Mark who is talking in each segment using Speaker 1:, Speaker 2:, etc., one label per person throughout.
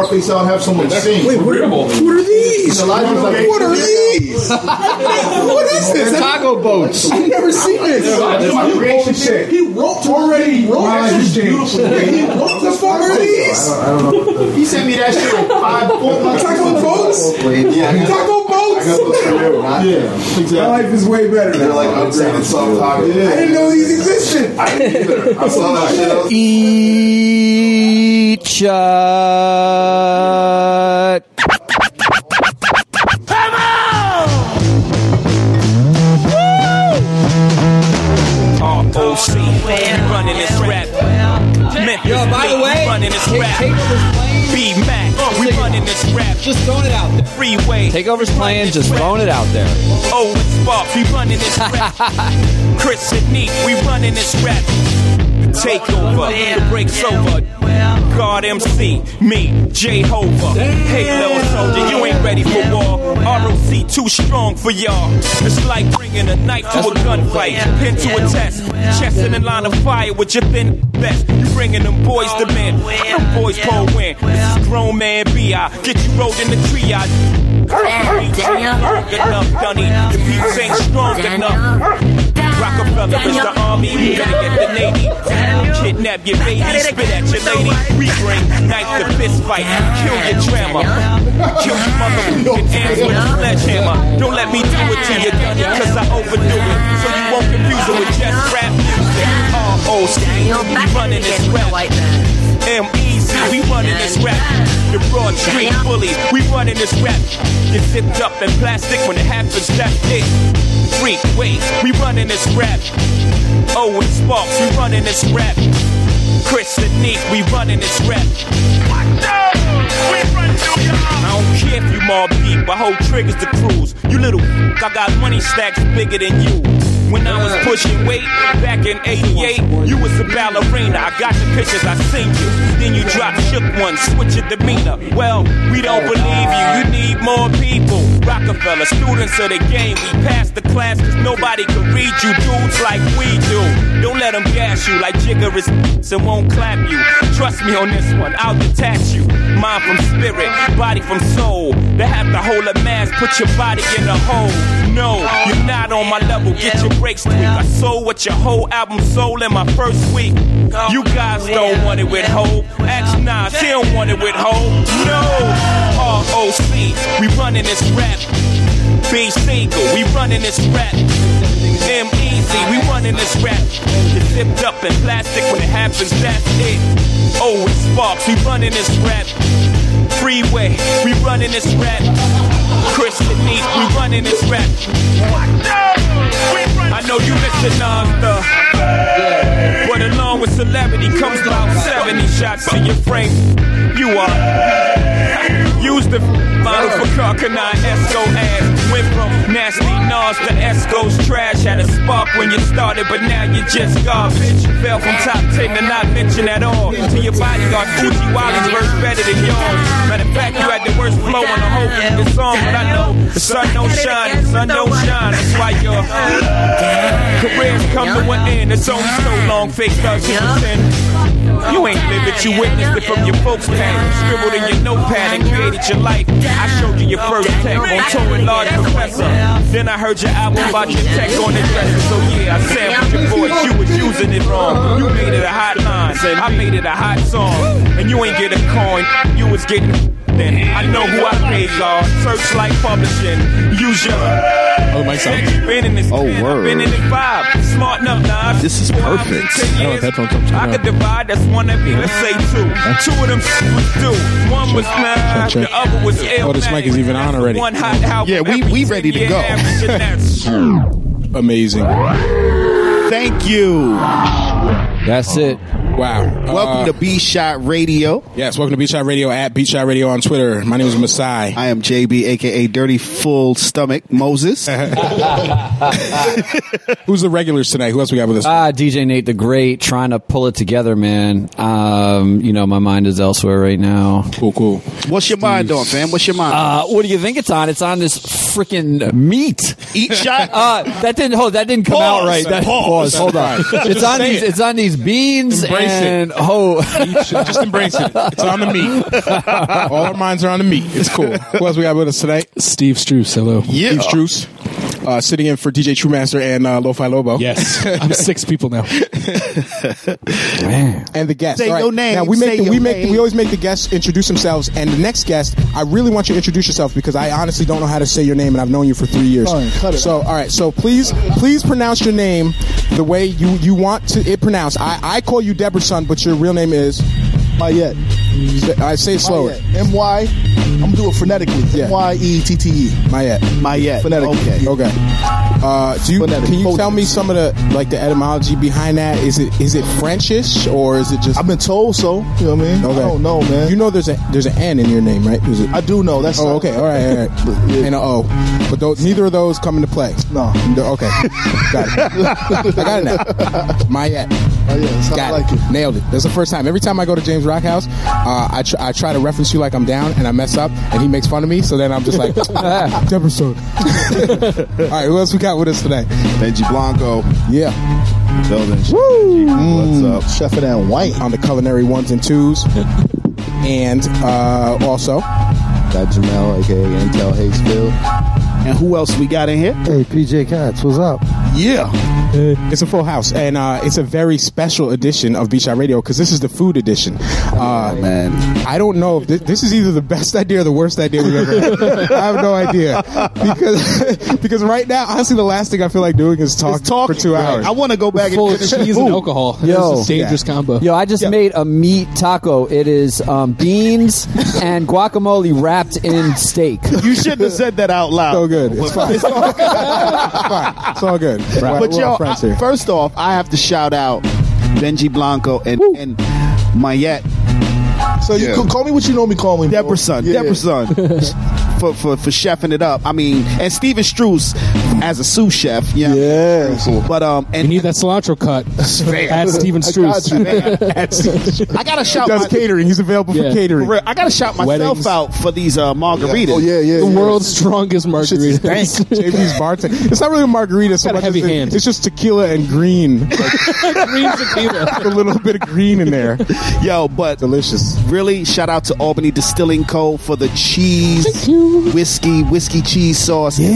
Speaker 1: out, face out, and have someone sing.
Speaker 2: Wait, what are, what are these?
Speaker 1: Elijah's like,
Speaker 2: What are these? what is this?
Speaker 3: They're taco boats.
Speaker 2: I've never seen this.
Speaker 1: This is my creation shit.
Speaker 2: He wrote to already. He
Speaker 1: Wow,
Speaker 2: wrote
Speaker 1: he's beautiful.
Speaker 2: he wrote the fuck are these?
Speaker 1: He sent me that shit on five, four months
Speaker 2: Taco boats?
Speaker 4: Yeah, I got, I got
Speaker 2: Taco boats?
Speaker 4: those career not.
Speaker 1: Yeah,
Speaker 2: My
Speaker 1: exactly.
Speaker 2: life is way better.
Speaker 4: They're
Speaker 2: Now.
Speaker 4: like upgraded soft tacos.
Speaker 2: I didn't know these existed.
Speaker 4: I didn't either. I saw that shit. I was
Speaker 5: Eat shot.
Speaker 6: ROC, we running this rap. Memphis,
Speaker 5: Yo, by the
Speaker 6: Lee,
Speaker 5: way,
Speaker 6: we running this
Speaker 5: take,
Speaker 6: rap.
Speaker 5: Takeover's playing.
Speaker 6: B Mac, we running this rap.
Speaker 5: Oh, Just throwing it out there.
Speaker 6: Freeway,
Speaker 5: Takeover's playing. Just throwing it out there.
Speaker 6: Oh, and Sparks, we running this rap. Chris and Neat, we running this rap. Takeover, the break's over. God MC, me, Jehovah. Hey, little soldier, you ain't ready for war. ROC too strong for y'all. It's like bringing a knife to a gunfight, pin to a test, chest in a line of fire with your thin best. You bringing them boys to men, them boys pro win. This is grown man B.I. Get you rolled in the triage. Good enough, Dunny. The beats ain't strong enough. Rockefeller is the army, we better get the navy. Kidnap your baby, spit at your lady. We bring knife to fist fight, kill your drama. Kill your mother with an ass with a sledgehammer. Don't let me do it to you, Dunny, cause I overdo it. So you won't confuse it with just rap music. R.O.C. We running this rap. M.E.Z. We running this rap. The broad street bully, we running this rap. Get zipped up in plastic when it happens, that's it. Freak, wait, we running this rap. Owen Sparks, we running this rap. Chris and Neek, we running this rap. I don't care if you mob deep, I hold triggers to cruise. You little, f- I got money stacks bigger than you. When I was pushing weight back in 88, you was a ballerina. I got the pictures, I seen you. Then you dropped shook one, switch your demeanor. Well, we don't believe you, you need more people. Rockefeller, students of the game, we passed the class cause nobody could read you dudes like we do. Don't let them gas you like jiggerous and won't clap you. Trust me on this one, I'll detach you. Mind from spirit, body from soul. They have to hold a mask, put your body in a hole. No, you're not on my level, get your breaks tweaked. I sold what your whole album sold in my first week. You guys don't want it with hope. Ask Nas, he don't want it with hope. No, ROC, we running this rap. B single, we running this rap. M easy, we running this rap. Get zipped up in plastic when it happens, that's it. Oh, it's Sparks, we running this rap. Freeway, we running this rap. Chris and Neat, we running this rap. I know you listen, Nas, the- but along with celebrity comes about 70 shots to your frame. You are. Use the model for Carcanine Esco ass. Went from nasty Nas to Esco's trash. Had a spark when you started, but now you just garbage. Fell from top 10 to not mention at all. To your bodyguard, Coochie Wally's verse better than yours. Matter of fact, you had the worst flow on the whole of the song, but I know the sun don't shine, the sun don't shine. That's why your career's come to an end. It's only so long, fake thugs who pretend. You ain't live it, you witnessed it from your folks' pain. Scribbled in your notepad and created your life. I showed you your first tech on tour and large professor. Then I heard your album about your tech on the dresser. So yeah, I sampled your voice, you was using it wrong. You made it a hot line, and I made it a hot song. And you ain't get a coin, you was getting then. I know who I paid, y'all. Searchlight Publishing. Use your. Oh, my son. Been in this
Speaker 3: Oh,
Speaker 6: pen, I've been
Speaker 3: word.
Speaker 6: in this vibe. Smart enough, Nas.
Speaker 3: This is
Speaker 6: Four albums in
Speaker 3: perfect.
Speaker 6: 10
Speaker 3: I know what
Speaker 6: years.
Speaker 3: that one comes from.
Speaker 6: I could divide, that's one every, let's say two. Two of them s- was due. One was live,
Speaker 2: check.
Speaker 6: the other was ill.
Speaker 2: Oh, this mic is even on already.
Speaker 6: One hot album.
Speaker 3: Yeah, we-
Speaker 6: every
Speaker 3: we
Speaker 6: 10
Speaker 3: ready to
Speaker 6: year
Speaker 3: go.
Speaker 6: average, and that's-
Speaker 2: Amazing.
Speaker 7: Thank you.
Speaker 5: That's it.
Speaker 2: Uh, Wow.
Speaker 7: Welcome
Speaker 2: Uh,
Speaker 7: to B Shot Radio.
Speaker 2: Yes, welcome to Beach Shot Radio at Beach Shot Radio on Twitter. My name is Masai.
Speaker 7: I am JB, aka Dirty Full Stomach Moses.
Speaker 2: Who's the regulars tonight? Who else we got with us?
Speaker 3: Uh,
Speaker 5: Ah, DJ Nate the Great, trying to pull it together, man. Um, you know, my mind is elsewhere right now.
Speaker 2: cool, cool.
Speaker 7: What's your mind on, fam? What's your mind?
Speaker 5: Uh, what do you think it's on? It's on this freaking meat.
Speaker 7: Eat shot.
Speaker 5: Uh, that didn't hold. That didn't come out
Speaker 7: Pause.
Speaker 5: right. That,
Speaker 7: Pause.
Speaker 5: Hold on. It's on these. It's on these beans
Speaker 2: Embrace embrace it.
Speaker 5: And oh. ho,
Speaker 2: You should just embrace it. It's on the meat. All our minds are on the meat. It's cool. Who else we got with us today?
Speaker 3: Steve Struce, hello.
Speaker 2: Yeah. Steve Struce, uh, sitting in for DJ Truemaster and uh, Lo-Fi Lobo.
Speaker 3: Yes, I'm six people now.
Speaker 2: and the guest.
Speaker 7: Say
Speaker 2: All right.
Speaker 7: your name,
Speaker 2: Now we
Speaker 7: say
Speaker 2: make the,
Speaker 7: your
Speaker 2: we make
Speaker 7: name.
Speaker 2: we always make the guests introduce themselves, and the next guest, I really want you to introduce yourself because I honestly don't know how to say your name, and I've known you for three years.
Speaker 1: Fine, cut it.
Speaker 2: So all right, so please please pronounce your name the way you you want to it pronounced. I I call you Deborah Son, but your real name is.
Speaker 1: Mayette.
Speaker 2: I say it slower.
Speaker 1: Mayette. M Y. I'm gonna do it phonetically.
Speaker 2: Yeah.
Speaker 1: M Y E T T E.
Speaker 2: Mayette.
Speaker 7: Mayette.
Speaker 1: Phonetic.
Speaker 7: Okay.
Speaker 2: Okay. Uh, do you
Speaker 1: Phonetic,
Speaker 2: can you tell
Speaker 1: phonetics.
Speaker 2: me some of the like the etymology behind that? Is it is it Frenchish or is it just?
Speaker 1: I've been told so. You know what I mean?
Speaker 2: Okay.
Speaker 1: I don't know, man.
Speaker 2: You know, there's a there's an N in your name, right? Is it?
Speaker 1: I do know. That's
Speaker 2: Oh, okay. All right. All right. And a O. But those, neither of those come into play.
Speaker 1: No.
Speaker 2: No, Okay. got it. I got it now. Mayette.
Speaker 1: Oh, yeah, it's how I
Speaker 2: Got
Speaker 1: like
Speaker 2: it.
Speaker 1: it.
Speaker 2: Nailed it. That's the first time. Every time I go to James Rockhouse, uh, I, tr- I try to reference you like I'm down and I mess up and he makes fun of me. So then I'm just like, Jefferson. All right. Who else we got with us today?
Speaker 4: Benji Blanco,
Speaker 2: Yeah. Mm.
Speaker 4: building. What's up?
Speaker 1: Chef it and white.
Speaker 2: On the culinary ones and twos. And uh, also,
Speaker 4: Got Jamel, aka Intel Hayesville.
Speaker 7: And who else we got in here?
Speaker 8: Hey, PJ Katz, what's up?
Speaker 7: Yeah.
Speaker 2: It's a full house, and uh, it's a very special edition of Beach Eye Radio because this is the food edition. Uh,
Speaker 4: Oh,
Speaker 7: Man.
Speaker 2: I don't know if this, this is either the best idea or the worst idea we've ever had. I have no idea because because right now, honestly, the last thing I feel like doing is talk for two hours.
Speaker 7: I want to go back
Speaker 3: Full
Speaker 7: and
Speaker 3: of
Speaker 7: finish
Speaker 3: cheese
Speaker 7: the
Speaker 3: and
Speaker 7: food.
Speaker 3: alcohol.
Speaker 5: Yo.
Speaker 3: It's a dangerous combo.
Speaker 5: yo, I just made a meat taco. It is um, beans and guacamole wrapped in steak.
Speaker 7: You shouldn't have said that out loud.
Speaker 2: so good. It's fine. it's fine. It's all good. Right.
Speaker 7: But
Speaker 2: We're
Speaker 7: yo,
Speaker 2: all friends
Speaker 7: I-
Speaker 2: here.
Speaker 7: first off, I have to shout out Benji Blanco and, and Mayette
Speaker 1: So you
Speaker 4: Yeah.
Speaker 1: could call me what you know me calling. bro.
Speaker 7: Deberson,
Speaker 1: Yeah.
Speaker 7: Deberson, for, for for chefing it up. I mean, and Steven Struce as a sous chef. Yeah,
Speaker 1: Yeah.
Speaker 7: But um,
Speaker 3: You
Speaker 7: and
Speaker 3: need that cilantro cut. Add Steven
Speaker 1: I got
Speaker 3: Struce.
Speaker 1: you.
Speaker 7: I gotta shout
Speaker 2: does
Speaker 7: my,
Speaker 2: catering. He's available
Speaker 3: Yeah.
Speaker 2: for catering.
Speaker 7: for real, I gotta shout myself
Speaker 3: Weddings.
Speaker 7: out for these uh, margaritas.
Speaker 1: Oh yeah, yeah.
Speaker 3: The
Speaker 1: yeah.
Speaker 3: world's strongest margarita.
Speaker 2: JB's bartender. It's not really a margarita so
Speaker 3: Got a
Speaker 2: much.
Speaker 3: heavy
Speaker 2: as it-
Speaker 3: hand.
Speaker 2: It's just tequila and green, like
Speaker 3: Green tequila.
Speaker 2: a little bit of green in there.
Speaker 7: Yo, but
Speaker 2: Delicious.
Speaker 7: really, shout out to Albany Distilling Co. for the cheese, whiskey, whiskey cheese sauce. Yeah,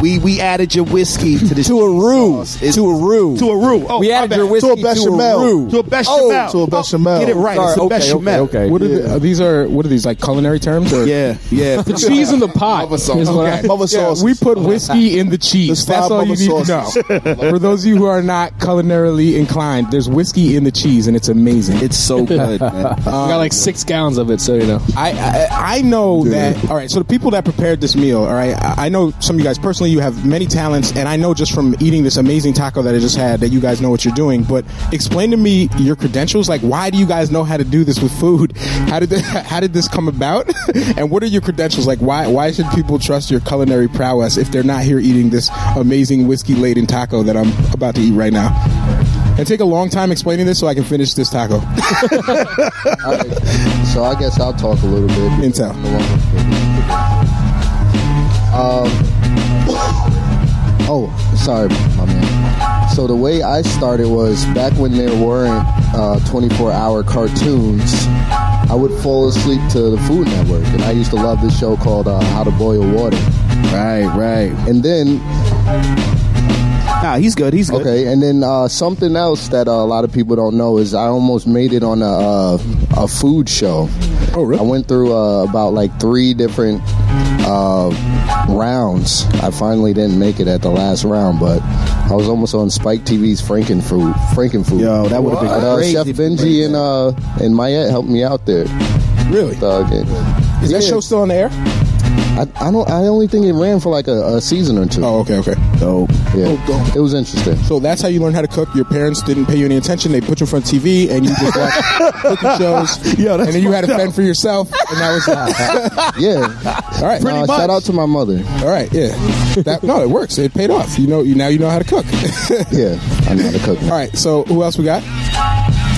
Speaker 7: we we added your whiskey to this
Speaker 5: To a
Speaker 7: cheese
Speaker 5: roux.
Speaker 7: sauce. It's-
Speaker 5: To a roux.
Speaker 7: to a roux. Oh,
Speaker 5: we
Speaker 7: my
Speaker 5: added
Speaker 7: bad.
Speaker 5: your whiskey to a
Speaker 1: bechamel.
Speaker 5: roux.
Speaker 7: to
Speaker 2: Oh,
Speaker 7: a bechamel. Oh,
Speaker 1: to a bechamel.
Speaker 7: get it right.
Speaker 5: Sorry,
Speaker 7: it's a
Speaker 5: okay,
Speaker 7: bechamel.
Speaker 5: okay, okay.
Speaker 2: What are the- uh, these are what are these like culinary terms? Or?
Speaker 7: Yeah, yeah.
Speaker 3: The cheese in the pot. Is what I,
Speaker 1: Mother sauce.
Speaker 2: we put whiskey in the
Speaker 1: There's
Speaker 2: cheese.
Speaker 1: five
Speaker 2: That's all you
Speaker 1: other
Speaker 2: need to know. For those of you who are not culinarily inclined, there's whiskey in the cheese, and it's amazing. Uh,
Speaker 7: It's so good, man.
Speaker 3: I got like six gallons of it, so you know.
Speaker 2: Um, I I, I know that. All right, so the people that prepared this meal, all right, I, I know some of you guys personally. You have many talents, and I know just from eating this amazing taco that I just had that you guys know what you're doing. But explain to me your credentials. Like, why do you guys know how to do this with food? How did th- how did this come about? and what are your credentials? Like, why why should people trust your culinary prowess if they're not here eating this amazing whiskey laden taco that I'm about to eat right now? And take a long time explaining this so I can finish this taco.
Speaker 8: So I guess I'll talk a little bit.
Speaker 2: Intel.
Speaker 8: Um, Oh, sorry, my man. So the way I started was back when there weren't uh, 24-hour cartoons. I would fall asleep to the Food Network, and I used to love this show called uh, How to Boil Water.
Speaker 7: right, right.
Speaker 8: And then
Speaker 7: Nah, he's good. He's good.
Speaker 8: Okay, and then uh, something else that uh, a lot of people don't know is I almost made it on a uh, a food show.
Speaker 2: Oh, really?
Speaker 8: I went through uh, about like three different uh, rounds. I finally didn't make it at the last round, but I was almost on Spike TV's Frankenfood. Frankenfood.
Speaker 7: Yo, that would've been
Speaker 8: But, uh,
Speaker 7: crazy
Speaker 8: Chef
Speaker 7: if you made
Speaker 8: Benji and uh, and Mayette helped me out there.
Speaker 2: Really?
Speaker 8: Uh, okay.
Speaker 2: Is that
Speaker 8: Yeah.
Speaker 2: show still on the air?
Speaker 8: I, I don't. I only think it ran for like a, a season or two.
Speaker 2: Oh, okay, okay.
Speaker 8: dope. Yeah, it was interesting.
Speaker 2: So that's how you learn how to cook. Your parents didn't pay you any attention. They put you in front of TV, and you just watched cooking shows.
Speaker 7: Yo, that's
Speaker 2: and then you had to fend for yourself, and that was
Speaker 8: Yeah.
Speaker 2: all right.
Speaker 8: Uh,
Speaker 7: much.
Speaker 8: Shout out to my mother.
Speaker 2: all right, yeah. That, no, it works. It paid off. You know, you now you know how to cook.
Speaker 8: Yeah, I know how to cook.
Speaker 2: all
Speaker 8: Now.
Speaker 2: right. So who else we got?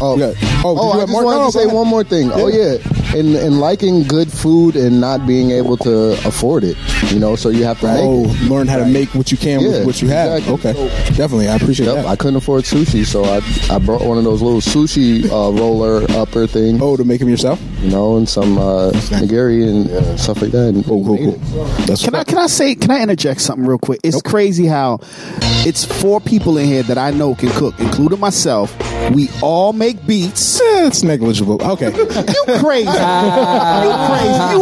Speaker 8: Oh,
Speaker 2: We got-
Speaker 8: oh,
Speaker 2: did you
Speaker 8: I
Speaker 2: have
Speaker 8: just
Speaker 2: more?
Speaker 8: wanted
Speaker 2: No,
Speaker 8: to
Speaker 2: go
Speaker 8: say
Speaker 2: ahead.
Speaker 8: one more thing. Oh yeah, and, and liking good food and not being able to afford it. You know, so you have to
Speaker 2: Oh,
Speaker 8: make it.
Speaker 2: learn how to make what you can
Speaker 8: Yeah,
Speaker 2: with what you have.
Speaker 8: exactly.
Speaker 2: Okay, definitely. I appreciate
Speaker 8: Yep,
Speaker 2: that.
Speaker 8: I couldn't afford sushi, so I I brought one of those little sushi uh, roller upper thing,
Speaker 2: oh, to make them yourself.
Speaker 8: you know, and some uh, nigiri and uh, stuff like that. And
Speaker 2: Oh, Cool, cool,
Speaker 8: made
Speaker 2: cool.
Speaker 8: it.
Speaker 2: That's
Speaker 7: Can I
Speaker 2: what-
Speaker 7: can I say can I interject something real quick? It's crazy how it's four people in here that I know can cook, including myself. We all make beats.
Speaker 2: Eh, it's negligible. Okay, you
Speaker 7: You crazy? you crazy? You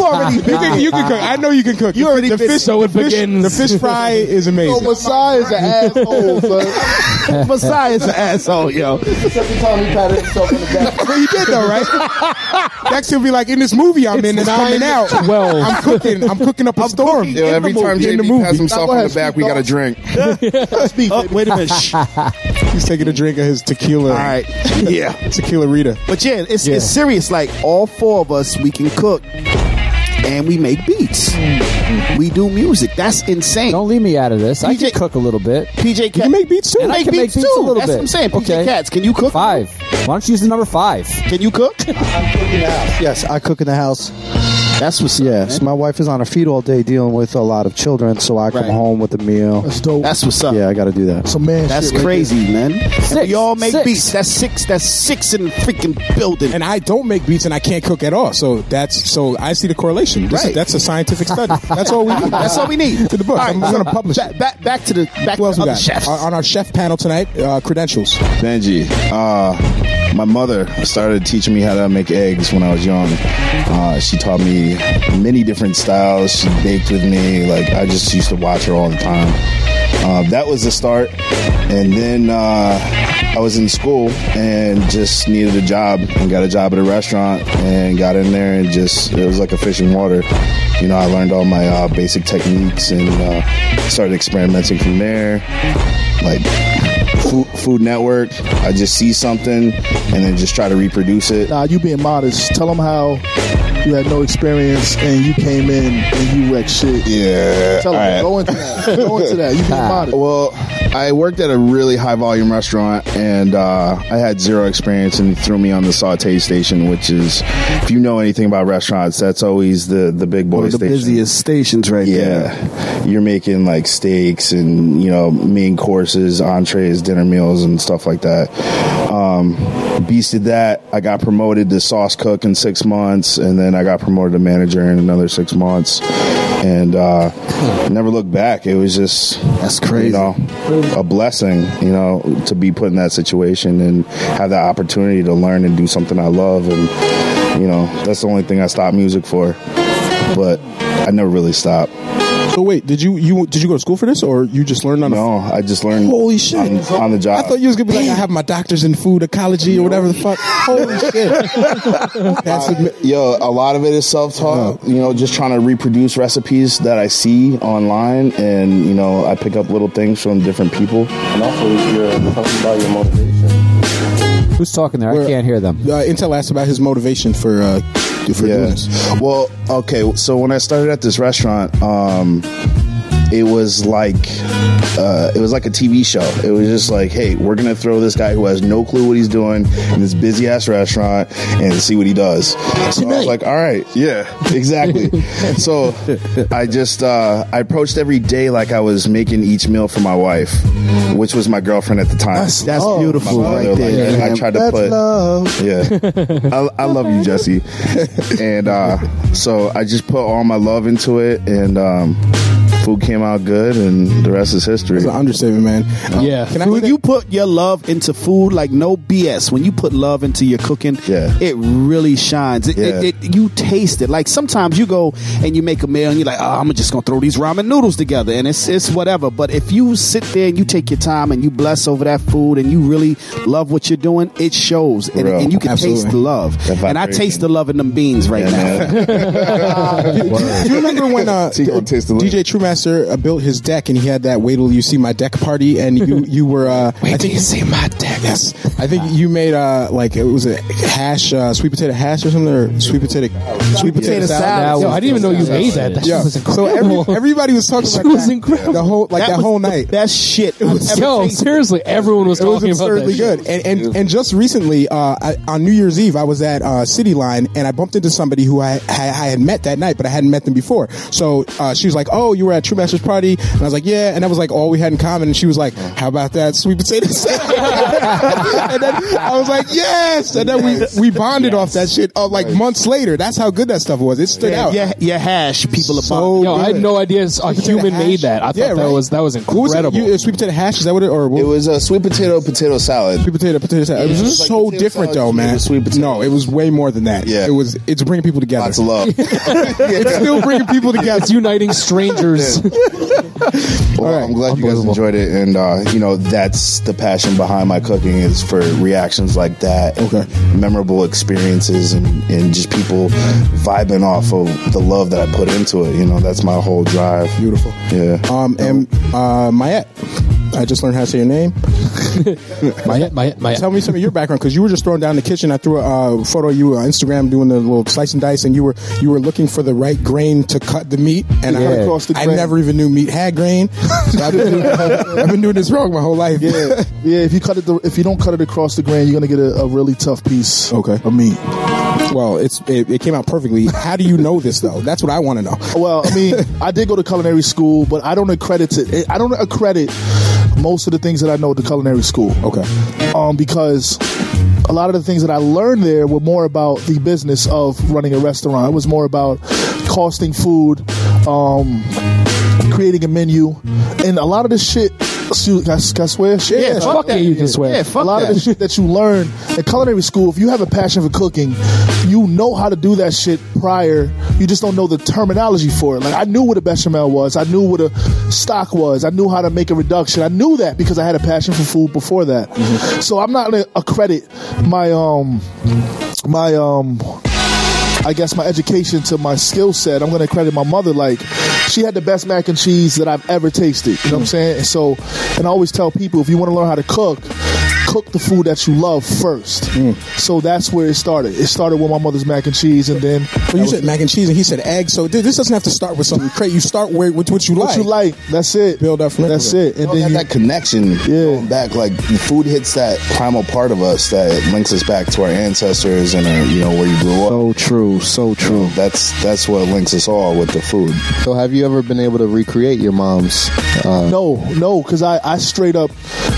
Speaker 7: already
Speaker 2: can, you can cook. I know you can cook. You already the
Speaker 7: did.
Speaker 2: fish.
Speaker 3: So it
Speaker 2: the fish-
Speaker 3: begins.
Speaker 2: The fish fry is
Speaker 8: Yo,
Speaker 2: amazing.
Speaker 8: Messiah's an asshole, son.
Speaker 7: Messiah's an asshole, yo.
Speaker 8: Except he told me he patted himself on the back.
Speaker 2: But he did though, right? Dex will be like, in this movie I'm in and I'm in out.
Speaker 3: Well.
Speaker 2: I'm cooking. I'm cooking up a storm.
Speaker 9: Yo,
Speaker 2: in
Speaker 9: every
Speaker 2: the
Speaker 9: time
Speaker 2: movie, in the
Speaker 9: JB pats
Speaker 2: movie.
Speaker 9: himself
Speaker 8: Go
Speaker 9: on
Speaker 8: ahead,
Speaker 9: the back, we
Speaker 8: Snoop
Speaker 9: got a
Speaker 8: Dogg.
Speaker 9: drink.
Speaker 2: Oh, wait a minute. Shh. He's taking a drink of his tequila.
Speaker 7: All right, yeah.
Speaker 2: Tequila Rita.
Speaker 7: But yeah, it's, it's serious. Like all four of us, we can cook and we make beats. We do music. That's insane.
Speaker 5: Mm. Don't leave me out of this. I
Speaker 7: DJ
Speaker 5: can cook a little bit.
Speaker 7: PJ Cat,
Speaker 2: You make beats too.
Speaker 5: And I
Speaker 7: make
Speaker 5: can make
Speaker 7: beats
Speaker 5: beats
Speaker 7: too.
Speaker 5: a little
Speaker 7: That's
Speaker 5: bit.
Speaker 7: what I'm saying. PJ
Speaker 5: Okay.
Speaker 7: Cats, can you cook?
Speaker 5: Five. Why don't you use the number five?
Speaker 7: Can you cook?
Speaker 10: Yes, I cook in the house.
Speaker 7: That's what's up.
Speaker 10: Yes, my wife is on her feet all day dealing with a lot of children, so I come
Speaker 7: Right.
Speaker 10: home with a meal.
Speaker 1: That's dope.
Speaker 7: That's what's up.
Speaker 10: Yeah, I got to do that.
Speaker 1: Some man
Speaker 7: That's
Speaker 1: shit right
Speaker 7: crazy, man. And we all make
Speaker 5: Six.
Speaker 7: beats. That's six. That's six in the freaking building.
Speaker 2: And I don't make beats and I can't cook at all. So that's so I see the correlation. This is-
Speaker 7: Right.
Speaker 2: that's a scientific study. That's all we do.
Speaker 7: that's all we need.
Speaker 2: To the book.
Speaker 7: All right,
Speaker 2: I'm
Speaker 7: so
Speaker 2: going to publish
Speaker 7: back,
Speaker 2: it.
Speaker 7: back, back to the back to
Speaker 2: Who else we
Speaker 7: the other
Speaker 2: got?
Speaker 7: chefs.
Speaker 2: On- on our chef panel tonight, uh, credentials.
Speaker 9: Benji, uh, my mother started teaching me how to make eggs when I was young. Uh, she taught me many different styles. She baked with me. Like I just used to watch her all the time. Uh, that was the start, and then uh, I was in school and just needed a job and got a job at a restaurant and got in there and just it was like a fish in water. You know, I learned all my uh, basic techniques and uh, started experimenting from there like Food, Food Network. I just see something and then just try to reproduce it.
Speaker 1: Nah, you being modest. Tell them how you had no experience and you came in and you wrecked shit.
Speaker 9: Yeah.
Speaker 1: Tell them. Go into that. Go into that. You being modest.
Speaker 9: Well, I worked at a really high volume restaurant and uh, I had zero experience and they threw me on the saute station, which is, if you know anything about restaurants, that's always the, the big boy
Speaker 7: One of the
Speaker 9: station.
Speaker 7: busiest stations right there.
Speaker 9: Yeah, you're making like steaks and you know main courses, entrees, dinner meals, and stuff like that. Um, beasted that. I got promoted to sauce cook in six months, and then I got promoted to manager in another six months, and uh, never looked back. It was just
Speaker 7: That's crazy.
Speaker 9: You know, a blessing. You know, to be put in that situation and have that opportunity to learn and do something I love, and you know, that's the only thing I stopped music for. But I never really stopped.
Speaker 2: So wait, did you you did you go to school for this or you just learned on
Speaker 9: No, I just learned.
Speaker 2: a Holy shit.
Speaker 9: On, on the
Speaker 7: Uh,
Speaker 9: job.
Speaker 2: I thought you was gonna be like, I have my doctors in food ecology or whatever the fuck. Holy shit! That's admi-
Speaker 9: Yo, a lot of it is self taught. You know, just trying to reproduce recipes that I see online, and you know, I pick up little things from different people.
Speaker 4: And also, you're talking about your motivation.
Speaker 5: Who's talking there? I
Speaker 2: We're-
Speaker 5: can't hear them.
Speaker 2: uh, Intel asked about his motivation for uh, for doing
Speaker 9: Yeah.
Speaker 2: this.
Speaker 9: Well, okay. So when I started at this restaurant, um, it was like uh, it was like a TV show. It was just like, hey, we're gonna throw this guy who has no clue what he's doing in this busy ass restaurant and see what he does. So I was like, all right, yeah, exactly. so I just uh, I approached every day like I was making each meal for my wife, which was my girlfriend at the time.
Speaker 7: That's beautiful
Speaker 9: Oh, My mother,
Speaker 7: right there.
Speaker 9: like,
Speaker 7: man.
Speaker 9: I tried to
Speaker 7: That's
Speaker 9: put
Speaker 7: love.
Speaker 9: yeah. I, I love you, Jesse. And uh, so I just put all my love into it, and um, food came out good, and the rest is history.
Speaker 2: It's an understatement, man.
Speaker 9: Um,
Speaker 2: Uh,
Speaker 3: Yeah.
Speaker 2: Can I
Speaker 7: When you put your love into food, like no BS. When you put love into your cooking,
Speaker 9: Yeah.
Speaker 7: it really shines. It,
Speaker 9: Yeah.
Speaker 7: it, it you taste it. Like sometimes you go and you make a meal and you're like, oh, I'm just gonna throw these ramen noodles together and it's it's whatever. But if you sit there and you take your time and you bless over that food and you really love what you're doing, it shows and,
Speaker 9: Bro,
Speaker 7: and you can taste
Speaker 2: absolutely.
Speaker 7: the love.
Speaker 9: That
Speaker 7: And I
Speaker 9: vibration.
Speaker 7: taste the love in them beans right
Speaker 9: Yeah,
Speaker 7: now.
Speaker 9: man.
Speaker 2: Do you remember when uh,
Speaker 9: So you gonna taste the
Speaker 2: DJ True Grandmaster uh, built his deck, and he had that "Wait till you see my deck" party, and you you were uh, wait I think, till you see my deck. Yes, I think you made uh like it was a hash, uh, sweet potato hash or something, or sweet potato sweet potato
Speaker 3: Potato salad.
Speaker 2: salad.
Speaker 3: Yo, I didn't even know you made that. That
Speaker 2: yeah.
Speaker 3: shit was
Speaker 2: so every,
Speaker 3: incredible.
Speaker 2: everybody was talking
Speaker 3: It
Speaker 2: about
Speaker 3: was
Speaker 2: that.
Speaker 3: incredible.
Speaker 2: The whole like
Speaker 3: That
Speaker 2: that,
Speaker 3: was
Speaker 2: whole
Speaker 3: the
Speaker 2: night.
Speaker 7: That shit.
Speaker 3: Yo, seriously, everyone was
Speaker 2: it was
Speaker 3: talking about that
Speaker 2: absurdly
Speaker 3: shit.
Speaker 2: good. And, and and just recently, uh, I, on New Year's Eve, I was at uh, City Line and I bumped into somebody who I, I I had met that night, but I hadn't met them before. So uh, she was like, "Oh, you were at True Masters party," and I was like, "Yeah," and that was like all we had in common. And she was like, "How about that sweet potato salad?" and then I was like, "Yes!" And then we we bonded off that shit. Uh, like months later, that's how good that stuff was. It stood
Speaker 7: Yeah,
Speaker 2: out.
Speaker 7: yeah, yeah, hash people are
Speaker 2: So
Speaker 3: Yo, I had
Speaker 2: good.
Speaker 3: no idea a human
Speaker 2: hash.
Speaker 3: made that. I thought
Speaker 2: Yeah,
Speaker 3: that
Speaker 2: right.
Speaker 3: was that was
Speaker 2: What was
Speaker 3: incredible.
Speaker 2: it? You, uh, sweet potato hash? Is that what it or what?
Speaker 9: It was a sweet potato potato salad.
Speaker 2: sweet potato potato salad. it was
Speaker 9: Yeah,
Speaker 2: just
Speaker 9: like
Speaker 2: so
Speaker 9: potato
Speaker 2: different
Speaker 9: salad
Speaker 2: though,
Speaker 9: with
Speaker 2: man.
Speaker 9: sweet potato.
Speaker 2: No, it was way more than that.
Speaker 9: Yeah.
Speaker 2: it was. It's bringing people together.
Speaker 9: Lots of love.
Speaker 2: It's still bringing people together.
Speaker 3: it's uniting strangers.
Speaker 9: Well, I'm glad you guys enjoyed it, and uh, you know that's the passion behind my cooking is for reactions like that, okay. memorable experiences, and, and just people vibing off of the love that I put into it. You know, that's my whole drive.
Speaker 2: Beautiful.
Speaker 9: Yeah.
Speaker 2: Um, and uh, Mayette, I just learned how to say your name.
Speaker 3: my my my.
Speaker 2: Tell me some of your background because you were just thrown down in the kitchen. I threw a uh, photo of you on Instagram doing the little slice and dice, and you were you were looking for the right grain to cut the meat. And I,
Speaker 10: Yeah. Across the
Speaker 2: I
Speaker 10: grain.
Speaker 2: never even knew meat had grain. So I've, been doing, I've been doing this wrong my whole life.
Speaker 1: Yeah, yeah. If you cut it, if you don't cut it across the grain, you're gonna get a, a really tough piece
Speaker 2: Okay.
Speaker 1: of meat.
Speaker 2: Well, it's it, it came out perfectly. How do you know this though? That's what I want to know.
Speaker 1: Well, I mean, I did go to culinary school, but I don't accredit it. I don't accredit most of the things that I know at the culinary school.
Speaker 2: Okay.
Speaker 1: um, because a lot of the things that I learned there were more about the business of running a restaurant. It was more about costing food, um, creating a menu, and a lot of this shit. Shoot, can I, can I swear? Shit,
Speaker 7: Yeah,
Speaker 3: fuck yeah, you can swear.
Speaker 7: Yeah, fuck
Speaker 1: a lot
Speaker 7: that.
Speaker 1: of the shit that you learn in culinary school, if you have a passion for cooking, you know how to do that shit prior. You just don't know the terminology for it. Like I knew what a bechamel was, I knew what a stock was, I knew how to make a reduction. I knew that because I had a passion for food before that.
Speaker 7: Mm-hmm.
Speaker 1: So I'm not gonna accredit my um my um I guess my education to my skill set. I'm going to credit my mother. Like, she had the best mac and cheese that I've ever tasted. You know what I'm saying? And so, and I always tell people if you want to learn how to cook, cook the food that you love first.
Speaker 2: Hmm.
Speaker 1: So that's where it started. It started with my mother's mac and cheese, and then
Speaker 2: But you said mac and cheese, and he said egg. So dude, this doesn't have to start with something crazy. You start where with what you
Speaker 1: what
Speaker 2: like.
Speaker 1: you like, that's it.
Speaker 2: Build up from
Speaker 1: That's
Speaker 2: there.
Speaker 1: it. And
Speaker 9: Well,
Speaker 1: then
Speaker 9: that,
Speaker 1: you,
Speaker 9: that connection going back like the food hits that primal part of us that links us back to our ancestors and our, you know where you grew up
Speaker 10: So true, so true.
Speaker 9: that's that's what links us all with the food
Speaker 8: So, have you ever been able to recreate your mom's? Uh,
Speaker 1: No, no, because I, I straight up,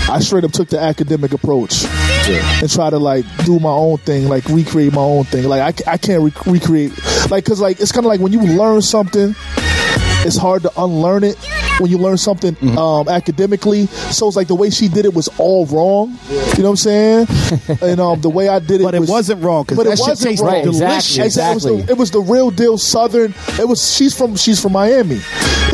Speaker 1: I straight up took the academic approach and try to like do my own thing, like recreate my own thing. Like I, ca- I can't rec recreate, like because like it's kind of like when you learn something, it's hard to unlearn it. When you learn something um, academically, so it's like the way she did it was all wrong. You know what I'm saying? and um, the way I did it,
Speaker 7: But it
Speaker 1: was,
Speaker 7: wasn't wrong, 'cause
Speaker 1: but it
Speaker 7: that shit
Speaker 1: wasn't
Speaker 7: tastes
Speaker 1: wrong.
Speaker 5: Right,
Speaker 1: Exactly.
Speaker 5: exactly,
Speaker 1: It was, the,
Speaker 5: exactly.
Speaker 1: it was the real deal Southern. It was she's from she's from Miami.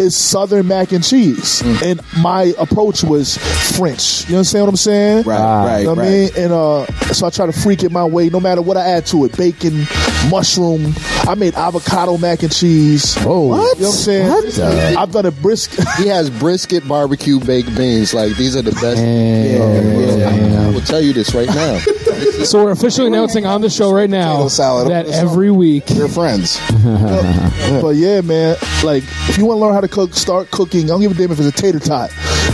Speaker 1: It's Southern mac and cheese,
Speaker 2: Mm.
Speaker 1: and my approach was French. You understand what I'm saying?
Speaker 2: Right, right,
Speaker 1: You know what
Speaker 2: right.
Speaker 1: I mean? And uh, so I try to freak it my way, no matter what I add to it. Bacon, mushroom. I made avocado mac and cheese.
Speaker 2: Oh.
Speaker 8: Whoa.
Speaker 1: What? You know what I'm saying?
Speaker 8: What the-
Speaker 1: I've done a brisket.
Speaker 8: he has brisket, barbecue, baked beans. Like these are the best. I, will tell you this right now.
Speaker 3: so we're officially announcing on the show right now
Speaker 9: Potato salad.
Speaker 3: that every week.
Speaker 9: your friends
Speaker 1: But yeah, man, like if you want to learn how to cook, start cooking. I don't give a damn if it's a tater tot.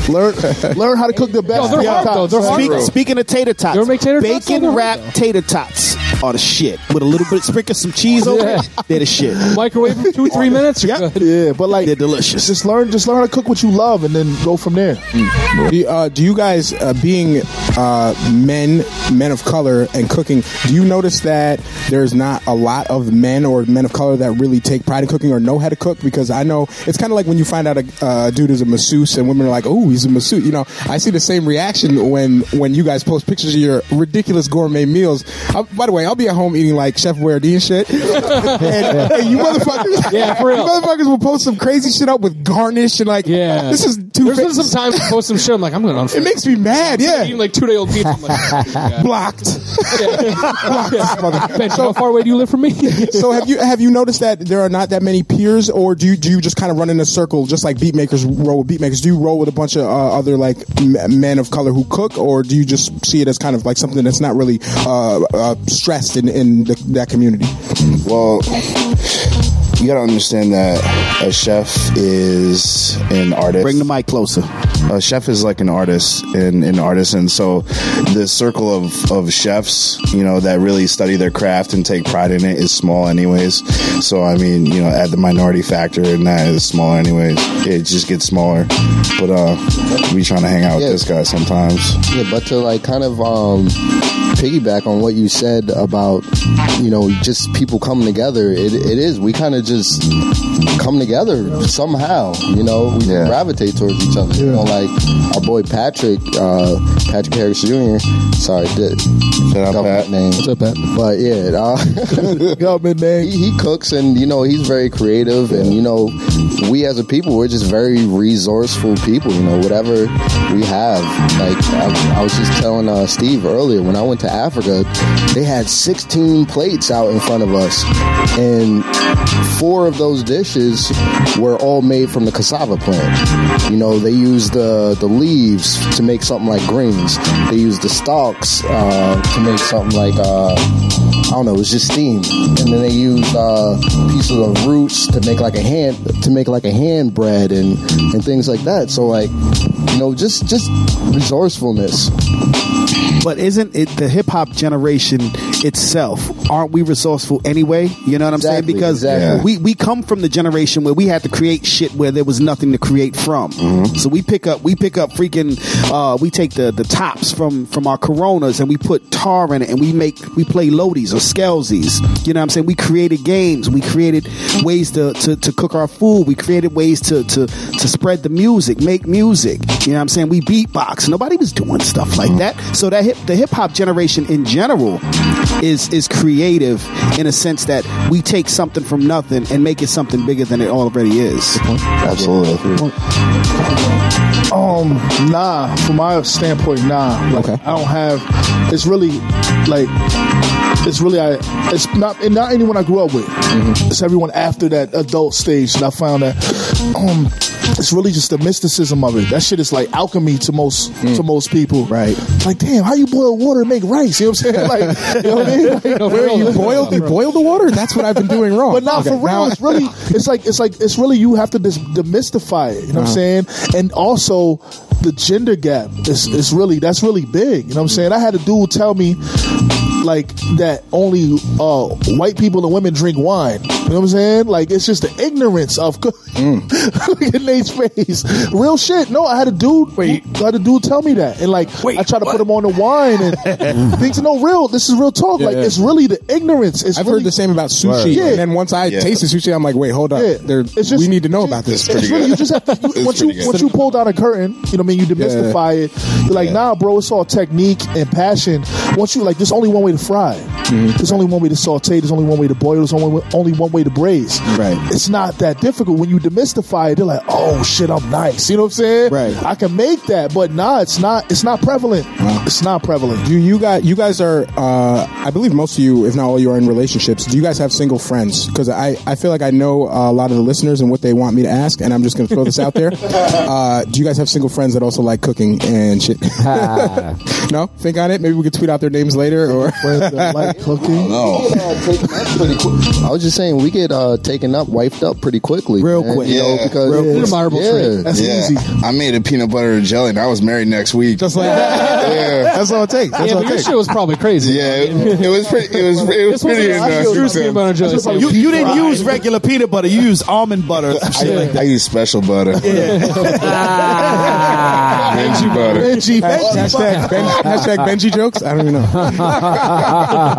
Speaker 1: Learn, learn how to cook the best.
Speaker 3: they're
Speaker 1: tater
Speaker 3: hard, though.
Speaker 1: tots.
Speaker 3: They're hard.
Speaker 7: Speak, speaking of tater tots,
Speaker 3: You ever make tater tots on
Speaker 7: bacon
Speaker 3: the road?
Speaker 7: wrapped tater tots are the shit. With a little bit, sprinkle some cheese over
Speaker 3: Yeah.
Speaker 7: it. They're the shit.
Speaker 3: Microwave for two, three minutes. You're good.
Speaker 1: Yeah, but like
Speaker 7: They're delicious.
Speaker 1: just learn, just learn how to cook what you love, and then go from there.
Speaker 2: Do you, uh, do you guys, uh, being uh, men, men of color, and cooking, do you notice that there's not a lot of men or men of color that really take pride in cooking or know how to cook? Because I know it's kind of like when you find out a uh, dude is a masseuse and women are like, "Oh, he's a masseuse." You know, I see the same reaction when when you guys post pictures of your ridiculous gourmet meals. I, by the way, I'm I'll be at home eating like Chef Wardy and shit. and, and you motherfuckers,
Speaker 3: Yeah, for real.
Speaker 2: you motherfuckers will post some crazy shit up with garnish and like,
Speaker 3: Yeah.
Speaker 2: this is too.
Speaker 3: There's been some times to post some shit. I'm like, I'm going on.
Speaker 2: It makes me mad.
Speaker 3: Eating
Speaker 2: Yeah,
Speaker 3: like two day old pizza. I'm like,
Speaker 2: blocked.
Speaker 3: yeah. Bench, how far away do you live from me?
Speaker 2: so have you have you noticed that there are not that many peers, or do you, do you just kind of run in a circle, just like beat makers roll with beat makers? Do you roll with a bunch of uh, other like m- men of color who cook, or do you just see it as kind of like something that's not really uh, uh, stressed in in the, that community?
Speaker 9: Well, you gotta understand that a chef is an artist.
Speaker 7: Bring the mic closer.
Speaker 9: a chef is like an artist and an artisan. So the circle of, of chefs, you know, that really study their craft and take pride in it is small anyways. So I mean, you know, add the minority factor and that is smaller anyways. It just gets smaller. But uh we trying to hang out
Speaker 8: Yeah.
Speaker 9: with this guy sometimes.
Speaker 8: Yeah, but to like kind of um, piggyback on what you said about you know just people coming together, it, it is we kind of just come together somehow. You know, we
Speaker 9: Yeah.
Speaker 8: gravitate towards each other. You know, like our boy Patrick, uh, Patrick Harris Jr. Sorry, did
Speaker 9: Shout out Pat.
Speaker 8: name. What's up, Pat? But yeah, uh, government name. He, he cooks, and you know he's very creative, and you know we as a people we're just very resourceful people. You know whatever we have. Like I, I was just telling uh, Steve earlier when I went to Africa, they had 16 plates out in front of us, and four of those dishes were all made from the cassava plant. You know they use the the leaves to make something like greens. They use the stalks uh, to make something like. Uh, I don't know, it was just steam. And then they used uh, pieces of roots to make like a hand to make like a hand bread and and things like that. So like, you know, just just resourcefulness.
Speaker 7: But isn't it the hip hop generation itself? Aren't we resourceful anyway? You know what I'm
Speaker 8: Exactly,
Speaker 7: saying? Because
Speaker 8: exactly.
Speaker 7: we, we come from the generation where we had to create shit where there was nothing to create from.
Speaker 8: Mm-hmm.
Speaker 7: So we pick up we pick up freaking uh, we take the, the tops from from our coronas and we put tar in it and we make we play lodies or skelsies. You know what I'm saying? We created games, we created ways to, to, to cook our food, we created ways to, to to spread the music, make music. You know what I'm saying? We beatbox. Nobody was doing stuff like that. So that hip, the hip hop generation in general is is creative in a sense that we take something from nothing and make it something bigger than it already is.
Speaker 9: Absolutely.
Speaker 1: Um, nah. From my standpoint, nah. Like, I don't have. It's really like. It's really I. It's not and not anyone I grew up with.
Speaker 2: Mm-hmm.
Speaker 1: It's everyone after that adult stage that I found that. Um, it's really just the mysticism of it. That shit is like alchemy to most to most people.
Speaker 2: Mm. Right.
Speaker 1: Like, damn, how you boil water and make rice? You know what I'm saying? Like, you know what I mean? Like,
Speaker 3: Where
Speaker 2: You boil you boil the water. That's what I've been doing wrong.
Speaker 1: but not
Speaker 2: Okay,
Speaker 1: for real.
Speaker 2: now-
Speaker 1: it's really, it's like, it's like, it's really. You have to dis- demystify it. You
Speaker 2: Uh-huh.
Speaker 1: know what I'm saying? And also, the gender gap is, is really that's really big. You know what I'm saying? I had a dude tell me like that only uh, white people and women drink wine. You know what I'm saying? Like it's just the ignorance of co- Look at Nate's face. Real shit. No, I had a dude. Wait, I had a dude tell me that, and like I try to put him on the wine and things. No, real. This is real talk. like
Speaker 2: yeah.
Speaker 1: it's really the ignorance. It's
Speaker 2: I've
Speaker 1: really,
Speaker 2: heard the same about sushi.
Speaker 1: Yeah.
Speaker 2: And then once I
Speaker 9: Yeah.
Speaker 2: tasted sushi, I'm like, wait, hold up.
Speaker 1: Yeah.
Speaker 2: There,
Speaker 1: It's just-
Speaker 2: we need to know about this.
Speaker 1: It's really, you just have to, you, once you
Speaker 9: pretty good.
Speaker 1: once you pull down a curtain, you know what I mean. You demystify it. You're like, nah, bro, it's all technique and passion. Once you like, there's only one way to fry.
Speaker 2: Mm-hmm.
Speaker 1: There's only one way to saute. There's only one way to boil. There's only only one way to braise.
Speaker 2: Right.
Speaker 1: It's not that difficult. When you demystify it, they're like, oh shit, I'm nice. You know what I'm saying?
Speaker 2: Right.
Speaker 1: I can make that, but nah, it's not. It's not prevalent. It's not prevalent.
Speaker 2: Do you guys? You guys are. Uh, I believe most of you, if not all, you are in relationships. Do you guys have single friends? Because I, I feel like I know uh, a lot of the listeners and what they want me to ask, and I'm just going to throw this out there. Uh, do you guys have single friends that also like cooking and shit? no, think on it. Maybe we could tweet out their names later. Or
Speaker 1: Friends that like cooking.
Speaker 9: No.
Speaker 8: I was just saying we get uh, taken up, wiped up pretty quickly,
Speaker 2: Real
Speaker 8: man,
Speaker 2: quick.
Speaker 8: You know,
Speaker 9: Yeah.
Speaker 8: because
Speaker 1: Real quick. Admirable
Speaker 8: yeah.
Speaker 1: trait. That's
Speaker 9: yeah.
Speaker 1: easy.
Speaker 9: I made a peanut butter and jelly and I was married next week.
Speaker 2: just like that's all it takes. That's
Speaker 3: Yeah,
Speaker 2: all
Speaker 3: but your
Speaker 2: it takes.
Speaker 3: shit was probably crazy.
Speaker 9: Yeah, it, it was pretty. It was. It was
Speaker 3: This was
Speaker 9: pretty.
Speaker 3: a
Speaker 9: interesting.
Speaker 3: amount of jelly.
Speaker 7: You, you didn't use regular peanut butter. You used almond butter.
Speaker 9: I, I use special butter.
Speaker 3: Ah,
Speaker 9: Veggie butter.
Speaker 2: Ah. Hashtag, ben, hashtag Benji jokes. I don't even know.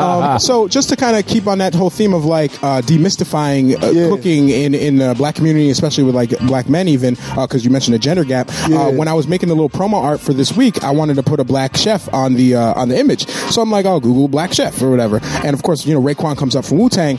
Speaker 2: um, so just to kind of keep on that whole theme of like uh, demystifying uh, cooking in in the black community, especially with like black men, even because you mentioned a gender gap. Uh, when I was making the little promo art for this week, I wanted to put a black chef on the uh, on the image. So I'm like, oh, Google black chef or whatever. And of course, you know, Raekwon comes up from Wu Tang,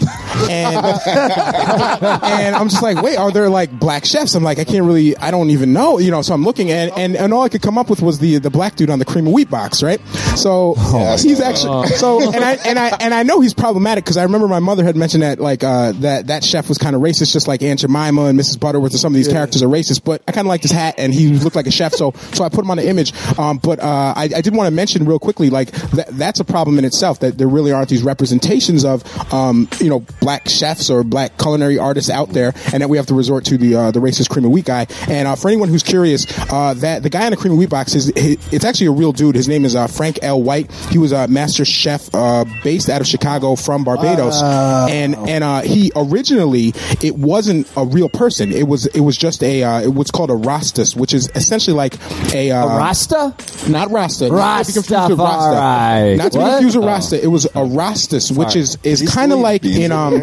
Speaker 2: and
Speaker 11: uh,
Speaker 2: and I'm just like, wait, are there like black chefs? I'm like, I can't really, I don't even know, you know. So I'm looking, and and, and all I could come up with was the the black dude on the cream of wheat box, right? So he's actually so, and I and I and I know he's problematic because I remember my mother had mentioned that like uh, that that chef was kind of racist, just like Aunt Jemima and Mrs. Butterworth, and some of these characters are racist. But I kind of liked his hat, and he looked like a chef, so so I put him on the image. Um, but uh, I, I did want to mention real quickly, like that that's a problem in itself that there really aren't these representations of um, you know black chefs or black culinary artists out there, and that we have to resort to the uh, the racist cream of wheat guy. And uh, for anyone who's curious, uh, that the guy on the cream of wheat box is he- it's actually a real dude. His name is uh, Frank L. White. He was a master chef uh, based out of Chicago from Barbados, and and uh, he originally it wasn't a real person. It was it was just a uh, what's called a rastas, which is essentially like a, uh,
Speaker 5: A Rasta?
Speaker 2: not rasta, not to be confused with
Speaker 5: Rastafari.
Speaker 2: rasta, not to be
Speaker 5: What?
Speaker 2: confused with rasta. It was a rastas, which is is kind of like in um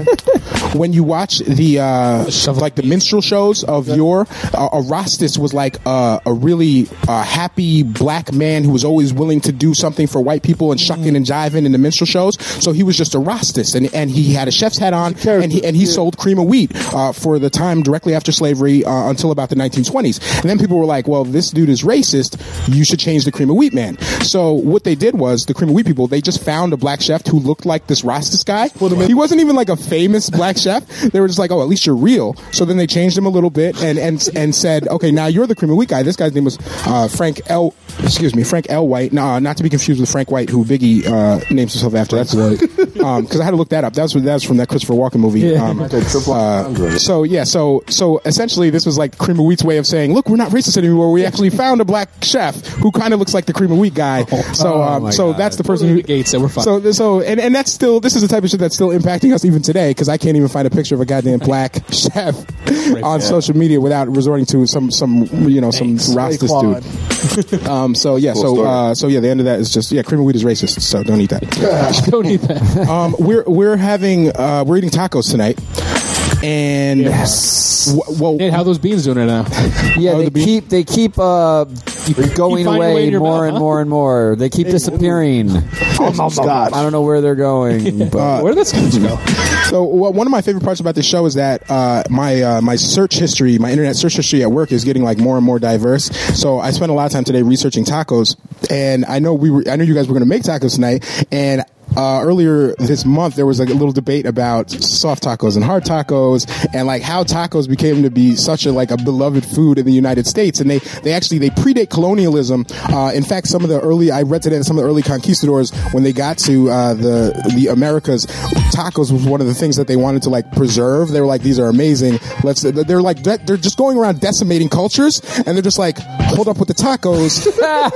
Speaker 2: when you watch the uh like the minstrel shows of your uh, a rastas was like uh, a really uh, happy black man who was always willing to do something for white people and shucking and jiving in the minstrel shows. So he was just a rastas, and and he had a chef's hat on, and he and he sold cream of wheat uh, for the time directly after slavery uh, until about the 1920s. And then people were like, "Well, this dude is racist. You should change the cream of wheat man." So what they did was the cream of wheat people they just found a black chef who looked like this Rastas guy. He wasn't even like a famous black chef. They were just like, "Oh, at least you're real." So then they changed him a little bit and and and said, "Okay, now you're the cream of wheat guy." This guy's name was uh, Frank L. Excuse me, Frank L. White. Nah, not to be confused with Frank White, who Biggie uh, names himself after. That's right. Because I had to look that up. That's what that's from that Christopher Walken movie. Um, uh, so yeah, so so essentially, this was like cream of wheat's way of saying, "Look, we're not racist anymore. We actually found a black chef who kind of looks like the cream of wheat guy."
Speaker 3: Oh
Speaker 2: So um, so that's the person who
Speaker 3: Gates that we're fucked.
Speaker 2: so so and, and that's still this is the type of shit that's still impacting us even today because I can't even find a picture of a goddamn black chef on social media without resorting to some some you know some rastas dude. um, so yeah, so uh, so yeah, the end of that is just yeah, cream of wheat is racist, so don't eat that.
Speaker 3: don't need that.
Speaker 2: um, we're we're having uh, we're eating tacos tonight, and
Speaker 3: Yes.
Speaker 2: Wh- well,
Speaker 3: Nate, how those beans doing right now?
Speaker 5: Yeah,
Speaker 2: Oh,
Speaker 5: they
Speaker 2: the bean-
Speaker 5: keep they keep uh,
Speaker 3: find
Speaker 5: going
Speaker 3: your way
Speaker 5: away
Speaker 3: in your
Speaker 5: more
Speaker 3: mouth,
Speaker 5: and
Speaker 3: huh?
Speaker 5: more and more. They keep disappearing.
Speaker 7: Oh,
Speaker 9: God.
Speaker 5: I don't know where they're going. But
Speaker 3: Where did this go?
Speaker 2: So wha- one of my favorite parts about this show is that uh, my uh, my search history, my internet search history at work is getting like more and more diverse. So I spent a lot of time today researching tacos, and I know we were, I know you guys were going to make tacos tonight, and. Uh, earlier this month, there was like a little debate about soft tacos and hard tacos, and like how tacos became to be such a like a beloved food in the United States. And they they actually they predate colonialism. Uh, in fact, some of the early I read today that some of the early conquistadors when they got to uh, the the Americas, tacos was one of the things that they wanted to like preserve. They were like, these are amazing. Let's. They're like they're just going around decimating cultures, and they're just like, hold up with the tacos.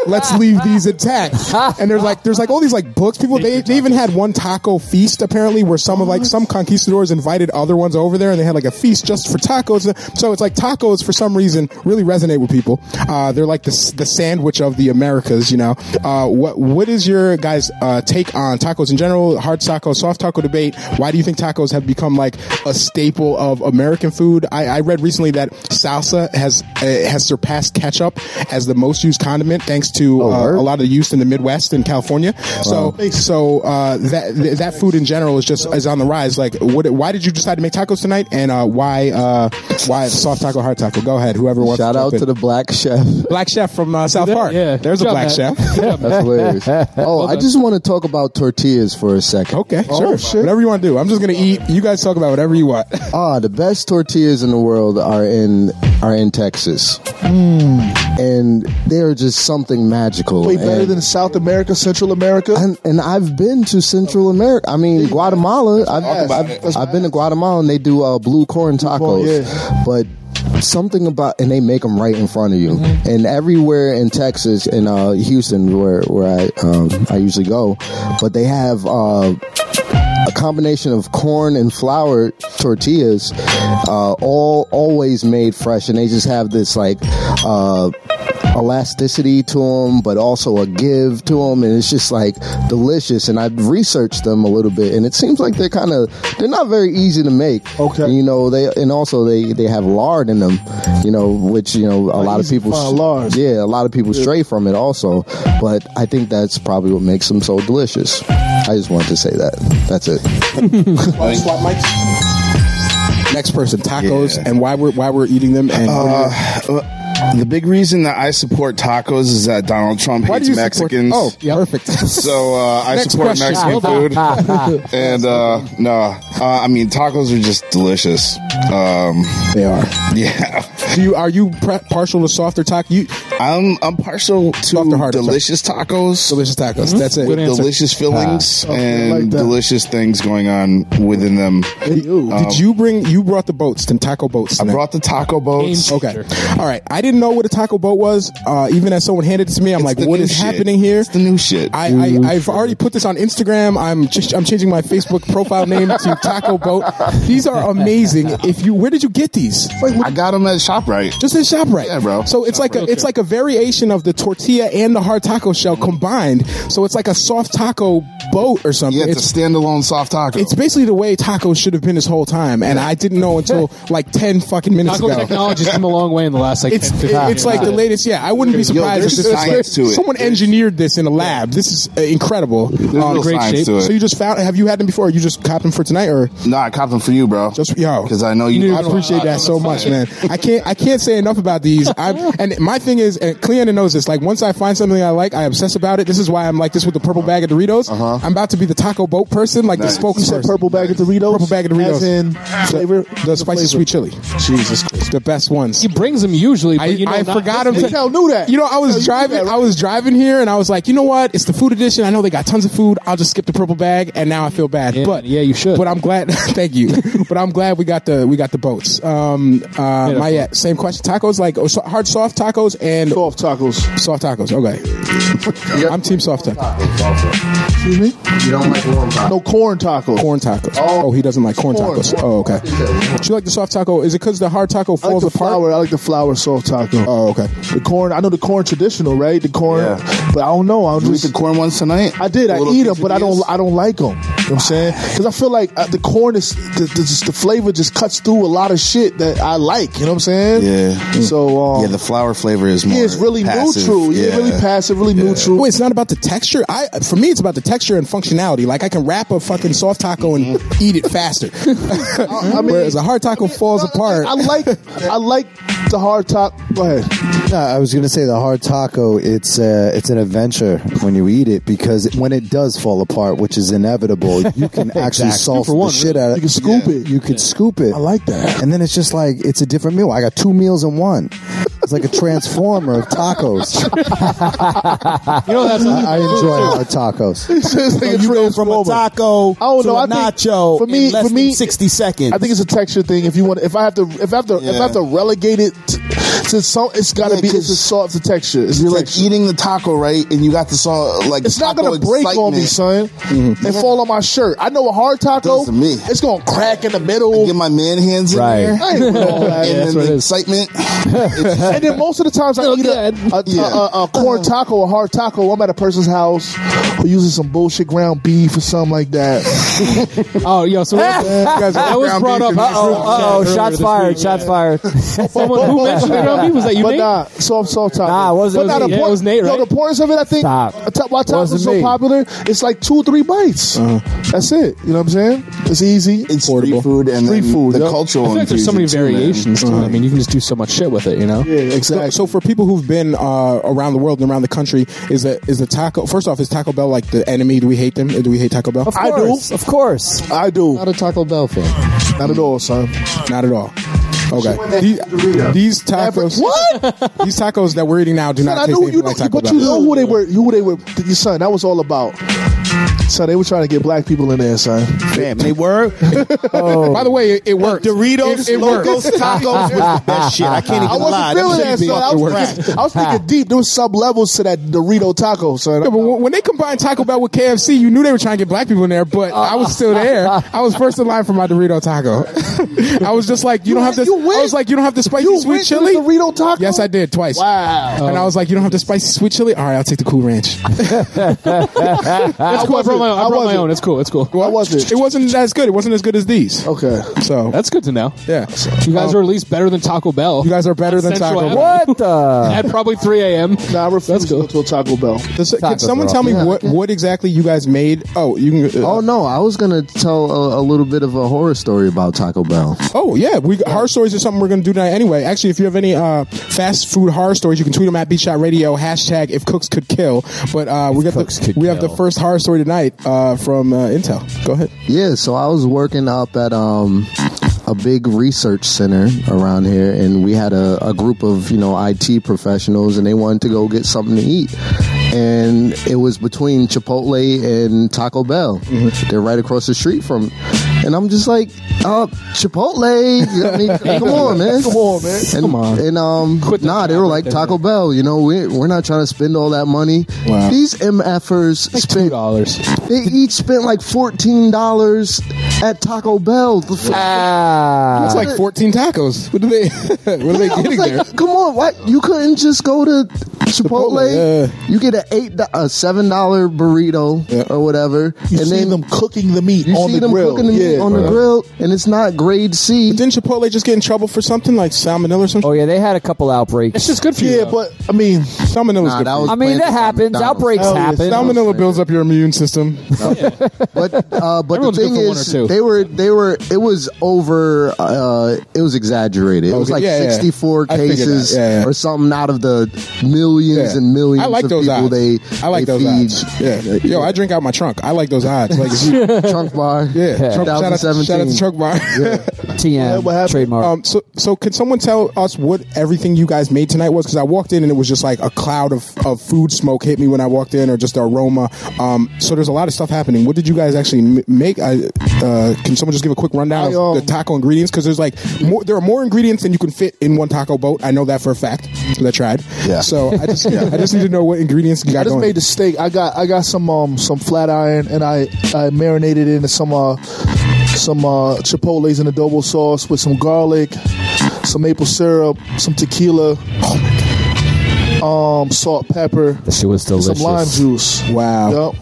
Speaker 2: Let's leave these intact. And there's like there's like all these like books. People they, they even had one taco feast apparently where some of like some conquistadors invited other ones over there, and they had like a feast just for tacos. So it's like tacos for some reason really resonate with people. Uh, they're like the s- the sandwich of the Americas, you know. Uh, what what is your guys' uh, take on tacos in general? Hard taco, soft taco debate. Why do you think tacos have become like a staple of American food? I, I read recently that salsa has uh, has surpassed ketchup as the most used condiment, thanks to uh, a lot of the use in the Midwest and California. So so uh, that th- that food in general is just is on the rise. Like, what, why did you decide to make tacos tonight? And uh, why uh, why soft taco, hard taco? Go ahead, whoever wants.
Speaker 8: Shout
Speaker 2: to
Speaker 8: out
Speaker 2: jump in.
Speaker 8: to the black chef.
Speaker 2: Black Chef from uh, South
Speaker 3: There-
Speaker 2: Park.
Speaker 3: yeah.
Speaker 2: There's a
Speaker 3: Good
Speaker 2: Black
Speaker 3: job,
Speaker 2: Chef.
Speaker 8: That's hilarious. Oh, I just want to talk about tortillas for a second.
Speaker 2: Okay, sure. Whatever you want to do. I'm just gonna eat. You guys talk about whatever you want.
Speaker 8: Ah, the best tortillas in the world are in are in Texas,
Speaker 2: Hmm.
Speaker 8: and they are just something
Speaker 2: Oh,
Speaker 8: magical.
Speaker 1: Way better
Speaker 8: and,
Speaker 1: than South America, Central America.
Speaker 8: and, and I've been to Central America. I mean, Guatemala. I've,
Speaker 9: about
Speaker 8: I've,
Speaker 9: it.
Speaker 8: I've, been to Guatemala, and they do uh, blue corn
Speaker 1: corn,
Speaker 8: tacos.
Speaker 1: yeah.
Speaker 8: But something about and they make them right in front of you.
Speaker 9: Mm-hmm.
Speaker 8: And everywhere in Texas and uh, Houston, where where I um, I usually go, but they have. Uh, a combination of corn and flour tortillas, uh, all always made fresh, and they just have this like uh, elasticity to them, but also a give to them, and it's just like delicious. And I've researched them a little bit, and it seems like they're kind of they're not very easy to make. Okay, you know they, and also they they have lard in them, you know, which you know a lot of people
Speaker 1: find lard.
Speaker 8: yeah, a lot of people stray from it also, but I think that's probably what makes them so delicious. I just wanted to say that. That's it.
Speaker 2: Next person, tacos, and why we're why we're eating them. And
Speaker 9: Uh, the big reason that I support tacos is that Donald Trump
Speaker 2: Why do
Speaker 9: hates
Speaker 2: you support-
Speaker 9: Mexicans.
Speaker 2: Oh, perfect.
Speaker 9: So uh, I
Speaker 2: Next
Speaker 9: support
Speaker 2: question.
Speaker 9: Mexican
Speaker 2: Hold on.
Speaker 9: food, and uh, no, uh, I mean tacos are just delicious. Um,
Speaker 2: they are.
Speaker 9: Yeah.
Speaker 2: Do you are you pre- partial to softer taco? You,
Speaker 9: I'm I'm partial to
Speaker 2: softer, harder,
Speaker 9: delicious tacos.
Speaker 2: Delicious tacos.
Speaker 9: Mm-hmm.
Speaker 2: That's it.
Speaker 9: Hmm? With delicious fillings
Speaker 2: Ah.
Speaker 9: and delicious things going on within them. Um,
Speaker 2: Did you bring? You brought the boats, the taco boats.
Speaker 9: I brought the taco boats.
Speaker 2: Okay. All right. I didn't know what a taco boat was. Uh, even as someone handed it to me, I'm like,
Speaker 9: the
Speaker 2: "What
Speaker 9: new
Speaker 2: is
Speaker 9: shit.
Speaker 2: happening here?" It's
Speaker 9: the new shit.
Speaker 2: I, I I've already put this on Instagram. I'm just, I'm changing my Facebook profile name to Taco Boat. These are amazing. If you where did you get these?
Speaker 9: I got them at Shoprite.
Speaker 2: Just at Shoprite.
Speaker 9: Yeah, bro.
Speaker 2: So it's like a, it's like a variation of the tortilla and the hard taco shell combined. So it's like a soft taco boat or something.
Speaker 9: Yeah, it's, a standalone soft taco.
Speaker 2: It's basically the way tacos should have been this whole time, and I didn't know until like ten fucking minutes
Speaker 3: Taco
Speaker 2: ago.
Speaker 3: technology's come a long way in the last like
Speaker 2: It's
Speaker 3: 10,
Speaker 2: it-
Speaker 3: 15
Speaker 2: it's like the
Speaker 3: years.
Speaker 2: latest. Yeah, I wouldn't be
Speaker 9: Yo,
Speaker 2: surprised
Speaker 9: there's
Speaker 2: if this
Speaker 9: science to it.
Speaker 2: someone engineered this in a lab. This is uh, incredible. Uh,
Speaker 9: no science to it.
Speaker 2: So you just found? Have you had them before? Or you just copped them for tonight, or
Speaker 9: no, I copped them for you, bro.
Speaker 2: just yo?
Speaker 9: because I know you.
Speaker 2: I appreciate that so much, man. I can't I can't say enough about these. I'm, and my thing is, and Cleanna knows this. Like once I find something I like, I obsess about it. This is why I'm like this with the purple bag of Doritos.
Speaker 9: Uh-huh.
Speaker 2: I'm about to be the taco boat person, like
Speaker 9: Nice.
Speaker 2: the
Speaker 1: You said
Speaker 2: spokesperson.
Speaker 1: purple bag of Doritos.
Speaker 2: Purple bag of Doritos.
Speaker 1: As in flavor.
Speaker 2: the
Speaker 1: flavor.
Speaker 2: spicy sweet chili. Jesus Christ, the best ones.
Speaker 3: He brings them usually, but
Speaker 2: I,
Speaker 3: you know,
Speaker 2: I
Speaker 3: not
Speaker 2: forgot
Speaker 3: this
Speaker 2: him.
Speaker 3: week.
Speaker 2: to-
Speaker 1: Cal knew that.
Speaker 2: You know, I was
Speaker 1: Cal, you knew
Speaker 2: driving.
Speaker 1: that,
Speaker 2: I was driving here, and I was like, you know what? It's the food edition. I know they got tons of food. I'll just skip the purple bag, and now I feel bad.
Speaker 3: Yeah,
Speaker 2: but
Speaker 3: yeah, you should.
Speaker 2: But I'm glad. thank you. but I'm glad we got the we got the boats. Um, uh,
Speaker 3: that's
Speaker 2: my yeah, same question. Tacos like oh, so, hard soft tacos and
Speaker 1: Soft tacos.
Speaker 2: soft tacos. Okay, I'm team soft tacos.
Speaker 1: Excuse me?
Speaker 8: You don't like warm tacos.
Speaker 1: No corn tacos.
Speaker 2: Corn tacos. Oh, he doesn't like corn
Speaker 1: Corn.
Speaker 2: tacos. Oh, okay. Do you like the soft taco? Is it because the hard taco
Speaker 1: I like
Speaker 2: falls
Speaker 1: the
Speaker 2: apart?
Speaker 1: flour. I like the flour soft taco.
Speaker 2: Oh, okay.
Speaker 1: The corn. I know the corn traditional, right? The corn.
Speaker 9: Yeah.
Speaker 1: But I don't know. I'm
Speaker 9: You eat
Speaker 1: just
Speaker 9: the corn ones tonight?
Speaker 1: I did. I
Speaker 9: Little
Speaker 1: eat them, but I
Speaker 9: quesadillas?
Speaker 1: don't. I don't like them. You know what I'm saying
Speaker 9: Ah.
Speaker 1: because I feel like uh, the corn is the, the, just the flavor just cuts through a lot of shit that I like. You know what I'm saying?
Speaker 9: Yeah.
Speaker 1: So um,
Speaker 9: yeah, the flour flavor is more.
Speaker 1: yeah, it's really
Speaker 9: passive.
Speaker 1: neutral. Yeah, really passive, really neutral.
Speaker 2: Wait, it's not about the texture. I for me, it's about the texture and functionality. Like I can wrap a fucking soft taco and
Speaker 1: Mm-hmm.
Speaker 2: eat it faster, whereas a hard taco falls apart.
Speaker 1: I like. I like the hard top. Go ahead.
Speaker 10: No, I was gonna say the hard taco. It's uh, it's an adventure when you eat it because when it does fall apart, which is inevitable, you can actually salsa the shit out of it.
Speaker 1: You can scoop it.
Speaker 10: You can scoop it.
Speaker 1: I like that.
Speaker 10: And then it's just like it's a different meal. I got two meals in one. It's like a transformer of tacos.
Speaker 3: You know, that's
Speaker 10: I, I enjoy hard tacos.
Speaker 1: It's like a
Speaker 12: you go from a
Speaker 1: transformer.
Speaker 12: taco
Speaker 1: I don't
Speaker 12: to
Speaker 1: know,
Speaker 12: a
Speaker 1: I think-
Speaker 12: nacho
Speaker 1: for me-
Speaker 12: in less
Speaker 1: for me,
Speaker 12: than 60 seconds.
Speaker 1: I think it's a texture thing. If you want, if I have to, if I have to, if I have to relegate it to, to some, it's got to
Speaker 9: Yeah,
Speaker 1: be. It's
Speaker 9: 'cause
Speaker 1: a soft the texture. It's
Speaker 9: You're
Speaker 1: the
Speaker 9: like
Speaker 1: texture.
Speaker 9: eating the taco, right? And you got this all like.
Speaker 1: It's not
Speaker 9: taco
Speaker 1: gonna break on me,
Speaker 9: excitement.
Speaker 1: son, and fall on my shirt. I know a hard taco.
Speaker 9: Does to me.
Speaker 1: It's gonna crack in the
Speaker 9: Get
Speaker 1: middle.
Speaker 9: my man hands in
Speaker 12: Right.
Speaker 9: there.
Speaker 1: I ain't with all that.
Speaker 9: and then
Speaker 3: what it
Speaker 9: the
Speaker 3: is.
Speaker 9: excitement.
Speaker 1: and then most of the times I eat a, a,
Speaker 9: Yeah.
Speaker 1: a, a, a corn taco, a hard taco. I'm at a person's house who uses some bullshit ground beef or something like that.
Speaker 3: Oh, yo,
Speaker 5: uh,
Speaker 3: so that was brought up.
Speaker 5: Oh,
Speaker 3: earlier
Speaker 5: shots
Speaker 3: this
Speaker 5: fired!
Speaker 3: week.
Speaker 5: Shots fired!
Speaker 3: Someone who mentioned it on me was that you,
Speaker 1: but
Speaker 3: Nate?
Speaker 1: nah, soft, soft taco.
Speaker 5: Nah, it wasn't-
Speaker 1: But
Speaker 5: it was-
Speaker 1: nah, the
Speaker 3: yeah, it
Speaker 1: por-
Speaker 3: was Nate,
Speaker 1: yo,
Speaker 3: right?
Speaker 1: the portions of it, I think.
Speaker 5: Stop.
Speaker 1: uh, ta- Why tacos
Speaker 5: Wasn't
Speaker 1: so
Speaker 5: me. Uh-huh.
Speaker 1: popular? It's like two, three bites. That's it. You know what I'm saying? It's easy.
Speaker 9: It's street food and
Speaker 1: Street
Speaker 9: then
Speaker 1: food,
Speaker 9: the
Speaker 1: yep.
Speaker 9: cultural.
Speaker 3: I feel like there's so many
Speaker 9: infusion too, man.
Speaker 3: variations to it. I mean, you can just do so much shit with it, you know?
Speaker 1: yeah, exactly.
Speaker 2: So, so for people who've been uh, around the world and around the country, is the is the taco? First off, is Taco Bell like the enemy? Do we hate them? Do we hate Taco Bell?
Speaker 5: Of
Speaker 1: I do.
Speaker 5: course, of course.
Speaker 1: I do.
Speaker 10: Not a Taco Bell fan.
Speaker 1: Not at all, son.
Speaker 2: Not at all. Okay. These, these tacos.
Speaker 1: What?
Speaker 2: These tacos that we're eating now do
Speaker 1: But I
Speaker 2: not taste
Speaker 1: knew you
Speaker 2: anything
Speaker 1: know,
Speaker 2: like Taco
Speaker 1: but
Speaker 2: Bell.
Speaker 1: you know who they were. You who they were. Your son. That was all about. So they were trying to get black people in there, son.
Speaker 7: Damn, they were.
Speaker 10: Oh.
Speaker 5: Oh.
Speaker 12: By the way, it, it worked.
Speaker 7: Doritos,
Speaker 12: it, it worked.
Speaker 7: Locos, tacos was the best shit. I can't even
Speaker 1: I wasn't
Speaker 7: lie. Them
Speaker 1: feeling
Speaker 7: shit
Speaker 1: that,
Speaker 7: be
Speaker 1: son. I
Speaker 7: fucking
Speaker 1: was,
Speaker 7: whack.
Speaker 1: I was thinking deep. There was sub levels to that Dorito taco, son.
Speaker 2: Yeah, but when when they combined Taco Bell with KFC, you knew they were trying to get black people in there, but I was still there. I was first in line for my Dorito taco. I was just like, you, don't have this. I was like, you don't have the spicy sweet chili.
Speaker 1: Dorito taco.
Speaker 2: Yes, I did twice.
Speaker 1: Wow.
Speaker 2: And I was like, you don't have the spicy sweet chili. All right, I'll take the Cool Ranch.
Speaker 3: That's cool. I brought my own. I brought my own. It's cool. It's cool.
Speaker 1: Why was it?
Speaker 2: It wasn't as good. It wasn't as good as these.
Speaker 1: Okay.
Speaker 2: So
Speaker 3: That's good to know.
Speaker 2: yeah,
Speaker 3: You guys are at least better than Taco Bell.
Speaker 2: you guys are better than
Speaker 3: Central
Speaker 2: Taco
Speaker 3: Ave.
Speaker 2: Bell.
Speaker 5: What the?
Speaker 3: at probably 3 a.m.
Speaker 1: Nah, I refuse to go to a Taco Bell.
Speaker 2: Does- Can
Speaker 5: Tacos
Speaker 2: someone
Speaker 5: are
Speaker 2: tell me
Speaker 8: awesome.
Speaker 2: what, what exactly you guys made? Oh, you can. uh,
Speaker 8: Oh no, I was gonna tell a, a little bit of a horror story about Taco Bell.
Speaker 2: Oh yeah, we horror stories is something we're gonna do tonight anyway. Actually, if you have any uh, fast food horror stories, you can tweet them at Beat Shot Radio hashtag If Cooks Could Kill. But uh, we got
Speaker 5: Cooks
Speaker 2: the,
Speaker 5: Could
Speaker 2: we have the
Speaker 5: Kill.
Speaker 2: first horror story tonight uh, from uh, Intel. Go ahead.
Speaker 8: Yeah, so I was working up at um, a big research center around here, and we had a, a group of you know IT professionals, and they wanted to go get something to eat, and it was between Chipotle and Taco Bell. They're right across the street from, and I'm just like, uh, Chipotle, I mean, come on, man, come on, man, and, come on, and um, nah, they were like Taco Bell, you know, we we're not trying to spend all that money.
Speaker 2: Wow.
Speaker 8: These MFers spent
Speaker 3: dollars.
Speaker 8: they each spent like fourteen dollars at Taco Bell. The f-
Speaker 5: Ah.
Speaker 2: It's like 14 tacos. What do they? what are they
Speaker 8: I was
Speaker 2: getting
Speaker 8: like,
Speaker 2: there?
Speaker 8: come on, what? You couldn't just go to Chipotle.
Speaker 2: Chipotle,
Speaker 8: You get an eight, do- a seven dollar burrito
Speaker 2: Yeah.
Speaker 8: or whatever,
Speaker 1: You
Speaker 8: and
Speaker 1: see
Speaker 8: then
Speaker 1: them cooking the meat
Speaker 8: you
Speaker 1: on
Speaker 8: see
Speaker 1: the
Speaker 8: them
Speaker 1: grill.
Speaker 8: cooking the meat
Speaker 1: yeah.
Speaker 8: on the grill, and it's not grade C.
Speaker 2: Didn't Chipotle just get in trouble for something like salmonella or something?
Speaker 5: Oh yeah, they had a couple outbreaks.
Speaker 3: It's just good for you.
Speaker 1: Yeah,
Speaker 3: though.
Speaker 1: but I mean,
Speaker 2: Salmonella's
Speaker 8: Nah,
Speaker 2: good.
Speaker 8: that
Speaker 2: for
Speaker 8: was
Speaker 5: I mean,
Speaker 8: planned
Speaker 5: that
Speaker 8: by
Speaker 5: happens.
Speaker 8: McDonald's.
Speaker 5: Outbreaks
Speaker 1: Hell yeah.
Speaker 5: happen.
Speaker 2: you. Salmonella builds up your immune system.
Speaker 8: But uh, but
Speaker 3: Everyone's good
Speaker 8: the thing
Speaker 3: for one or
Speaker 8: is,
Speaker 3: two.
Speaker 8: they were they were it was over. Uh, it was exaggerated. It was
Speaker 2: Okay,
Speaker 8: like
Speaker 2: yeah, yeah.
Speaker 8: sixty four
Speaker 2: I figured that.
Speaker 8: cases
Speaker 2: Yeah, yeah.
Speaker 8: or something out of the millions
Speaker 2: Yeah.
Speaker 8: and millions
Speaker 2: I like
Speaker 8: of
Speaker 2: those
Speaker 8: people
Speaker 2: odds.
Speaker 8: they
Speaker 2: I like
Speaker 8: they
Speaker 2: those
Speaker 8: feed.
Speaker 2: odds. Yeah. Yo, I drink out my trunk. I like those odds. Like, if you-
Speaker 8: Trunk bar.
Speaker 2: yeah. Trunk, shout, out, shout out to
Speaker 8: 2017.
Speaker 2: Trunk Bar.
Speaker 5: TM
Speaker 1: what happened?
Speaker 5: trademark.
Speaker 2: Um, so, so can someone tell us what everything you guys made tonight was? Because I walked in and it was just like a cloud of, of food smoke hit me when I walked in, or just the aroma. Um, so there's a lot of stuff happening. What did you guys actually m- make? I, uh, can someone just give a quick rundown
Speaker 1: I, um,
Speaker 2: of the taco ingredients? Because there's like more, there are more ingredients than you can fit in one taco boat. I know that for a fact. 'cause I tried.
Speaker 9: Yeah.
Speaker 2: So I just I just need to know what ingredients you got
Speaker 1: I just
Speaker 2: going.
Speaker 1: made the steak. I got I got some um some flat iron and I I marinated it into some uh some uh chipotles and adobo sauce with some garlic, some maple syrup, some tequila. Um, salt, pepper,
Speaker 5: That shit was delicious.
Speaker 1: some lime juice.
Speaker 2: Wow.
Speaker 1: Yup.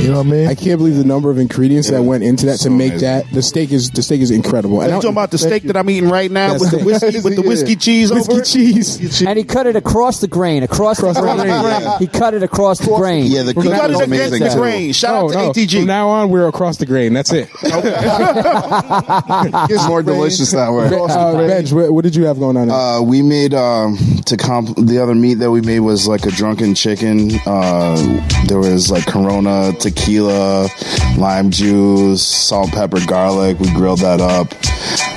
Speaker 1: You know what I mean?
Speaker 2: I can't believe the number of ingredients that went into that to
Speaker 9: So
Speaker 2: make
Speaker 9: amazing.
Speaker 2: that. The steak is the steak is incredible.
Speaker 7: You
Speaker 2: I-
Speaker 7: talking about the steak that I'm eating right now
Speaker 2: That
Speaker 7: with the
Speaker 2: steak.
Speaker 7: whiskey with the
Speaker 1: Yeah.
Speaker 7: whiskey cheese
Speaker 2: whiskey
Speaker 7: over it?
Speaker 2: cheese.
Speaker 5: And he cut it across the grain. Across, the, grain. He cut it across the grain.
Speaker 9: Yeah, the
Speaker 2: We're
Speaker 9: cooking
Speaker 2: gonna
Speaker 7: Got
Speaker 9: was
Speaker 7: it against
Speaker 9: amazing
Speaker 7: the
Speaker 9: too.
Speaker 7: grain. Shout out to
Speaker 2: From
Speaker 7: ATG.
Speaker 2: now on, we're across the grain. That's it.
Speaker 9: It's more delicious that way.
Speaker 2: Uh, Benj, what, what did you have going on?
Speaker 9: Uh, we made um, to comp the other meat that we made was like a drunken chicken. Uh, there was like Corona, tequila, lime juice, salt, pepper, garlic. We grilled that up,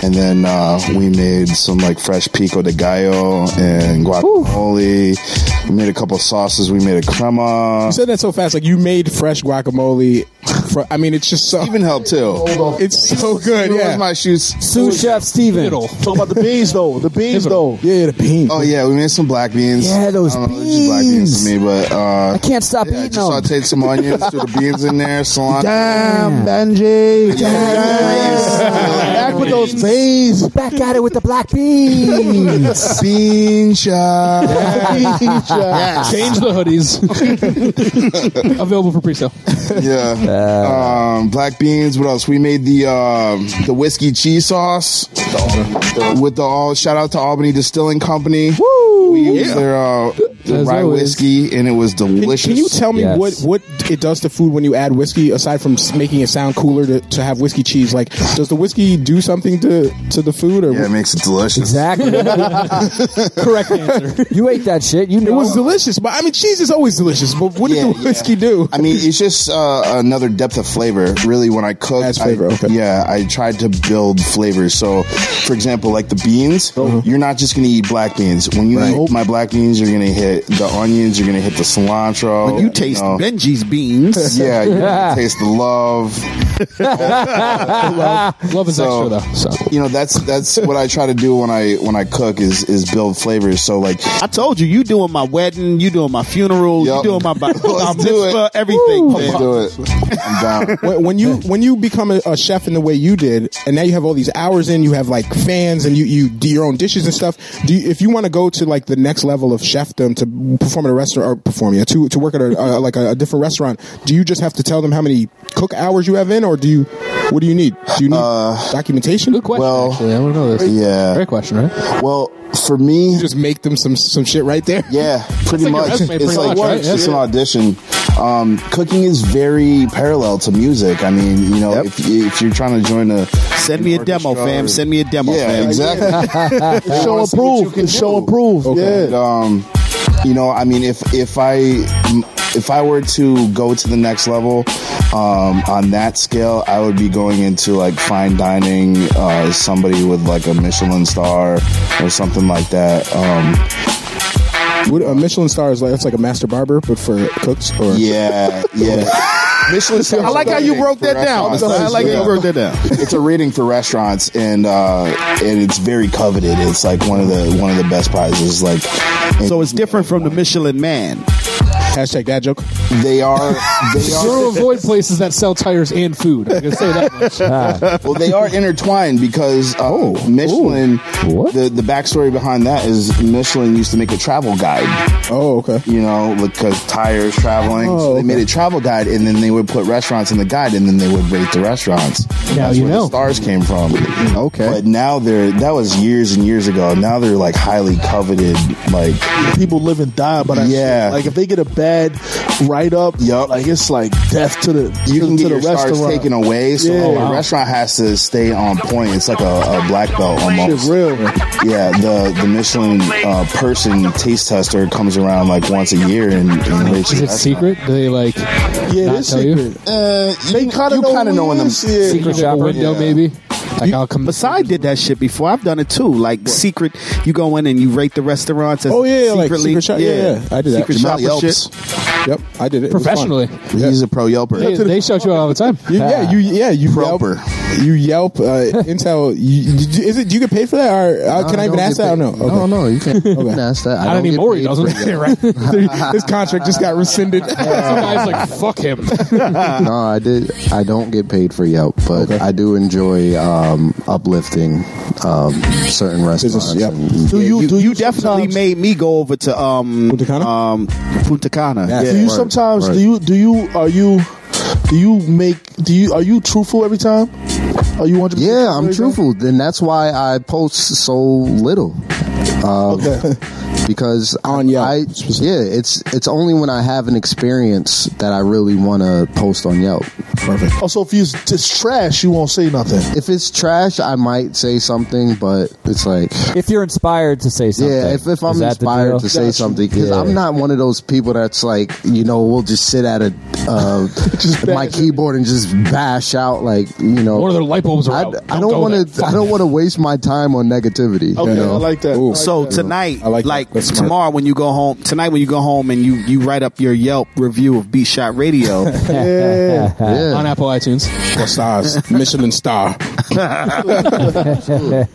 Speaker 9: and then uh, we made some like fresh pico de gallo and guacamole. We made a couple sauces. We made a crema.
Speaker 2: you said that so fast. Like you made fresh guacamole. Fr- I mean, it's just so
Speaker 9: Even helped too.
Speaker 2: it's so good.
Speaker 9: Where's
Speaker 2: Yeah.
Speaker 9: my shoes?
Speaker 5: Sous chef Steven.
Speaker 1: Talk about the beans though. The beans though.
Speaker 2: yeah, the beans.
Speaker 9: Oh yeah, we made some black beans.
Speaker 5: Yeah, those
Speaker 9: I don't know if it's black beans to me, but uh,
Speaker 5: I can't stop
Speaker 9: Yeah,
Speaker 5: eating
Speaker 9: just
Speaker 5: them.
Speaker 9: sauteed some onions, threw the beans in there, cilantro.
Speaker 7: Damn, Benji.
Speaker 1: Back with those beans.
Speaker 5: Back at it with the black beans.
Speaker 9: Bean shot.
Speaker 3: Change the hoodies. Available for pre-sale.
Speaker 9: Yeah. Um, black beans. What else? We made the um, the whiskey cheese sauce with the all. Shout out to Albany Distilling Company. Woo! We used their uh, the
Speaker 3: As
Speaker 9: rye
Speaker 3: always.
Speaker 9: whiskey, and it was
Speaker 2: Can,
Speaker 9: delicious.
Speaker 2: can you tell me
Speaker 5: Yes.
Speaker 2: what, what it does to food when you add whiskey? Aside from s- making it sound cooler to, to have whiskey cheese, like does the whiskey do something to, to the food? Or
Speaker 9: Yeah, it makes it delicious.
Speaker 5: Exactly.
Speaker 3: Correct answer.
Speaker 5: You ate that shit. You know.
Speaker 2: it was delicious, but I mean, cheese is always delicious. But what did
Speaker 9: Yeah,
Speaker 2: the
Speaker 9: yeah.
Speaker 2: whiskey do?
Speaker 9: I mean, it's just uh, another depth of flavor. Really, when I cook,
Speaker 2: Adds flavor,
Speaker 9: I-
Speaker 2: okay.
Speaker 9: yeah, I tried to build flavors. So, for example, like the beans, you're not just gonna eat black beans. When you eat my black beans, you're gonna hit hit the onions. You're gonna hit the cilantro.
Speaker 7: But you taste Benji's beans.
Speaker 9: Yeah, you taste the love.
Speaker 3: love, love is
Speaker 9: So,
Speaker 3: extra though. So.
Speaker 9: You know that's that's what I try to do when I when I cook is is build flavors. So like
Speaker 7: I told you, you doing my wedding, you doing my funeral,
Speaker 9: Yup.
Speaker 7: you doing my bar,
Speaker 9: Let's
Speaker 7: my
Speaker 9: do it.
Speaker 7: mitzvah, everything. man.
Speaker 9: Let's do it. I'm down.
Speaker 2: when, when you when you become a, a chef in the way you did, and now you have all these hours in, you have like fans, and you, you do your own dishes and stuff. Do you, if you want to go to like the next level of chefdom to perform at a restaurant or perform yeah to to work at a, uh, like a, a different restaurant, do you just have to tell them how many cook hours you have in, or do you what do you need? Do you need documentation? Good
Speaker 9: Uh,
Speaker 3: question.
Speaker 9: Well,
Speaker 3: I don't know this.
Speaker 9: yeah.
Speaker 3: Great question, right?
Speaker 9: Well, for me,
Speaker 2: just make them some some shit right there.
Speaker 9: Yeah, pretty
Speaker 3: like your
Speaker 9: much.
Speaker 3: resume,
Speaker 9: it's
Speaker 3: pretty
Speaker 9: like
Speaker 3: much, right?
Speaker 9: it's just
Speaker 3: Yeah.
Speaker 9: an audition. Um, cooking is very parallel to music. I mean, you know, if, if you're trying to join a Uh,
Speaker 7: Send me a demo, fam. Send me a demo,
Speaker 9: yeah,
Speaker 7: fam.
Speaker 9: exactly. They
Speaker 1: Show
Speaker 9: wanna see what you
Speaker 1: approved.
Speaker 9: can
Speaker 1: It's show
Speaker 9: do.
Speaker 1: approved.
Speaker 9: And, um, you know, I mean, if if I if I were to go to the next level um, on that scale, I would be going into like fine dining, uh, somebody with like a Michelin star or something like that. Um,
Speaker 2: Would a uh, Michelin star is like it's like a master barber, but for cooks or
Speaker 9: Yeah, yeah. Michelin. stars
Speaker 7: I like how you
Speaker 9: rating
Speaker 7: broke
Speaker 9: for
Speaker 7: that down.
Speaker 9: restaurants.
Speaker 7: I like how you broke that down.
Speaker 9: It's a rating for restaurants, and uh, and it's very coveted. It's like one of the one of the best prizes. Like
Speaker 7: So it's different from the Michelin Man.
Speaker 2: hashtag that joke.
Speaker 9: they are, they
Speaker 3: You're to
Speaker 9: are.
Speaker 3: avoid places that sell tires and food. I can say that much.
Speaker 9: Ah. Well, they are intertwined because uh, Michelin. The the backstory behind that is Michelin used to make a travel guide.
Speaker 2: Oh, okay.
Speaker 9: you know, because tires traveling.
Speaker 2: Oh,
Speaker 9: so they
Speaker 2: okay.
Speaker 9: made a travel guide, and then they would put restaurants in the guide, and then they would rate the restaurants.
Speaker 3: Now
Speaker 9: That's
Speaker 3: you
Speaker 9: where
Speaker 3: know.
Speaker 9: the stars came from.
Speaker 10: Okay.
Speaker 9: But now they're that was years and years ago. Now they're like highly coveted. Like
Speaker 1: People live and die by that. shit.
Speaker 9: Yeah.
Speaker 1: Like if they get a bad write up,
Speaker 9: Yup.
Speaker 1: like it's like death to the
Speaker 9: you
Speaker 1: to,
Speaker 9: can
Speaker 1: to
Speaker 9: get
Speaker 1: the
Speaker 9: your stars
Speaker 1: restaurant.
Speaker 9: taken away, so
Speaker 1: Yeah. Oh,
Speaker 9: the restaurant has to stay on point. It's like a, a black belt almost.
Speaker 1: Shit, real.
Speaker 9: Yeah, the the Michelin uh, person taste tester comes around like once a year and, and rates
Speaker 3: Is
Speaker 9: your
Speaker 3: it
Speaker 9: restaurant.
Speaker 3: secret? Do they like
Speaker 1: Yeah,
Speaker 3: not
Speaker 1: this
Speaker 3: tell you?
Speaker 1: secret.
Speaker 9: Uh,
Speaker 1: They
Speaker 9: you
Speaker 1: kind of
Speaker 9: kind of know when them
Speaker 1: Yeah.
Speaker 3: Secret shopper window, maybe. Like I'll come.
Speaker 7: Masai did that shit before. I've done it too. Like secret, you go in and you rate the restaurants. As
Speaker 2: Oh yeah, like
Speaker 7: secretly.
Speaker 2: secret shop. Yeah, yeah, I did that.
Speaker 7: Secret
Speaker 9: Jamal
Speaker 7: shop and
Speaker 9: Yelps.
Speaker 7: shit.
Speaker 2: Yep, I did it. it was fun.
Speaker 3: Professionally.
Speaker 9: He's a pro yelper.
Speaker 3: They, they shout you out all the time.
Speaker 2: You, yeah, you yeah you
Speaker 9: Proper.
Speaker 2: Yelp, you Yelp uh, Intel. You, you- is it? Do you get paid for that? Or uh, can I even ask that? Or no.
Speaker 8: No, no, you can't, you can ask that.
Speaker 3: I don't
Speaker 8: I don't
Speaker 3: need
Speaker 8: get
Speaker 3: more. He
Speaker 8: paid
Speaker 3: doesn't.
Speaker 8: for it.
Speaker 3: right? Some
Speaker 2: This contract just got rescinded.
Speaker 3: guy's like, fuck him.
Speaker 8: no, I did. I don't get paid for Yelp, but I do enjoy um, uplifting um, certain restaurants.
Speaker 2: yep.
Speaker 8: and-
Speaker 1: Do you,
Speaker 7: You,
Speaker 1: do you,
Speaker 7: you definitely
Speaker 1: sometimes-
Speaker 7: made me go over to um
Speaker 2: Punta Cana?
Speaker 7: um Punta Cana.
Speaker 2: Yes.
Speaker 1: do you
Speaker 8: Right,
Speaker 1: sometimes
Speaker 8: right.
Speaker 1: do you do you are you do you make do you are you truthful every time? Are you hundred?
Speaker 8: Yeah, I'm truthful, and that's why I post so little. Um, Because
Speaker 2: On Yelp,
Speaker 8: I, yeah, it's it's only when I have an experience that I really want to post on Yelp.
Speaker 2: Perfect.
Speaker 1: Also, if you just trash, you won't say nothing.
Speaker 8: If it's trash, I might say something, but it's like,
Speaker 5: If you're inspired to say something.
Speaker 8: yeah, if, if
Speaker 5: Is
Speaker 8: I'm
Speaker 5: that the
Speaker 8: inspired
Speaker 5: deal?
Speaker 8: to say
Speaker 1: Gotcha.
Speaker 8: something, because
Speaker 5: Yeah.
Speaker 8: I'm not one of those people that's like, you know, we'll just sit at a uh, my keyboard and just bash out like, you know.
Speaker 3: One of their light bulbs are
Speaker 8: I,
Speaker 3: out.
Speaker 8: I don't
Speaker 3: go
Speaker 8: want
Speaker 3: there.
Speaker 8: to.
Speaker 3: Fuck
Speaker 8: I don't want to waste my time on negativity.
Speaker 1: Okay,
Speaker 8: you know?
Speaker 1: I like that.
Speaker 2: Ooh.
Speaker 1: I like
Speaker 7: So
Speaker 1: that.
Speaker 7: tonight,
Speaker 2: I like
Speaker 7: like,
Speaker 2: that. That's smart.
Speaker 7: tomorrow when you go home, tonight when you go home and you you write up your Yelp review of B Shot Radio,
Speaker 1: yeah.
Speaker 8: yeah.
Speaker 3: on Apple iTunes.
Speaker 2: Four stars, Michelin star. uh,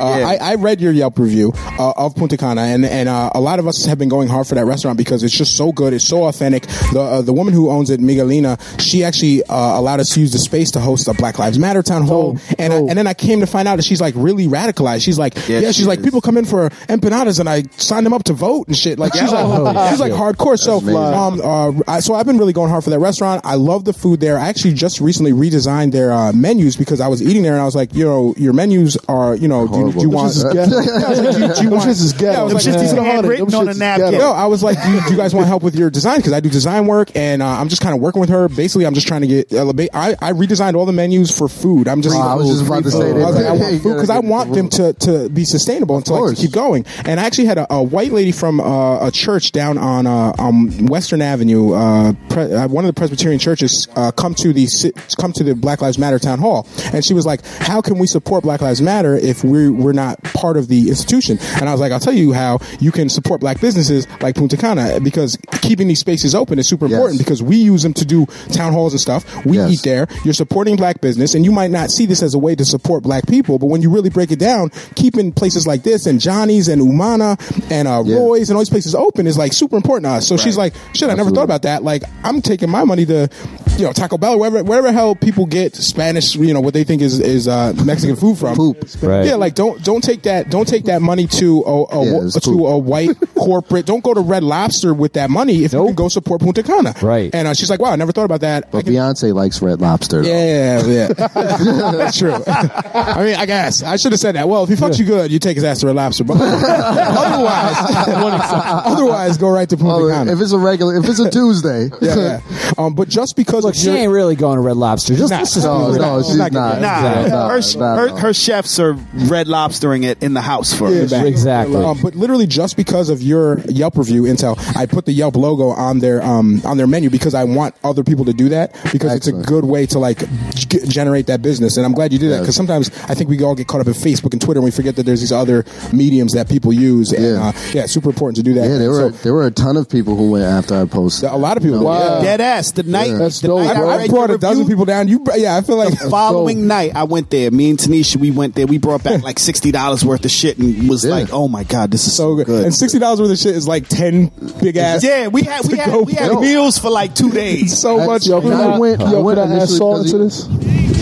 Speaker 2: I, Uh, I read your Yelp review uh, of Punta Cana, and and uh, a lot of us have been going hard for that restaurant because it's just so good. It's so authentic. The uh, the woman who owns it, Miguelina, she actually uh, allowed us to use the space to host a Black Lives Matter town hall,
Speaker 9: Oh,
Speaker 2: and I, and then I came to find out that she's like really radicalized. She's like, yeah, she's
Speaker 9: she
Speaker 2: like
Speaker 9: is.
Speaker 2: people come in for empanadas, and I signed them up to vote and shit. Like she's like she's like hardcore. So um uh, I, so I've been really going hard for that restaurant. I love the food there. I actually just recently redesigned their uh, menus because I was eating there and I was like, yo, your menus are you know do, you- do you want
Speaker 1: This is
Speaker 2: Yeah,
Speaker 1: ghetto.
Speaker 2: I was like, do you- do you
Speaker 1: Them
Speaker 2: want-
Speaker 1: shits is ghetto.
Speaker 2: Yeah, I was
Speaker 1: Them
Speaker 2: like,
Speaker 1: shits is
Speaker 2: uh,
Speaker 1: handwritten
Speaker 7: on a napkin.
Speaker 2: no, I was like, do you, do you guys want help with your design? Because I do design work, and uh, I'm just kind of working with her. Basically, I'm just trying to get. elevate- I, I redesigned all the menus for food. I'm just.
Speaker 8: Oh, I was just about to say
Speaker 2: I was
Speaker 8: that.
Speaker 2: like, I want
Speaker 8: You
Speaker 2: food
Speaker 8: gotta
Speaker 2: because I
Speaker 8: get
Speaker 2: want
Speaker 8: the
Speaker 2: them to, to be sustainable and to, like, to
Speaker 8: course.
Speaker 2: keep going. And I actually had a, a white lady from uh, a church down on uh, um, Western Avenue, uh, pre- uh, one of the Presbyterian churches, uh, come to the ci- come to the Black Lives Matter town hall, and she was like, "How can we support Black Lives Matter if we we're not part of the institution. And I was like, I'll tell you how you can support black businesses like Punta Cana because keeping these spaces open is super important because we use them to do town halls and stuff. We eat there. You're supporting black business, and you might not see this as a way to support black people, but when you really break it down, keeping places like this and Johnny's and Umana and uh, Roy's and all these places open is like super important to us. So she's like, shit, I never thought about that. Like, I'm taking my money to, you know, Taco Bell, wherever, wherever hell people get Spanish, you know, what they think is is uh, Mexican food from.
Speaker 13: Right.
Speaker 2: Yeah, like don't don't take that don't take that money to a, a, to a white corporate. Don't go to Red Lobster with that money if you can go support Punta Cana. Right. And uh, she's like, wow, I never thought about that.
Speaker 8: But Beyonce likes Red Lobster. though.
Speaker 2: Yeah, yeah. That's true. I mean, I guess I should have said that. Well, if he fucks you good, you take his ass to Red Lobster. But otherwise, otherwise, go right to Punta Cana.
Speaker 8: If it's a regular, if it's a Tuesday,
Speaker 2: yeah. Um, but just because
Speaker 5: Look, she ain't really going to Red Lobster. Just, let's just be real.
Speaker 7: Nah, her, her, her chefs are red lobstering it in the house for us.
Speaker 2: Um, but literally, just because of your Yelp review intel, I put the Yelp logo on their um, on their menu because I want other people to do that because it's a good way to like g- generate that business. And I'm glad you did that because sometimes I think we all get caught up in Facebook and Twitter and we forget that there's these other mediums that people use. And yeah, uh, yeah it's super important to do that.
Speaker 8: Yeah, there
Speaker 2: So-
Speaker 8: were there were a ton of people who went after I posted. A
Speaker 2: lot of people. Wow.
Speaker 7: Dead ass. The night,
Speaker 8: That's
Speaker 7: the
Speaker 8: dope,
Speaker 7: night
Speaker 8: bro.
Speaker 7: I
Speaker 8: I
Speaker 7: read
Speaker 8: brought
Speaker 7: your
Speaker 2: a dozen people down. You, yeah, I feel like
Speaker 7: the following night I went there. Me and Tanisha, we went there. We brought back like sixty dollars worth of shit and was like, "Oh my god, this is so good."
Speaker 2: And sixty dollars worth of shit is like ten big ass.
Speaker 7: Yeah, we had we
Speaker 2: to
Speaker 7: had,
Speaker 2: go
Speaker 7: we had
Speaker 2: get.
Speaker 7: meals for like two days.
Speaker 2: so much.
Speaker 1: Yo, can I, went, yo, can I add salt into this?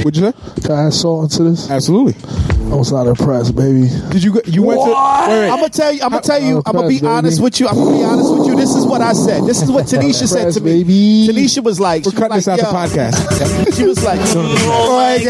Speaker 2: Would you say?
Speaker 1: Can I add salt into this?
Speaker 2: Absolutely.
Speaker 1: I was not impressed, baby.
Speaker 2: Did you go, you
Speaker 1: went to?
Speaker 7: I'm gonna tell you. I'm gonna tell you. I'm gonna
Speaker 1: Press,
Speaker 7: be
Speaker 1: baby.
Speaker 7: honest with you. I'm gonna be honest with you. This is what I said. This is what Tanisha said to me. Tanisha was like, "We're cutting
Speaker 2: this out the podcast."
Speaker 7: she was like, "Oh my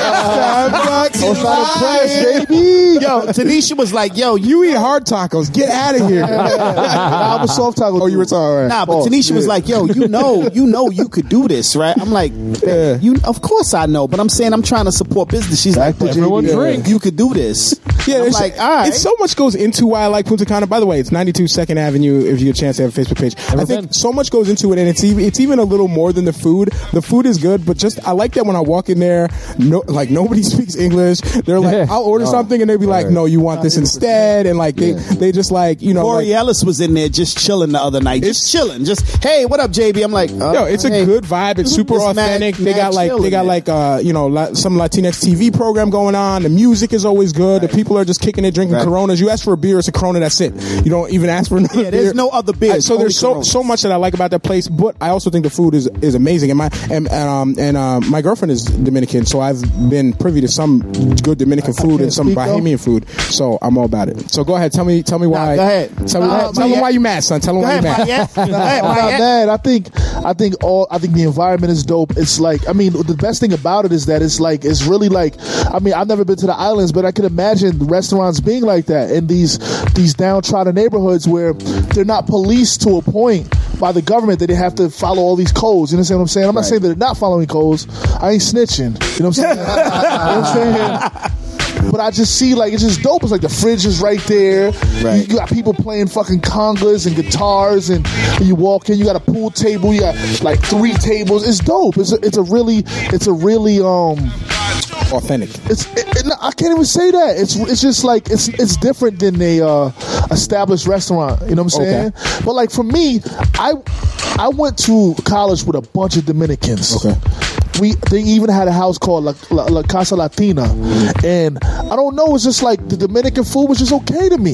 Speaker 7: god,
Speaker 2: Starbucks,
Speaker 7: baby." Yo, Tanisha was like, "Yo,
Speaker 2: you eat hard tacos. Get out of here."
Speaker 7: Nah,
Speaker 2: I'm a soft taco. Oh, you were talking.
Speaker 7: Nah, but Tanisha was like, "Yo, you know, you know, you could do this, right?" I'm like, "You, of course I know, but I'm saying I'm trying to support business." She's like, "Everyone drink. You could do this."
Speaker 2: Yeah,
Speaker 7: I'm
Speaker 2: it's
Speaker 7: like, all right.
Speaker 2: It's so much goes into why I like Punta Cana. By the way, it's 92 Second Avenue. If you get a chance to have a Facebook page, I think so much goes into it, and it's even it's even a little more than the food. The food is good, but just I like that when I walk in there, no, like nobody speaks English. They're like,
Speaker 7: Yeah.
Speaker 2: I'll order
Speaker 7: No.
Speaker 2: something, and they'll be like, No, you want this instead, and like they they just like you know.
Speaker 7: Corey
Speaker 2: like-
Speaker 7: Ellis was in there just chilling the other night, just chilling, just hey, what up, JB? I'm like, uh,
Speaker 2: Yo, it's a
Speaker 7: hey.
Speaker 2: good vibe. It's super
Speaker 7: It's mad-
Speaker 2: authentic. they
Speaker 7: mad
Speaker 2: got like they
Speaker 7: chilling,
Speaker 2: got
Speaker 7: man.
Speaker 2: like uh you know la- some Latinx TV program going on. The music is always good. The people are just kicking it, drinking Coronas. You ask for a beer, it's a Corona. That's it. You don't even ask for another.
Speaker 7: Yeah, there's
Speaker 2: beer.
Speaker 7: no other beer.
Speaker 2: I- so
Speaker 7: Only
Speaker 2: there's so
Speaker 7: Coronas.
Speaker 2: so much that I like about that place, but I also think the food is is amazing. And my and, and, um and uh, my girlfriend is Dominican, so I've been privy to some good Dominican food and some
Speaker 1: speak, though.
Speaker 2: Bahamian food. So I'm all about it. So go ahead, tell me tell me why.
Speaker 1: go ahead.
Speaker 2: Tell, me,
Speaker 1: Nah,
Speaker 2: tell them
Speaker 1: Mayette.
Speaker 2: why you mad, son. Tell them why you mad.
Speaker 1: Nah, I'm not mad. I think I think all I think the environment is dope. It's like I mean the best thing about it is that it's like it's really like I mean I've never been to the islands, but I can imagine the restaurants being like that in these these downtrodden neighborhoods where they're not policed to a point by the government that they have to follow all these codes. You know what I'm saying? I'm not saying that they're not following codes. I ain't snitching. You know what I'm saying? you know
Speaker 11: "Oh
Speaker 1: what I'm saying? But I just see like it's just dope. It's like the fridge is right there. Right. You got people playing fucking congas and guitars, and you walk in. You got a pool table. You got like three tables. It's dope. It's a, it's a really it's a really um
Speaker 2: authentic.
Speaker 1: It's it, it- no, I can't even say that. It's it's just like it's it's different than a uh, established restaurant. You know what I'm saying? But like for me, I I went to college with a bunch of Dominicans. Okay. We they even had a house called La, La, La Casa Latina, and I don't know. It's just like the Dominican food was just okay to me.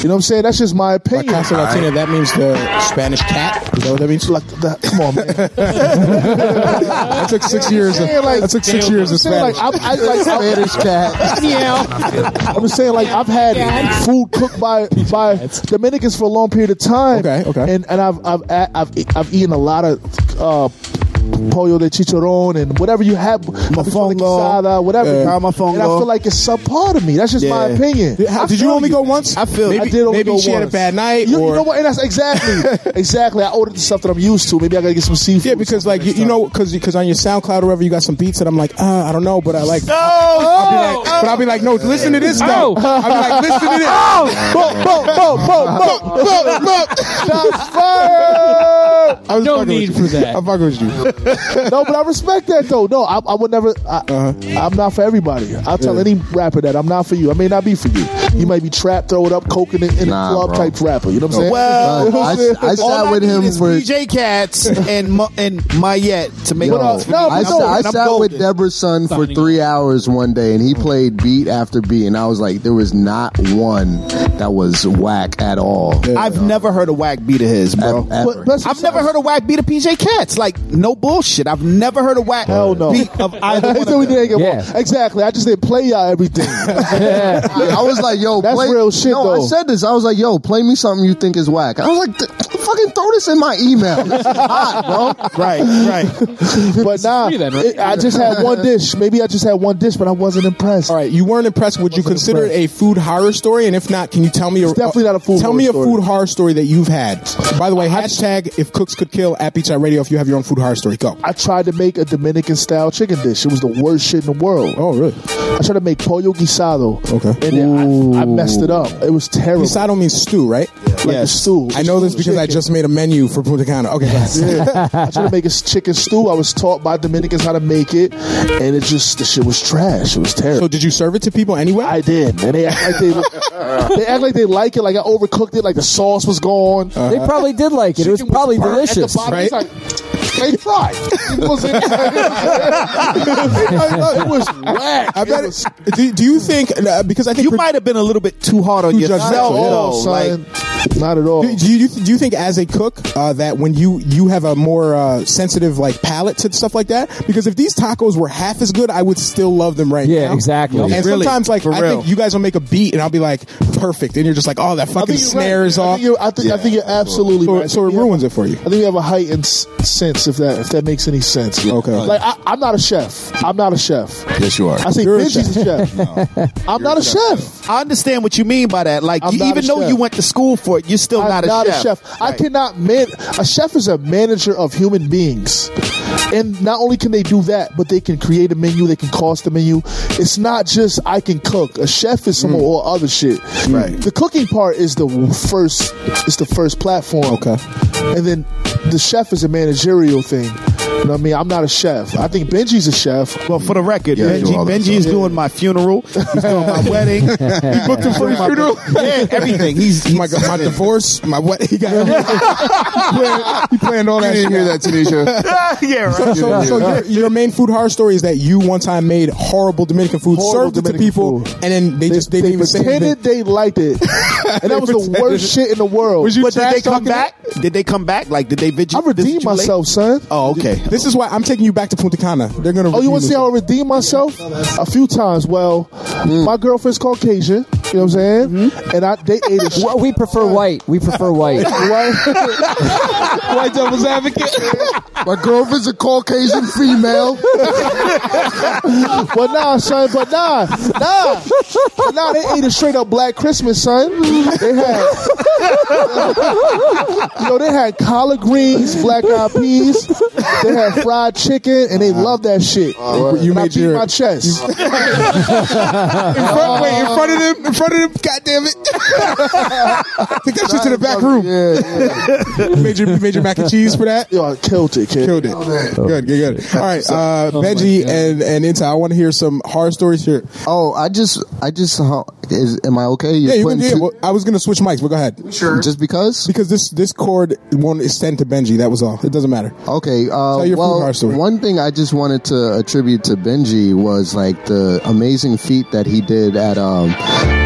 Speaker 1: You know what I'm saying? That's just my opinion.
Speaker 2: La Casa Latina, that means the Spanish cat. Is that what that means?
Speaker 1: Like that, come on, man.
Speaker 2: that took six years. Of,
Speaker 1: saying, like-
Speaker 2: that took six years of
Speaker 1: I'm saying,
Speaker 2: Spanish.
Speaker 1: like, I'm- I- like, I'm-
Speaker 8: Spanish cat.
Speaker 1: I'm just saying, like I've had food cooked by by Dominicans for a long period of time. Okay, okay. And and I've I've a- I've, e- I've eaten a lot of uh, pollo de chicharron and whatever you have, mafongo, uh, whatever.
Speaker 7: Yeah. Ah,
Speaker 1: And I
Speaker 7: mofongo.
Speaker 1: feel like it's some part of me. That's just my
Speaker 7: Yeah.
Speaker 1: opinion.
Speaker 7: Did- how-
Speaker 1: I
Speaker 7: did you
Speaker 1: feel
Speaker 2: only go once?
Speaker 1: I feel
Speaker 2: Maybe-
Speaker 1: I did only
Speaker 2: maybe
Speaker 1: go
Speaker 2: she had a
Speaker 1: once.
Speaker 2: bad night,
Speaker 1: You,
Speaker 2: or-
Speaker 1: you know what? And that's exactly exactly. I ordered the stuff that I'm used to. Maybe I gotta get some seafood.
Speaker 2: Yeah, because like you, you know, because on your SoundCloud or wherever you got some beats that I'm like, uh, I don't know, but I like. No, I'll be like, but I'll be
Speaker 11: Oh,
Speaker 2: like, no, listen to this though. I'll be like, listen to this.
Speaker 3: Oh.
Speaker 1: Oh, boom, boom, boom, boom, boom, boom, boom. Shots fired. I was
Speaker 3: No
Speaker 1: fucking
Speaker 3: need
Speaker 1: with you.
Speaker 3: for that.
Speaker 1: I'm fucking with you. no, but I respect that though. No, I, I would never. I, I'm not for everybody. I'll tell
Speaker 9: Yeah.
Speaker 1: any rapper that I'm not for you. I may not be for you. You might be trapped, throw it up, coke in, the- in
Speaker 9: Nah,
Speaker 1: a club
Speaker 9: bro.
Speaker 1: type rapper. You know what I'm saying?
Speaker 7: Well,
Speaker 1: You know what I'm saying?
Speaker 7: all need is DJ Cats and Mu- and Mayette to make
Speaker 8: Yo,
Speaker 7: it.
Speaker 8: I, sat, I sat with Deborah's son for three hours one day, and he played beat after beat, and I was like, there was not one that was whack at all.
Speaker 7: I've never heard a whack beat of his, bro.
Speaker 8: Ever.
Speaker 7: I've never heard a whack beat of PJ Cats. Like no bullshit. I've never heard a whack beat of either one of
Speaker 1: So we
Speaker 7: them.
Speaker 1: didn't get one. Exactly. I just didn't play y'all everything.
Speaker 8: I I was like, yo,
Speaker 1: That's
Speaker 8: play,
Speaker 1: real shit,
Speaker 8: No,
Speaker 1: though.
Speaker 8: I said this. I was like, yo, play me something you think is whack. I was like, th- fucking throw this in my email. This is hot, bro.
Speaker 7: Right, right.
Speaker 1: but nah, it- I just had one dish. Maybe I just had one dish, but I wasn't impressed. All
Speaker 2: right, you weren't impressed. Would you consider it a food horror story? And if not, can you tell me? A,
Speaker 1: definitely not a food
Speaker 2: Tell
Speaker 1: horror
Speaker 2: me a
Speaker 1: story.
Speaker 2: food horror story that you've had. By the way, hashtag if cooks could kill at Beachside Radio. If you have your own food horror story, go.
Speaker 1: I tried to make a Dominican style chicken dish. It was the worst shit in the world.
Speaker 2: Oh, really?
Speaker 1: I tried to make pollo guisado.
Speaker 2: Okay.
Speaker 1: And then I, I messed it up. It was terrible.
Speaker 2: Guisado means stew, right?
Speaker 1: Like a stew.
Speaker 2: I know this because I just made a menu for Punta Cana. Okay, go ahead.
Speaker 1: Yeah. I tried to make a chicken stew. I was taught by Dominicans how to make it, and it just the shit was trash. It was terrible.
Speaker 2: So did you serve it to people anyway?
Speaker 1: I did, and they act like they, they act like they like it. Like I overcooked it. Like the sauce was gone.
Speaker 2: Uh-huh.
Speaker 5: They probably did like it. It was
Speaker 1: Chicken
Speaker 5: probably
Speaker 1: burnt at the
Speaker 5: delicious.
Speaker 1: bottom. It's like, They fried. It was, it was whack.
Speaker 2: I bet. do, do you think uh, because I think
Speaker 7: You might have been a little bit too hard on
Speaker 2: Too
Speaker 7: yourself.
Speaker 2: judgmental, yeah.
Speaker 7: though.
Speaker 1: son.
Speaker 7: Like,
Speaker 1: Not at all.
Speaker 2: Do, do you do you think as a cook uh, that when you you have a more uh, sensitive like palate to stuff like that? Because if these tacos were half as good, I would still love them right now.
Speaker 5: Yeah, exactly.
Speaker 2: And
Speaker 7: Really,
Speaker 2: sometimes like
Speaker 7: for
Speaker 2: I
Speaker 7: real.
Speaker 2: think you guys will make a beat and I'll be like perfect, and you're just like, oh, that
Speaker 1: I
Speaker 2: fucking
Speaker 1: think you're
Speaker 2: snare
Speaker 1: right.
Speaker 2: is
Speaker 1: I
Speaker 2: off.
Speaker 1: think you're, I think, I think you're absolutely
Speaker 2: So,
Speaker 1: right.
Speaker 2: so it
Speaker 1: Yeah.
Speaker 2: ruins it for you.
Speaker 1: I think we have a heightened s- sense if that if that makes any sense.
Speaker 2: Okay.
Speaker 1: Like I, I'm not a chef. I'm not a chef.
Speaker 9: Yes, you are.
Speaker 1: I say
Speaker 2: You're a
Speaker 1: Benji's a chef. I'm not a chef.
Speaker 7: I understand what you mean by that. Like,
Speaker 1: I'm
Speaker 7: you,
Speaker 1: not
Speaker 7: even
Speaker 1: a
Speaker 7: though
Speaker 1: chef.
Speaker 7: you went to school for it, you're still
Speaker 1: I'm
Speaker 7: not a chef.
Speaker 1: I cannot man. A chef is a manager of human beings, and not only can they do that, but they can create a menu. They can cost a menu. It's not just I can cook. A chef is
Speaker 7: Mm.
Speaker 1: some or other shit.
Speaker 9: Right.
Speaker 1: The cooking part is the first. It's the first platform.
Speaker 2: Okay.
Speaker 1: And then the chef is a managerial thing. You know what I mean? I'm not a chef. I think Benji's a chef.
Speaker 7: Well, for the record,
Speaker 9: Yeah,
Speaker 7: Benji,
Speaker 9: you all that
Speaker 7: Benji is doing my funeral. He's doing my wedding. he booked him for my funeral. Yeah, everything. He's, he's
Speaker 2: my, my divorce, my what? He got he planned, he planned all that.
Speaker 9: didn't
Speaker 2: shit
Speaker 9: hear
Speaker 2: out.
Speaker 9: that, Tanisha.
Speaker 7: yeah, right.
Speaker 2: So, so, so your, your main food horror story is that you one time made horrible Dominican food,
Speaker 1: Horrible
Speaker 2: served it to
Speaker 1: Dominican
Speaker 2: people,
Speaker 1: food.
Speaker 2: and then they, just they didn't even say anything.
Speaker 1: pretended they liked it, and that was the worst shit in the world.
Speaker 7: but did they
Speaker 2: trash
Speaker 7: come
Speaker 2: talking
Speaker 7: back? Did they come back? Like, did they visit?
Speaker 1: I redeemed myself, son.
Speaker 7: Oh, okay.
Speaker 2: This is why I'm taking you back to Punta Cana. They're gonna.
Speaker 1: Oh, you want to see how
Speaker 2: redeem
Speaker 1: I redeem myself? A few times. Well, my girlfriend's Caucasian. You know what I'm saying? And I they ate it.
Speaker 5: Well, we prefer white. We prefer white.
Speaker 3: White devil's advocate.
Speaker 8: My girlfriend's a Caucasian female.
Speaker 1: but nah, son. But nah, nah, but nah. They ate a straight up Black Christmas, son. They had, you know, they had collard greens, black eyed peas. They had fried chicken, and they loved that shit.
Speaker 8: Uh,
Speaker 2: You
Speaker 1: And I
Speaker 2: made
Speaker 1: beat
Speaker 2: your-
Speaker 1: my chest.
Speaker 2: in front, wait, in front of them, in front of them. God damn it! Take that shit to the back room. Major, major mac and cheese for that.
Speaker 1: Yo, I killed it, kid.
Speaker 2: Killed it. Good, good, good. All right, uh, Benji and and Inta, I want to hear some horror stories here.
Speaker 8: oh, I just, I just, huh, is, am I okay? You're
Speaker 2: Yeah, you can
Speaker 8: putting
Speaker 2: do it.
Speaker 8: two-
Speaker 2: Well, I was gonna switch mics, but go ahead.
Speaker 8: Just because?
Speaker 2: Because this this cord won't extend to Benji. That was all. It doesn't matter.
Speaker 8: Okay. Uh,
Speaker 2: Tell your food horror
Speaker 8: well,
Speaker 2: story.
Speaker 8: one thing I just wanted to attribute to Benji was like the amazing feat that he did at um,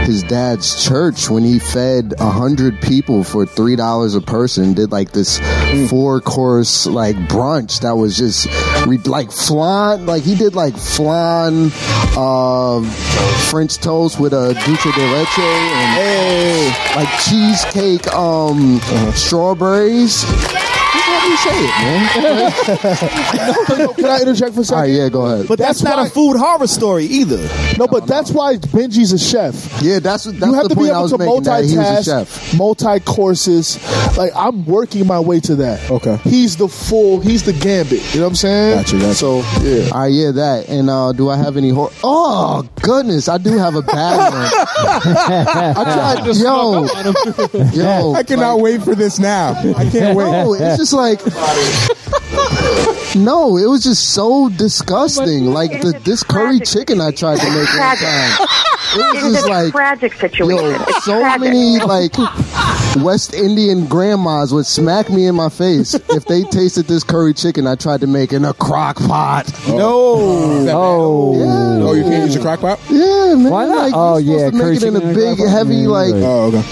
Speaker 8: his dad's church when he fed a hundred people for three dollars a person. Did like this
Speaker 2: Hmm.
Speaker 8: four course like brunch that was just re- like flan. Like he did like flan uh, French toast with a dulce de leche and like cheesecake, um,
Speaker 2: Uh-huh.
Speaker 8: strawberries. Let me say it, man.
Speaker 1: Can I interject for a
Speaker 8: All
Speaker 1: second?
Speaker 8: right, yeah, go ahead.
Speaker 7: But that's, not a food horror story either.
Speaker 1: No, but that's why Benji's a chef.
Speaker 8: yeah, that's that's
Speaker 1: you have
Speaker 8: the
Speaker 1: to be
Speaker 8: point I
Speaker 1: able
Speaker 8: was
Speaker 1: to
Speaker 8: making. That he was a chef.
Speaker 1: multitask, multi courses. Like I'm working my way to that.
Speaker 2: Okay.
Speaker 1: He's the full. He's the gambit. You know what I'm saying?
Speaker 2: Gotcha, gotcha.
Speaker 1: So yeah.
Speaker 8: All right, yeah, that. And uh, do I have any horror? Oh goodness, I do have a bad one. I tried, yo, yo.
Speaker 2: I cannot wait for this now. I can't wait.
Speaker 8: No, it's just like like no, it was just so disgusting. Like the, this curry chicken I tried to make one
Speaker 13: Tragic.
Speaker 8: time. It
Speaker 13: It
Speaker 8: was
Speaker 13: is
Speaker 8: just
Speaker 13: a
Speaker 8: like
Speaker 13: tragic situation.
Speaker 8: Yo,
Speaker 13: It's
Speaker 8: so
Speaker 13: tragic.
Speaker 8: many like West Indian grandmas would smack me in my face if they tasted this curry chicken I tried to make in a crock pot.
Speaker 2: No.
Speaker 5: Oh.
Speaker 2: Oh, you can't use a crock pot?
Speaker 8: Yeah, man.
Speaker 5: Why not?
Speaker 8: Like,
Speaker 5: oh
Speaker 8: you're supposed
Speaker 5: yeah,
Speaker 8: to make
Speaker 5: curry
Speaker 8: it in
Speaker 5: chicken
Speaker 8: a
Speaker 5: and
Speaker 8: big,
Speaker 5: crab
Speaker 8: heavy,
Speaker 5: apples.
Speaker 8: like-
Speaker 2: Oh, okay.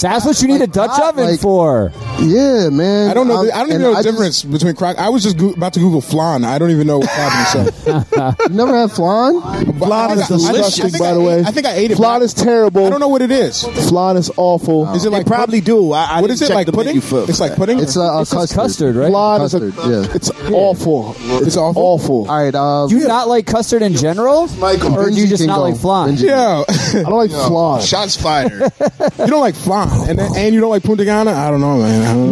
Speaker 5: That's what you need a Dutch oven for.
Speaker 8: Yeah, man.
Speaker 2: I don't know.
Speaker 8: Um,
Speaker 2: the, I don't even
Speaker 8: and
Speaker 2: know the
Speaker 8: I just-
Speaker 2: difference between crock. I was just goo about to Google flan. I don't even know what flan is. So.
Speaker 8: You never had flan?
Speaker 1: Flan is disgusting, by the way.
Speaker 2: I think I ate it.
Speaker 1: Flan
Speaker 2: but
Speaker 1: is terrible.
Speaker 2: I don't know what it is.
Speaker 1: Flan is awful.
Speaker 2: Is it like
Speaker 12: probably do. I, I
Speaker 2: What is
Speaker 12: didn't
Speaker 2: it,
Speaker 12: check
Speaker 2: like
Speaker 12: the menu
Speaker 2: pudding?
Speaker 12: for-
Speaker 2: It's like pudding.
Speaker 8: It's a, a
Speaker 5: It's just
Speaker 8: custard.
Speaker 1: uh,
Speaker 5: custard, right?
Speaker 1: Flan
Speaker 8: Custard,
Speaker 1: is a,
Speaker 8: yeah.
Speaker 1: it's awful.
Speaker 2: It's awful.
Speaker 1: Awful.
Speaker 8: All right. Uh,
Speaker 5: Do you not like custard in general,
Speaker 9: Michael.
Speaker 5: or do you
Speaker 8: Benji
Speaker 5: just
Speaker 8: can
Speaker 5: not
Speaker 8: go.
Speaker 5: like flan?
Speaker 8: Benji.
Speaker 2: Yeah,
Speaker 1: I don't like flan.
Speaker 9: Shots fired.
Speaker 2: you don't like flan, and then, and you don't like punta Gana? I don't know, man. I don't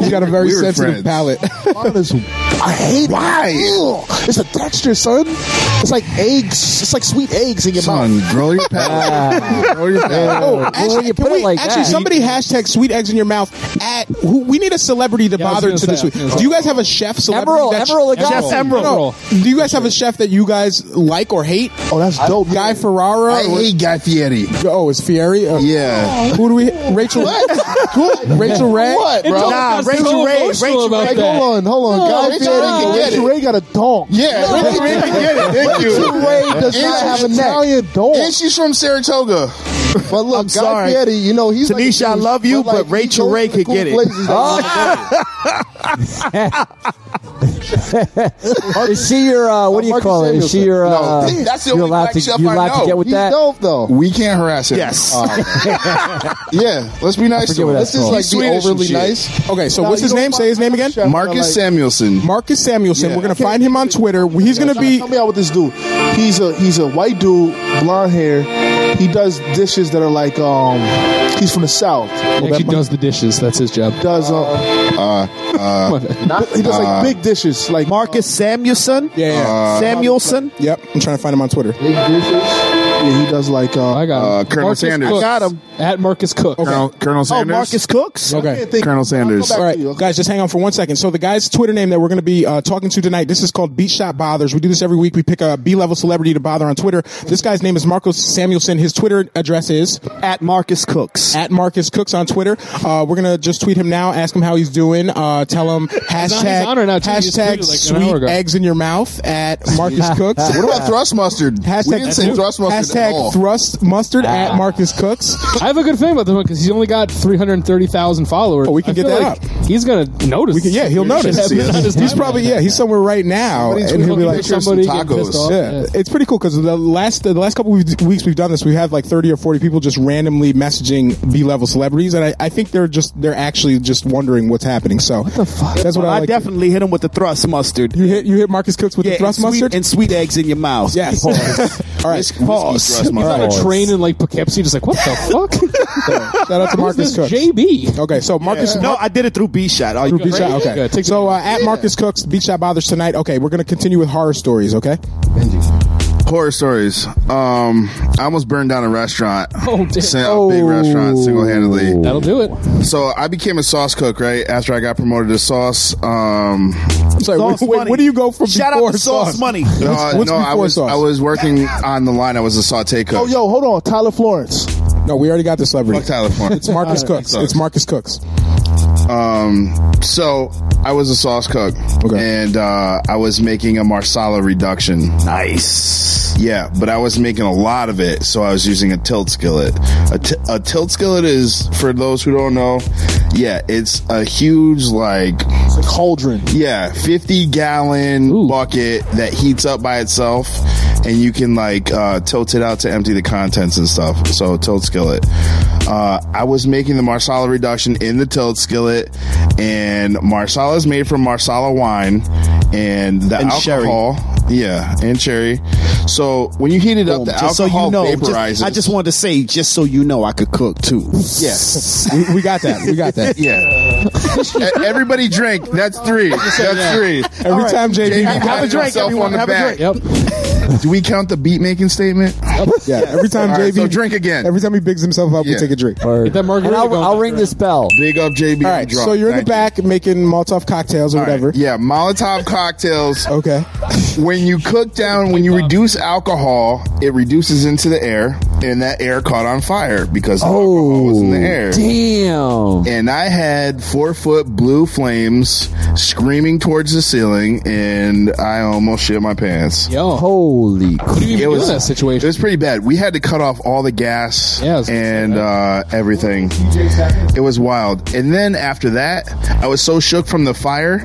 Speaker 2: you got a very
Speaker 9: We were
Speaker 2: sensitive
Speaker 9: friends.
Speaker 2: palate.
Speaker 1: Flan is, I hate Why? it. It's a texture, son. It's like eggs. It's like sweet eggs in your mouth.
Speaker 9: Son, grow your palate. grow your palate.
Speaker 2: Oh,
Speaker 5: Ah. Well, when
Speaker 2: actually,
Speaker 5: you
Speaker 2: can
Speaker 5: put it
Speaker 2: we,
Speaker 5: like
Speaker 2: actually
Speaker 5: that-
Speaker 2: somebody hashtag sweet eggs in your mouth at who, we need a celebrity to
Speaker 3: I was
Speaker 2: bother
Speaker 3: gonna
Speaker 2: to this
Speaker 3: say, I
Speaker 2: week.
Speaker 3: was gonna say.
Speaker 2: Do you guys have a chef celebrity?
Speaker 5: Emerald,
Speaker 2: that-
Speaker 5: Emerald Agassiz.
Speaker 3: Chef Emerald.
Speaker 2: Do you guys have a chef that you guys like or hate?
Speaker 1: Oh, that's dope.
Speaker 2: Guy Ferrara.
Speaker 9: I
Speaker 2: or-
Speaker 9: hate Guy Fieri.
Speaker 2: Oh, it's Fieri. Uh,
Speaker 9: Yeah.
Speaker 2: Who do we? Rachel. Who? Rachel Ray.
Speaker 9: What,
Speaker 3: It's
Speaker 9: bro?
Speaker 3: all-
Speaker 12: Nah,
Speaker 3: it's
Speaker 12: Rachel
Speaker 3: so
Speaker 12: Ray-
Speaker 3: emotional
Speaker 12: Rachel
Speaker 3: about
Speaker 12: Ray-
Speaker 3: that.
Speaker 1: Hold on, hold on. Guy
Speaker 9: Rachel
Speaker 1: Fieri,
Speaker 9: Ray can get
Speaker 1: Rachel
Speaker 9: it.
Speaker 1: Ray got a dong.
Speaker 9: Yeah, Rachel Ray can get it. Thank
Speaker 1: Rachel
Speaker 9: you.
Speaker 1: Ray does
Speaker 9: And
Speaker 1: not
Speaker 9: she-
Speaker 1: have an Italian dong.
Speaker 9: And she's from Saratoga.
Speaker 8: But look, Guy
Speaker 12: sorry.
Speaker 8: Fieri, you know he's like a
Speaker 12: Tanisha, I
Speaker 8: dude,
Speaker 12: love you, but
Speaker 8: he
Speaker 12: Rachel
Speaker 8: goes
Speaker 12: Ray
Speaker 8: to
Speaker 12: could
Speaker 8: cool
Speaker 12: get it.
Speaker 8: places that-
Speaker 5: Oh, Is she your uh, what do you
Speaker 8: Marcus
Speaker 5: call it? Is she
Speaker 8: Samuelson.
Speaker 5: your uh,
Speaker 9: No, that's the
Speaker 5: you're
Speaker 9: only
Speaker 5: allowed
Speaker 9: black
Speaker 5: to
Speaker 9: chef
Speaker 5: you're
Speaker 9: I
Speaker 5: allowed to
Speaker 9: know.
Speaker 5: get with
Speaker 8: He's
Speaker 5: that?
Speaker 8: dope though.
Speaker 9: We can't harass her.
Speaker 12: Yes.
Speaker 9: yeah, let's be nice to
Speaker 5: what
Speaker 9: her. Let's
Speaker 5: that's
Speaker 9: just
Speaker 5: called.
Speaker 9: like be
Speaker 8: Swedish and
Speaker 9: overly
Speaker 8: shit.
Speaker 9: nice.
Speaker 2: Okay, so
Speaker 1: Now,
Speaker 2: what's
Speaker 1: you
Speaker 2: his
Speaker 1: don't
Speaker 2: name?
Speaker 1: fuck
Speaker 2: Say his
Speaker 1: with
Speaker 2: name again.
Speaker 1: chef.
Speaker 9: Marcus
Speaker 1: Like-
Speaker 9: Samuelson.
Speaker 2: Marcus Samuelson.
Speaker 9: Yeah.
Speaker 2: We're gonna find him on Twitter. He's gonna be.
Speaker 1: Tell me out with this dude. He's a he's a white dude, blonde hair. He does dishes that are like um. He's from the south.
Speaker 3: He actually does the dishes. That's his job.
Speaker 1: Does um. He does
Speaker 7: Uh,
Speaker 1: like big dishes like
Speaker 7: Marcus Samuelson?
Speaker 2: Yeah. yeah.
Speaker 7: Samuelson?
Speaker 2: yep. I'm trying to find him on Twitter.
Speaker 1: big dishes. Yeah, he does like uh.
Speaker 3: I got him.
Speaker 9: Uh, Colonel Sanders.
Speaker 3: Cooks.
Speaker 9: I got him.
Speaker 3: At Marcus Cook.
Speaker 9: Colonel, Colonel
Speaker 7: Oh,
Speaker 9: Sanders.
Speaker 7: Marcus Cooks?
Speaker 1: I
Speaker 2: Okay.
Speaker 1: can't think.
Speaker 9: Colonel Sanders.
Speaker 1: I'll
Speaker 2: All
Speaker 1: go back
Speaker 2: right,
Speaker 1: to you, okay?
Speaker 2: guys, just hang on for one second. So the guy's Twitter name that we're going to be uh, talking to tonight. This is called Beat Shot Bothers. We do this every week. We pick a B-level celebrity to bother on Twitter. This guy's name is Marcos Samuelson. His Twitter address is
Speaker 7: At Marcus Cooks.
Speaker 2: at Marcus Cooks on Twitter. Uh, we're gonna just tweet him now. Ask him how he's doing. Uh, tell him hashtag
Speaker 3: on right now, too. He just tweeted like
Speaker 2: hashtag
Speaker 3: an hour
Speaker 2: sweet
Speaker 3: ago.
Speaker 2: eggs in your mouth at Marcus Cooks.
Speaker 9: What about thrust mustard?
Speaker 2: Hashtag,
Speaker 9: we didn't say thrust mustard
Speaker 2: hashtag
Speaker 9: at all. Ah.
Speaker 2: thrust mustard at Marcus Cooks.
Speaker 3: I have a good feeling about this one because he's only got 330,000 followers.
Speaker 2: Oh, we can
Speaker 3: I
Speaker 2: get
Speaker 3: feel
Speaker 2: that
Speaker 3: like He's going to notice.
Speaker 2: We can, yeah, he'll
Speaker 3: Weird shit
Speaker 2: notice.
Speaker 3: happens on his
Speaker 2: He's
Speaker 3: timeline.
Speaker 2: probably yeah, he's somewhere right now,
Speaker 9: Somebody's
Speaker 2: and he'll be
Speaker 9: tweeting
Speaker 2: like,
Speaker 9: pictures of
Speaker 3: somebody
Speaker 9: some
Speaker 3: getting pissed
Speaker 9: tacos.
Speaker 3: off.
Speaker 2: Yeah,
Speaker 3: Yeah.
Speaker 2: it's pretty cool because the last the last couple of weeks we've done this, we have like thirty or forty people just randomly messaging B level celebrities, and I, I think they're just they're actually just wondering what's happening. So that's what
Speaker 7: Well,
Speaker 2: I
Speaker 7: I,
Speaker 2: like.
Speaker 7: definitely hit him with the thrust mustard.
Speaker 2: you hit you hit Marcus Cooks with
Speaker 7: yeah,
Speaker 2: the thrust
Speaker 7: and sweet,
Speaker 2: mustard.
Speaker 7: and sweet eggs in your mouth.
Speaker 2: yes. All right.
Speaker 9: Pause. Oh, Thrust
Speaker 3: He's on
Speaker 9: mustard.
Speaker 3: a train in like Poughkeepsie, just like, what the fuck?
Speaker 2: Shout out to
Speaker 3: Marcus
Speaker 2: Marcus Cooks.
Speaker 3: JB.
Speaker 2: Okay, so Marcus.
Speaker 7: No, I did it through B shot. Oh,
Speaker 2: Through Beach Shot,
Speaker 3: Good,
Speaker 2: okay.
Speaker 3: good. Take the-
Speaker 2: so uh, at Marcus Cooks, Beach Shot bothers tonight. Okay, we're gonna continue with horror stories. Okay,
Speaker 9: Horror stories. Um, I almost burned down a restaurant.
Speaker 3: Oh, damn.
Speaker 9: Sa- a big restaurant
Speaker 2: Oh.
Speaker 9: single handedly.
Speaker 3: That'll do it.
Speaker 9: So I became a sauce cook, right? After I got promoted to sauce. Um,
Speaker 2: so
Speaker 7: Sauce
Speaker 2: wait,
Speaker 7: Money.
Speaker 2: what do you go from
Speaker 7: Shout
Speaker 2: before
Speaker 7: out to Sauce, Money.
Speaker 9: no, I-
Speaker 2: what's
Speaker 9: no, I
Speaker 2: before
Speaker 9: was
Speaker 2: sauce?
Speaker 9: I was working on the line. I was a saute cook.
Speaker 1: Oh yo, hold on, Tyler Florence.
Speaker 2: No, we already got the celebrity.
Speaker 9: Fuck Tyler Florence.
Speaker 2: It's Marcus Cooks. It's Marcus Cooks.
Speaker 9: Um, so I was a sauce cook,
Speaker 2: Okay.
Speaker 9: and uh, I was making a marsala reduction.
Speaker 7: Nice.
Speaker 9: Yeah, but I was making a lot of it, so I was using a tilt skillet. A, t- a tilt skillet is, for those who don't know, yeah, it's a huge like
Speaker 1: It's a cauldron.
Speaker 9: yeah, 50 gallon bucket that heats up by itself and you can like uh, tilt it out to empty the contents and stuff. So, tilt skillet. Uh, I was making the marsala reduction in the tilt skillet, and marsala is made from marsala wine and the
Speaker 7: And sherry.
Speaker 9: alcohol. Yeah, and cherry. So when you heat it up, the
Speaker 7: Just so
Speaker 9: alcohol
Speaker 7: you know, just-
Speaker 9: vaporizes.
Speaker 7: I just wanted to say, just so you know, I could cook too.
Speaker 9: yes,
Speaker 2: We, we got that. We got that.
Speaker 9: yeah. E- Everybody drink. That's three. That's three.
Speaker 2: Every time JB,
Speaker 9: Have a drink, everyone. Have a drink.
Speaker 3: Yep.
Speaker 9: Do we count the beat making statement?
Speaker 2: Yeah, every time
Speaker 9: All right,
Speaker 2: JB
Speaker 9: so drink again.
Speaker 2: Every time he bigs himself up,
Speaker 9: Yeah.
Speaker 2: we take a drink.
Speaker 9: Get that margarita
Speaker 5: And I'll- going. I'll ring this bell.
Speaker 9: Big up JB.
Speaker 2: All right,
Speaker 9: drunk.
Speaker 2: so you're in
Speaker 9: Thank
Speaker 2: the back making Molotov cocktails or
Speaker 9: All right,
Speaker 2: whatever.
Speaker 9: Yeah, Molotov cocktails.
Speaker 2: okay.
Speaker 9: When you cook down, when you reduce alcohol, it reduces into the air, and that air caught on fire because the alcohol was in
Speaker 2: Oh,
Speaker 9: the air.
Speaker 5: Damn.
Speaker 9: And I had four foot blue flames screaming towards the ceiling, and I almost shit my pants.
Speaker 3: Yo.
Speaker 5: Holy crap.
Speaker 3: do you even do in that
Speaker 9: situation? It was pretty bad. We had to cut off all the gas and uh, everything. It was wild. And then after that, I was so shook from the fire.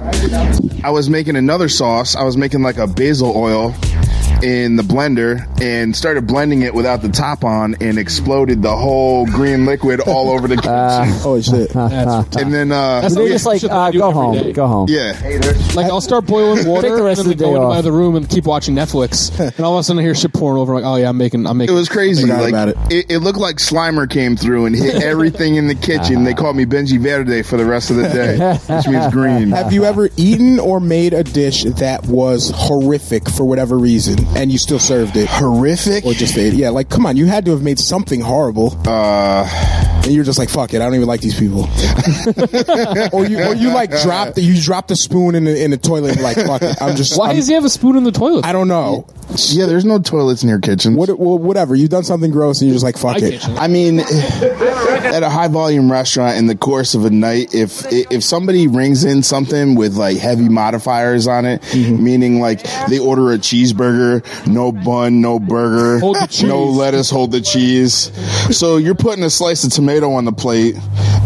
Speaker 9: I was making another sauce. I was making like a basil oil in the blender and started blending it without the top on and exploded the whole green liquid all over the kitchen.
Speaker 2: oh shit.
Speaker 9: and then uh
Speaker 5: That's
Speaker 9: yeah.
Speaker 5: just like uh, go home, go home.
Speaker 9: Yeah.
Speaker 3: Like I'll start boiling water,
Speaker 5: Take the rest
Speaker 3: and then
Speaker 5: of the
Speaker 3: go
Speaker 5: day
Speaker 3: into
Speaker 5: off.
Speaker 3: my other room and keep watching Netflix, and all of a sudden I hear shit pouring over. I'm like, oh yeah, I'm making, I'm
Speaker 9: It
Speaker 3: making.
Speaker 9: was crazy.
Speaker 3: Forgot
Speaker 9: Like
Speaker 3: about it.
Speaker 9: it. It, looked like Slimer came through and hit everything in the kitchen.
Speaker 5: Uh-huh.
Speaker 9: They called me Benji Verde for the rest of the day, which means green.
Speaker 2: Have you ever eaten or made a dish that was horrific for whatever reason and you still served it?
Speaker 9: Horrific?
Speaker 2: Or just ate it? Yeah, like come on, you had to have made something horrible.
Speaker 9: Uh
Speaker 2: and you're just like, fuck it, I don't even like these people. or Oh, you or you like dropped you dropped the spoon in the in the toilet and like fuck it. I'm just
Speaker 3: Why
Speaker 2: I'm-
Speaker 3: does he have a spoon in the toilet?
Speaker 2: I don't know.
Speaker 9: Yeah, there's no toilets near kitchens.
Speaker 2: What, well, whatever. You've done something gross and you're just like, fuck it.
Speaker 9: I mean, at a high volume restaurant, in the course of a night, if if somebody rings in something with like heavy modifiers on it, meaning like they order a cheeseburger, no bun, no burger,
Speaker 3: Hold the cheese.
Speaker 9: no lettuce, hold the cheese. So you're putting a slice of tomato on the plate,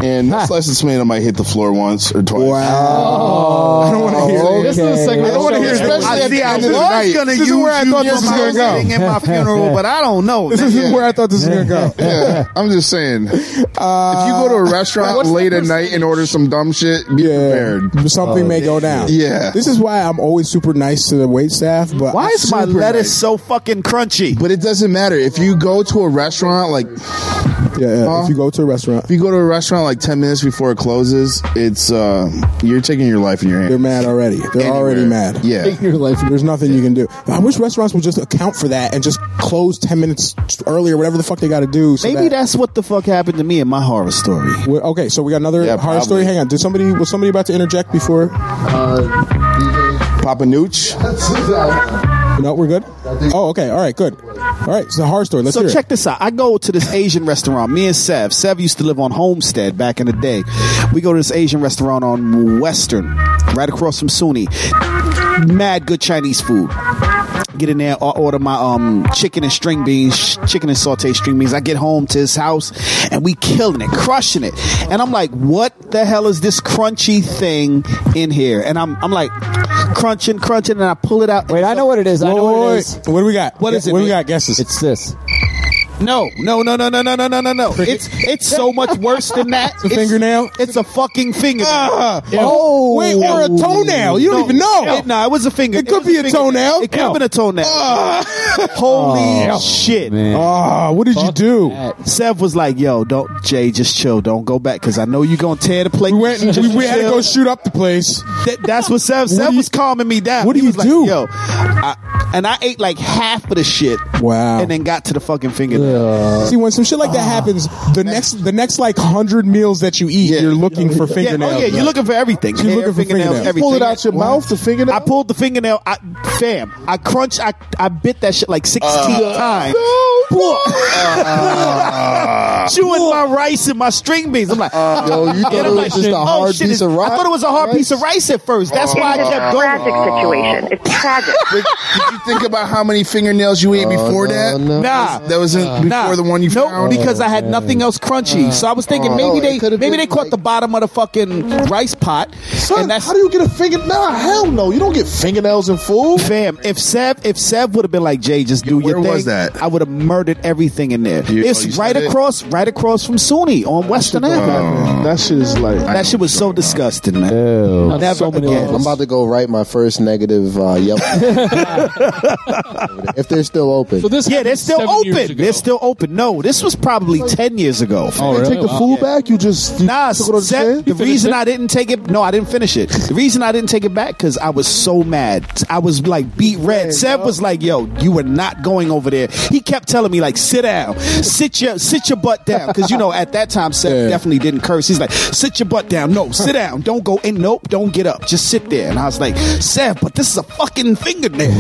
Speaker 9: and that slice of tomato might hit the floor once or twice.
Speaker 2: Wow. I don't want to hear
Speaker 3: This is a segment.
Speaker 9: I don't
Speaker 3: of the
Speaker 9: wanna hear
Speaker 3: show
Speaker 9: his
Speaker 3: that-
Speaker 9: best-
Speaker 7: I
Speaker 9: at
Speaker 7: see.
Speaker 9: the
Speaker 7: I
Speaker 9: end
Speaker 7: was
Speaker 9: of the night.
Speaker 7: gonna
Speaker 9: This
Speaker 2: is
Speaker 7: use
Speaker 2: where I
Speaker 7: you
Speaker 2: thought this
Speaker 7: for
Speaker 2: was gonna go.
Speaker 7: sitting in my funeral, but I don't know.
Speaker 2: This is where I thought this was going to go. Uh,
Speaker 9: Yeah, I'm just saying. if you go to a restaurant
Speaker 3: What's the
Speaker 9: late at night and order some dumb shit, be prepared.
Speaker 7: Oh,
Speaker 2: Something may go down.
Speaker 9: Yeah.
Speaker 2: This is why I'm always super nice to the wait staff, but
Speaker 7: Why
Speaker 2: I'm
Speaker 7: is my
Speaker 2: super
Speaker 7: lettuce
Speaker 2: nice.
Speaker 7: so fucking crunchy?
Speaker 9: But it doesn't matter if you go to a restaurant like if
Speaker 2: Yeah, yeah.
Speaker 9: Huh?
Speaker 2: if you go to a restaurant,
Speaker 9: you go to a restaurant like ten minutes before it closes. It's uh, you're taking your life in your
Speaker 2: they're
Speaker 9: hand.
Speaker 2: mad already. They're
Speaker 9: Anywhere.
Speaker 2: already mad.
Speaker 9: Yeah,
Speaker 2: Your life, there's nothing you can do. I wish restaurants would just account for that and just close ten minutes earlier, whatever the fuck they got to do. So
Speaker 7: Maybe
Speaker 2: that,
Speaker 7: that's what the fuck happened to me in my horror story.
Speaker 2: Wait, okay, so we got another
Speaker 9: Yeah,
Speaker 2: horror
Speaker 9: probably.
Speaker 2: story. Hang on, did somebody was somebody about to interject before?
Speaker 9: Papa Nooch.
Speaker 2: No, we're good. Oh, okay, all right, good. All right, so horror story. Let's
Speaker 7: so
Speaker 2: hear
Speaker 7: check
Speaker 2: it.
Speaker 7: this out. I go to this Asian restaurant. Me and Sev. Sev used to live on Homestead back in the day. We go to this Asian restaurant on Western, right across from SUNY. Mad good Chinese food. Get in there, I order my um chicken and string beans, sh- chicken and sauteed string beans. I get home to his house and we killing it, crushing it. And I'm like, what the hell is this crunchy thing in here? And I'm I'm like crunching, crunching, and I pull it out.
Speaker 5: Wait, I know what it is. I know what it is.
Speaker 2: What do we got?
Speaker 7: What is it,
Speaker 2: What do we
Speaker 7: man?
Speaker 2: got? Guesses.
Speaker 5: It's this.
Speaker 7: No, no, no, no, no, no, no, no, no, no. It's it's so much worse than that. It's
Speaker 2: a fingernail?
Speaker 7: It's a fucking fingernail.
Speaker 2: Oh, wait, or a toenail. You don't even know.
Speaker 7: It, no, it was a finger.
Speaker 2: It could
Speaker 7: was
Speaker 2: be a
Speaker 7: fingernail.
Speaker 2: toenail.
Speaker 7: It could have been a toenail. Ah. Oh, Holy shit!
Speaker 2: Ah, what did you do?
Speaker 7: Sev was like, "Yo, don't Jay, just chill. Don't go back because I know you're gonna tear the plate."
Speaker 2: We went and we, we had to
Speaker 7: Chill.
Speaker 2: go shoot up the place.
Speaker 7: That- that's what Sev.
Speaker 2: do
Speaker 7: Sev
Speaker 2: you-
Speaker 7: was calming me down.
Speaker 2: what do
Speaker 7: He
Speaker 2: you
Speaker 7: was like,
Speaker 2: do?
Speaker 7: Yo, I, and I ate like half of the shit.
Speaker 2: Wow.
Speaker 7: And then got to the fucking fingernail.
Speaker 2: See, when some shit like
Speaker 7: Uh-huh.
Speaker 2: that happens, the next the next like hundred meals that you eat,
Speaker 9: Yeah.
Speaker 2: you're looking for fingernails.
Speaker 7: Yeah, oh yeah, you're looking for everything.
Speaker 2: You're looking for fingernails.
Speaker 7: everything.
Speaker 1: Pull it out your mouth, the fingernail.
Speaker 7: I pulled the fingernail. I, fam, I crunched. I I bit that shit like 16 times. Chewing my rice and my string beans. I'm like,
Speaker 8: Yo, you thought
Speaker 7: and
Speaker 8: it
Speaker 7: I'm
Speaker 8: was
Speaker 7: like,
Speaker 8: just a
Speaker 7: oh,
Speaker 8: hard
Speaker 7: shit,
Speaker 8: piece
Speaker 7: it's-
Speaker 8: of rock?
Speaker 7: I thought it was a hard
Speaker 8: rice?
Speaker 7: piece of rice at first. That's why I
Speaker 13: It's
Speaker 7: kept
Speaker 13: a
Speaker 7: going.
Speaker 13: tragic situation. It's tragic.
Speaker 9: Did, did you think about how many fingernails you ate before that?
Speaker 7: Nah.
Speaker 9: Uh, Oh, that was in, before
Speaker 7: Nah.
Speaker 9: the one you
Speaker 7: nope,
Speaker 9: found. Oh,
Speaker 7: because I had nothing else crunchy. so I was thinking
Speaker 8: Oh,
Speaker 7: maybe
Speaker 8: it
Speaker 7: they
Speaker 8: could've
Speaker 7: maybe
Speaker 8: been
Speaker 7: they caught
Speaker 8: like-
Speaker 7: the bottom of the fucking rice pot.
Speaker 1: Son,
Speaker 7: and that's
Speaker 1: how do you get a finger? Nah, hell no. You don't get fingernails in food.
Speaker 7: Fam, if Sev if Sev would have been like Jay, just do
Speaker 9: where
Speaker 7: your thing.
Speaker 9: was that?
Speaker 7: I would have murdered everything in there.
Speaker 9: You- oh,
Speaker 7: it's
Speaker 9: you
Speaker 7: right
Speaker 9: said it?
Speaker 7: across, right across from SUNY on Western Avenue.
Speaker 1: that shit is like
Speaker 7: that shit was so disgusting, man.
Speaker 8: Ew.
Speaker 7: Never again.
Speaker 8: I'm about to go write my first negative uh, Yelp. if they're still open.
Speaker 7: yeah, they're still open. They're still open. No, this was probably ten years ago.
Speaker 1: Oh, You take the food back. You just you
Speaker 7: Nah,
Speaker 1: took it on the
Speaker 7: Seth,
Speaker 1: stand?
Speaker 7: the reason I didn't take it, no, I didn't finish it. The reason I didn't take it back because I was so mad. I was like beat red. Seth was like, "Yo, you are not going over there." He kept telling me like, "Sit down, sit your sit your butt down," because you know at that time Seth definitely didn't curse. He's like, "Sit your butt down, no, sit down, don't go in, nope, don't get up, just sit there." And I was like, "Seth, but this is a fucking fingernail."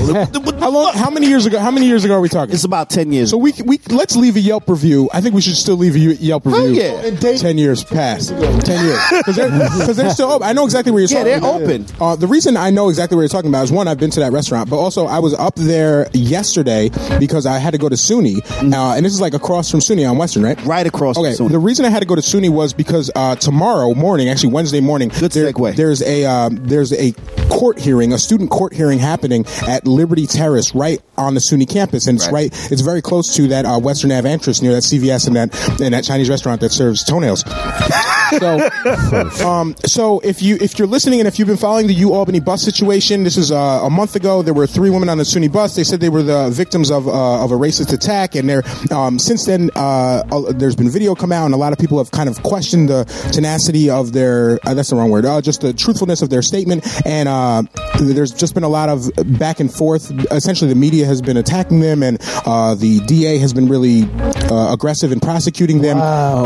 Speaker 7: how long?
Speaker 2: How many years ago? How many years ago are we talking? It's
Speaker 7: about ten years.
Speaker 2: So we we let's leave a Yelp review. I think we should still leave a Yelp
Speaker 7: Hell
Speaker 2: review.
Speaker 7: yeah.
Speaker 1: And they-
Speaker 2: Ten years past. Ten years because they're, 'cause they're still open. I know exactly where you're.
Speaker 7: Yeah,
Speaker 2: talking
Speaker 7: they're
Speaker 2: about.
Speaker 7: open.
Speaker 2: Uh, the reason I know exactly what you're talking about is one, I've been to that restaurant, but also I was up there yesterday because I had to go to SUNY, uh, and this is like across from SUNY on Western, right?
Speaker 7: Mm-hmm. Right across.
Speaker 2: Okay.
Speaker 7: from SUNY.
Speaker 2: The reason I had to go to SUNY was because uh, tomorrow morning, actually Wednesday morning, there- there's a um, there's a court hearing, a student court hearing happening at Liberty Terrace, right on the SUNY campus, and it's right, it's very close to that uh, Western Ave entrance near that CVS and that and that Chinese restaurant that serves toenails. So, um, so if you if you're listening and if you've been following the U Albany bus situation, this is uh, a month ago. There were three women on the SUNY bus. They said they were the victims of uh, of a racist attack, and there um, since then uh, uh, there's been video come out, and a lot of people have kind of questioned the tenacity of their uh, that's the wrong word, uh, just the truthfulness of their statement, and uh, there's just been a lot of back and forth. Essentially, the media has been attacking them, and uh, the DA has been really uh, aggressive in prosecuting them.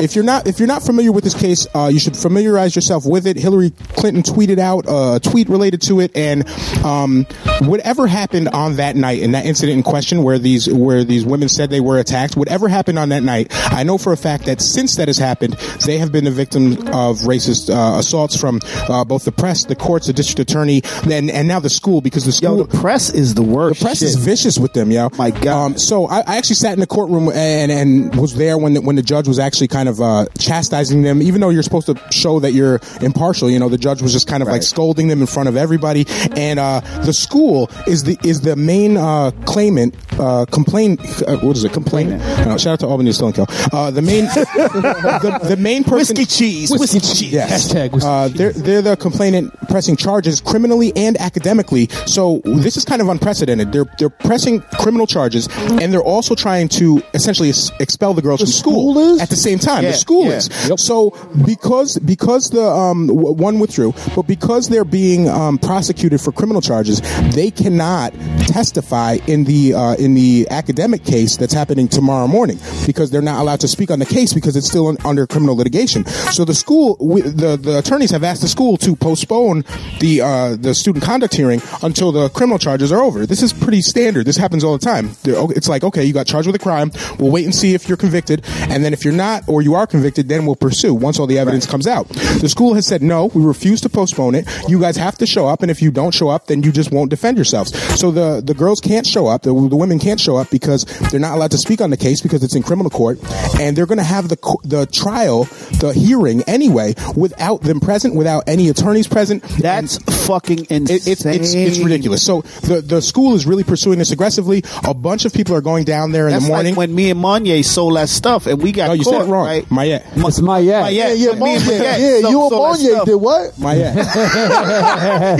Speaker 2: If you're not if you're not familiar with this case, uh, you should familiarize yourself with it. Hillary Clinton tweeted out uh, a tweet related to it, and um, whatever happened on that night in that incident in question, where these where these women said they were attacked, whatever happened on that night, I know for a fact that since that has happened, they have been the victim of racist uh, assaults from uh, both the press, the courts, the district attorney, and and now the school because the school
Speaker 7: the press is the worst.
Speaker 2: The press is vicious with them, yo. My God. Um, so I, I actually sat in the courtroom and and was there when the, when the judge was actually kind of uh, chastising them, even though you're supposed to show that you're impartial. You know, the judge was just kind of like scolding them in front of everybody, and uh, the school is the is the main uh, claimant uh, complain. Uh, what is it? Complainant. Uh, shout out to Albany Stone Kill. Uh, the main the, the main person
Speaker 7: whiskey cheese. Whiskey, cheese.
Speaker 2: Yes. Uh, they're, they're the complainant pressing charges criminally and academically. So this is kind of unprecedented. They're they're pressing criminal charges, and they're also trying to essentially s- expel the girls from school, at the same time.
Speaker 7: Yeah,
Speaker 2: The school
Speaker 7: yeah.
Speaker 2: is. So because because the um, w- one withdrew, but because they're being um, prosecuted for criminal charges, they cannot testify in the uh, in the academic case that's happening tomorrow morning because they're not allowed to speak on the case because it's still un- under criminal litigation. So the school, we, the the attorneys have asked the school to postpone the uh, the student conduct hearing until the criminal charges are over. This is pretty standard. This happens all the time. They're- It's like okay, you got charged with a crime. We'll wait and see if you're convicted, and then if you're not or you are convicted, then we'll pursue once all the evidence comes out. The school has said no. We refuse to postpone it. You guys have to show up, and if you don't show up, then you just won't defend yourselves. So the the girls can't show up. The, the women can't show up because they're not allowed to speak on the case because it's in criminal court, and they're going to have the co- the trial, the hearing anyway, without them present, without any attorneys present.
Speaker 7: That's fucking insane.
Speaker 2: it's, it's, it's ridiculous. So the the school is really pursuing this aggressively. A bunch of people are going down there in
Speaker 7: That's
Speaker 2: the morning.
Speaker 7: like when me and Monye sold that stuff and we got
Speaker 2: no, you
Speaker 7: caught,
Speaker 2: said it wrong.
Speaker 7: right?
Speaker 2: Mayette.
Speaker 5: It's my yeah.
Speaker 7: yeah,
Speaker 1: yeah,
Speaker 7: me and
Speaker 1: Monye.
Speaker 7: Mayette
Speaker 1: Yeah,
Speaker 7: sold-
Speaker 1: you and
Speaker 7: sold that
Speaker 1: Monye
Speaker 7: stuff.
Speaker 1: did what?
Speaker 2: Mayette.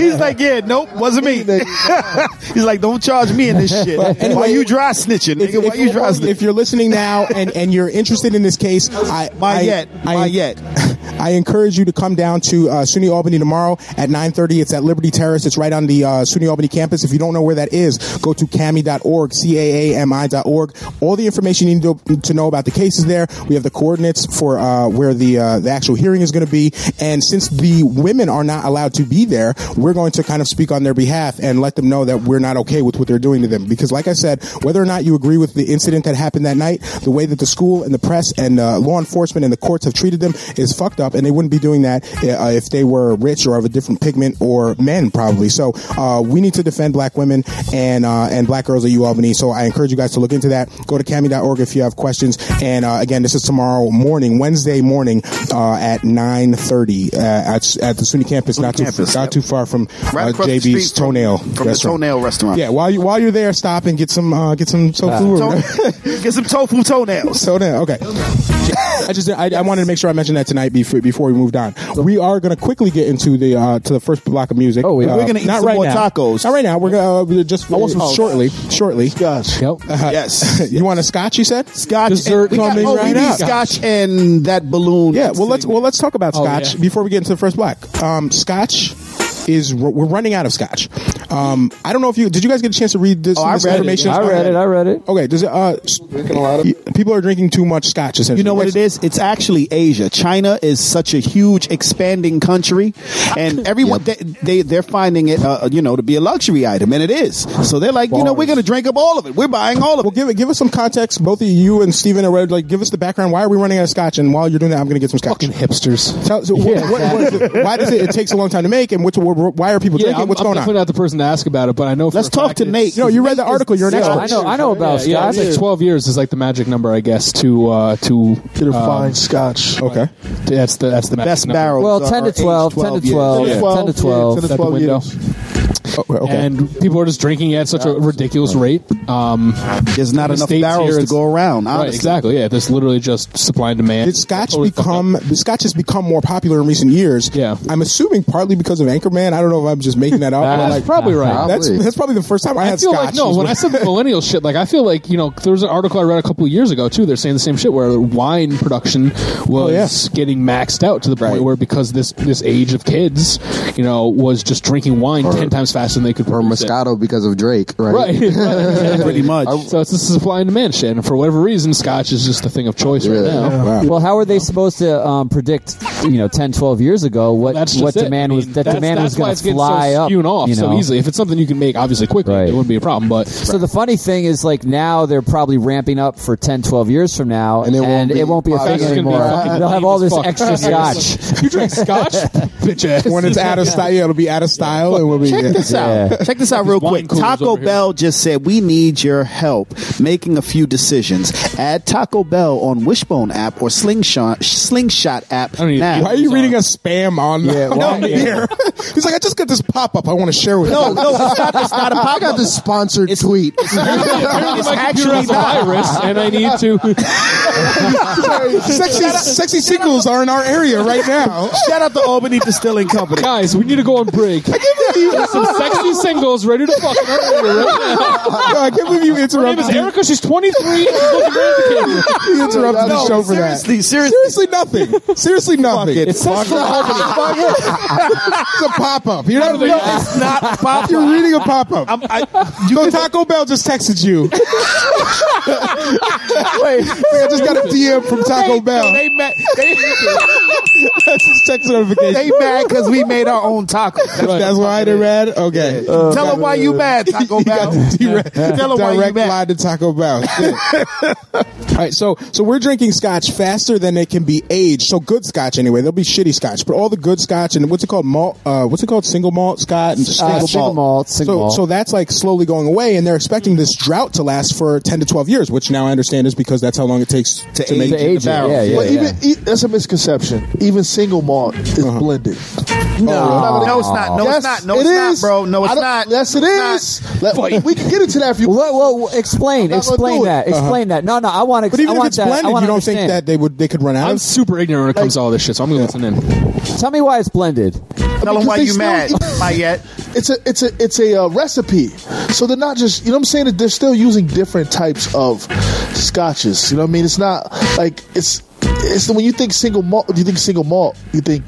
Speaker 7: He's like, yeah, nope, wasn't me. He's like, don't charge me in this shit.
Speaker 2: Anyway-
Speaker 7: Why you dry snitching? Nigga? Why you dry snitching?
Speaker 2: if you're listening now and, and you're interested in this case, I I,
Speaker 7: Mayette,
Speaker 2: I,
Speaker 7: Mayette.
Speaker 2: I encourage you to come down to uh, SUNY Albany tomorrow at 9:30. It's at Liberty Terrace. It's right on the uh, SUNY Albany campus. If you don't know where that is, go to cami.org, c a a m i dot org. All the information you need to, to know about the case is there. We have the coordinates for uh, where the uh, the actual hearing is going to be. And since the women are not allowed to be there, we're going to kind of speak on their behalf and let them know that we're not okay with what they're doing to them. Because, like I said, whether or not you agree with the incident that happened that night, the way that the school and the press and uh, law enforcement and the courts have treated them is fucked up up, and they wouldn't be doing that uh, if they were rich or of a different pigment or men, probably. So uh, we need to defend black women and uh, and black girls at UAlbany. So I encourage you guys to look into that. Go to cami.org if you have questions. And uh, again, this is tomorrow morning, Wednesday morning uh, at 9.30 uh, at, at the SUNY campus, not,
Speaker 9: campus,
Speaker 2: too, not
Speaker 9: yep.
Speaker 2: too far from
Speaker 9: Right
Speaker 2: uh,
Speaker 9: across the
Speaker 2: JB's
Speaker 9: street from-
Speaker 2: toenail
Speaker 9: from the toenail restaurant.
Speaker 2: Yeah, while you while you're there, stop and get some uh, get some tofu. or
Speaker 7: get some tofu toenails.
Speaker 2: Toenail. Okay. I just I, I wanted to make sure I mentioned that tonight before before we moved on. We are going to quickly get into the uh, to the first block of music. Oh,
Speaker 7: are. We're gonna eat
Speaker 2: not
Speaker 7: some
Speaker 2: right
Speaker 7: more
Speaker 2: now.
Speaker 7: tacos.
Speaker 2: Not right now. We're gonna uh, just I
Speaker 7: want some-
Speaker 2: shortly. Shortly. Scotch.
Speaker 5: Yep.
Speaker 2: yes. you want a scotch? You said
Speaker 7: scotch.
Speaker 2: Dessert
Speaker 7: and- we got-
Speaker 2: coming
Speaker 7: oh, we
Speaker 2: right
Speaker 7: need
Speaker 2: up.
Speaker 7: Scotch and that balloon.
Speaker 2: Yeah, well let's well let's talk about
Speaker 7: Oh,
Speaker 2: scotch
Speaker 7: yeah.
Speaker 2: before we get into the first black. Um, scotch is we're running out of scotch. Um, I don't know if you did. You guys get a chance to read this?
Speaker 5: Oh, I
Speaker 2: this
Speaker 5: read it.
Speaker 2: information?
Speaker 5: I read it. I read it.
Speaker 2: Okay. Does it? Uh, drinking a lot of. People are drinking too much scotch. Essentially,
Speaker 7: You know what it is? It's actually Asia. China is such a huge, expanding country, and everyone they, they they're finding it, uh, you know, to be a luxury item, and it is. So they're like, you know, we're going to drink up all of it. We're buying all of
Speaker 2: Well, give it. Give us some context. Both of you and Steven are read. Like, give us the background. Why are we running out of scotch? And while you're doing that, I'm going to get some scotch. Fucking
Speaker 3: hipsters.
Speaker 2: Tell, so what-
Speaker 3: Yeah,
Speaker 2: what- what is it? why does it? It takes a long time to make, and what's, why are people
Speaker 3: Yeah,
Speaker 2: drinking?
Speaker 3: I'm,
Speaker 2: what's
Speaker 3: I'm
Speaker 2: going on?
Speaker 3: definitely not the person to ask about it, but I know. Let's
Speaker 7: talk to Nate.
Speaker 2: No, you read the article. You're an
Speaker 3: Yeah,
Speaker 2: expert.
Speaker 3: I know. I know about
Speaker 2: Yeah, yeah,
Speaker 3: scotch.
Speaker 2: yeah.
Speaker 3: Like twelve years is like the magic number, I guess, to uh, to to
Speaker 1: define scotch.
Speaker 2: Okay,
Speaker 3: that's the that's the, magic
Speaker 7: best
Speaker 3: number.
Speaker 7: barrels Well, 10 to are aged 12, 10 to 12 years. 12,
Speaker 3: Yeah.
Speaker 7: 10 to Oh, 12.
Speaker 3: Is that the
Speaker 7: 12
Speaker 3: window? And people are just drinking at such a ridiculous rate. Um,
Speaker 7: There's not enough barrels to go around, honestly.
Speaker 3: exactly. Yeah, there's literally just supply and demand.
Speaker 2: Did scotch become the scotch has become more popular in recent years? Yeah, I'm assuming partly because of Anchorman. I don't know if I'm just making that up.
Speaker 3: That's
Speaker 2: but, like,
Speaker 3: probably right.
Speaker 2: That's, that's probably the first time I,
Speaker 3: I
Speaker 2: had
Speaker 3: feel
Speaker 2: scotch.
Speaker 3: like no.
Speaker 2: was
Speaker 3: When I said millennial shit, like I feel like you know there was an article I read a couple of years ago too. They're saying the same shit where wine production was
Speaker 5: Oh,
Speaker 3: getting maxed out to the point where because this this age of kids, you know, was just drinking wine ten times faster than they could. Or Moscato
Speaker 8: because of Drake, right?
Speaker 3: Right,
Speaker 8: Pretty
Speaker 3: much. So it's this supply and demand shit, and for whatever reason, scotch is just the thing of choice right now.
Speaker 5: Well, how were they supposed to um, predict, you know, 10, 12 years ago what
Speaker 3: That's
Speaker 5: what
Speaker 3: just it.
Speaker 5: demand
Speaker 3: I
Speaker 5: was
Speaker 3: mean,
Speaker 5: that
Speaker 3: that's-
Speaker 5: demand was
Speaker 3: that's why
Speaker 5: going
Speaker 3: it's
Speaker 5: to
Speaker 3: getting
Speaker 5: fly
Speaker 3: so
Speaker 5: up,
Speaker 3: hewn off
Speaker 5: you
Speaker 3: so
Speaker 5: know?
Speaker 3: easily. If it's something you can make obviously quickly, it wouldn't be a problem. But
Speaker 5: So the funny thing is, like now they're probably ramping up for 10, 12 years from now, and it won't, be, a
Speaker 2: popular
Speaker 5: thing anymore.
Speaker 2: anymore. It's gonna be fucking
Speaker 5: They'll have all
Speaker 2: lame as
Speaker 5: this
Speaker 2: fuck.
Speaker 5: extra scotch.
Speaker 2: You drink scotch, bitch ass. When it's out of style, yeah, it'll be out of style, and we'll be
Speaker 7: Check
Speaker 2: yeah.
Speaker 7: this out. Check this out real quick. Taco Bell just said we need your help making a few decisions. Add Taco Bell on Wishbone app or Slingshot Slingshot app now.
Speaker 2: Why are you reading a spam on,
Speaker 7: Yeah,
Speaker 2: on
Speaker 7: why-
Speaker 2: the air? He's like, I just got this pop up. I want to share with
Speaker 7: No,
Speaker 2: you.
Speaker 7: no, it's not- it's not a pop-up. I got this
Speaker 1: sponsored tweet.
Speaker 7: Apparently my computer has a virus,
Speaker 3: and I need
Speaker 2: to. sexy, sexy singles are in our area right now.
Speaker 7: Shout out to Albany Distilling Company.
Speaker 3: Guys, we need to go on break. There's some sexy singles ready to fuck.
Speaker 2: No, I can't believe you interrupted.
Speaker 3: Her name is Erica. She's 23. She's looking great at the camera.
Speaker 2: You interrupted the
Speaker 3: No,
Speaker 2: show for that.
Speaker 3: seriously,
Speaker 2: seriously, nothing. Seriously, nothing.
Speaker 3: it. It's Fuck sexual it. company. Fuck
Speaker 2: it's a pop up. You're not.
Speaker 3: No,
Speaker 2: reading-
Speaker 3: it's not a pop-up.
Speaker 2: You're reading a pop up. No, Taco Bell just texted you. wait, wait, I just got a DM from Taco
Speaker 7: They-
Speaker 2: Bell.
Speaker 7: they ma- they-
Speaker 2: That's his text notification.
Speaker 7: They mad because we made our own tacos.
Speaker 2: That's why they read. Okay.
Speaker 7: Tell them why you mad, Taco Bell. Tell them why you
Speaker 2: direct
Speaker 7: mad.
Speaker 2: line to Taco Bell. Shit. All right, so so we're drinking scotch faster than it can be aged. So good scotch anyway. There'll be shitty scotch, but all the good scotch and what's it called malt? Uh, what's it called? Single malt scotch. And
Speaker 5: single malt. single
Speaker 2: so
Speaker 5: malt.
Speaker 2: so that's like slowly going away, and they're expecting this drought to last for ten to twelve years, which now I understand is because that's how long it takes to,
Speaker 1: To
Speaker 2: make
Speaker 1: age it,
Speaker 2: the barrel.
Speaker 1: yeah, yeah, Well, yeah. even- E, That's a misconception. Even single malt is
Speaker 7: Uh-huh.
Speaker 1: blended.
Speaker 7: No, no, it's not. No, it's not. No, it's not, bro. No, it's
Speaker 1: I don't-
Speaker 7: not.
Speaker 1: Yes, it is. Let- we can get into that if you.
Speaker 5: Well, well, well, explain,
Speaker 1: I'm not gonna
Speaker 5: explain
Speaker 1: do it.
Speaker 5: that,
Speaker 1: Uh-huh.
Speaker 5: explain that. No, no, I want to.
Speaker 2: But even
Speaker 5: I
Speaker 2: if
Speaker 5: want
Speaker 2: it's
Speaker 5: that.
Speaker 2: blended,
Speaker 5: I
Speaker 2: you
Speaker 5: wanna
Speaker 2: don't think
Speaker 5: understand.
Speaker 2: that they would they could run out
Speaker 3: I'm
Speaker 2: of?
Speaker 3: super ignorant when it comes to all this shit, so I'm going to listen in.
Speaker 5: Tell me why it's blended.
Speaker 7: Tell them
Speaker 1: Because
Speaker 7: why
Speaker 1: they
Speaker 7: you
Speaker 1: still-
Speaker 7: mad, Mayette.
Speaker 1: It's a it's a it's a uh, recipe. So they're not just you know what I'm saying. They're still using different types of scotches. You know what I mean? It's not like it's it's when you think single malt. You think single malt. You think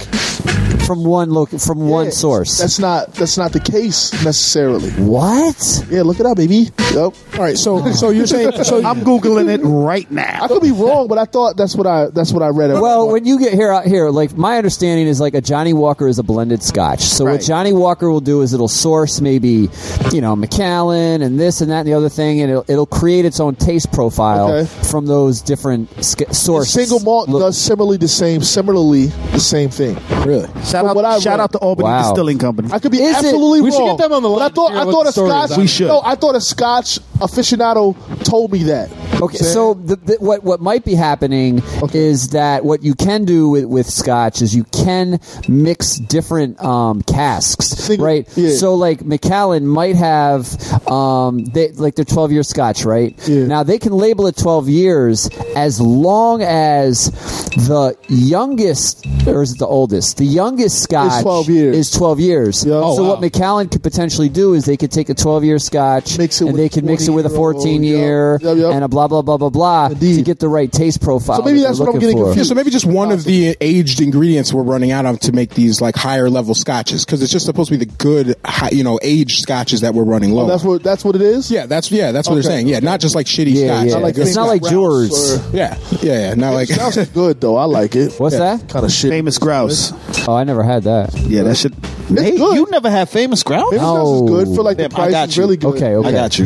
Speaker 5: from one look from one source.
Speaker 1: That's not that's not the case necessarily.
Speaker 5: What?
Speaker 1: Yeah, look it up, baby. Yep. All
Speaker 2: right, so so you're saying so
Speaker 1: I'm
Speaker 7: googling it right now.
Speaker 1: I could be wrong, but I thought that's what I that's what I read. About.
Speaker 5: Well, when you get here out here, like my understanding is like a Johnny Walker is a blended Scotch. So what Johnny Walker will do is it'll source maybe you know Macallan and this and that and the other thing, and it'll, it'll create its own taste profile
Speaker 1: Okay.
Speaker 5: from those different sc-
Speaker 1: The
Speaker 5: sources.
Speaker 1: single malt does similarly the same, similarly the same thing.
Speaker 5: Really?
Speaker 7: Shout out, shout out to Albany
Speaker 1: Wow.
Speaker 7: Distilling Company.
Speaker 1: I could be absolutely wrong. But I thought, I thought a Scotch.
Speaker 7: We should.
Speaker 1: No, I thought a Scotch aficionado told me that.
Speaker 5: Okay, so the, the, what what might be happening is that what you can do with, with scotch is you can mix different um, casks, right? So like Macallan might have um, they, like their twelve year scotch, right? Now they can label it twelve years as long as the youngest or is it the oldest? The youngest scotch
Speaker 1: 12 years.
Speaker 5: Is twelve years.
Speaker 1: Oh,
Speaker 5: so
Speaker 1: wow.
Speaker 5: what Macallan could potentially do is they could take a twelve year scotch and they could mix it with a fourteen year and a blah blah blah blah blah to get the right taste profile. that they're looking for.
Speaker 2: Yeah, so maybe just one of the aged ingredients we're running out of to make these like higher level scotches because it's just supposed to be the good, high, you know, aged scotches that we're running low.
Speaker 1: Oh, that's what that's what it is.
Speaker 2: Yeah, that's yeah, that's what they're
Speaker 1: Okay.
Speaker 2: saying. Yeah, not just like shitty
Speaker 1: Yeah,
Speaker 2: scotch.
Speaker 1: yeah.
Speaker 2: but
Speaker 1: Like
Speaker 2: good
Speaker 1: it's not
Speaker 2: scotch.
Speaker 1: like Jewelers or-
Speaker 2: Yeah, yeah, yeah. Not like
Speaker 1: Sounds good though. I like it.
Speaker 5: What's
Speaker 2: Yeah.
Speaker 5: that?
Speaker 1: Kind of shit.
Speaker 7: Famous grouse.
Speaker 5: Oh, I never had that.
Speaker 7: Yeah, that shit. Nate, you never had famous grouse?
Speaker 1: Famous
Speaker 5: grouse is good for,
Speaker 1: like, the
Speaker 7: Damn, I
Speaker 1: price
Speaker 7: got
Speaker 1: is
Speaker 7: you.
Speaker 1: really good.
Speaker 5: Okay, okay.
Speaker 7: I got you.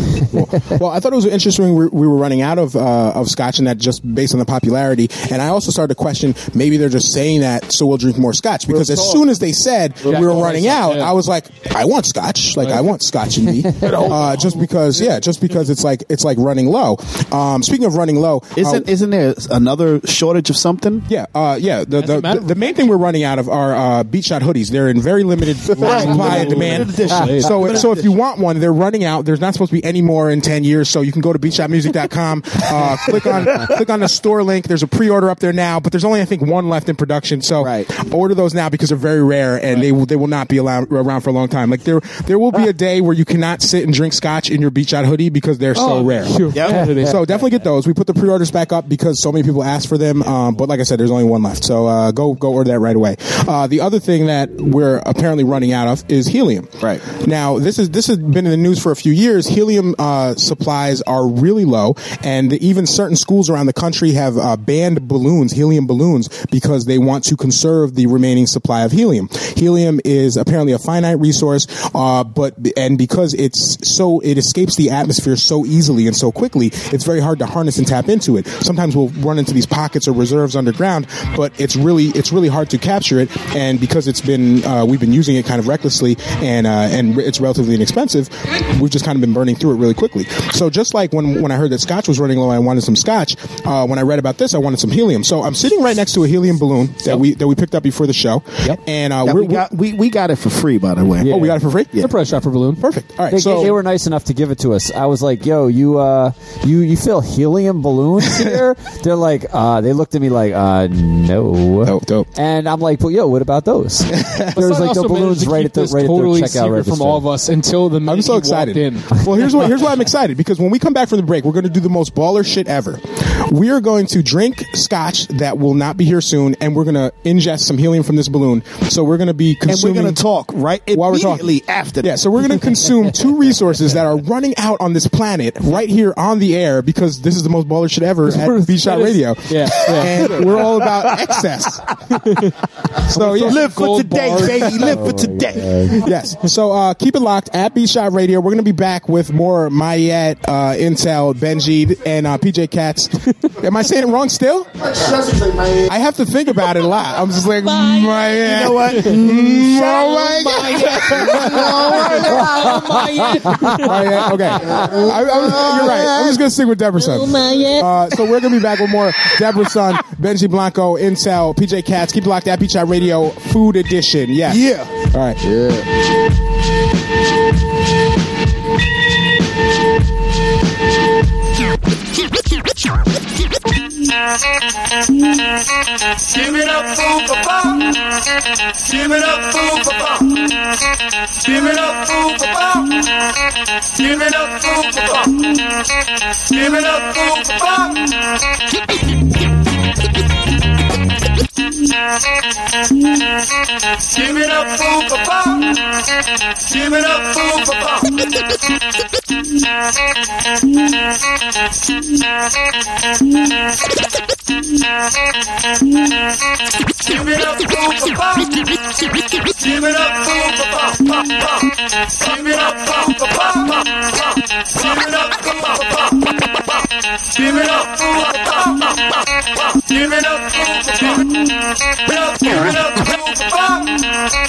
Speaker 2: well, I thought it was interesting. We, we were running out of uh, of scotch, and that just based on the popularity. And I also started to question maybe they're just saying that so we'll drink more scotch because as soon as they said
Speaker 9: Real
Speaker 2: we were
Speaker 9: talk.
Speaker 2: running out, I was like, I want scotch. Like I want scotch in me, uh, just because. Yeah, just because it's like it's like running low. Um, speaking of running low,
Speaker 7: Isn't isn't there another shortage of something?
Speaker 2: Yeah, uh, yeah. The, the, the, the main thing we're running out of are uh, beach shot hoodies. They're in very limited supply and demand.
Speaker 7: Limited edition.
Speaker 2: So, so if you want one, they're running out. There's not supposed to be any more in ten years. So you can go to beachshotmusic.com, uh, click on click on the store link. There's a pre-order up there now, but there's only I think one left in production. So order those now because they're very rare and they will, they will not be allowed, around for a long time. Like there there will be a day where you cannot sit and drink scotch in your beach shot hoodie because they're so
Speaker 9: Oh,
Speaker 2: rare.
Speaker 9: you're Yeah. kidding.
Speaker 2: So definitely get those. We put the pre-orders back up because so many people asked for them. Um, but like I said, there's only one left. So uh, go go order that right away. Uh, the other thing that we're apparently running out of is helium. Right now, this is this has been in the news for a few years. Helium uh, supplies are really low, and even certain schools around the country have uh, banned balloons, helium balloons, because they want to conserve the remaining supply of helium. Helium is apparently a finite resource, uh, but and because it's so it escapes the atmosphere so easily and so quickly, it's very hard to harness and tap into it. Sometimes we'll run into these pockets or reserves underground, but it's really it's really hard to capture it. And because it's been uh, we've been using it kind of recklessly and uh, and it's relatively inexpensive, we've just kind of been burning through it really quickly. So just like when when I heard that Scotch was running low, I wanted some Scotch. Uh, when I read about this, I wanted some helium. So I'm sitting right next to a helium balloon that we that we picked up before the show. Yep. And uh,
Speaker 7: That
Speaker 2: we're,
Speaker 7: we got we, we got it for free, by the way.
Speaker 2: Oh, we got it for free.
Speaker 5: The
Speaker 2: price shopper balloon. Perfect. All right.
Speaker 5: They,
Speaker 2: so
Speaker 5: they were nice enough to give it to us. I was like, "Yo, you, uh, you, you feel helium balloons here?" They're like, uh, they looked at me like, uh, "No."
Speaker 2: Dope, dope.
Speaker 5: And I'm like, "Well, yo, what about those?" There's
Speaker 3: Hassan
Speaker 5: like
Speaker 3: also
Speaker 5: the
Speaker 3: managed
Speaker 5: balloons
Speaker 3: to
Speaker 5: right
Speaker 3: keep
Speaker 5: at the
Speaker 3: this
Speaker 5: right
Speaker 3: totally
Speaker 5: at the
Speaker 3: secret
Speaker 5: checkout register.
Speaker 3: from all of us until the minute
Speaker 2: I'm so
Speaker 3: he
Speaker 2: excited.
Speaker 3: walked in.
Speaker 2: Well, here's what here's why I'm excited because when we come back from the break, we're going to do the most baller shit ever. We are going to drink scotch that will not be here soon, and we're going to ingest some helium from this balloon. So we're going to be consuming.
Speaker 7: gonna talk, right
Speaker 2: While we're talking.
Speaker 7: immediately after
Speaker 2: Yeah. So we're going to consume two resources that are running out on this planet right here on the air because this is the most baller shit ever at B Shot
Speaker 3: That is-
Speaker 2: Radio.
Speaker 3: Yeah, yeah.
Speaker 2: And we're all about excess. so yeah.
Speaker 7: Live for
Speaker 2: Gold
Speaker 7: today,
Speaker 2: bars.
Speaker 7: baby. Live for today.
Speaker 2: yes. So uh, keep it locked at B Shot Radio. We're going to be back with more Mayette, uh, Intel, Benji, and uh, PJ Cats. Am I saying it wrong still? I have to think about it a lot. I'm just like, Mayette.
Speaker 7: You know what?
Speaker 2: Mm, all right.
Speaker 7: Oh
Speaker 2: Mayette, Oh Okay. I, I was, you're right. I'm just going to sing with Deborah Son. Uh, so we're going to be back with more Deborah Son, Benji Blanco, Intel, PJ Cats. Keep it locked at B Shot Radio, Food Edition. Yes.
Speaker 9: Yeah.
Speaker 2: All right. Yeah.
Speaker 6: Give it up, food for bomb. Give it up, food for bomb. Give it up, food for bomb. Give it up, food for bomb. Give it up, food for bomb.
Speaker 11: Give it up for Papa. Give it up for Papa. Give it up for Papa. Give it up for Papa. Give it up for Papa. Give it up for Papa. Give it up for Papa. Give it up for Papa. Give it up for Papa.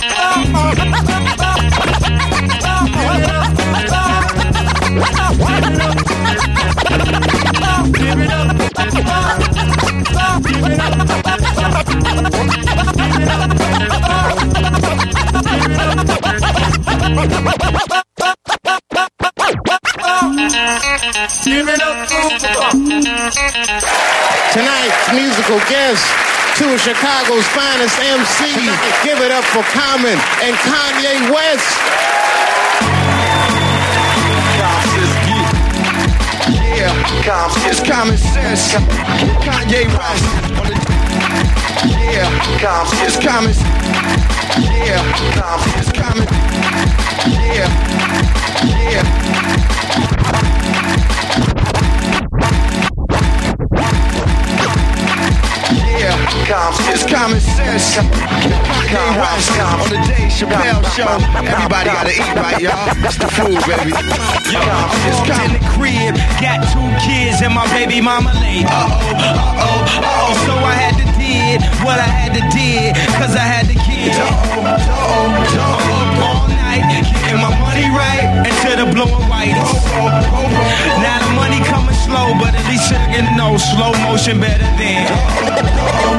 Speaker 11: Give it up
Speaker 14: Tonight's musical guest, two of Chicago's finest MCs. Give it up for Common and Kanye West.
Speaker 11: Yeah, it's common sense. Kanye West. Yeah, it's common. Yeah, it's common. Yeah, yeah. Yeah, it's common sense. Kanye West on the Dave Chappelle show. Everybody gotta eat right, y'all. It's the food, baby. Yo, it's common.
Speaker 6: in the crib. Got two kids and my baby mama late. Uh oh, uh oh, uh oh. So I had to did what I had to did, cause I had the kids. Uh oh, uh oh, uh oh. All night, getting my money right until the blue and white. Oh, oh, oh, oh. Now the money coming slow, but at least I can know slow motion better than.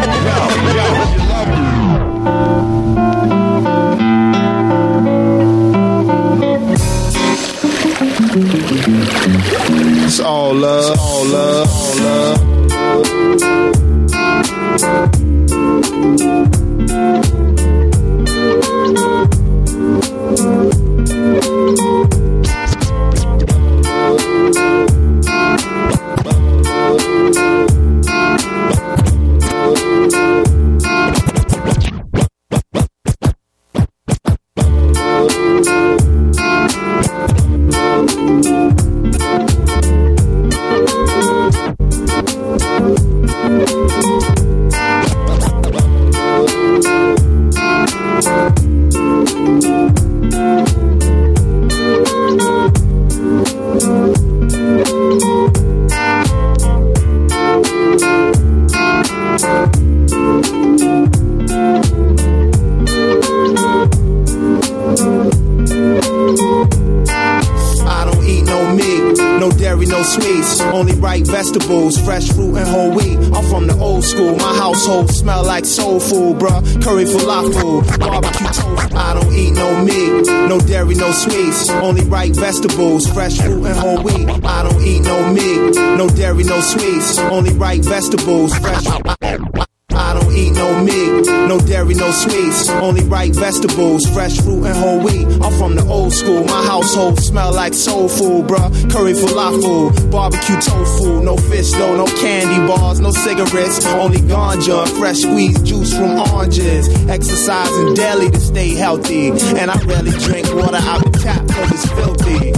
Speaker 14: It's all love. It's all love. All love.
Speaker 15: I don't eat no meat, no dairy, no sweets. Only right vegetables, fresh fruit and whole wheat. I'm from the old school. My household smell like soul food, bruh. Curry falafel, barbecue toast. I don't eat no meat, no dairy, no sweets. Only right vegetables, fresh fruit and whole wheat. I don't eat no meat, no dairy, no sweets. Only right vegetables, fresh. I don't eat no meat, no dairy, no sweets. Only right vegetables, fresh fruit and whole wheat. I'm from the old school. My household smell like soul food, bruh. Curry falafel, barbecue tofu. No fish though, no candy bars, no cigarettes. Only ganja, fresh squeezed juice from oranges. Exercising daily to stay healthy. And I rarely drink water out the tap cause it's filthy.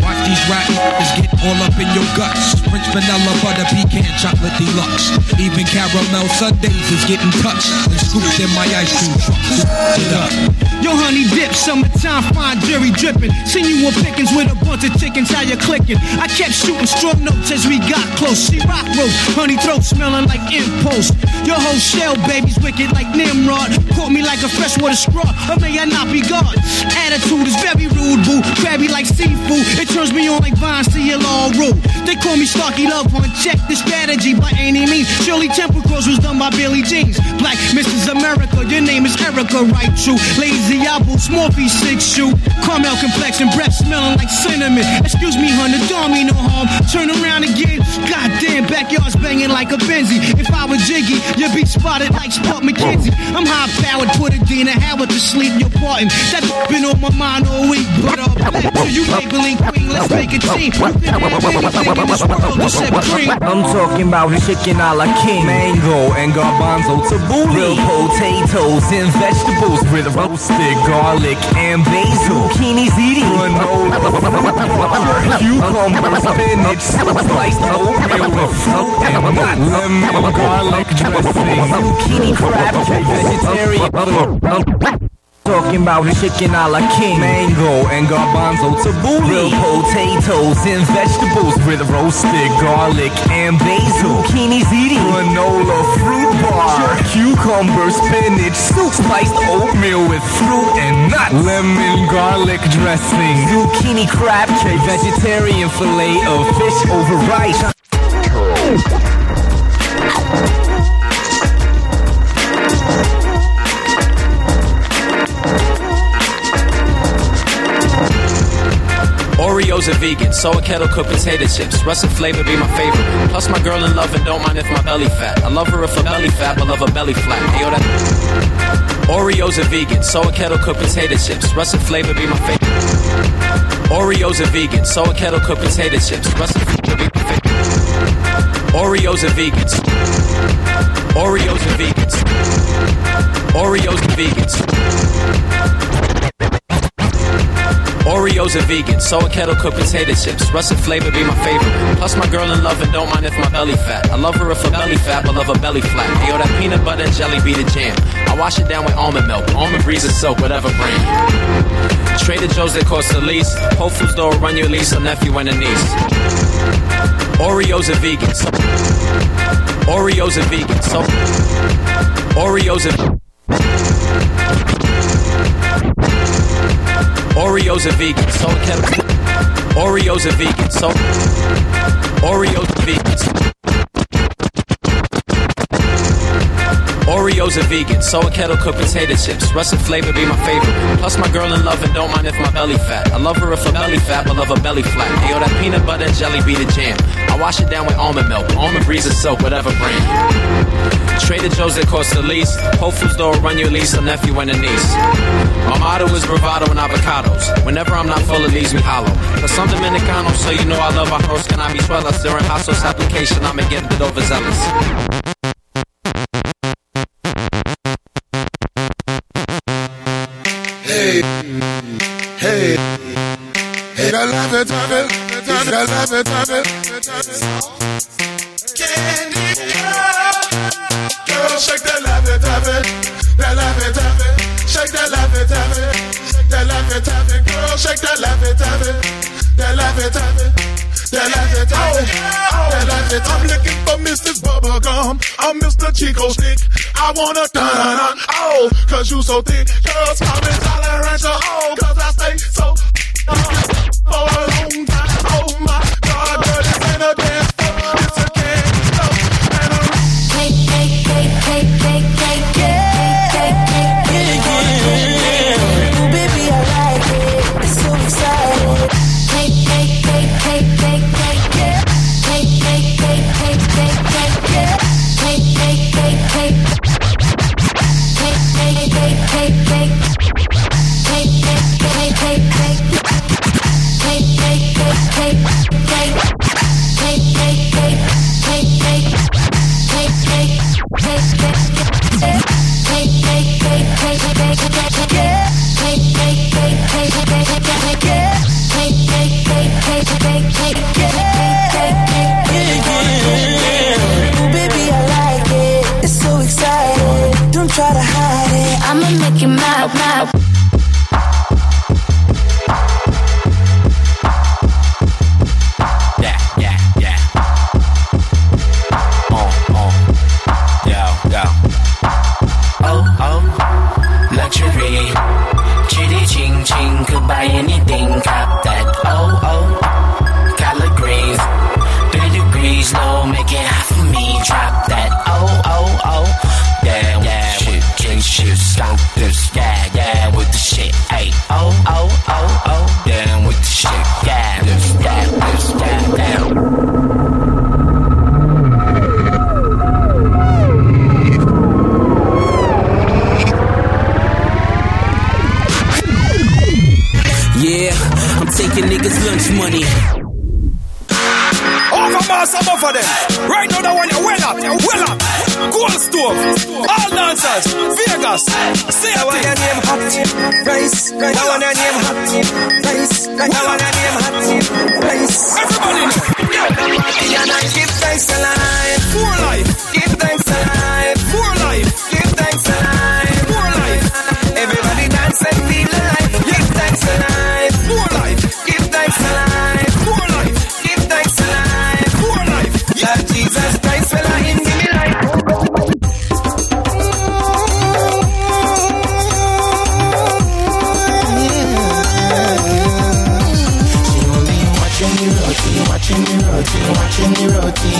Speaker 6: Watch these rotten is get all up in your guts. French vanilla butter pecan chocolate deluxe. Even caramel sundaes is getting touched and scooped in my ice cream truck. Scooped it up.
Speaker 16: Yo, honey dip, summertime fine jerry dripping. Seen you with pickings with a bunch of chickens, how you clicking? I kept shooting strong notes as we got close. She rock roast, honey throat smelling like impost. Your whole shell, baby's wicked like Nimrod. Caught me like a freshwater straw, or may I not be God? Attitude is very rude, boo. Crabby like seafood, it turns me on like Vine, see it all raw. fool. They call me Starkey Love Hunt. Check the strategy by any means. Surely Temple Cross was done by Billy Jeans. Black Mrs. America, your name is Erica, right? True. Lazy eyeballs, Morphe six shoe. Caramel complexion, breath smelling like cinnamon. Excuse me, hun, the dog mean no harm. Turn around again. Goddamn, backyard's banging like a Benzie. If I were Jiggy, you'd be spotted like Spot McKenzie. I'm high powered, put a Dina Howard to sleep. You're parting. That's been on my mind all week. But uh, back to you, Maybelline Queen. Let's make a team. You can have anything in this world except cream.
Speaker 11: I'm talking about chicken a la king, mango and garbanzo tabbouleh, real potatoes and vegetables with roasted garlic and basil, zucchinis eating, cucumber, spinach, sliced oatmeal with fruit and nuts, lemon garlic dressing, zucchini crab cake, vegetarian. Talking about chicken a la king, mango and garbanzo tabbouleh, real potatoes and vegetables with roasted garlic and basil, zucchinis eating, granola fruit bar, cucumber, spinach soup, spiced oatmeal with fruit and nuts, lemon garlic dressing, zucchini crab cake, vegetarian fillet of fish over rice.
Speaker 17: Oreos are vegan, so are kettle cooked potato chips. Russet flavor be my favorite. Plus, my girl in love and don't mind if my belly fat. I love her if her belly fat, but love her belly flat. Yo, that. Oreos are vegan, so are kettle cooked potato chips. Russet flavor be my favorite. Oreos are vegan, so are kettle cooked potato chips. Russet flavor be my favorite. Oreos are vegans. Oreos are vegans. Oreos are vegans. Oreos are vegan, so are kettle cooked potato chips. Russet flavor be my favorite. Plus, my girl in love and don't mind if my belly fat. I love her if her belly fat, but love her belly flat. Yo, that peanut butter and jelly be the jam. I wash it down with almond milk, almond breeze and soap, whatever brand. Trader Joe's that cost the least. Whole Foods don't run your lease, a nephew and a niece. Oreos are vegan. So Oreos are vegan. So Oreos are. Oreos are vegan, so kettle. Oreos are vegan, so Oreos are vegans. Oreos are vegan, so are kettle cooked potato chips. Russet flavor be my favorite. Plus, my girl in love and don't mind if my belly fat. I love her if her belly fat, but love her belly flat. Yo, that peanut butter and jelly be the jam. I wash it down with almond milk, almond breeze and soap, whatever brand. Trader Joe's that cost the least. Whole Foods don't run your lease, a nephew and a niece. My motto is bravado and avocados. Whenever I'm not full, it leaves me hollow. But some Dominicano, so you know I love a horse. Can I be swellas? During households application, I'ma get a bit overzealous.
Speaker 1: Hey, hey, hey, I love it, love it, I love it, love it. Candy girl, girl, shake that love it, love it, that love it, love it. Shake that love it, love it, that love it, love it. Girl, shake that love it, love it, that love it, love it. That love it, love it, that love it. I'm looking for Mrs. Bubblegum, I'm Mr. Chico Stick. I wanna dun dun dun, oh, cause you so thick. Girls, I'm intolerant, oh, cause I stay so for a long time. Oh my God, girl, this ain't a dance floor, it's a candy store. And I'm
Speaker 18: Hey, hey, hey, hey, hey.
Speaker 11: Oh, Oh,
Speaker 17: oh, oh, oh, oh. Down with the shit. Down, down, down, down, down.
Speaker 16: Yeah, I'm taking niggas' lunch money.
Speaker 19: Over mass, I'm over them. Right now, the one you're well up, you're well up. Gold stove, all dancers, Vegas. Say that one your name hot, price. That one your name hot, price. That one your name hot, price. Everybody,
Speaker 17: And I give thanks alive. More life. Give thanks alive. More life. Give thanks alive. More life. Everybody dance and feel alive. Give thanks alive. More life. Give thanks alive. More life. Give thanks alive. More life. Lord Jesus Christ, well I him give me life.
Speaker 11: Watching me roti, watching me roti, watching me roti.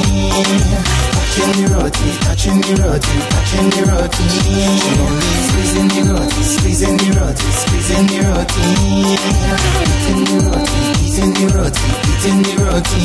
Speaker 11: Watching me roti, touching me roti, touching me roti. She only squeezing me roti, squeezing me roti, squeezing me roti. Eating me roti, eating me roti, eating me roti.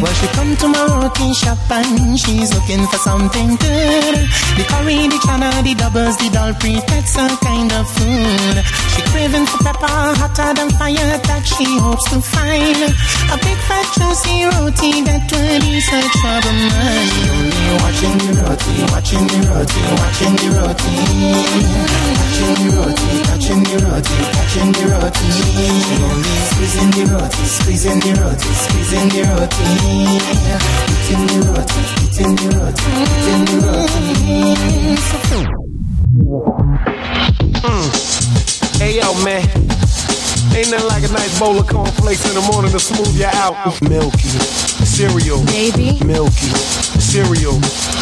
Speaker 11: Well, she come to my roti shop and she's looking for something good. The curry, the chana, the doubles, the doll pretzel kind of food. She craving for pepper, hotter than fire that she hopes to find. A big fat juicy roti that will ease her trouble mind. She only watching the roti, watching the roti, watching the roti. Watching the roti, touching the roti, touching the roti. She only squeezing the roti, squeezing the roti, squeezing the roti. Eating the roti, eating the roti, eating the roti.
Speaker 20: Mm. Hey yo, man. Ain't nothing like a nice bowl of cornflakes in the morning to smooth you out. Milky cereal,
Speaker 21: Baby.
Speaker 20: milky cereal,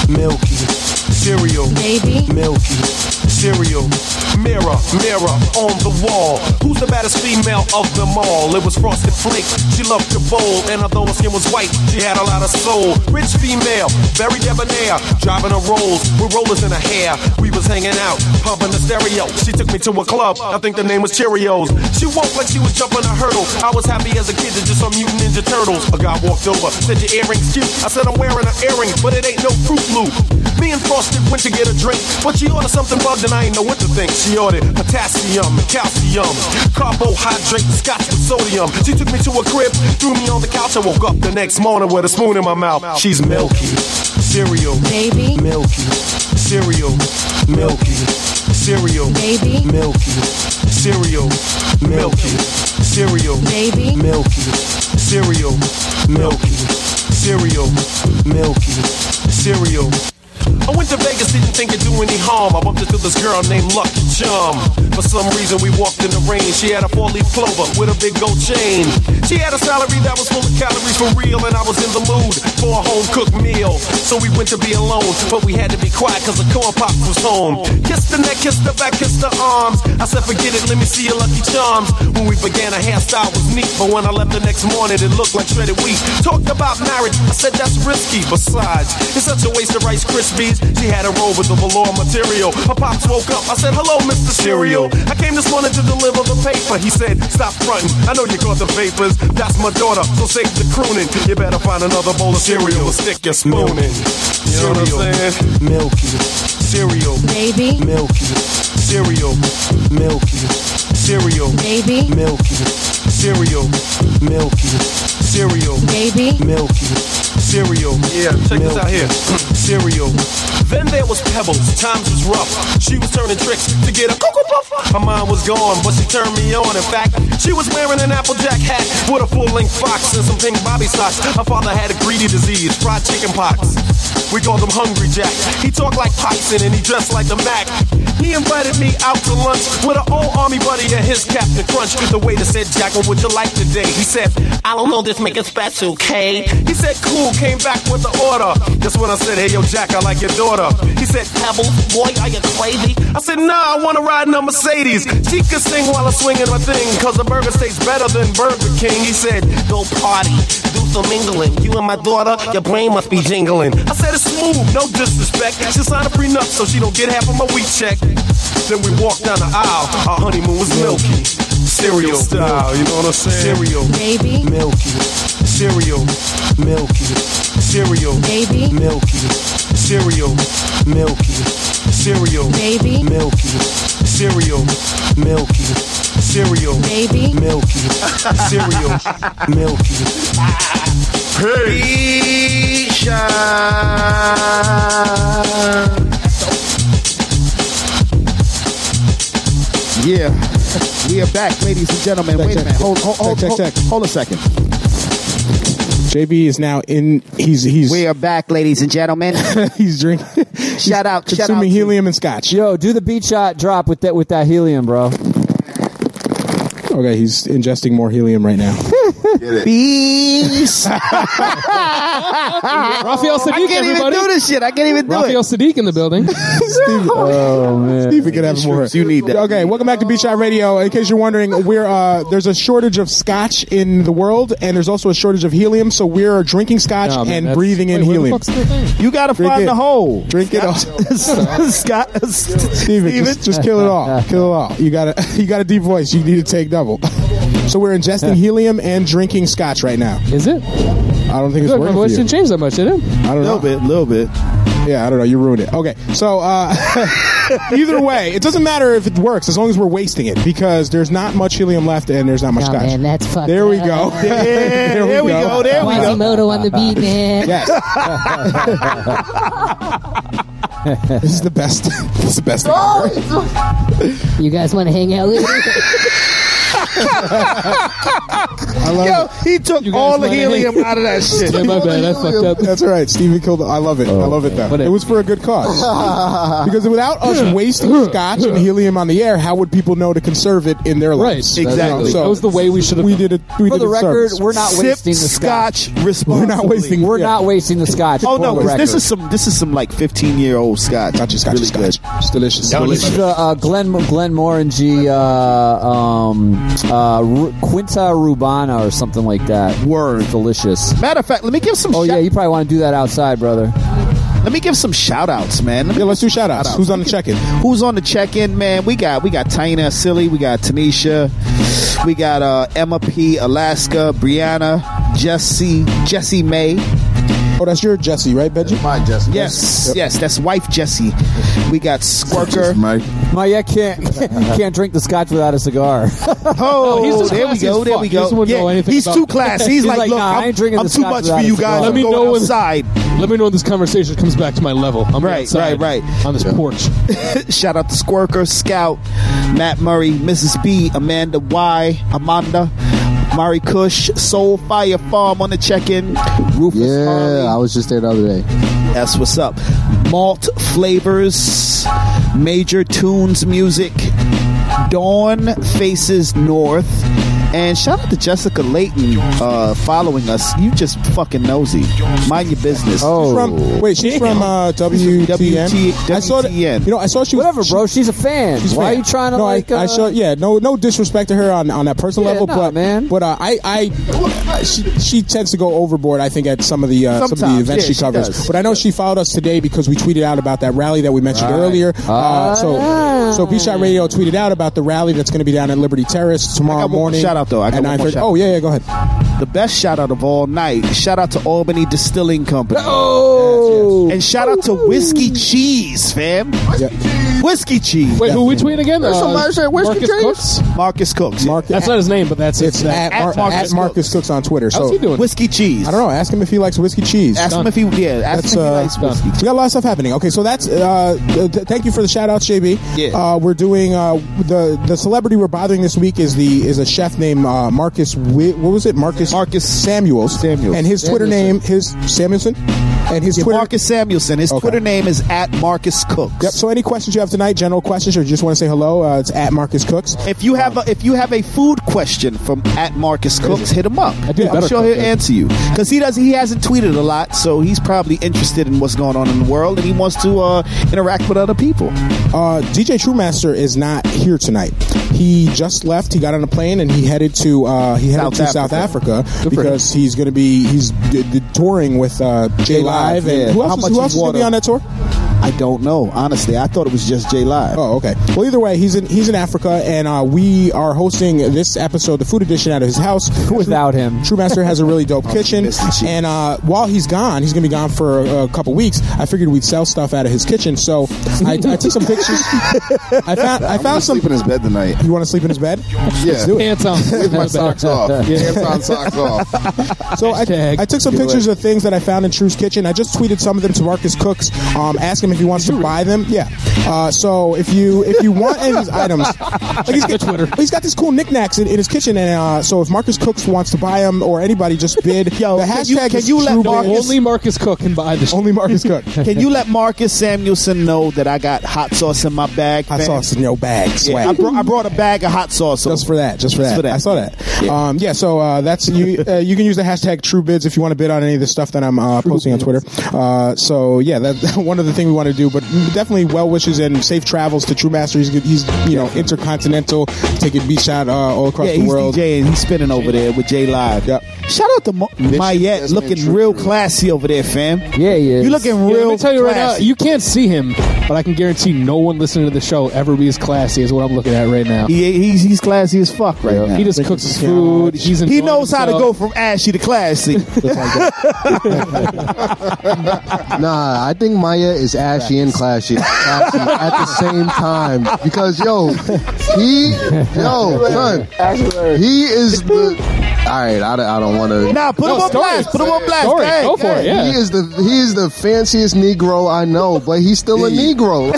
Speaker 20: milky cereal,
Speaker 21: Baby.
Speaker 20: milky cereal. Mirror, mirror on the wall. Who's the baddest female of them all? It was Frosted Flake. She loved to bowl, and although her skin was white, she had a lot of soul. Rich female, very debonair, driving her rolls with rollers in her hair. We was hanging out, pumping the stereo. She took me to a club. I think the name was Cheerios. She walked like she was jumping a hurdle. I was happy as a kid to just saw Mutant Ninja Turtles. A guy walked over, said your earrings cute. I said I'm wearing an earring, but it ain't no Fruit Loop. Me and Frosted went to get a drink, but she ordered something bugged and I ain't know what to think. She ordered potassium and calcium, carbohydrate, scotch with sodium. She took me to a crib, threw me on the couch. I woke up the next morning with a spoon in my mouth. She's milky cereal,
Speaker 21: Baby.
Speaker 20: milky cereal, milky cereal,
Speaker 21: Baby.
Speaker 20: milky cereal, milky cereal,
Speaker 21: Baby.
Speaker 20: milky cereal, milky cereal, milky cereal. I went to Vegas, didn't think it'd do any harm. I bumped into this girl named Lucky Chum. For some reason, we walked in the rain. She had a four-leaf clover with a big gold chain. She had a salary that was full of calories for real, and I was in the mood for a home-cooked meal. So we went to be alone, but we had to be quiet because the corn pop was home. Kissed the neck, kissed the back, kissed the arms. I said, forget it, let me see your Lucky Charms. When we began, her hairstyle was neat, but when I left the next morning, it looked like shredded wheat. Talked about marriage, I said that's risky. Besides, it's such a waste of Rice Krispies. She had a roll with the velour material. Her pops woke up, I said, hello, Mr. Cereal. I came this morning to deliver the paper. He said, stop fronting, I know you caught the vapors. That's my daughter, so save the crooning. You better find another bowl of cereal, and stick your spoon in. You know what I'm saying? Milky cereal,
Speaker 21: Baby.
Speaker 20: milky cereal, milky cereal,
Speaker 21: Baby.
Speaker 20: milky cereal, milky cereal,
Speaker 21: Baby.
Speaker 20: milky cereal. Yeah, check this out here. cereal. Then there was pebbles. Times was rough. She was turning tricks to get a cocoa puff. Her mind was gone, but she turned me on. In fact, she was wearing an Applejack hat with a full-length fox and some pink bobby socks. Her father had a greedy disease, fried chicken pox. We called him Hungry Jack. He talked like Tyson and he dressed like the Mac. He invited me out to lunch with an old army buddy and his Captain Crunch. The waiter said, Jack, what would you like today? He said, I don't know, this make it special, K. He said, cool, came back with the order. That's when I said, hey, yo, Jack, I like your daughter. He said, Pebble, boy, are you crazy? I said, nah, I want to ride in a Mercedes. She could sing while I'm swinging my thing, cause the burger tastes better than Burger King. He said, go party, do some mingling. You and my daughter, your brain must be jingling. I said it's smooth, no disrespect. She signed a prenup so she don't get half of my week check. Then we walked down the aisle, our honeymoon was milky. cereal style. You know what I'm saying? Cereal,
Speaker 4: baby,
Speaker 20: milky, cereal, milky, cereal,
Speaker 4: Baby.
Speaker 20: milky, cereal, milky, cereal,
Speaker 4: Baby.
Speaker 20: milky, cereal, milky, cereal,
Speaker 4: Baby.
Speaker 20: milky, cereal, milky. Hey.
Speaker 7: Yeah, we are back, ladies and gentlemen. Wait a minute. Hold, hold, hold,
Speaker 2: Check, check,
Speaker 7: hold, hold a second.
Speaker 2: JB is now in. He's he's.
Speaker 7: We are back, ladies and gentlemen.
Speaker 2: he's drinking.
Speaker 7: Shout out, shout out.
Speaker 2: consuming helium and scotch.
Speaker 5: Yo, do the beat shot drop with that with that helium, bro.
Speaker 2: Okay, he's ingesting more helium right now.
Speaker 7: Peace.
Speaker 3: Raphael Sadiq,
Speaker 7: I can't
Speaker 3: everybody.
Speaker 7: even do this shit. I can't even do
Speaker 3: Raphael
Speaker 7: it.
Speaker 3: Sadiq in the building.
Speaker 2: oh man, Steve, we could have more.
Speaker 7: You need that.
Speaker 2: Okay, welcome back to Beach Shot Radio. In case you're wondering, we're uh, there's a shortage of scotch in the world, and there's also a shortage of helium. So we're drinking scotch
Speaker 3: Nah, man,
Speaker 2: and
Speaker 3: that's-
Speaker 2: breathing in
Speaker 3: wait, where the
Speaker 2: helium.
Speaker 3: fuck's the thing?
Speaker 7: You gotta
Speaker 2: Drink
Speaker 7: find
Speaker 2: it.
Speaker 7: the hole.
Speaker 2: Drink it all.
Speaker 7: Scott,
Speaker 2: Steven, just, just kill it all. Kill it all. You got to you got a deep voice. You need to take double. So we're ingesting helium and drinking scotch right now.
Speaker 3: Is it?
Speaker 2: I don't think it's
Speaker 3: Look, my
Speaker 2: working
Speaker 3: voice
Speaker 2: for you.
Speaker 3: didn't change that much, did it?
Speaker 2: I don't know.
Speaker 7: bit, little bit.
Speaker 2: Yeah, I don't know. You ruined it. Okay, so uh, either way, it doesn't matter if it works as long as we're wasting it because there's not much helium left and there's not much
Speaker 21: Oh,
Speaker 2: scotch.
Speaker 21: man, that's fucked
Speaker 2: There we
Speaker 21: up.
Speaker 2: go.
Speaker 21: Yeah,
Speaker 2: there
Speaker 21: here we go, Oh, there we go. Quasimodo on the
Speaker 2: Uh,
Speaker 21: beat, man.
Speaker 2: Yes. this is the best. this is the best. Thing ever.
Speaker 21: Oh! You guys want to hang out with me?
Speaker 2: I love
Speaker 7: Yo, he took all the
Speaker 3: wanna
Speaker 7: helium
Speaker 3: hang-
Speaker 7: out of that shit.
Speaker 3: Yeah, my bad. I fucked up.
Speaker 2: That's all right. Steven killed. I love it. I love it though. It was for a good cause. because without us wasting scotch and helium on the air, how would people know to conserve it in their lives?
Speaker 3: Right. Exactly. That was the way we should have
Speaker 2: We
Speaker 3: done
Speaker 2: did it. We
Speaker 5: For
Speaker 2: did
Speaker 5: the
Speaker 2: a
Speaker 5: record,
Speaker 2: service.
Speaker 5: we're not
Speaker 7: Sip
Speaker 5: wasting the
Speaker 7: scotch
Speaker 5: scotch.
Speaker 2: We're not wasting.
Speaker 5: We're
Speaker 2: yeah.
Speaker 5: not wasting the scotch.
Speaker 7: Oh
Speaker 5: for
Speaker 7: no,
Speaker 5: the
Speaker 7: 'cause this
Speaker 5: record.
Speaker 7: is some this is some like 15 year old scotch.
Speaker 2: Scotch, scotch,
Speaker 7: really
Speaker 2: scotch.
Speaker 7: good.
Speaker 2: It's delicious.
Speaker 5: This is the uh, Glenn Glenn Morangy, uh, um, uh, Ru- Quinta Rubana or something like that.
Speaker 7: Word,
Speaker 5: delicious.
Speaker 7: Matter of fact, let me give some.
Speaker 5: Oh
Speaker 7: shout-
Speaker 5: yeah, you probably want to do that outside, brother.
Speaker 7: Let me give some shout outs, man. Let me
Speaker 2: Yeah,
Speaker 7: give
Speaker 2: let's do
Speaker 7: some
Speaker 2: shout outs.
Speaker 7: shout-outs.
Speaker 2: Who's on the check in?
Speaker 7: Who's on the check in, man? We got we got Taina Silly, we got Tanisha, we got uh, Emma P, Alaska, Brianna, Jesse, Jesse May.
Speaker 2: Oh, that's your Jesse, right, Benji?
Speaker 9: My Jesse.
Speaker 7: Yes, yes, that's wife Jesse. We got Squirker.
Speaker 9: Mike.
Speaker 5: Maya can't can't drink the scotch without a cigar.
Speaker 7: Oh,
Speaker 3: he's just
Speaker 7: there we
Speaker 3: classy
Speaker 7: go,
Speaker 3: as
Speaker 7: there
Speaker 3: fuck.
Speaker 7: we
Speaker 3: He doesn't
Speaker 7: go.
Speaker 3: wanna know anything
Speaker 7: he's
Speaker 3: about-
Speaker 7: too classy. He's,
Speaker 5: He's
Speaker 7: like,
Speaker 5: like,
Speaker 7: look,
Speaker 5: nah, I
Speaker 7: I'm,
Speaker 5: ain't drinking
Speaker 7: I'm
Speaker 5: the
Speaker 7: too
Speaker 5: scotch
Speaker 7: much for
Speaker 5: without
Speaker 7: you
Speaker 5: the
Speaker 7: guys.
Speaker 5: cigar.
Speaker 7: Let me know
Speaker 3: when-
Speaker 7: outside.
Speaker 3: Let me know when this conversation comes back to my level. I'm
Speaker 7: Right,
Speaker 3: outside
Speaker 7: right, right.
Speaker 3: On this porch.
Speaker 7: Shout out to Squirker, Scout, Matt Murray, Mrs. B, Amanda Y, Amanda, Mari Kush, Soul Fire Farm on the check-in, Rufus
Speaker 8: Yeah, I
Speaker 7: Harley.
Speaker 8: was just there the other day.
Speaker 7: That's what's up. Malt Flavors, Major Tunes Music, Dawn Faces North, and shout out to Jessica Layton uh, following us. You just fucking nosy. Mind your business.
Speaker 5: Oh,
Speaker 2: From, wait, she's from uh, WTM.
Speaker 7: WT-
Speaker 2: I saw that,
Speaker 7: WTN.
Speaker 2: You know, I saw she was.
Speaker 5: whatever, bro. She's a fan.
Speaker 2: She's
Speaker 5: Why
Speaker 2: fan.
Speaker 5: are you trying to
Speaker 2: no,
Speaker 5: like?
Speaker 2: I,
Speaker 5: uh,
Speaker 2: I show, yeah, no, no disrespect to her on, on that personal
Speaker 5: Yeah,
Speaker 2: level,
Speaker 5: nah,
Speaker 2: but
Speaker 5: man.
Speaker 2: but uh, I, I she, she tends to go overboard. I think at some of the uh, some of the
Speaker 7: Sometimes,
Speaker 2: events
Speaker 7: yeah,
Speaker 2: she
Speaker 7: she
Speaker 2: covers.
Speaker 7: does.
Speaker 2: but I know she followed us today because we tweeted out about that rally that we mentioned earlier.
Speaker 7: Ah.
Speaker 2: Uh, so so B Shot Radio tweeted out about the rally that's going to be down at Liberty Terrace tomorrow
Speaker 7: one more
Speaker 2: morning.
Speaker 7: shout-out, though. I got
Speaker 2: at
Speaker 7: one more
Speaker 2: 9:30.
Speaker 7: shout-out.
Speaker 2: Oh yeah, yeah, go ahead.
Speaker 7: The best shout out of all night. Shout out to Albany Distilling Company.
Speaker 5: oh,
Speaker 7: And shout out to Whiskey Cheese, fam. Whiskey Cheese.
Speaker 3: Wait, who we tweet again?
Speaker 7: There's some
Speaker 3: Uh,
Speaker 7: merch there. Where's the
Speaker 3: Marcus
Speaker 7: drinks?
Speaker 3: Cooks?
Speaker 7: Marcus Cooks.
Speaker 2: Mark,
Speaker 3: That's not his name, but that's
Speaker 2: it's
Speaker 3: his
Speaker 2: at,
Speaker 7: at
Speaker 2: Mar-
Speaker 7: Marcus
Speaker 2: at Marcus
Speaker 7: Cooks.
Speaker 2: Cooks. on Twitter.
Speaker 3: How's
Speaker 2: so
Speaker 3: he doing?
Speaker 7: Whiskey Cheese.
Speaker 2: I don't know. Ask him if he likes whiskey cheese.
Speaker 7: Ask him if he, yeah, ask
Speaker 2: That's,
Speaker 7: him if he
Speaker 2: uh,
Speaker 7: likes whiskey.
Speaker 2: We got a lot of stuff happening. Okay, so that's uh, th- th- thank you for the shout outs, JB.
Speaker 7: Yeah.
Speaker 2: Uh, we're doing uh, the the celebrity we're bothering this week is the is a chef named uh, Marcus. Wi- what was it? Marcus Marcus Samuels.
Speaker 7: Samuels.
Speaker 2: And his Twitter name his Samuelson. And his
Speaker 7: Yeah,
Speaker 2: Twitter.
Speaker 7: Marcus Samuelson. His
Speaker 2: Okay.
Speaker 7: Twitter name is at Marcus Cooks.
Speaker 2: Yep. So any questions you have tonight, general questions, or you just want to say hello, uh, it's at Marcus Cooks.
Speaker 7: If you have a, if you have a food question from at Marcus Cooks, hit him up. I
Speaker 3: do
Speaker 7: I'm
Speaker 3: better
Speaker 7: sure
Speaker 3: cook
Speaker 7: he'll
Speaker 3: than-
Speaker 7: answer you because he does. He hasn't tweeted a lot, so he's probably interested in what's going on in the world and he wants to uh, interact with other people.
Speaker 2: Uh, DJ Truemaster is not here tonight. He just left. He got on a plane and he headed to uh, he headed
Speaker 7: South
Speaker 2: to South
Speaker 7: Africa.
Speaker 2: Africa because he's going to be he's d- d- touring with uh, J Live and
Speaker 7: yeah.
Speaker 2: who
Speaker 7: How
Speaker 2: else, is,
Speaker 7: much
Speaker 2: who
Speaker 7: is
Speaker 2: else is going
Speaker 7: water?
Speaker 2: to be on that tour?
Speaker 7: I don't know. Honestly, I thought it was just Jay Live.
Speaker 2: Oh, okay. Well, either way, he's in he's in Africa, and uh, we are hosting this episode, the food edition, out of his house
Speaker 5: without him.
Speaker 2: True Master has a really
Speaker 7: Oh,
Speaker 2: dope kitchen, and uh, while he's gone, he's gonna be gone for a, a couple weeks. I figured we'd sell stuff out of his kitchen, so I, I took some pictures. I found I
Speaker 9: I'm gonna
Speaker 2: found some.
Speaker 9: sleep in his bed tonight.
Speaker 2: You want to sleep in his bed?
Speaker 9: Yeah.
Speaker 2: Let's do it.
Speaker 9: Pants on. With my socks off. Pants on, socks off.
Speaker 2: So I, I took some
Speaker 9: Good
Speaker 2: pictures of things that I found in True's kitchen. I just tweeted some of them to Marcus Cooks. Um, ask him if he wants to buy them. Yeah. Uh, so if you if you want any of these items, like he's got Twitter. He's got these cool knickknacks in, in his kitchen, and uh, so if Marcus Cooks wants to buy them or anybody, just bid. Yo, the hashtag
Speaker 7: you- can
Speaker 2: is
Speaker 7: you let
Speaker 2: True
Speaker 7: Marcus-
Speaker 2: Marcus-
Speaker 7: Only
Speaker 2: Marcus Cook can buy this. Only Marcus Cook.
Speaker 7: Can you let Marcus Samuelson know that I got hot sauce in my bag? Hot
Speaker 2: sauce in your bag. swag.
Speaker 7: I, brought, I brought a bag of hot sauce.
Speaker 2: Just for that. Just for that. I saw that. Yeah. Um, yeah. So uh, that's you. Uh, you can use the hashtag TrueBids if you want to bid on any of the stuff that I'm uh, posting on Twitter. Uh, so yeah, that's one of the things we want to do. But definitely well wishes and safe travels to True Master. He's, he's you know intercontinental, taking beach out uh, all across
Speaker 7: yeah,
Speaker 2: the
Speaker 7: he's
Speaker 2: world.
Speaker 7: DJing. He's spinning over there with Jay Live.
Speaker 2: Yep.
Speaker 7: Shout out to Mo- Mayette looking real classy over there, fam.
Speaker 5: Yeah, yeah.
Speaker 7: You looking
Speaker 3: Yeah,
Speaker 7: real
Speaker 3: Let me tell you right now,
Speaker 7: classy.
Speaker 3: you can't see him, but I can guarantee no one listening to the show ever be as classy as what I'm looking at right now.
Speaker 7: He, he's, he's classy as fuck right now.
Speaker 3: He just cooks his food. He's
Speaker 7: He
Speaker 3: enjoying
Speaker 7: knows how to go
Speaker 3: himself.
Speaker 7: from ashy to classy.
Speaker 8: Nah, I think Maya is ashy and clashy classy at the same time because yo, he yo son, he is the. All right, I, don't- I don't want to.
Speaker 7: Nah, put him on blast. Put him on blast. Dang, dang.
Speaker 8: He is the he is the fanciest Negro I know, but he's still a Negro.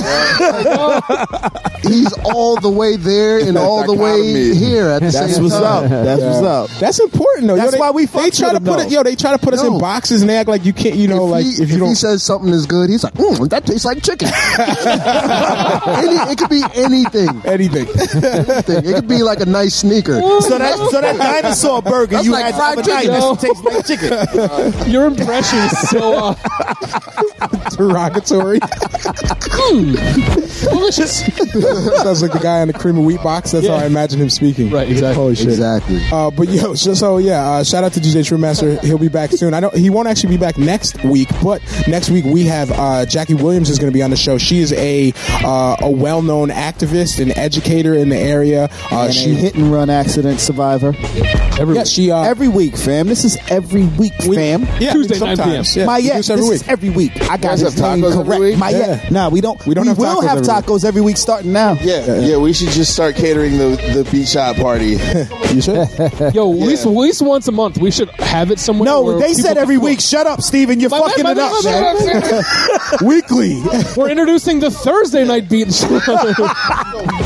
Speaker 8: he's all the way there and all the way
Speaker 7: Dichotomy.
Speaker 8: here at the
Speaker 7: That's
Speaker 8: same
Speaker 7: what's
Speaker 8: time.
Speaker 7: up. That's what's up.
Speaker 2: That's important though.
Speaker 7: That's
Speaker 2: yo, they,
Speaker 7: why we fucks
Speaker 2: they try
Speaker 7: with him,
Speaker 2: to put it,
Speaker 7: though.
Speaker 2: yo they try to put us in
Speaker 8: No.
Speaker 2: boxes and they act like you can't you know like
Speaker 8: he,
Speaker 2: if you
Speaker 8: he
Speaker 2: don't
Speaker 8: says something is good, he's like, mm, that tastes like chicken. Any- it could be anything.
Speaker 2: Anything.
Speaker 8: Anything. It could be like a nice sneaker.
Speaker 7: So that so that dinosaur burger you had the other night that tastes like chicken.
Speaker 3: Your impression is so uh,
Speaker 2: derogatory.
Speaker 3: Hmm. delicious.
Speaker 2: Sounds like the guy on the cream of wheat box. That's how I imagine him speaking. Right,
Speaker 3: exactly.
Speaker 2: Holy shit.
Speaker 8: Exactly.
Speaker 2: Uh, but yo, so, so yeah, uh, shout out to DJ Tremaster. He'll be back soon. I don't. He won't actually be back next week, but next week we have uh, Jackie Williams is going to be on the show. She is a uh, a well known activist and educator in the area. Uh,
Speaker 7: And
Speaker 2: she
Speaker 7: a hit and run accident survivor.
Speaker 2: Every yeah, she uh,
Speaker 7: Every week, fam. This is every week, fam.
Speaker 2: yeah, Tuesday, 9 p.m.
Speaker 7: Sometimes.
Speaker 2: Yeah,
Speaker 7: My
Speaker 2: we do
Speaker 7: yet,
Speaker 2: this
Speaker 7: this
Speaker 2: every
Speaker 7: is
Speaker 2: week.
Speaker 7: every week. I got
Speaker 9: guys
Speaker 7: his
Speaker 9: have
Speaker 7: name
Speaker 9: tacos every
Speaker 7: correct.
Speaker 9: week?
Speaker 7: My
Speaker 9: Yeah.
Speaker 7: yet. Nah, we don't.
Speaker 2: We don't have
Speaker 7: will
Speaker 2: tacos
Speaker 7: have
Speaker 2: every week.
Speaker 7: tacos every week starting now.
Speaker 9: Yeah, yeah, we should just start catering the, the beach hot party.
Speaker 2: you should.
Speaker 3: Yo, at least, at least once a month, we should have it somewhere.
Speaker 7: No,
Speaker 3: where
Speaker 7: they
Speaker 3: people
Speaker 7: said
Speaker 3: can
Speaker 7: every
Speaker 3: cook.
Speaker 7: week. Shut up, Steven. You're
Speaker 3: My bad,
Speaker 7: fucking
Speaker 3: my
Speaker 7: it
Speaker 3: bad,
Speaker 7: up,
Speaker 3: my
Speaker 7: man.
Speaker 3: bad, I'm
Speaker 7: Weekly.
Speaker 3: sorry. We're introducing the Thursday night beat.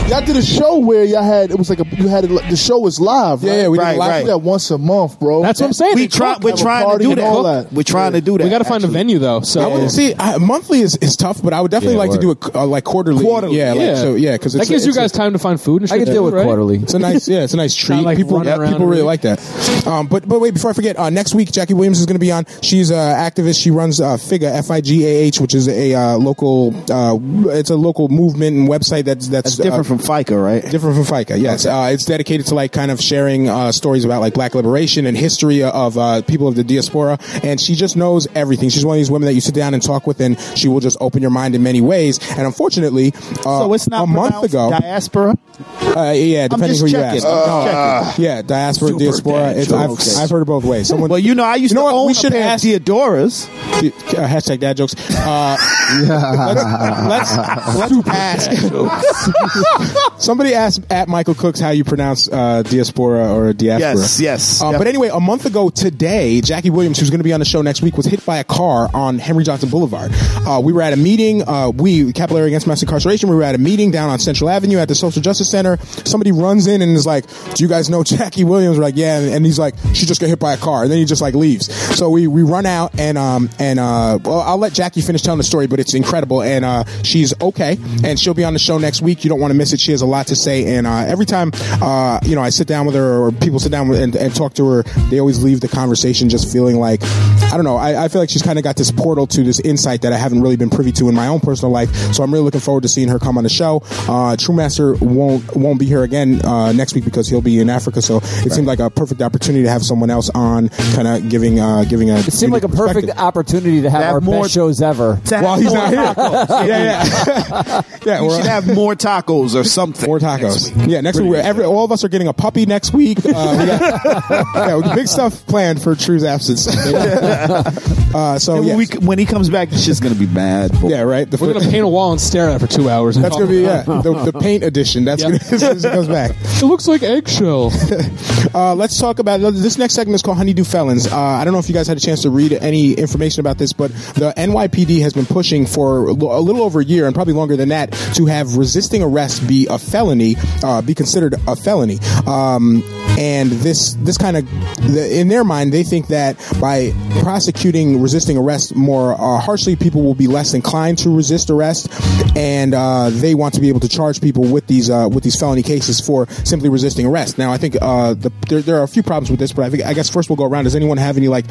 Speaker 1: Y'all did a show where y'all had it was like a, you had it, like- the show was live.
Speaker 2: Yeah,
Speaker 1: right?
Speaker 2: yeah, we did it
Speaker 1: Y'all
Speaker 2: live.
Speaker 1: do that once a month, bro.
Speaker 3: That's what I'm saying.
Speaker 7: We
Speaker 3: They
Speaker 7: try.
Speaker 3: cook,
Speaker 7: We're
Speaker 3: have a
Speaker 7: trying to
Speaker 1: party
Speaker 7: do
Speaker 1: and
Speaker 7: that.
Speaker 1: all that.
Speaker 7: We're trying to do that.
Speaker 3: We got to find a
Speaker 7: actually.
Speaker 3: venue though.
Speaker 2: I
Speaker 3: So
Speaker 2: would see I, monthly is, is tough, but I would definitely
Speaker 7: Yeah,
Speaker 2: like to do a uh, like quarterly.
Speaker 7: Quarterly.
Speaker 2: yeah, like,
Speaker 3: Yeah.
Speaker 2: so yeah, because
Speaker 3: that gives you guys time to find food and shit.
Speaker 5: I can deal with
Speaker 3: right?
Speaker 5: quarterly.
Speaker 2: It's a nice, yeah, it's a nice treat.
Speaker 3: Not like
Speaker 2: people,
Speaker 3: running
Speaker 2: yeah,
Speaker 3: around
Speaker 2: people really
Speaker 3: every
Speaker 2: like that. Um, but but wait, before I forget, uh, next week Jackie Williams is going to be on. She's an activist. She runs uh, FIGA, F I G A H, which is a uh, local. Uh, it's a local movement and website that's that's,
Speaker 7: It's different
Speaker 2: uh,
Speaker 7: from FICA, right?
Speaker 2: different from FICA. Yes, uh, it's dedicated to like kind of sharing uh, stories about like Black liberation and history of uh, people of the diaspora. And she just knows everything. She's one of these women that you sit down and talk with, and she will just open your mind in many ways. And unfortunately, uh,
Speaker 7: So it's not
Speaker 2: a month
Speaker 7: pronounced
Speaker 2: ago.
Speaker 7: Diaspora.
Speaker 2: uh, yeah, depending
Speaker 7: just
Speaker 2: who you
Speaker 7: checking.
Speaker 2: ask. Uh,
Speaker 7: I'm just
Speaker 2: yeah, diaspora,
Speaker 7: Super
Speaker 2: diaspora. It's,
Speaker 7: dad
Speaker 2: I've,
Speaker 7: jokes.
Speaker 2: I've heard it both ways. Someone
Speaker 7: Well, you know, I used
Speaker 2: You know
Speaker 7: to
Speaker 2: what?
Speaker 7: own
Speaker 2: We
Speaker 7: a
Speaker 2: should
Speaker 7: pair of
Speaker 2: ask-
Speaker 7: Deodoras.
Speaker 2: uh, hashtag dad jokes. Uh, let's let's ask. Somebody asked at Michael Cooks how you pronounce uh, diaspora or diaspora.
Speaker 7: Yes, yes.
Speaker 2: Um,
Speaker 7: Yep.
Speaker 2: But anyway, a month ago today, Jackie Williams, who's going to be on the show next week, was hit by a car on Henry Johnson Boulevard. Uh, we were at a meeting. Uh, we Capillary Against Mass Incarceration. We were at a meeting down on Central Avenue at the Social Justice Center. Somebody runs in and is like, "Do you guys know Jackie Williams?" We're like, "Yeah," and, and he's like, "She just got hit by a car," and then he just like leaves. So we we run out and um and uh well, I'll let Jackie finish telling the story, but it's incredible and uh she's okay and she'll be on the show next week. You don't want to miss it. She has a lot to say and uh, every time uh you know I sit down with her or people sit down with- and, and talk to her, they always leave the conversation just feeling like I don't know. I, I feel like she's kind of got this portal to this insight that I haven't really been privy to in my own personal life. So I'm really looking forward to seeing her come on the show. Uh, True Master won't won't be here again uh, next week because he'll be in Africa. So it seemed like a perfect opportunity to have someone else on, kind of giving uh, giving a. It
Speaker 5: seemed like a perfect opportunity to have,
Speaker 2: have
Speaker 5: our
Speaker 2: more-
Speaker 5: best shows ever.
Speaker 2: While he's not here, yeah, yeah, yeah.
Speaker 7: We
Speaker 2: we're-
Speaker 7: should have more tacos or something. More
Speaker 2: tacos. Yeah, next week we're, every, all of us are getting a puppy next week. Uh, we got, yeah, big stuff planned for True's absence. uh, so
Speaker 7: And
Speaker 2: yeah,
Speaker 7: when, we, when he comes back, this shit's gonna be bad.
Speaker 2: yeah, right. The
Speaker 3: We're
Speaker 2: fir-
Speaker 3: gonna paint a wall and stare at it for two hours.
Speaker 2: That's gonna be yeah, the, the paint edition. That's gonna, as soon as it comes back.
Speaker 3: It looks like eggshell.
Speaker 2: uh, let's talk about this next segment is called Honeydew Felons. Uh, I don't know if you guys had a chance to read any information about this, but the NYPD has been pushing for a lo- a little over a year and probably longer than that to have resisting arrest be a felony, uh, be considered a felony. Um, and this this kind of in their mind they think that by prosecuting resisting arrest more uh, harshly, people will be less inclined to resist arrest, and uh, they want to be able to charge people with these uh, with these felony cases for simply resisting arrest. Now, I think uh, the, there, there are a few problems with this, but I think I guess first we'll go around. Does anyone have any like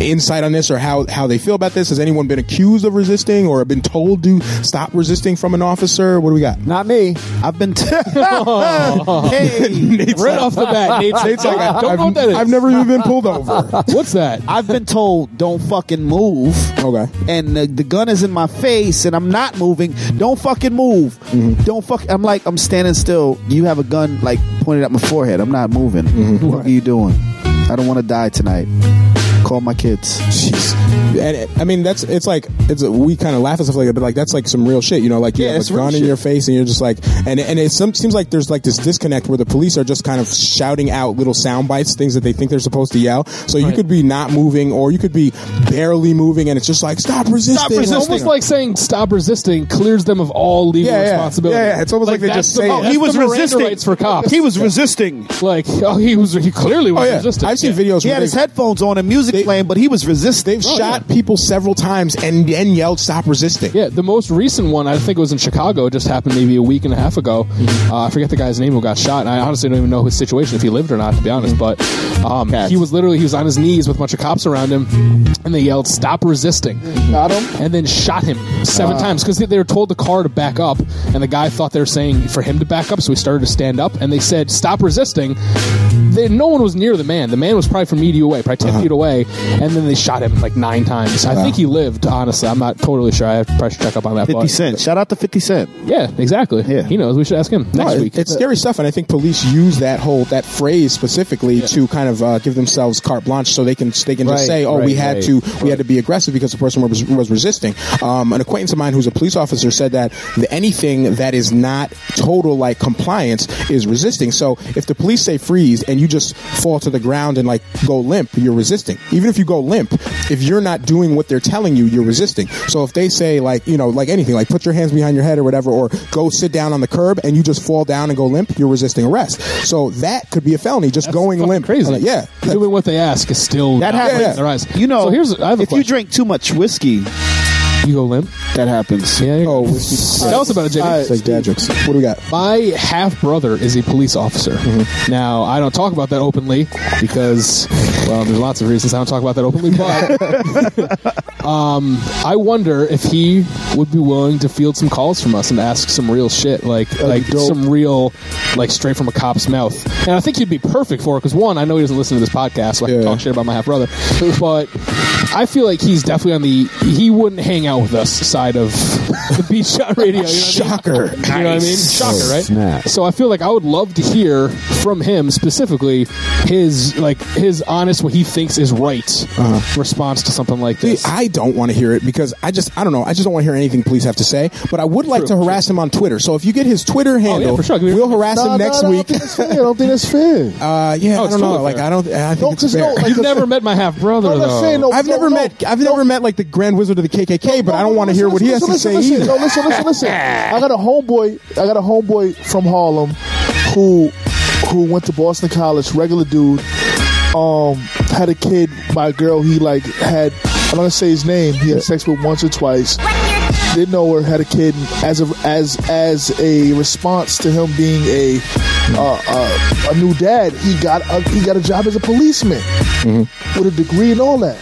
Speaker 2: insight on this or how how they feel about this? Has anyone been accused of resisting or been told to stop resisting from an officer? What do we got?
Speaker 5: Not me.
Speaker 2: I've been. T-
Speaker 3: Hey. Right off the bat, Nate's-
Speaker 2: like, I,
Speaker 3: Don't
Speaker 2: have
Speaker 3: know what that is.
Speaker 2: I've never even been pulled over.
Speaker 3: What's that?
Speaker 7: I've been told don't fucking move.
Speaker 2: Okay.
Speaker 7: And the, the gun is in my face and I'm not moving. Don't fucking move.
Speaker 2: Mm-hmm.
Speaker 7: Don't fuck. I'm like I'm standing still. You have a gun like pointed at my forehead. I'm not moving.
Speaker 2: Mm-hmm.
Speaker 7: What are you doing? I don't want to die tonight. Call my kids.
Speaker 2: And it- I mean, that's it's like it's we kind of laugh at stuff like that, but like that's like some real shit, you know? Like you
Speaker 7: Yeah,
Speaker 2: have
Speaker 7: it's
Speaker 2: a
Speaker 7: real
Speaker 2: gun in
Speaker 7: shit.
Speaker 2: your face, and you're just like, and and it some, seems like there's like this disconnect where the police are just kind of shouting out little sound bites, things that they think they're supposed to yell. So you could be not moving, or you could be barely moving, and it's just like stop resisting.
Speaker 3: It's almost like saying "stop resisting" clears them of all legal
Speaker 2: Yeah, yeah.
Speaker 3: responsibility.
Speaker 2: Yeah, yeah. It's almost like they
Speaker 3: that's
Speaker 2: just
Speaker 3: the-
Speaker 2: say it.
Speaker 3: that's
Speaker 2: He was
Speaker 3: the Miranda
Speaker 2: resisting.
Speaker 3: rights for cops.
Speaker 2: He was
Speaker 7: resisting.
Speaker 3: Like oh, he was he clearly was
Speaker 2: Oh, yeah.
Speaker 3: resisting.
Speaker 2: I've seen videos
Speaker 7: He
Speaker 2: where
Speaker 7: had
Speaker 2: they-
Speaker 7: his headphones on and music playing, but he was resisting.
Speaker 3: Oh,
Speaker 2: They've shot people several times and then yelled stop resisting.
Speaker 3: Yeah, the most recent one I think it was in Chicago. It just happened maybe a week and a half ago.
Speaker 2: Mm-hmm.
Speaker 3: Uh, I forget the guy's name who got shot. And I honestly don't even know his situation if he lived or not, to be honest. But um, he was literally he was on his knees with a bunch of cops around him, and they yelled "Stop resisting!" Got him, and then shot him seven
Speaker 2: Ah.
Speaker 3: times because they, they were told the car to back up, and the guy thought they were saying for him to back up, so he started to stand up, and they said "Stop resisting." They, no one was near the man. The man was probably from media away, probably 10
Speaker 2: Uh-huh.
Speaker 3: feet away, and then they shot him like nine times. I think he lived. Honestly, I'm not totally sure. I have to probably check up on that.
Speaker 7: 50
Speaker 3: but-
Speaker 7: Cent. Shout out to 50 Cent.
Speaker 3: Yeah, exactly. Yeah, he knows. We should ask him
Speaker 2: No,
Speaker 3: next
Speaker 2: it-
Speaker 3: week. Uh,
Speaker 2: It's scary stuff, and I think police use that whole that phrase specifically to kind of uh, give themselves carte blanche, so they can they can just
Speaker 7: Right,
Speaker 2: say, "Oh, we
Speaker 7: right,
Speaker 2: had
Speaker 7: right,
Speaker 2: to we had to be aggressive because the person was, was resisting." Um, an acquaintance of mine who's a police officer said that the, anything that is not total like compliance is resisting. So if the police say freeze and you just fall to the ground and like go limp, you're resisting. Even if you go limp, if you're not doing what they're telling you, you're resisting. So if they say like you know like anything like put your hands behind your head or whatever, or go sit down on the curb and you just fall down and go limp, you're resisting arrest. So that could be a felony, just going limp. Crazy, yeah.
Speaker 3: Doing what they ask is still
Speaker 2: That
Speaker 3: not
Speaker 2: happens.
Speaker 3: right in their eyes.
Speaker 7: You know,
Speaker 3: so here's I have a
Speaker 7: if you drink too much whiskey,
Speaker 3: you go limp.
Speaker 7: That happens.
Speaker 3: Yeah.
Speaker 2: Oh, whiskey.
Speaker 3: Tell us about it, Jimmy.
Speaker 2: It's like dad jokes. What do we got? Mm-hmm.
Speaker 3: My half brother is a police officer. Now I don't talk about that openly because well, there's lots of reasons I don't talk about that openly. But um, I wonder if he would be willing to field some calls from us and ask some real shit, like like some real, like straight from a cop's mouth. And I think he'd be perfect for it because one, I know he doesn't listen to this podcast, so I can talk shit about my half brother. But I feel like he's definitely on the he wouldn't hang out with us side of the beach shot radio. You know what I mean?
Speaker 2: Shocker.
Speaker 3: You know what I mean?
Speaker 2: Nice.
Speaker 3: Shocker, Oh, right?
Speaker 2: Snap.
Speaker 3: So I feel like I would love to hear from him specifically his like his honest what he thinks is right response to something like this.
Speaker 2: Uh-huh. I don't want to hear it because I just I don't know I just don't want to hear anything police have to say. But I would like to harass him on Twitter. So if you get his Twitter handle,
Speaker 3: for sure. Give me-
Speaker 2: we'll harass
Speaker 3: No,
Speaker 2: him
Speaker 3: no,
Speaker 2: next
Speaker 3: no, I don't
Speaker 2: week.
Speaker 3: think
Speaker 1: I don't think that's fair.
Speaker 2: Uh, yeah, I
Speaker 3: Oh, it's
Speaker 2: don't know.
Speaker 3: totally
Speaker 2: Like
Speaker 3: fair.
Speaker 2: I don't. I think
Speaker 3: No,
Speaker 2: it's
Speaker 3: 'cause
Speaker 2: fair.
Speaker 3: no, like, You've the- never met my half brother.
Speaker 1: No, I'm not though. saying no-
Speaker 2: I've never met. I've never met like the Grand Wizard of the KKK, but I don't want to hear what he has to
Speaker 1: listen,
Speaker 2: say
Speaker 1: listen,
Speaker 2: either.
Speaker 1: No, listen, listen, listen. I got a homeboy. I got a homeboy from Harlem who who went to Boston College. Regular dude. Um, had a kid by a girl he like had. I don't want to say his name. He had sex with once or twice. Didn't know her. Had a kid and as a as as a response to him being a uh, uh, a new
Speaker 2: Mm-hmm.
Speaker 1: dad. He got a, he got a job as a policeman with a degree and all that.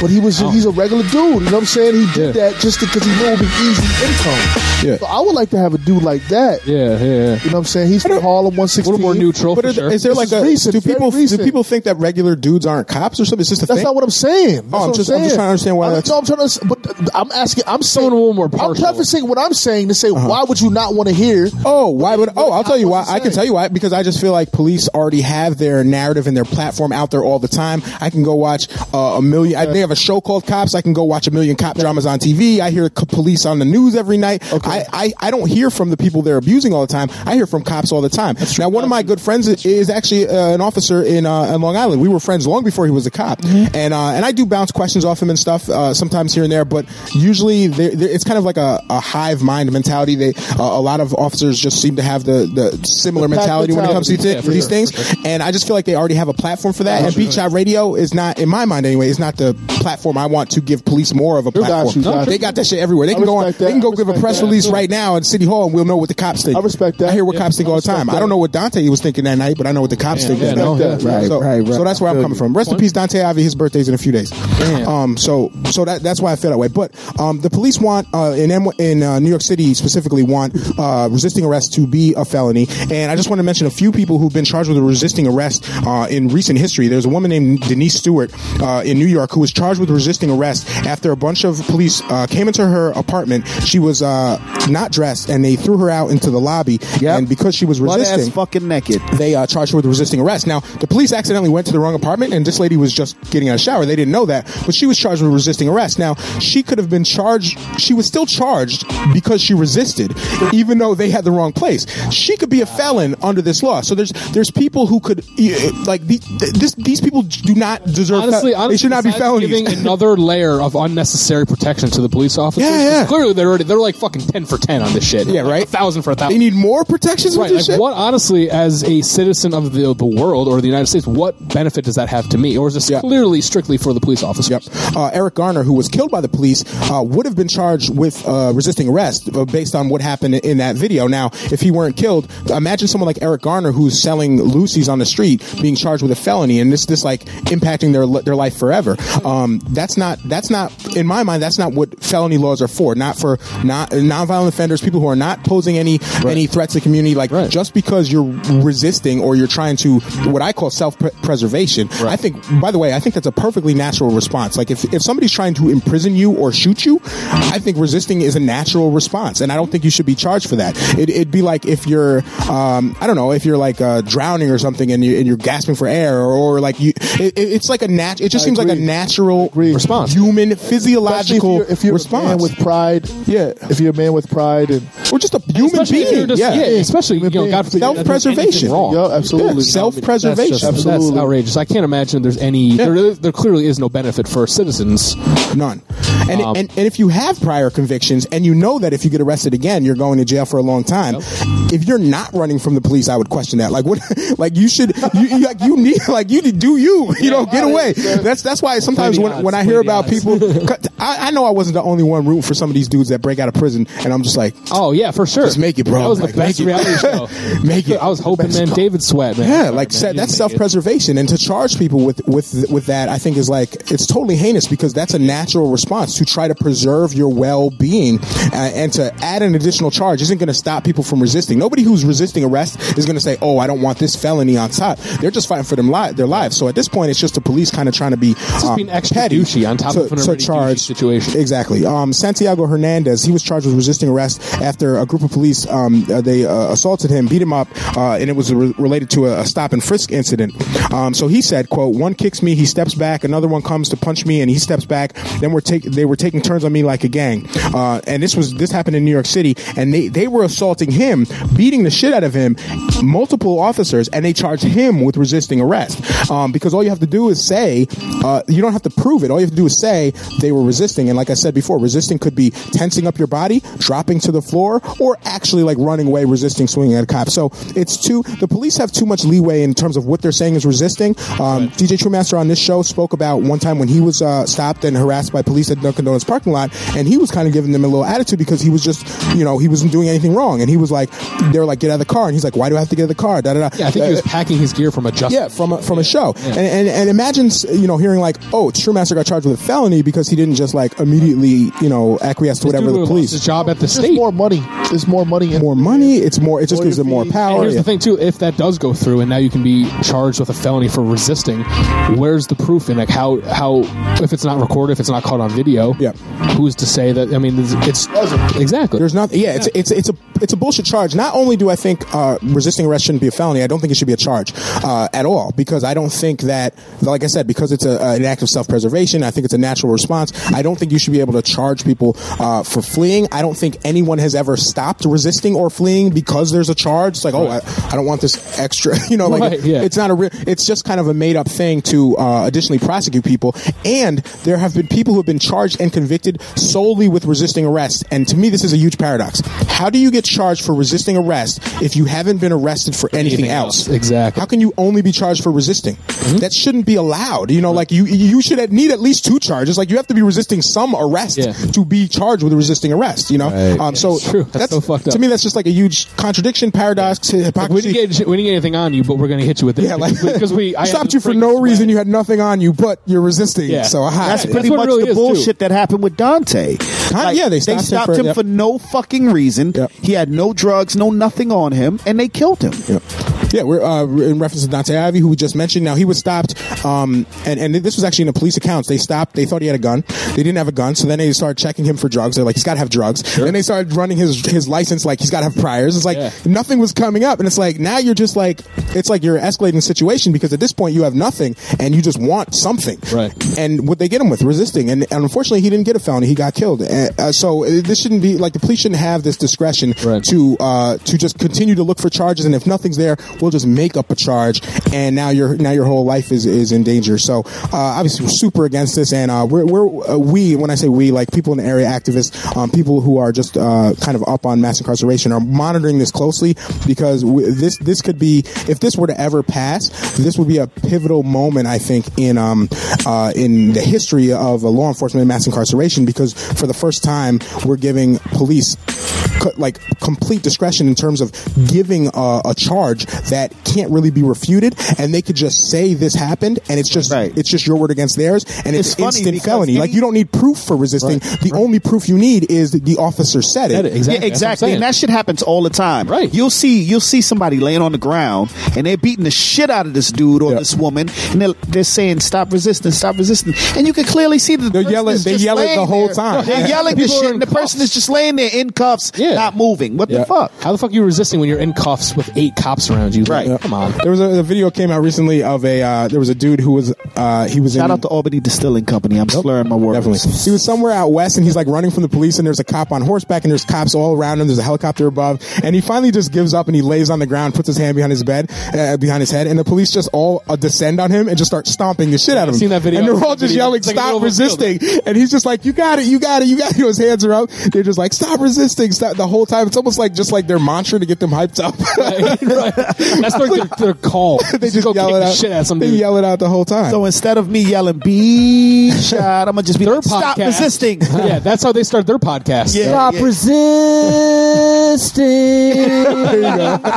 Speaker 1: But he
Speaker 3: Oh.
Speaker 1: was he's a regular dude. You know what I'm saying? He did that just because he knew it would be easy income.
Speaker 2: Yeah.
Speaker 1: So I would like to have a dude like that.
Speaker 3: Yeah, yeah.
Speaker 1: You know what I'm saying? He's from Harlem 116. A little more
Speaker 3: neutral
Speaker 2: But is, is there like a do people do people think that regular dudes aren't cops or something? It's just a
Speaker 1: That's
Speaker 2: thing?
Speaker 1: not what I'm saying. That's
Speaker 2: oh, I'm
Speaker 1: what
Speaker 2: just
Speaker 1: I'm,
Speaker 2: I'm
Speaker 1: saying.
Speaker 2: just trying to understand why
Speaker 1: I'm,
Speaker 2: that's
Speaker 1: no, I'm trying to. But I'm asking. I'm saying
Speaker 3: a little more
Speaker 1: I'm prefacing what I'm saying to say why would you not want to hear?
Speaker 2: Uh-huh. Oh, why would? Oh, I'll tell you why. I can tell you why because I just feel like police already have their narrative and their platform out there all the time. I can go watch uh, a million. I, they have a show called Cops. I can go watch a million cop dramas on TV. I hear co- police on the news every night. I, I I don't hear from the people they're abusing all the time. I hear from cops all the time. Now, one of my good friends is, is actually uh, an officer in, uh, in Long Island. We were friends long before he was a cop,
Speaker 9: Mm-hmm.
Speaker 2: and uh, and I do bounce questions off him and stuff uh, sometimes here and there, but usually they're, they're, it's kind of like a, a hive mind mentality. They uh, a lot of officers just seem to have the, the similar
Speaker 9: The pack
Speaker 2: mentality, when it comes to
Speaker 9: mentality.
Speaker 2: thi-
Speaker 9: Yeah,
Speaker 2: for these
Speaker 9: for
Speaker 2: things, and I just feel like they already have a platform for that.
Speaker 9: Yeah,
Speaker 2: and
Speaker 9: sure.
Speaker 2: Beat Shot Radio is not, in my mind anyway, is not the platform I want to give police more of a
Speaker 1: got
Speaker 2: platform.
Speaker 1: you, got
Speaker 2: uh, they
Speaker 1: you.
Speaker 2: got that shit everywhere. They
Speaker 1: I
Speaker 2: can go on,
Speaker 1: respect
Speaker 2: they
Speaker 1: that.
Speaker 2: can go
Speaker 1: I
Speaker 2: give a
Speaker 1: respect
Speaker 2: press
Speaker 1: that.
Speaker 2: release right now in City Hall, and we'll know what the cops think. I
Speaker 1: respect that.
Speaker 2: I hear what
Speaker 1: Yeah,
Speaker 2: cops think
Speaker 1: I
Speaker 2: all the time.
Speaker 1: respect
Speaker 2: I don't
Speaker 1: that.
Speaker 2: know what Dante was thinking that night, but I know what the cops
Speaker 1: Yeah,
Speaker 2: think.
Speaker 1: yeah,
Speaker 2: that
Speaker 1: I
Speaker 2: night.
Speaker 1: respect that. Right,
Speaker 2: so,
Speaker 1: right, right.
Speaker 2: So that's where I'm coming from. Rest in peace, Dante Avi. His birthday's in a few days. Um, so so that that's why I feel that way. But um, the police want uh, in M- in uh, New York City specifically want uh, resisting arrest to be a felony. And I just want to mention a few people who've been charged with resisting arrest uh, in recent history. There's a woman named Denise Stewart uh, in New York who was charged with resisting arrest after a bunch of police uh, came into her apartment. She was uh, not dressed, and they threw her out into the lobby. And because she was
Speaker 7: Butt-ass
Speaker 2: resisting, fucking naked. They uh, charged her with resisting arrest. Now, the police accidentally went to the wrong apartment, and this lady was just getting out of the shower. They didn't know that, but she was charged with resisting arrest. Now, she could have been charged. She was still charged because she resisted, even though they had the wrong place. She could be a felon under this law. So there's there's people who could eh, like the, th- this, these people do not deserve. fel-
Speaker 3: honestly, honestly,
Speaker 2: they should not be
Speaker 3: besides
Speaker 2: felonies.
Speaker 3: Giving another layer of unnecessary protection to the police officers.
Speaker 2: Yeah, yeah.
Speaker 3: 'cause Clearly, they're already they're like fucking ten for ten on this shit. Yeah, right. A thousand for a thousand.
Speaker 2: They need more protections with
Speaker 3: Right.
Speaker 2: this
Speaker 3: like,
Speaker 2: shit?
Speaker 3: What honestly, as a citizen of the, the world or the United States, what benefit does that have to me? Or is this clearly strictly for the police officers?
Speaker 2: uh, Eric Garner, who was killed by the police, uh, would have been charged with uh, resisting arrest uh, based on what happened in that video. Now, if he weren't killed, imagine someone like Eric Garner who's selling Lucy's on the street being charged with a felony and this this like impacting their li- their life forever. Um, that's not that's not in my mind. That's not what felony laws are for. Not for not nonviolent offenders, people who are not posing any any threats to the community. Like just because you're resisting or you're trying to what I call self preservation. I think by the way, I think that's a perfectly natural response. Like if, if somebody's trying to imprison you or shoot you, I think resisting is a natural response, and I don't think you should be charged for that. It, it'd be like if you're, um, I don't know, if you're like uh, drowning or something, and you're, and you're gasping for air, or, or like you, it, it- it's like a nat. It just seems like a natural response, human physiological
Speaker 1: Especially if you're, if you're
Speaker 2: response.
Speaker 1: a man with pride.
Speaker 2: Yeah,
Speaker 1: if you're a man with pride and
Speaker 2: or just a human
Speaker 3: Especially if you're
Speaker 2: being,
Speaker 3: just-
Speaker 2: yeah.
Speaker 3: yeah, especially, you know,
Speaker 1: being.
Speaker 3: God forbid, you're not doing
Speaker 2: Self-preservation.
Speaker 3: anything Wrong.
Speaker 1: Yeah, absolutely.
Speaker 2: Self-preservation.
Speaker 3: That's, just- that's
Speaker 2: Absolutely.
Speaker 3: outrageous. I can't imagine there's any. There, there clearly is no benefit for citizens.
Speaker 2: None. And, and and if you have prior convictions and you know that if you get arrested again, you're going to jail for a long time. If you're not running from the police, I would question that. Like what? Like you should. You, you- like you need. Like you need- do you. You know, get away. That's that's why sometimes
Speaker 9: Play
Speaker 2: when
Speaker 9: the
Speaker 2: when
Speaker 9: odds,
Speaker 2: I hear
Speaker 9: play the
Speaker 2: about people, I, I know I wasn't the only one rooting for some of these dudes that break out of prison, and I'm just like,
Speaker 3: oh yeah, for sure.
Speaker 2: Just make it, bro.
Speaker 3: That was the
Speaker 2: Like,
Speaker 3: best
Speaker 2: make it.
Speaker 3: reality show.
Speaker 2: make it.
Speaker 3: I was hoping, man, David Sweat, man.
Speaker 2: Yeah, like said, that's self preservation, and to charge people with with with that, I think is like it's totally heinous because that's a natural response to try to preserve your well being, uh, and to add an additional charge isn't going to stop people from resisting. Nobody who's resisting arrest is going to say, "Oh, I don't want this felony on top." They're just fighting for them li- their lives. So at this point, it's just the police kind of trying to be um,
Speaker 3: being extra
Speaker 2: petty
Speaker 3: douchey on top
Speaker 2: to,
Speaker 3: of an
Speaker 2: to
Speaker 3: already douchey
Speaker 2: charge situation. Exactly. Um, Santiago Hernandez, he was charged with resisting arrest after a group of police um, uh, they uh, assaulted him, beat him up, uh, and it was re- related to a, a stop and frisk incident. Um, so he said, "quote One kicks me, he steps back. Another one comes to punch me, and he steps back. Then we're take they were taking turns on me like a gang. Uh, and this was this happened in New York City, and they they were assaulting him, beating the shit out of him, multiple officers, and they charged him with resisting arrest um, because all you have to do is say uh, you don't have to prove it. All you have to do is say they were resisting, and like I said before, resisting could be tensing up your body, dropping to the floor, or actually like running away, resisting, swinging at a cop. So it's too the police have too much leeway in terms of what they're saying is resisting. Um, DJ Truemaster on this show spoke about one time when he was uh, stopped and harassed by police at Dunkin' Donuts parking lot, and he was kind of giving them a little attitude because he was just you know he wasn't doing anything wrong, and he was like they were like get out of the car, and he's like why do I have to to get the car. Da da da.
Speaker 3: Yeah, I think he was packing his gear from a just.
Speaker 2: Yeah, from a, from a show. And, and and imagine you know hearing like, oh, True Master got charged with a felony because he didn't just like immediately you know acquiesce to
Speaker 3: This
Speaker 2: whatever
Speaker 3: dude
Speaker 2: the
Speaker 3: would've lost
Speaker 2: police.
Speaker 3: his job at the
Speaker 2: It's
Speaker 3: state.
Speaker 1: More money. There's more money. In
Speaker 2: more money. It's more. It just gives them more
Speaker 3: And
Speaker 2: power.
Speaker 3: here's
Speaker 2: Yeah.
Speaker 3: the thing too: if that does go through, and now you can be charged with a felony for resisting, where's the proof? And like how how if it's not recorded, if it's not caught on video, yeah, who's to say that? I mean, it's, it's exactly.
Speaker 2: There's not. Yeah, it's it's it's a it's a bullshit charge. Not only do I think uh, resisting arrest shouldn't be a felony, I don't think it should be a charge uh, at all because I don't think that, like I said, because it's a, uh, an act of self preservation. I think it's a natural response. I don't think you should be able to charge people uh, for fleeing. I don't think anyone has ever stopped resisting or fleeing because there's a charge. It's like, oh, I, I don't want this extra. You know, like
Speaker 3: Right, yeah.
Speaker 2: it's not a real. It's just kind of a made up thing to uh, additionally prosecute people. And there have been people who have been charged and convicted solely with resisting arrest. And to me, this is a huge paradox. How do you get charged for resisting arrest if you haven't been arrested for anything, else?
Speaker 3: Exactly. Mm-hmm.
Speaker 2: How can you only be charged for resisting? That shouldn't be allowed. You know, like you you should at- need at least two charges. Like you have to be resisting some arrest to be charged with resisting arrest. You know, um, so
Speaker 3: True. That's so fucked up.
Speaker 2: To me, that's just like a huge contradiction, paradox,
Speaker 3: Like,
Speaker 2: hypocrisy.
Speaker 3: we didn't get we didn't get anything on you, but we're gonna hit you with it.
Speaker 2: Yeah, like
Speaker 3: because we I
Speaker 2: stopped you for no reason. You had nothing on you, but you're resisting.
Speaker 3: Yeah.
Speaker 2: So hi.
Speaker 7: That's pretty much the bullshit that happened with Dante. Like,
Speaker 2: yeah, they stopped him for-
Speaker 7: him
Speaker 2: yep.
Speaker 7: for no fucking reason. He had no drugs, no nothing on him, and they killed him.
Speaker 2: Yeah, we're uh, in reference to Dante Ivy, who we just mentioned. Now he was stopped, um, and and this was actually in the police accounts. They stopped. They thought he had a gun. They didn't have a gun, so then they started checking him for drugs. They're like, he's got to have drugs. Then they started running his his license, like he's got to have priors. It's like nothing was coming up, and it's like now you're just like it's like you're escalating the situation because at this point you have nothing and you just want something. Right. And what they get him with resisting, and, and unfortunately he didn't get a felony. He got killed. And, uh, so uh, this shouldn't be like the police shouldn't have this discretion to uh, to just continue to look for charges, and if nothing's there, we'll just make up a charge, and now your now your whole life is, is in danger. So uh, obviously we're super against this, and uh, we're, we're uh, we when I say we like people in the area, activists, um, people who are just uh, kind of up on mass incarceration are monitoring this closely because w- this this could be if this were to ever pass, this would be a pivotal moment I think in um uh, in the history of uh, law enforcement and mass incarceration because for the first time we're giving police co- like complete discretion in terms of giving a, a charge that can't really be refuted, and they could just say this happened, and it's just it's just your word against theirs, and it's,
Speaker 7: It's funny
Speaker 2: instant
Speaker 7: because
Speaker 2: felony.
Speaker 7: any-
Speaker 2: like you don't need proof for resisting. the only proof you need is that the officer said it.
Speaker 7: Yeah, exactly. And that shit happens all the time. Right. You'll see you'll see somebody laying on the ground and they're beating the shit out of this dude or this woman and they're, they're saying stop resisting, stop resisting. And you can clearly see that the they're
Speaker 2: yelling- they yell it the whole time.
Speaker 7: They're yelling this
Speaker 2: People
Speaker 7: shit
Speaker 2: are
Speaker 7: and the person is just laying there in cuffs, not moving. What the fuck?
Speaker 3: How the fuck are you resisting when you're in cuffs with eight cops around you? Right. come on.
Speaker 2: There was a, a video came out recently of a uh, there was a dude who was uh, he was
Speaker 7: Shout
Speaker 2: in,
Speaker 7: out to Albany Distilling Company. I'm slurring my words.
Speaker 2: Definitely. He was somewhere out west and he's like running from the police and there's a cop on horseback and there's cops all around him. There's a helicopter above and he finally just gives up and he lays on the ground, puts his hand behind his bed, uh, behind his head, and the police just all uh, descend on him and just start stomping the shit out of him.
Speaker 3: seen that video.
Speaker 2: And they're
Speaker 3: I've seen
Speaker 2: all
Speaker 3: that video.
Speaker 2: just yelling,
Speaker 3: It's like
Speaker 2: stop
Speaker 3: all over the field."
Speaker 2: resisting. And he's just like, you got it, you got it, you got it. His hands are up. They're just like, stop resisting. Stop the whole time. It's almost like just like their mantra to get them hyped up.
Speaker 3: That's like their, their call.
Speaker 2: they just, yell
Speaker 3: kick
Speaker 2: it
Speaker 3: the
Speaker 2: out.
Speaker 3: shit out some
Speaker 2: they
Speaker 3: dude.
Speaker 2: yell it out the whole time.
Speaker 7: So instead of me yelling be shot, I'm gonna just be like, stop
Speaker 3: Podcast.
Speaker 7: resisting.
Speaker 3: yeah, that's how they start their podcast.
Speaker 7: Yeah,
Speaker 5: Stop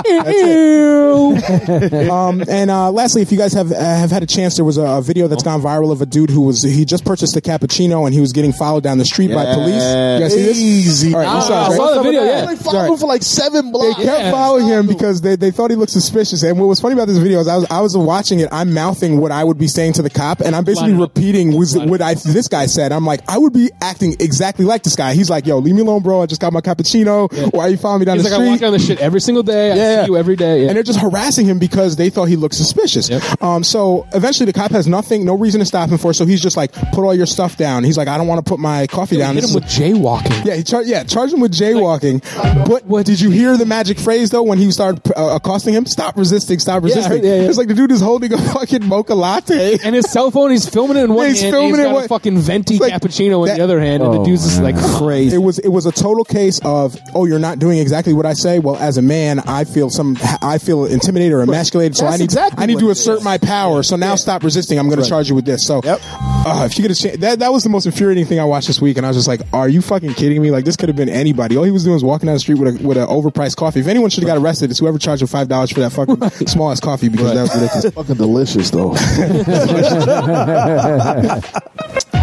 Speaker 7: yeah.
Speaker 5: resisting.
Speaker 2: um, and uh, lastly, if you guys have uh, have had a chance, there was a, a video that's gone viral of a dude who was he just purchased a cappuccino and he was getting followed down the street by police. You guys see this?
Speaker 1: Easy.
Speaker 2: All right, you saw, it, right?
Speaker 1: They
Speaker 2: All right.
Speaker 1: followed him for like seven
Speaker 2: They
Speaker 1: blocks.
Speaker 2: kept following him because they, they thought he looked suspicious. And what was funny about this video is I was I was watching it. I'm mouthing what I would be saying to the cop, and I'm basically
Speaker 3: Line it up.
Speaker 2: repeating was, what I this guy said. I'm like, I would be acting exactly like this guy. He's like, Yo, leave me alone, bro. I just got my cappuccino. Why are you following me down
Speaker 3: He's
Speaker 2: the
Speaker 3: like, I
Speaker 2: street?
Speaker 3: walk down the shit every single day. I see you every day. Yeah.
Speaker 2: and they're just harassing him because they thought he looked suspicious. Um, so eventually, the cop has nothing, no reason to stop him for. it, So he's just like, put all your stuff down. He's like, I don't want to put my coffee
Speaker 3: Yo,
Speaker 2: down.
Speaker 3: hit
Speaker 2: This
Speaker 3: him with jaywalking.
Speaker 2: Yeah, he char- yeah, charge him with jaywalking. but what did you hear the magic phrase though when he started uh, accosting him? Stop resisting,
Speaker 3: Yeah,
Speaker 2: stop
Speaker 3: I heard-
Speaker 2: resisting.
Speaker 3: yeah, yeah.
Speaker 2: It's like the dude is holding a fucking mocha latte.
Speaker 3: and his cell phone, he's filming it in one
Speaker 2: Yeah, he's
Speaker 3: hand.
Speaker 2: filming
Speaker 3: and
Speaker 2: it
Speaker 3: he's got
Speaker 2: one-
Speaker 3: a fucking venti cappuccino in the other hand,
Speaker 2: Oh,
Speaker 3: and the dude's just like
Speaker 2: crazy. It was it was a total case of oh you're not doing exactly what I say. Well, as a man, I feel some I feel intimidated or emasculated, so
Speaker 3: That's
Speaker 2: I need
Speaker 3: exactly
Speaker 2: I need
Speaker 3: what
Speaker 2: to
Speaker 3: it
Speaker 2: assert my power. So now stop resisting. I'm going to charge you with this. So oh, if you get a chance, that, that was the most infuriating thing I watched this week, and I was just like, are you fucking kidding me? Like this could have been anybody. All he was doing was walking down the street with a with an overpriced coffee. If anyone should have got arrested, it's whoever charged him five dollars for that fucking small ass coffee because that was ridiculous.
Speaker 9: fucking delicious though.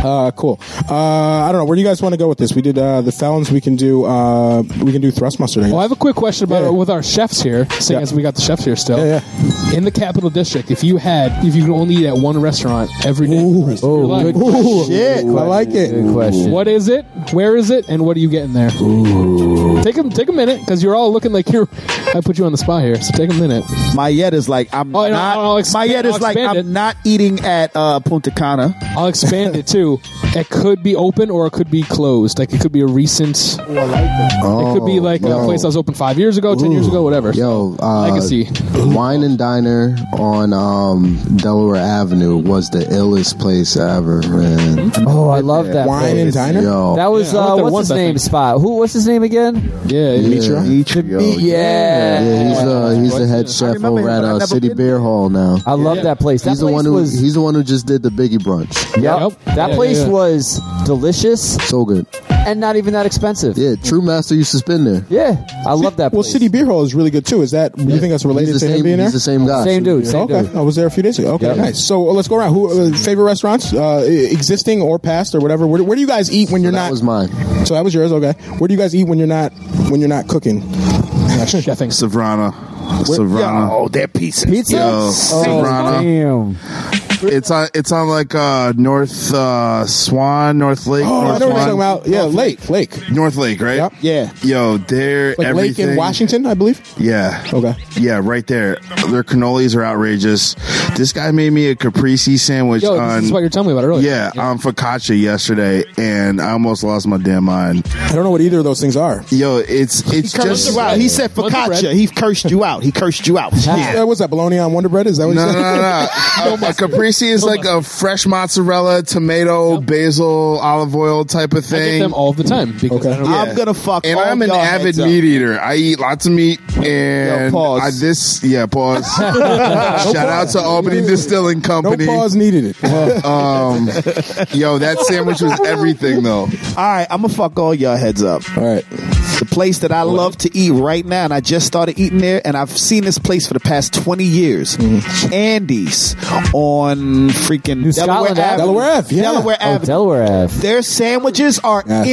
Speaker 2: Uh, cool. Uh, I don't know where do you guys want to go with this. We did uh, the felons. We can do uh, we can do thrust muster.
Speaker 3: Well, I have a quick question about with our chefs here. Seeing as we got the chefs here still, in the Capital District, if you had, if you could only eat at one restaurant every day, for the rest of your life,
Speaker 2: good Ooh, shit. I like it. Good question.
Speaker 3: What is it? Where is it? And what are you getting there? Ooh. Take a take a minute because you're all looking like you're. I put you on the spot here, so take a minute.
Speaker 7: My yet is like I'm
Speaker 3: Oh, and
Speaker 7: not.
Speaker 3: I'll- I'll expand-
Speaker 7: my yet is
Speaker 3: I'll
Speaker 7: like
Speaker 3: expand
Speaker 7: I'm
Speaker 3: it.
Speaker 7: not eating at uh, Punta Cana.
Speaker 3: I'll expand it too. It could be open or it could be closed. Like it could be a recent. it
Speaker 8: Oh,
Speaker 7: Oh,
Speaker 3: could be like a
Speaker 8: yo.
Speaker 3: place that was open five years ago, ten years ago, whatever.
Speaker 8: Yo, uh,
Speaker 3: Legacy.
Speaker 8: Wine and Diner on um, Delaware Avenue was the illest place ever, man.
Speaker 5: Oh, I love that.
Speaker 8: Wine and
Speaker 5: place.
Speaker 8: diner? Yo.
Speaker 5: That was
Speaker 8: Yeah, I went
Speaker 5: uh,
Speaker 8: there
Speaker 5: what's
Speaker 8: once,
Speaker 5: his
Speaker 8: I
Speaker 5: name
Speaker 8: think.
Speaker 5: spot? Who? What's his name again?
Speaker 3: Yeah,
Speaker 5: Yeah.
Speaker 8: Mitro. yeah, he's uh, he's the head chef over at uh, City Beer Hall now.
Speaker 5: I love that place. That
Speaker 8: he's the one
Speaker 5: place
Speaker 8: who
Speaker 5: was-
Speaker 8: he's the one who just did the Biggie brunch.
Speaker 5: Yep. That
Speaker 8: Yeah,
Speaker 5: place
Speaker 8: yeah.
Speaker 5: was delicious
Speaker 8: So good.
Speaker 5: and not even that expensive.
Speaker 8: Yeah, True Master used to spin there.
Speaker 5: Yeah, I love that.
Speaker 2: Well,
Speaker 5: place.
Speaker 2: City Beer Hall is really good too. Is that you think that's related
Speaker 8: He's
Speaker 2: to
Speaker 8: the
Speaker 2: him
Speaker 8: same-
Speaker 2: being there?
Speaker 8: he's the same guy.
Speaker 5: Same dude, same
Speaker 2: okay,
Speaker 5: dude.
Speaker 2: I was there a few days ago. Okay,
Speaker 5: Yep.
Speaker 2: nice. So uh, let's go around. Who uh, favorite restaurants, uh, existing or past or whatever? Where, where do you guys eat when you're not? That was
Speaker 8: mine.
Speaker 2: So that was yours. Okay. Where do you guys eat when you're not when you're not cooking? Chefing.
Speaker 9: Savrana. Savrana.
Speaker 7: Yo, that pizza.
Speaker 9: Yo,
Speaker 2: Oh,
Speaker 9: Savrana.
Speaker 5: damn.
Speaker 9: It's on. It's on like uh, North uh, Swan, North Lake.
Speaker 2: Oh,
Speaker 9: North
Speaker 2: I know what you're
Speaker 9: Swan.
Speaker 2: talking about. Yeah, Lake, Lake,
Speaker 9: North Lake, right? Yep.
Speaker 2: Yeah.
Speaker 9: Yo, they're
Speaker 2: like Lake
Speaker 9: everything.
Speaker 2: in Washington, I believe.
Speaker 9: Yeah.
Speaker 2: Okay.
Speaker 9: Yeah, right there. Their cannolis are outrageous. This guy made me a caprese sandwich
Speaker 3: Yo,
Speaker 9: on.
Speaker 3: this is what you're telling me about earlier.
Speaker 9: yeah, on focaccia yesterday, and I almost lost my damn mind.
Speaker 2: I don't know what either of those things are.
Speaker 9: Yo, it's it's
Speaker 7: He cursed
Speaker 9: just
Speaker 7: you out. He said focaccia. He cursed you out. He cursed you out.
Speaker 9: Yeah.
Speaker 2: Uh, What's that? Bologna on Wonder Bread? Is that what
Speaker 9: No, no,
Speaker 2: you said?
Speaker 9: no, no. A caprese is like a fresh mozzarella, tomato, basil, olive oil type of
Speaker 3: I
Speaker 9: thing.
Speaker 3: get them all the time because I don't
Speaker 9: Yeah.
Speaker 7: I'm gonna fuck.
Speaker 9: And
Speaker 7: all
Speaker 9: I'm an
Speaker 7: y'all
Speaker 9: avid
Speaker 7: heads up.
Speaker 9: meat eater. I eat lots of meat and
Speaker 7: pause.
Speaker 9: I this yeah, pause. Shout out to Albany Distilling Company.
Speaker 2: No pause needed. It.
Speaker 9: Um yo, that sandwich was everything though.
Speaker 7: All right, I'm gonna fuck all y'all heads up.
Speaker 2: All right.
Speaker 7: The place that I love to eat right now, and I just started eating there, and I've seen this place for the past 20 years.
Speaker 2: Mm-hmm.
Speaker 7: Candies on freaking Delaware
Speaker 5: Scotland Ave.
Speaker 7: Ave.
Speaker 2: Delaware Ave, yeah.
Speaker 7: Delaware
Speaker 5: Oh,
Speaker 7: Ave.
Speaker 5: Delaware Ave.
Speaker 7: Their sandwiches are
Speaker 5: Yeah.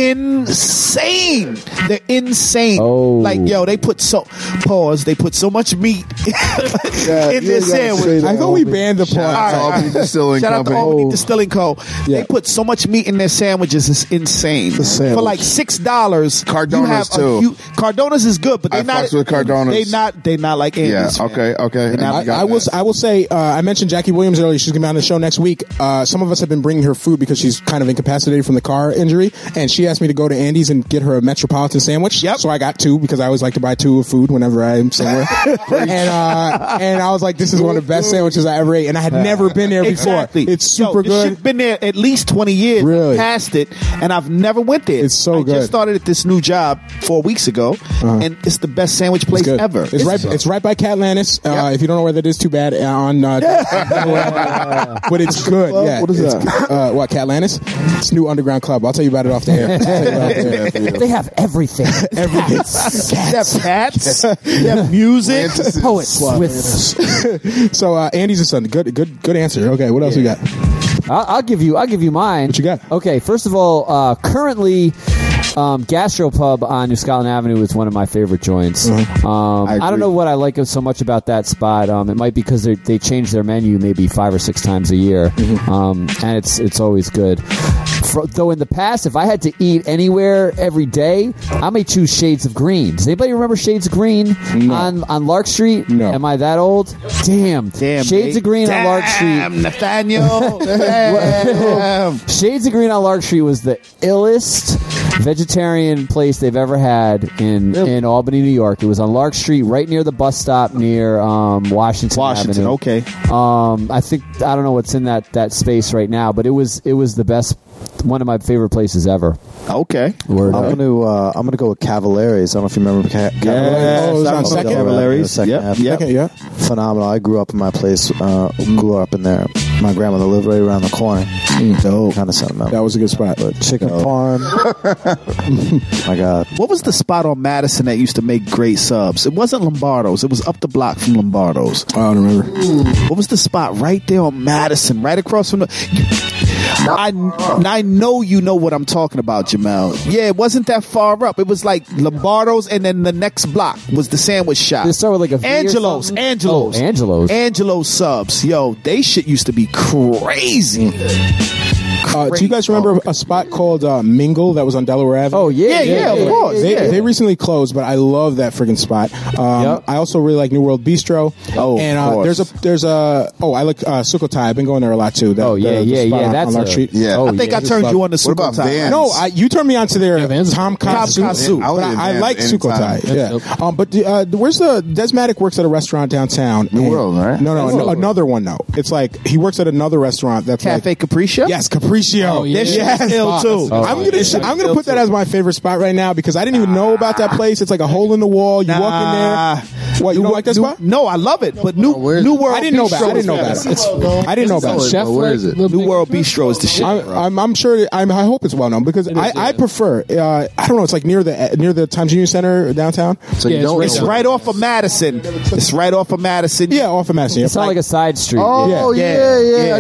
Speaker 7: insane. They're insane.
Speaker 5: Oh.
Speaker 7: Like yo, they put so pause. They put so much meat in
Speaker 9: you
Speaker 7: their
Speaker 9: gotta say
Speaker 7: sandwich.
Speaker 9: that,
Speaker 2: I thought we banned the pause.
Speaker 9: Shout out to Albany Distilling
Speaker 7: Shout out to
Speaker 9: Company.
Speaker 7: Albany Distilling Co. They put so much meat in their sandwiches; it's insane. For like six dollars,
Speaker 9: Cardona's too.
Speaker 7: Cardona's is good, but
Speaker 9: I
Speaker 7: they not.
Speaker 9: fucks with Cardona's.
Speaker 7: They not. They not like
Speaker 9: yeah,
Speaker 7: Andy's. man.
Speaker 9: okay, okay.
Speaker 7: And I-
Speaker 9: We got
Speaker 2: I, I will.
Speaker 9: that.
Speaker 2: I will say. Uh, I mentioned Jackie Williams earlier. She's gonna be on the show next week. Uh, some of us have been bringing her food because she's kind of incapacitated from the car injury, and she asked me to go to Andy's and get her a metropolitan sandwich. Yep. So I got two because I always like to buy two of food whenever I'm somewhere. and uh, and I was like, this is one of the best sandwiches I ever ate, and I had never been there before.
Speaker 7: Exactly.
Speaker 2: It's super
Speaker 7: Yo, This
Speaker 2: good.
Speaker 7: shit been there at least twenty years.
Speaker 2: Really?
Speaker 7: Past it, and I've never went there. It's so I
Speaker 2: good. Uh-huh.
Speaker 7: Just started at this new job four weeks ago, and it's the best sandwich place
Speaker 2: It's good.
Speaker 7: ever.
Speaker 2: It's, right. It's right by Catlantis. Uh, If you don't know where that is, too bad. Uh, on, uh, but it's good.
Speaker 9: Club?
Speaker 2: Yeah.
Speaker 9: What is
Speaker 2: it's,
Speaker 9: that?
Speaker 2: Uh, what Catlantis? It's new underground club. I'll tell you about it off the air. I'll tell you about it off the air.
Speaker 5: They have everything.
Speaker 2: Everything.
Speaker 7: Cats. Cats. Yeah, music.
Speaker 5: Poets with.
Speaker 2: so uh, Andy's a son. Good. Good. Good answer. Okay. What else we got?
Speaker 5: I'll, I'll give you. I'll give you mine. What
Speaker 2: you got?
Speaker 5: Okay. First of all, uh, currently, um, Gastropub on New Scotland Avenue is one of my favorite joints.
Speaker 2: Mm-hmm.
Speaker 5: Um, I, don't know what I like so much about that spot. Um, it might be because they they change their menu maybe five or six times a year,
Speaker 2: Mm-hmm.
Speaker 5: um, and it's it's always good. Fro though in the past, if I had to eat anywhere every day, I may choose Shades of Green. Does anybody remember Shades of Green on on Lark Street?
Speaker 2: No.
Speaker 5: Am I that old? Damn.
Speaker 7: Damn,
Speaker 5: Shades
Speaker 7: mate.
Speaker 5: of Green on Lark Street.
Speaker 7: Damn, Nathaniel. Damn.
Speaker 5: Shades of Green on Lark Street was the illest vegetarian place they've ever had in, in Albany, New York. It was on Lark Street, right near the bus stop near um, Washington.
Speaker 7: Washington,
Speaker 5: Avenue.
Speaker 7: okay.
Speaker 5: Um, I think I don't know what's in that that space right now, but it was it was the best, one of my favorite places ever.
Speaker 7: Okay.
Speaker 5: Word.
Speaker 4: I'm gonna uh, I'm gonna go with Cavaliers. I don't know if you remember Ca- Cavaliers.
Speaker 2: Oh, it was on second?
Speaker 4: Cavaliers. Second
Speaker 7: Yep,
Speaker 4: half.
Speaker 7: yep.
Speaker 2: Okay. Yeah.
Speaker 4: Phenomenal. I grew up in my place. Uh, grew up in there. My grandmother lived right around the corner, Kind of sentimental. That
Speaker 2: Mm, was a good spot.
Speaker 4: But chicken parm. My God.
Speaker 7: What was the spot on Madison that used to make great subs? It wasn't Lombardo's. It was up the block from Lombardo's. I
Speaker 2: don't remember.
Speaker 7: What was the spot right there on Madison, right across from the. I, I know you know what I'm talking about, Jamel. Yeah, it wasn't that far up. It was like Lombardo's, and then the next block was the sandwich shop.
Speaker 5: They start with like a V or
Speaker 7: Angelo's,
Speaker 5: something?
Speaker 7: Angelo's,
Speaker 5: Oh, Angelo's.
Speaker 7: Angelo's subs. Yo, they shit used to be crazy.
Speaker 5: Mm.
Speaker 2: Uh, do you guys remember a spot called uh, Mingle that was on Delaware Avenue? Oh
Speaker 7: Yeah, yeah, yeah, of yeah, course,
Speaker 2: They,
Speaker 7: yeah.
Speaker 2: they recently closed, but I love that freaking spot. Um, I also really like New World Bistro. Oh, and
Speaker 7: of
Speaker 2: uh,
Speaker 7: course.
Speaker 2: there's a there's a oh I like uh, Sukhothai. I've been going there a lot too. That, oh
Speaker 5: yeah, yeah, yeah, that's
Speaker 2: on our
Speaker 5: a-
Speaker 2: street.
Speaker 5: Yeah. oh, I think yeah. I turned you on to
Speaker 2: What about
Speaker 5: Sukhothai.
Speaker 2: Vans?
Speaker 5: No,
Speaker 2: No, I, you turned me on to their Tom Katsu.
Speaker 5: Katsu.
Speaker 2: But
Speaker 5: I would
Speaker 2: I, I
Speaker 5: Vans
Speaker 2: like
Speaker 5: anytime.
Speaker 2: Sukhothai.
Speaker 5: That's dope.
Speaker 2: Yeah. Um, but uh, where's the Desmatic works at a restaurant downtown? New World, right? No, no,
Speaker 7: That's
Speaker 2: no
Speaker 7: World.
Speaker 2: another one. No, it's like he works at another restaurant that's like-
Speaker 7: Cafe Capriccio.
Speaker 2: Yes, Capriccio.
Speaker 7: Oh, yeah. That shit is ill, too. Oh,
Speaker 2: I'm
Speaker 7: yeah.
Speaker 2: gonna
Speaker 7: That shit
Speaker 2: I'm
Speaker 7: is
Speaker 2: gonna
Speaker 7: ill,
Speaker 2: put that as my favorite spot right now because I didn't even know about that place. It's like a hole in the wall. You walk in there. What you don't like that spot?
Speaker 7: No, I love it. But New New World.
Speaker 2: I didn't know about.
Speaker 7: Bistro
Speaker 2: it. I didn't know
Speaker 7: is
Speaker 2: about. it.
Speaker 7: better.
Speaker 2: It's- I didn't know about. it.
Speaker 7: New World Bistro is the shit.
Speaker 2: I'm, I'm, I'm sure. that- I'm, I hope it's well known because I, I prefer. Uh, I don't know. It's like near the near the Tanjiro Center downtown.
Speaker 7: So you don't. It's right off of Madison. It's right off of Madison.
Speaker 2: Yeah, Oh, off of Madison.
Speaker 5: It's not like a side street.
Speaker 7: Oh,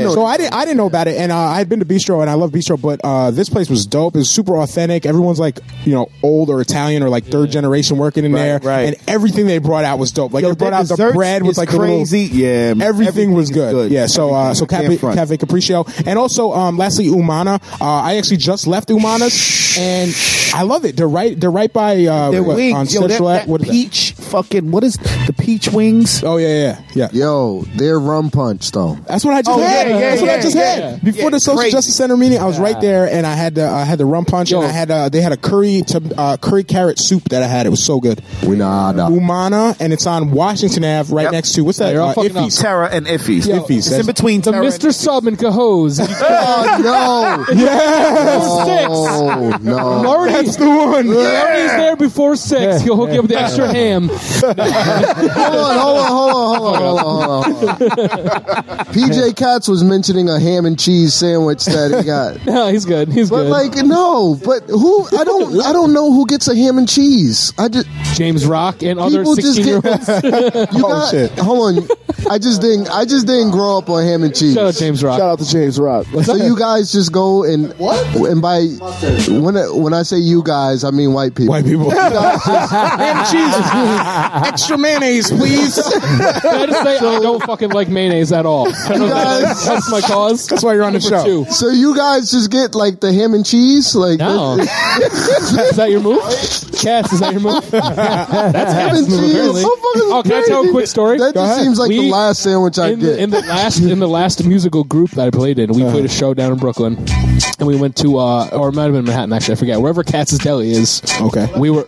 Speaker 2: So I didn't I didn't know about it, and uh, I had been to Bistro, and I love Bistro, but uh, this place was dope. It was super authentic. Everyone's like you know old or Italian or like third generation working in there, right? And everything they brought out was dope. Like
Speaker 7: Yo,
Speaker 2: they brought
Speaker 7: their
Speaker 2: out the
Speaker 7: desserts
Speaker 2: bread with
Speaker 7: is
Speaker 2: like the little-
Speaker 7: crazy. Yeah,
Speaker 2: everything, was good. Yeah, so uh, so
Speaker 7: Everything.
Speaker 2: Cafe,
Speaker 7: Can't front.
Speaker 2: Cafe Capriccio, and also um, lastly Umana. Uh, I actually just left Umana's, and I love it. They're right they're right by uh,
Speaker 7: Their
Speaker 2: what,
Speaker 7: wings,
Speaker 2: on
Speaker 7: yo, that-
Speaker 2: Central
Speaker 7: that
Speaker 2: what is
Speaker 7: peach fucking what is the peach wings?
Speaker 2: Oh yeah, yeah, yeah.
Speaker 8: Yo, they're rum punch though.
Speaker 2: That's what I just
Speaker 8: Oh,
Speaker 2: had.
Speaker 8: yeah, yeah,
Speaker 2: That's what I
Speaker 8: yeah,
Speaker 2: just
Speaker 8: yeah.
Speaker 2: had. Before the social justice center meeting, I was right there, and I had the I had the rum punch, and I had uh they had a curry to, uh, curry carrot soup that I had. It was so good.
Speaker 8: We nah, nah.
Speaker 2: Umana, and it's on Washington Ave, right next to what's that?
Speaker 7: They're all
Speaker 2: Uh,
Speaker 7: fucking up.
Speaker 2: Iffy's.
Speaker 7: Terra and Iffy's.
Speaker 2: Yeah,
Speaker 7: Yo,
Speaker 2: Iffy's.
Speaker 7: it's in
Speaker 2: that's-
Speaker 7: between
Speaker 3: the
Speaker 7: Terra and-
Speaker 3: Mr. Sub and Cahoes.
Speaker 8: oh no!
Speaker 3: Yes.
Speaker 8: Oh no!
Speaker 3: Marty, That's the
Speaker 2: one.
Speaker 3: Marty's there before six. He'll hook you up with the extra ham.
Speaker 8: hold on, hold on, hold on, hold on, hold on, hold on, hold on. PJ Katz was mentioning a ham and cheese sandwich that he got.
Speaker 3: No, he's good. He's
Speaker 8: But
Speaker 3: good.
Speaker 8: like, no, but who? I don't. I don't know who gets a ham and cheese. I just
Speaker 3: James Rock and other
Speaker 8: People just get- Oh,
Speaker 3: sixteen-year-olds.
Speaker 2: Oh,
Speaker 8: you got. Hold on. I just didn't. I just didn't grow up on ham and cheese.
Speaker 3: Shout out James Rock.
Speaker 1: Shout out to James Rock.
Speaker 8: So you guys just go and what? And by when I- when I say you guys, I mean white people.
Speaker 2: White people.
Speaker 3: and cheese.
Speaker 2: Extra mayonnaise, please.
Speaker 3: Can I just say I don't fucking like mayonnaise at all. I don't
Speaker 8: guys-
Speaker 3: that's my cause.
Speaker 2: That's why you're on the
Speaker 3: Number
Speaker 2: show.
Speaker 3: two.
Speaker 8: So you guys just get like the ham and cheese, like
Speaker 3: No.
Speaker 8: that's-
Speaker 3: is that your move? Cass, is that your move? That's Cass's move,
Speaker 8: Jeez,
Speaker 3: apparently.
Speaker 8: so fucking
Speaker 3: Oh, can I tell a
Speaker 8: crazy.
Speaker 3: quick story?
Speaker 8: That just seems like the
Speaker 3: We-
Speaker 8: last sandwich I
Speaker 3: in,
Speaker 8: get. Uh-huh.
Speaker 3: in the last in the last musical group that I played in, we played a show down in Brooklyn, and we went to uh, or it might have been Manhattan actually, I forget wherever Katz's Deli is.
Speaker 2: Okay,
Speaker 3: we were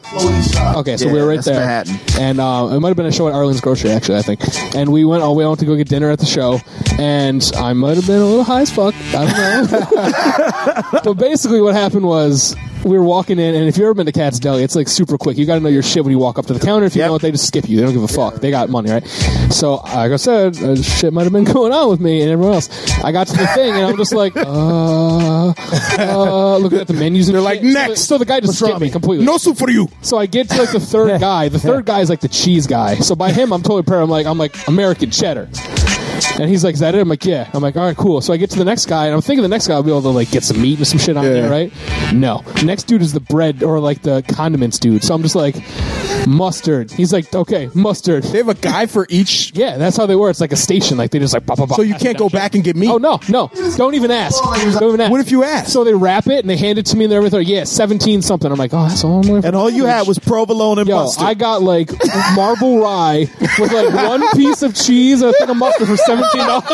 Speaker 3: okay, so we
Speaker 7: Yeah,
Speaker 3: were right
Speaker 7: that's
Speaker 3: there,
Speaker 7: Manhattan.
Speaker 3: and uh, it might have been a show at Arlen's Grocery actually, I think. And we went all the way out to go get dinner at the show, and I might have been a little high as fuck. I don't know. but basically, what happened was we were walking in, and if you've ever been to Cat's Deli, it's like super quick. You got to know your shit when you walk up to the counter. If you don't, they just skip you. They don't give a fuck. They got money, right? So, like I said, uh, shit might have been going on with me and everyone else. I got to the thing, and I'm just like, uh, uh, looking at the menus. And They're like, next. So, the guy just skipped me completely.
Speaker 2: No soup for you.
Speaker 3: So I get to like the third guy. The third guy is like the cheese guy. So by him, I'm totally paired. I'm like, I'm like American cheddar. And he's like, "Is that it?" I'm like, "Yeah." I'm like, "All right, cool." So I get to the next guy, and I'm thinking the next guy will be able to like get some meat and some shit on there, right? No, next dude is the bread or like the condiments dude. So I'm just like, mustard. He's like, "Okay, mustard." They
Speaker 2: have a guy for each.
Speaker 3: Yeah, that's how they were. It's like a station. Like they just like pop, pop, pop.
Speaker 2: So you can't go back and get meat.
Speaker 3: Oh no, no! Don't even ask. Don't even ask.
Speaker 2: What if you ask?
Speaker 3: So they wrap it and they hand it to me, and they're everything. Yeah, seventeen something. I'm like, oh, that's all. I'm
Speaker 7: And all you had was provolone and
Speaker 3: Yo,
Speaker 7: mustard.
Speaker 3: I got like marble rye with like one piece of cheese and a thing of mustard for seventeen dollars.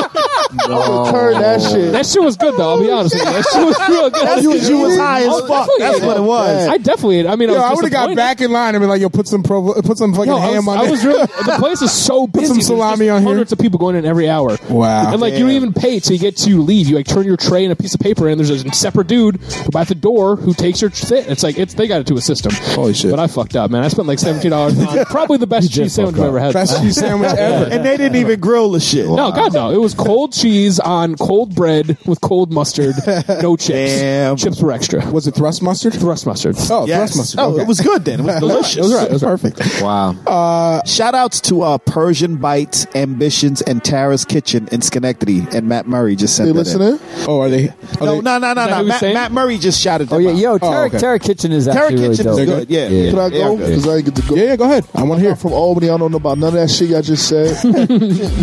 Speaker 1: No. Turn that shit.
Speaker 3: That shit was good though. I'll be honest with you. That shit was real good.
Speaker 1: That's 'cause you was high as fuck.
Speaker 3: I definitely
Speaker 1: That's
Speaker 3: ate
Speaker 1: what it was.
Speaker 3: I definitely. ate. I mean,
Speaker 2: Yo,
Speaker 3: I,
Speaker 2: I
Speaker 3: was
Speaker 2: would have got
Speaker 3: disappointed.
Speaker 2: back in line and been like, "Yo, put some provo- put some fucking
Speaker 3: Yo, I
Speaker 2: ham
Speaker 3: was-
Speaker 2: on
Speaker 3: I
Speaker 2: it.
Speaker 3: was really- the place is so busy.
Speaker 2: Put some
Speaker 3: There's
Speaker 2: salami
Speaker 3: just
Speaker 2: on here.
Speaker 3: Hundreds of people going in every hour.
Speaker 2: Wow.
Speaker 3: And like you don't even pay till you get to leave. You like turn your tray and a piece of paper in. There's a separate dude who by the door who takes your shit. It's like it's they got it to a system. Holy shit! But I fucked up, man. I spent like seventeen dollars on probably the best cheese sandwich I've ever had.
Speaker 2: Best cheese sandwich ever.
Speaker 3: Yeah.
Speaker 2: And they didn't even grill the shit.
Speaker 3: No, God no! It was cold cheese on cold bread with cold mustard. No chips. Chips were extra.
Speaker 2: Was it thrust mustard?
Speaker 3: Thrust mustard.
Speaker 2: Oh,
Speaker 7: Yes.
Speaker 2: thrust mustard.
Speaker 7: Oh,
Speaker 2: okay.
Speaker 7: it was good then. It was delicious.
Speaker 2: it was right. It was perfect.
Speaker 7: Wow. Uh, Shout outs to uh, Persian Bites, Ambitions, and Tara's Kitchen in Schenectady. And Matt Murray just sent
Speaker 1: They
Speaker 7: that
Speaker 1: listen
Speaker 7: in.
Speaker 1: in?
Speaker 2: Oh, are they?
Speaker 7: no, no, no, no, no. Matt, Matt Murray just shouted. Oh, yeah.
Speaker 5: Yo, Tara, Tara Kitchen is
Speaker 7: Tara
Speaker 5: actually really
Speaker 7: Kitchen is
Speaker 5: dope.
Speaker 7: good, yeah.
Speaker 1: Can I go? Because I didn't get to go. Yeah,
Speaker 2: yeah, go ahead. I want to hear.
Speaker 1: from Albany. I don't know about none of that shit y'all just said.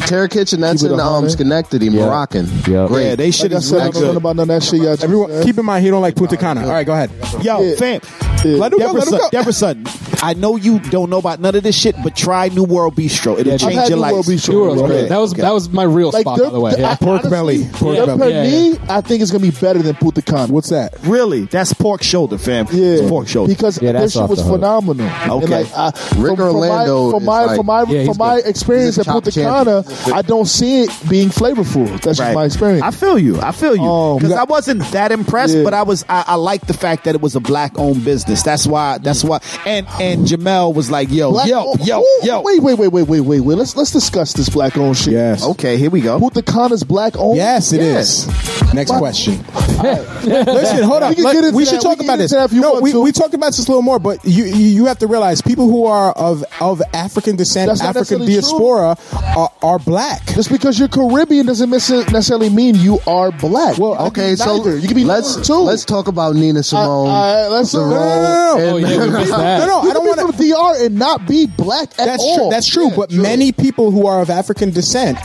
Speaker 8: Terra Kitchen, that's
Speaker 1: Keep it
Speaker 8: in
Speaker 1: a
Speaker 8: um,
Speaker 1: hundred.
Speaker 8: Schenectady, Moroccan.
Speaker 5: Yeah,
Speaker 8: Great.
Speaker 1: Like I said, I don't know about none of that shit y'all just
Speaker 2: Everyone,
Speaker 1: said.
Speaker 2: keep in mind he don't like putacana. All right, go ahead.
Speaker 7: Yo, fam.
Speaker 2: Let him go,
Speaker 7: Deborah
Speaker 2: let him
Speaker 7: Sutton-
Speaker 2: go.
Speaker 7: Deborah Sutton, I know you don't know about none of this shit, but try New World Bistro. It'll
Speaker 1: I've
Speaker 7: change
Speaker 1: had
Speaker 7: your
Speaker 1: New
Speaker 7: life.
Speaker 1: World Bistro.
Speaker 3: New World's great. That was that was my real
Speaker 1: Like,
Speaker 3: spot,
Speaker 1: their-
Speaker 3: by the way.
Speaker 1: I-
Speaker 3: Yeah.
Speaker 2: Pork belly. Pork
Speaker 1: Their
Speaker 2: belly.
Speaker 1: pernil, I think it's gonna be better than Putakan.
Speaker 2: What's that?
Speaker 7: Really? That's pork shoulder, fam. Yeah. It's pork shoulder.
Speaker 1: Because
Speaker 7: Yeah,
Speaker 1: this
Speaker 7: that's
Speaker 1: shit
Speaker 7: off
Speaker 1: was
Speaker 7: the hook.
Speaker 1: phenomenal.
Speaker 7: Okay.
Speaker 1: And like, I,
Speaker 8: Rick
Speaker 1: from,
Speaker 8: Orlando
Speaker 1: From
Speaker 8: is
Speaker 1: my
Speaker 8: like-
Speaker 1: from my,
Speaker 8: Yeah, he's
Speaker 1: from my
Speaker 8: good.
Speaker 1: experience at
Speaker 8: He's a top
Speaker 1: Putacana, I don't see it being flavorful. That's just
Speaker 7: Right.
Speaker 1: my experience.
Speaker 7: I feel you. I feel you.
Speaker 1: Oh,
Speaker 7: Because
Speaker 1: God.
Speaker 7: I wasn't that impressed, but I was. I, I like the fact that it was a black-owned business. That's why. That's why. And and Jamel was like, "Yo,
Speaker 1: Black-
Speaker 7: yo,
Speaker 1: oh,
Speaker 7: yo,
Speaker 1: ooh,
Speaker 7: yo."
Speaker 1: Wait, wait, wait, wait, wait, wait, wait. Let's let's discuss this black owned shit.
Speaker 2: Yes.
Speaker 7: Okay, here we go.
Speaker 1: Putacana's black owned.
Speaker 2: Yes, it is. Next
Speaker 1: Wow.
Speaker 2: question. Listen, hold
Speaker 1: We
Speaker 2: up.
Speaker 1: can
Speaker 2: Let-
Speaker 1: get into
Speaker 2: we
Speaker 1: that.
Speaker 2: should
Speaker 1: We
Speaker 2: talk
Speaker 1: can
Speaker 2: about
Speaker 1: get
Speaker 2: this.
Speaker 1: into that if you
Speaker 2: No,
Speaker 1: want
Speaker 2: we,
Speaker 1: to.
Speaker 2: we talked about this a little more, but you you you have to realize people who are of of African descent,
Speaker 1: That's not
Speaker 2: African
Speaker 1: necessarily
Speaker 2: diaspora, are, are black.
Speaker 1: Just because you're Caribbean doesn't necess- necessarily mean you are black. Well,
Speaker 8: Okay, so
Speaker 1: you can be
Speaker 8: let's
Speaker 1: neither, too.
Speaker 8: let's talk about Nina Simone.
Speaker 1: I- I- let's-
Speaker 8: the
Speaker 1: No, no, no,
Speaker 8: role
Speaker 2: no, no.
Speaker 8: in-
Speaker 2: Oh, yeah, we missed that. No, no,
Speaker 1: you
Speaker 2: I don't
Speaker 1: can be
Speaker 2: wanna-
Speaker 1: from DR and not be black at
Speaker 2: That's
Speaker 1: all.
Speaker 2: true. That's true.
Speaker 1: Yeah,
Speaker 2: but many people who are of African descent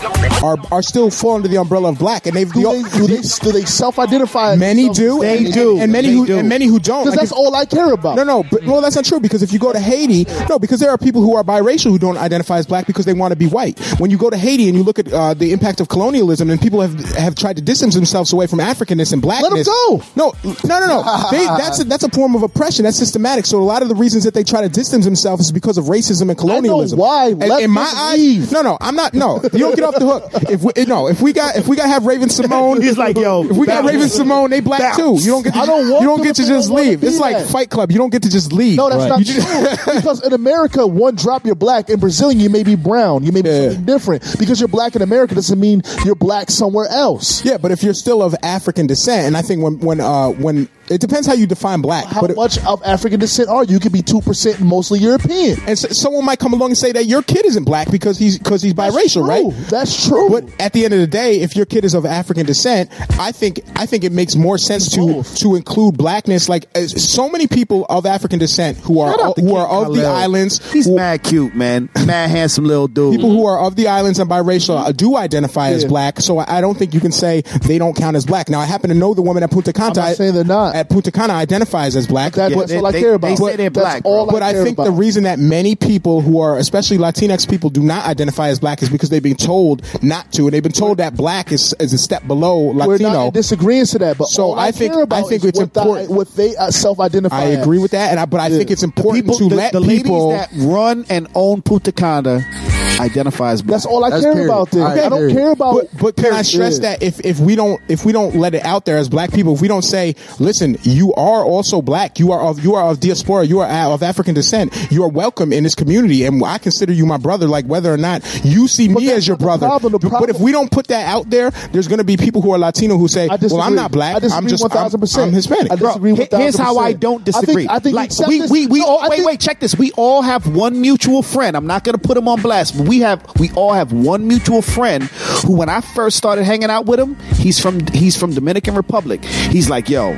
Speaker 2: are are still fall under the umbrella of black, and they've
Speaker 1: do they, do they do they self identify?
Speaker 2: many do,
Speaker 1: They
Speaker 2: and,
Speaker 1: do.
Speaker 2: and, many
Speaker 1: They
Speaker 2: who
Speaker 1: do.
Speaker 2: and many who don't.
Speaker 1: because
Speaker 2: Like,
Speaker 1: that's
Speaker 2: if-
Speaker 1: all I care about.
Speaker 2: No, no. But, well, that's not true because if you go to Haiti, no, because there are people who are biracial who don't identify as black because they want to be white. When you go to Haiti and you look at uh, the impact of colonialism and people have have tried to distance themselves away from Africanness and blackness.
Speaker 1: go.
Speaker 2: No, no, no, no. they, that's a, that's a form of oppression. That's systematic. So a lot of the reasons that they try to distance themselves is because of racism and colonialism.
Speaker 1: why.
Speaker 2: And-
Speaker 1: Let
Speaker 2: in my
Speaker 1: them
Speaker 2: eyes, no, no. I'm not. No, you don't get off the hook. If we, no, if we got if we got to have Raven Simone,
Speaker 7: He's like, yo,
Speaker 2: if we got
Speaker 7: bounce.
Speaker 2: Raven Simone, they black
Speaker 7: Bounce.
Speaker 2: too. You don't get. To,
Speaker 1: I don't want
Speaker 2: you don't
Speaker 1: them
Speaker 2: get to
Speaker 1: if they
Speaker 2: just
Speaker 1: don't wanna
Speaker 2: leave.
Speaker 1: be
Speaker 2: It's like
Speaker 1: that.
Speaker 2: Fight Club. You don't get to just leave.
Speaker 1: No, that's not
Speaker 2: You just-
Speaker 1: true. because in America, one drop you're black. In Brazil, you may be brown. You may be something different. Because you're black in America doesn't mean you're black somewhere else.
Speaker 2: yeah, but if you're still of African descent, and I think when when uh when it depends how you define black,
Speaker 1: How
Speaker 2: but. It,
Speaker 1: much of African descent are you? You could be two percent, mostly European.
Speaker 2: and so, someone might come along and say that your kid isn't black because he's because he's biracial, right?
Speaker 1: That's true.
Speaker 2: But at the end of the day, if your kid is of African descent, I think I think it makes more sense to to include blackness. Like uh, so many people of African descent who are
Speaker 7: Shout out to
Speaker 2: who
Speaker 7: Kid
Speaker 2: are of the
Speaker 7: Khalil.
Speaker 2: islands,
Speaker 7: He's mad cute, man. Mad handsome little dude.
Speaker 2: people who are of the islands and biracial uh, do identify as black. So I, I don't think you can say they don't count as black. Now I happen to know the woman at Punta Cana.
Speaker 1: not saying they're not.
Speaker 2: At Punta Cana identifies as black.
Speaker 1: That- that's
Speaker 7: they-
Speaker 1: all I
Speaker 7: they-
Speaker 1: care about.
Speaker 7: they say
Speaker 1: But
Speaker 7: they're
Speaker 1: that's
Speaker 7: black,
Speaker 1: all
Speaker 7: bro.
Speaker 2: but I
Speaker 1: care
Speaker 2: think
Speaker 1: about.
Speaker 2: the reason that many people who are, especially Latinx people, do not identify as black is because they've been told not to, and they've been told that black is, is a step below
Speaker 1: We're not
Speaker 2: Latino.
Speaker 1: in disagreement to that, but
Speaker 2: So
Speaker 1: all I,
Speaker 2: I think-
Speaker 1: care about
Speaker 2: I think
Speaker 1: is
Speaker 2: it's
Speaker 1: what the-
Speaker 2: important.
Speaker 1: what they uh, self-identify.
Speaker 2: I
Speaker 1: as.
Speaker 2: agree with that, and I, but I think it's important
Speaker 7: People-
Speaker 2: to
Speaker 7: the,
Speaker 2: let
Speaker 7: the ladies
Speaker 2: people.
Speaker 7: that run and own Putacanda identify as black.
Speaker 1: That's all I
Speaker 8: That's
Speaker 1: care
Speaker 8: period.
Speaker 1: about. Then
Speaker 8: All right,
Speaker 1: I don't
Speaker 8: period.
Speaker 1: care about.
Speaker 2: But, but can I
Speaker 1: period.
Speaker 2: stress
Speaker 1: Yeah.
Speaker 2: that if, if we don't if we don't let it out there as black people, if we don't say, listen, you are also black, you are of you are of diaspora, you are a- of African descent, you are welcome in this community, and I consider you my brother, like whether or not you see
Speaker 1: But
Speaker 2: me
Speaker 1: that's
Speaker 2: as your
Speaker 1: not the
Speaker 2: brother.
Speaker 1: problem. The
Speaker 2: But- But if
Speaker 1: problem-
Speaker 2: we don't put that out there, there's going to be people who are Latino who say,
Speaker 1: I disagree.
Speaker 2: well, I'm not black,
Speaker 1: I disagree
Speaker 2: I'm just I'm-
Speaker 1: 1000%.
Speaker 2: I'm Hispanic.
Speaker 1: I
Speaker 2: Bro,
Speaker 1: disagree
Speaker 7: Here-
Speaker 1: with
Speaker 7: Here's how I don't disagree.
Speaker 1: I think, I think
Speaker 7: like
Speaker 1: accept
Speaker 7: we
Speaker 1: this-
Speaker 7: we, we
Speaker 1: No,
Speaker 7: all
Speaker 1: I
Speaker 7: wait
Speaker 1: think-
Speaker 7: wait check this. We all have one mutual friend. I'm not gonna put him on blast, but we have we all have one mutual friend who, when I first started hanging out with him, he's from he's from Dominican Republic. He's like, yo,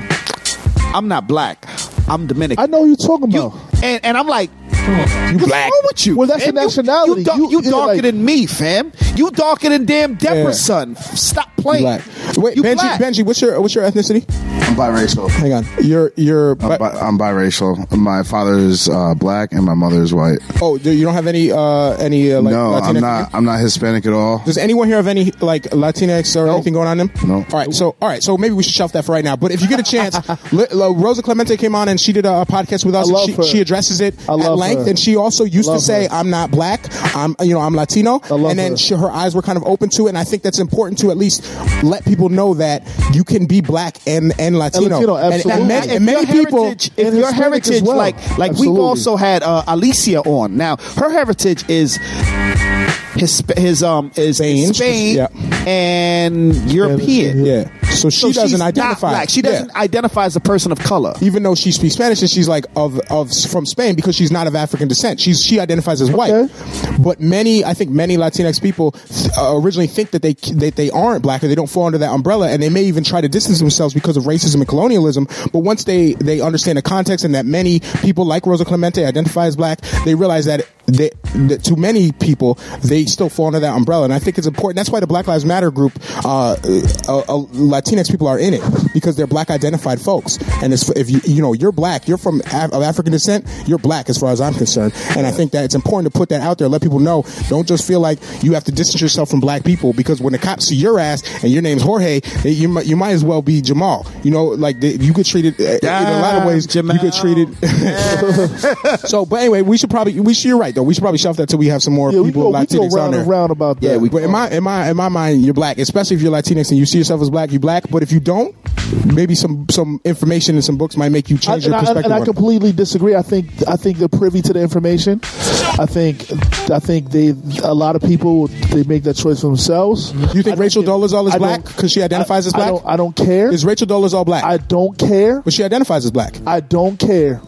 Speaker 7: I'm not black. I'm Dominican.
Speaker 1: I know who you're talking about.
Speaker 7: and and I'm like. You
Speaker 2: black.
Speaker 7: What's wrong with you?
Speaker 1: Well, that's
Speaker 7: Man,
Speaker 1: the
Speaker 7: you-
Speaker 1: nationality.
Speaker 7: You, dark-
Speaker 1: You-
Speaker 7: you
Speaker 1: yeah,
Speaker 7: darker
Speaker 1: like-
Speaker 7: than me, fam. You darker than damn Deborah,
Speaker 2: Yeah.
Speaker 7: son. Stop playing.
Speaker 2: black. Wait,
Speaker 7: you
Speaker 2: Benji,
Speaker 7: black.
Speaker 2: Benji, what's your what's your ethnicity?
Speaker 9: I'm biracial.
Speaker 2: Hang on, you're you're.
Speaker 9: I'm, bi- I'm biracial. My father is uh, black and my mother is white.
Speaker 2: oh, do- you don't have any uh any uh, like
Speaker 9: no,
Speaker 2: Latinx
Speaker 9: I'm not. I'm not Hispanic at all.
Speaker 2: Does anyone here have any like Latinx or anything going on in them?
Speaker 9: No.
Speaker 2: All right, so all right, so maybe we should shelf that for right now. But if uh, you get a chance, Li- Lo- Rosa Clemente came on and she did a, podcast with us.
Speaker 1: I love
Speaker 2: she,
Speaker 1: her.
Speaker 2: she addresses it
Speaker 1: I love
Speaker 2: at
Speaker 1: her.
Speaker 2: white, and she also used to say, "I'm not black. I'm you know I'm Latino." And then she, her eyes were kind of open to it, and I think that's important to at least let people know that you can be black and and Latino.
Speaker 1: Latino,
Speaker 2: And- and
Speaker 1: absolutely.
Speaker 2: many-
Speaker 1: If
Speaker 2: and many
Speaker 1: your
Speaker 2: people,
Speaker 1: heritage-
Speaker 7: if your heritage, like like we've also had uh, Alicia on. Now her heritage is his his um is Spain, Spain and European.
Speaker 2: Yeah, so she doesn't
Speaker 7: she's not
Speaker 2: identify.
Speaker 7: black. She
Speaker 2: Yeah.
Speaker 7: doesn't identify as a person of color,
Speaker 2: even though she speaks Spanish and she's like of of from Spain because she's not of African descent. She's she identifies as white, but many I think many Latinx people th- uh, originally think that they that they aren't black or they don't fall under that umbrella, and they may even try to distance themselves because of racism and colonialism. But once they they understand the context and that many people like Rosa Clemente identify as black, they realize that. They, that to many people, they still fall under that umbrella, and I think it's important. That's why the Black Lives Matter group, uh, uh, uh, Latinx people are in it because they're black identified folks, and it's, if you you know you're black, you're from Af- of African descent, you're black as far as I'm concerned, and I think that it's important to put that out there, let people know. Don't just feel like you have to distance yourself from black people because when the cops see your ass and your name's Jorge, they- you might you might as well be Jamal. You know, like they, you get treated uh, in a lot of ways. You get treated. so, but anyway, we should probably we should, you're right though. We should probably shelf that till we have some more people
Speaker 1: we
Speaker 2: of
Speaker 1: go
Speaker 2: Latinx on
Speaker 1: round
Speaker 2: there.
Speaker 1: and round about that.
Speaker 2: Yeah, we, but in my in my in my mind, you're black, especially if you're Latinx and you see yourself as black, you're black. But if you don't, maybe some some information in some books might make you
Speaker 1: I,
Speaker 2: change
Speaker 1: and,
Speaker 2: your
Speaker 1: I,
Speaker 2: perspective.
Speaker 1: and I
Speaker 2: on it.
Speaker 1: completely disagree. I think I think they're privy to the information. I think I think they a lot of people they make that choice for themselves.
Speaker 2: You think Rachel Dolezal is
Speaker 1: I don't-
Speaker 2: black because she identifies
Speaker 1: I-
Speaker 2: as black?
Speaker 1: I don't, I don't care.
Speaker 2: Is Rachel Dolezal black? I
Speaker 1: don't care.
Speaker 2: But she identifies as black.
Speaker 1: I don't care.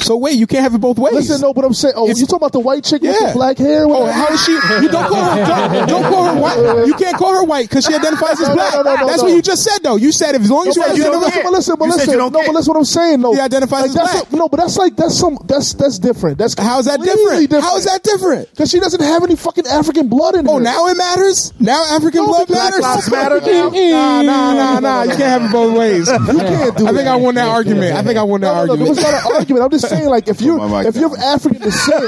Speaker 2: So wait, you can't have it both ways.
Speaker 1: Listen, no, but I'm saying, oh, you talking about the white chick with the
Speaker 2: Yeah.
Speaker 1: black hair?
Speaker 2: Oh, how is she? You don't call her. Don't, don't call her white. You can't call her white because she identifies as
Speaker 1: No, no,
Speaker 2: black.
Speaker 1: no, no, no,
Speaker 2: That's
Speaker 1: no.
Speaker 2: what you just said, though. You said if as long as
Speaker 1: No,
Speaker 2: you
Speaker 1: but
Speaker 2: identify,
Speaker 1: listen, but listen, but listen, no, but that's what I'm saying. No,
Speaker 2: He identifies
Speaker 1: Like,
Speaker 2: as
Speaker 1: that's
Speaker 2: black.
Speaker 1: a- no, but that's like that's some that's that's different. That's
Speaker 2: How's that
Speaker 1: completely
Speaker 2: different? How is that different?
Speaker 1: Because she doesn't have any fucking African blood in her.
Speaker 2: Oh, now it matters. Now African blood
Speaker 1: because-
Speaker 2: matters.
Speaker 1: Black lives matter
Speaker 2: Nah, nah, nah, nah. You can't have it both ways. You
Speaker 1: can't do
Speaker 2: I think
Speaker 1: that.
Speaker 2: I won that argument. I think I won that
Speaker 1: No, no, no,
Speaker 2: argument.
Speaker 1: it was not an argument. I'm just saying, like, if you're
Speaker 2: my mic
Speaker 1: if you're of African descent,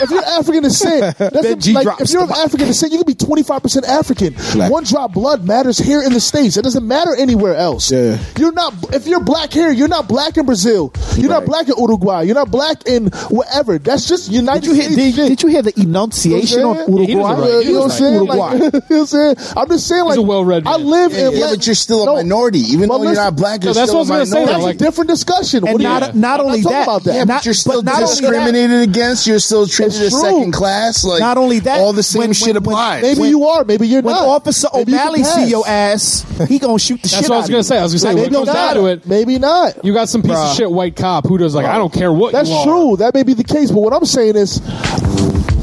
Speaker 1: if you're African descent,
Speaker 2: That
Speaker 1: that's
Speaker 2: G
Speaker 1: like,
Speaker 2: drops
Speaker 1: if you're of African descent, you can be 25 percent African.
Speaker 2: Black.
Speaker 1: One drop blood matters here in the states. It doesn't matter anywhere else. Yeah. You're not if you're black here, you're not black in Brazil. You're not black in Uruguay. You're not black in whatever. That's just United
Speaker 7: Did you hear-
Speaker 1: States.
Speaker 7: did-
Speaker 1: shit.
Speaker 7: did you hear the enunciation
Speaker 1: You know
Speaker 7: on
Speaker 1: what I'm saying?
Speaker 7: Uruguay?
Speaker 1: Yeah,
Speaker 7: He
Speaker 1: You know what I'm
Speaker 7: was
Speaker 1: saying?
Speaker 7: right.
Speaker 1: Like, you know what I'm saying? I'm just saying, like, I live
Speaker 9: Yeah,
Speaker 1: in.
Speaker 9: yeah,
Speaker 1: black-
Speaker 9: but you're still a
Speaker 1: No,
Speaker 9: minority, even
Speaker 1: but
Speaker 9: though Oh, you're
Speaker 1: listen-
Speaker 9: not black. You're still a minority.
Speaker 1: That's a different discussion.
Speaker 9: And
Speaker 1: What do you-
Speaker 9: not- not
Speaker 1: I'm
Speaker 9: only
Speaker 1: talking
Speaker 9: that-
Speaker 1: about that.
Speaker 9: yeah, but you're still discriminated against. You're still treated
Speaker 1: It's
Speaker 9: as
Speaker 1: true.
Speaker 9: second class. Like
Speaker 1: Not only that,
Speaker 9: all the same
Speaker 1: when-
Speaker 9: shit applies.
Speaker 1: Maybe you are. Maybe you're
Speaker 7: when
Speaker 1: not.
Speaker 7: Officer
Speaker 1: Maybe you can
Speaker 7: O'Malley see
Speaker 1: pass.
Speaker 7: your ass, he gonna shoot the
Speaker 3: That's
Speaker 7: shit
Speaker 3: what I was
Speaker 7: out of
Speaker 3: gonna
Speaker 7: you.
Speaker 3: say. I was gonna say when it
Speaker 1: Maybe
Speaker 3: comes down
Speaker 1: not.
Speaker 3: to it,
Speaker 1: maybe not.
Speaker 3: you got some piece
Speaker 1: Bruh.
Speaker 3: of shit white cop who does like I don't care what.
Speaker 1: That's
Speaker 3: you are.
Speaker 1: true. That may be the case, but what I'm saying is,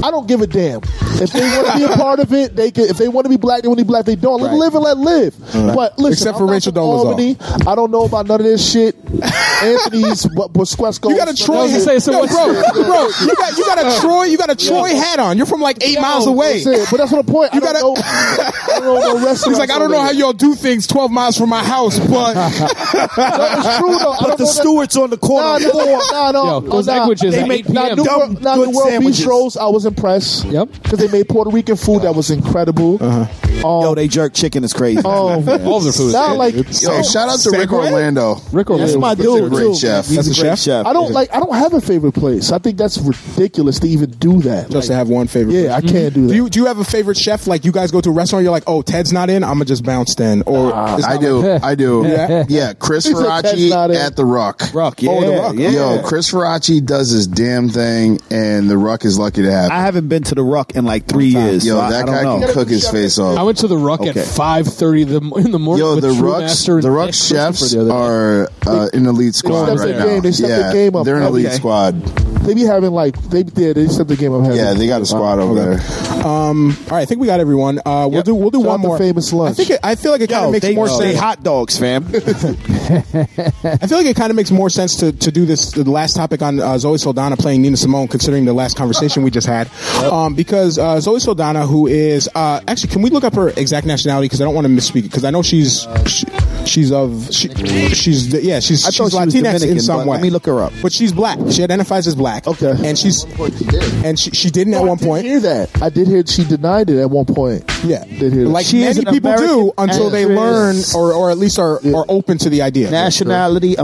Speaker 1: I don't give a damn. If they want to be a part of it, they can. If they want to be black, they want to be black. They don't. Let live and let live.
Speaker 2: Right.
Speaker 1: But listen,
Speaker 2: Except
Speaker 1: I'm
Speaker 2: for
Speaker 1: not
Speaker 2: Rachel
Speaker 1: from
Speaker 2: Dolezal.
Speaker 1: Albany. I don't know about none of this shit. Anthony's but Busquesco.
Speaker 2: You got a Troy hat, Yo, bro, bro. You got you got a Troy, you got a Troy hat on. You're from like eight
Speaker 1: Yo,
Speaker 2: miles away.
Speaker 1: Uh, that's it. But that's what the point.
Speaker 2: You
Speaker 1: I
Speaker 2: got
Speaker 1: don't know- I don't know no
Speaker 2: He's
Speaker 1: restaurants
Speaker 2: like, I don't know
Speaker 1: over
Speaker 2: how
Speaker 1: there.
Speaker 2: y'all do things twelve miles from my house, but
Speaker 1: It's true though. I don't know that-
Speaker 7: on the
Speaker 1: Nah,
Speaker 7: corner.
Speaker 1: nah, nah, nah,
Speaker 3: Yo, those
Speaker 1: nah.
Speaker 3: languages
Speaker 1: They
Speaker 3: at
Speaker 1: make
Speaker 3: 8
Speaker 1: nah,
Speaker 3: p.m.
Speaker 1: New
Speaker 3: Dumb,
Speaker 1: World, nah,
Speaker 3: good
Speaker 1: New World
Speaker 3: sandwiches.
Speaker 1: Bistros. I was impressed.
Speaker 3: Yep,
Speaker 1: because they made Puerto Rican food that was incredible.
Speaker 2: Uh-huh.
Speaker 7: Yo, they jerk chicken is crazy.
Speaker 1: Oh,
Speaker 3: All their food is
Speaker 1: Not
Speaker 3: good,
Speaker 1: like-
Speaker 3: dude.
Speaker 9: Yo, shout out to Rick
Speaker 1: Segway?
Speaker 9: Orlando.
Speaker 3: Rick Orlando.
Speaker 1: That's my
Speaker 9: He's a
Speaker 1: dude,
Speaker 9: great
Speaker 1: too.
Speaker 9: chef.
Speaker 1: He's
Speaker 2: a great chef?
Speaker 1: I don't like. I don't have a favorite place. I think that's ridiculous to even do that.
Speaker 2: Just to have one favorite.
Speaker 1: Yeah, I can't do that.
Speaker 2: Do you, do you have a favorite chef? Like you guys go to a restaurant, you're like, oh, Ted's not in. I'm gonna just bounce then. Or it's
Speaker 9: Uh, I
Speaker 2: not
Speaker 9: do.
Speaker 2: like-
Speaker 9: I do.
Speaker 2: Yeah?
Speaker 9: Yeah, Chris
Speaker 2: He said that's
Speaker 9: Faraci
Speaker 2: not it.
Speaker 9: at the Ruck.
Speaker 2: Ruck,
Speaker 7: Oh,
Speaker 2: yeah,
Speaker 9: Oh, the Ruck.
Speaker 2: yeah.
Speaker 9: Yo, Chris Faraci does his damn thing, and the Ruck is lucky to have.
Speaker 7: I
Speaker 9: him.
Speaker 7: haven't been to the Ruck in like three years.
Speaker 9: Yo,
Speaker 7: so I- I
Speaker 9: that
Speaker 7: don't
Speaker 9: guy
Speaker 7: know.
Speaker 9: can cook his face off.
Speaker 3: I went to the Ruck
Speaker 9: Okay.
Speaker 3: at five thirty in the morning.
Speaker 9: Yo,
Speaker 3: with
Speaker 9: the
Speaker 3: True
Speaker 9: Rucks,
Speaker 3: Master and
Speaker 9: the
Speaker 3: Nick
Speaker 9: Ruck
Speaker 3: Christopher
Speaker 9: chefs
Speaker 3: the other day.
Speaker 9: are uh, an elite squad
Speaker 1: stepped
Speaker 9: right
Speaker 1: their
Speaker 9: now.
Speaker 1: game- they stepped
Speaker 9: yeah,
Speaker 1: their game up.
Speaker 9: they're an elite
Speaker 1: Okay.
Speaker 9: squad.
Speaker 1: They be having like they yeah, they stepped the game up. having-
Speaker 9: Yeah, they got a squad over there.
Speaker 2: Um, all right, I think we got everyone. Uh, we'll do we'll do
Speaker 1: Shout
Speaker 2: one
Speaker 1: out to
Speaker 2: more.
Speaker 1: Famous Lunch.
Speaker 2: I think it, I feel like it kind
Speaker 7: Yo,
Speaker 2: of makes
Speaker 7: they-
Speaker 2: more
Speaker 7: they
Speaker 2: sense.
Speaker 7: hot dogs, fam.
Speaker 2: I feel like it kind of makes more sense to, to do this the last topic on uh, Zoe Saldana playing Nina Simone, considering the last conversation we just had, um, because uh, Zoe Saldana, who is uh, actually, can we look up her exact nationality? Because I don't want to misspeak. Because I know she's she, she's of she, she's yeah she's
Speaker 7: I thought
Speaker 2: she's
Speaker 7: she was
Speaker 2: Latinx in
Speaker 7: Dominican,
Speaker 2: some
Speaker 7: but
Speaker 2: way.
Speaker 7: let me look her up.
Speaker 2: but she's black. She identifies as black. black. Okay. And she's and she, she didn't at one point.
Speaker 1: hear that. I did hear she denied it at one point.
Speaker 2: Yeah.
Speaker 1: Did hear that.
Speaker 2: Like many people do until they learn or, or at least are, are open to the idea.
Speaker 7: Nationality,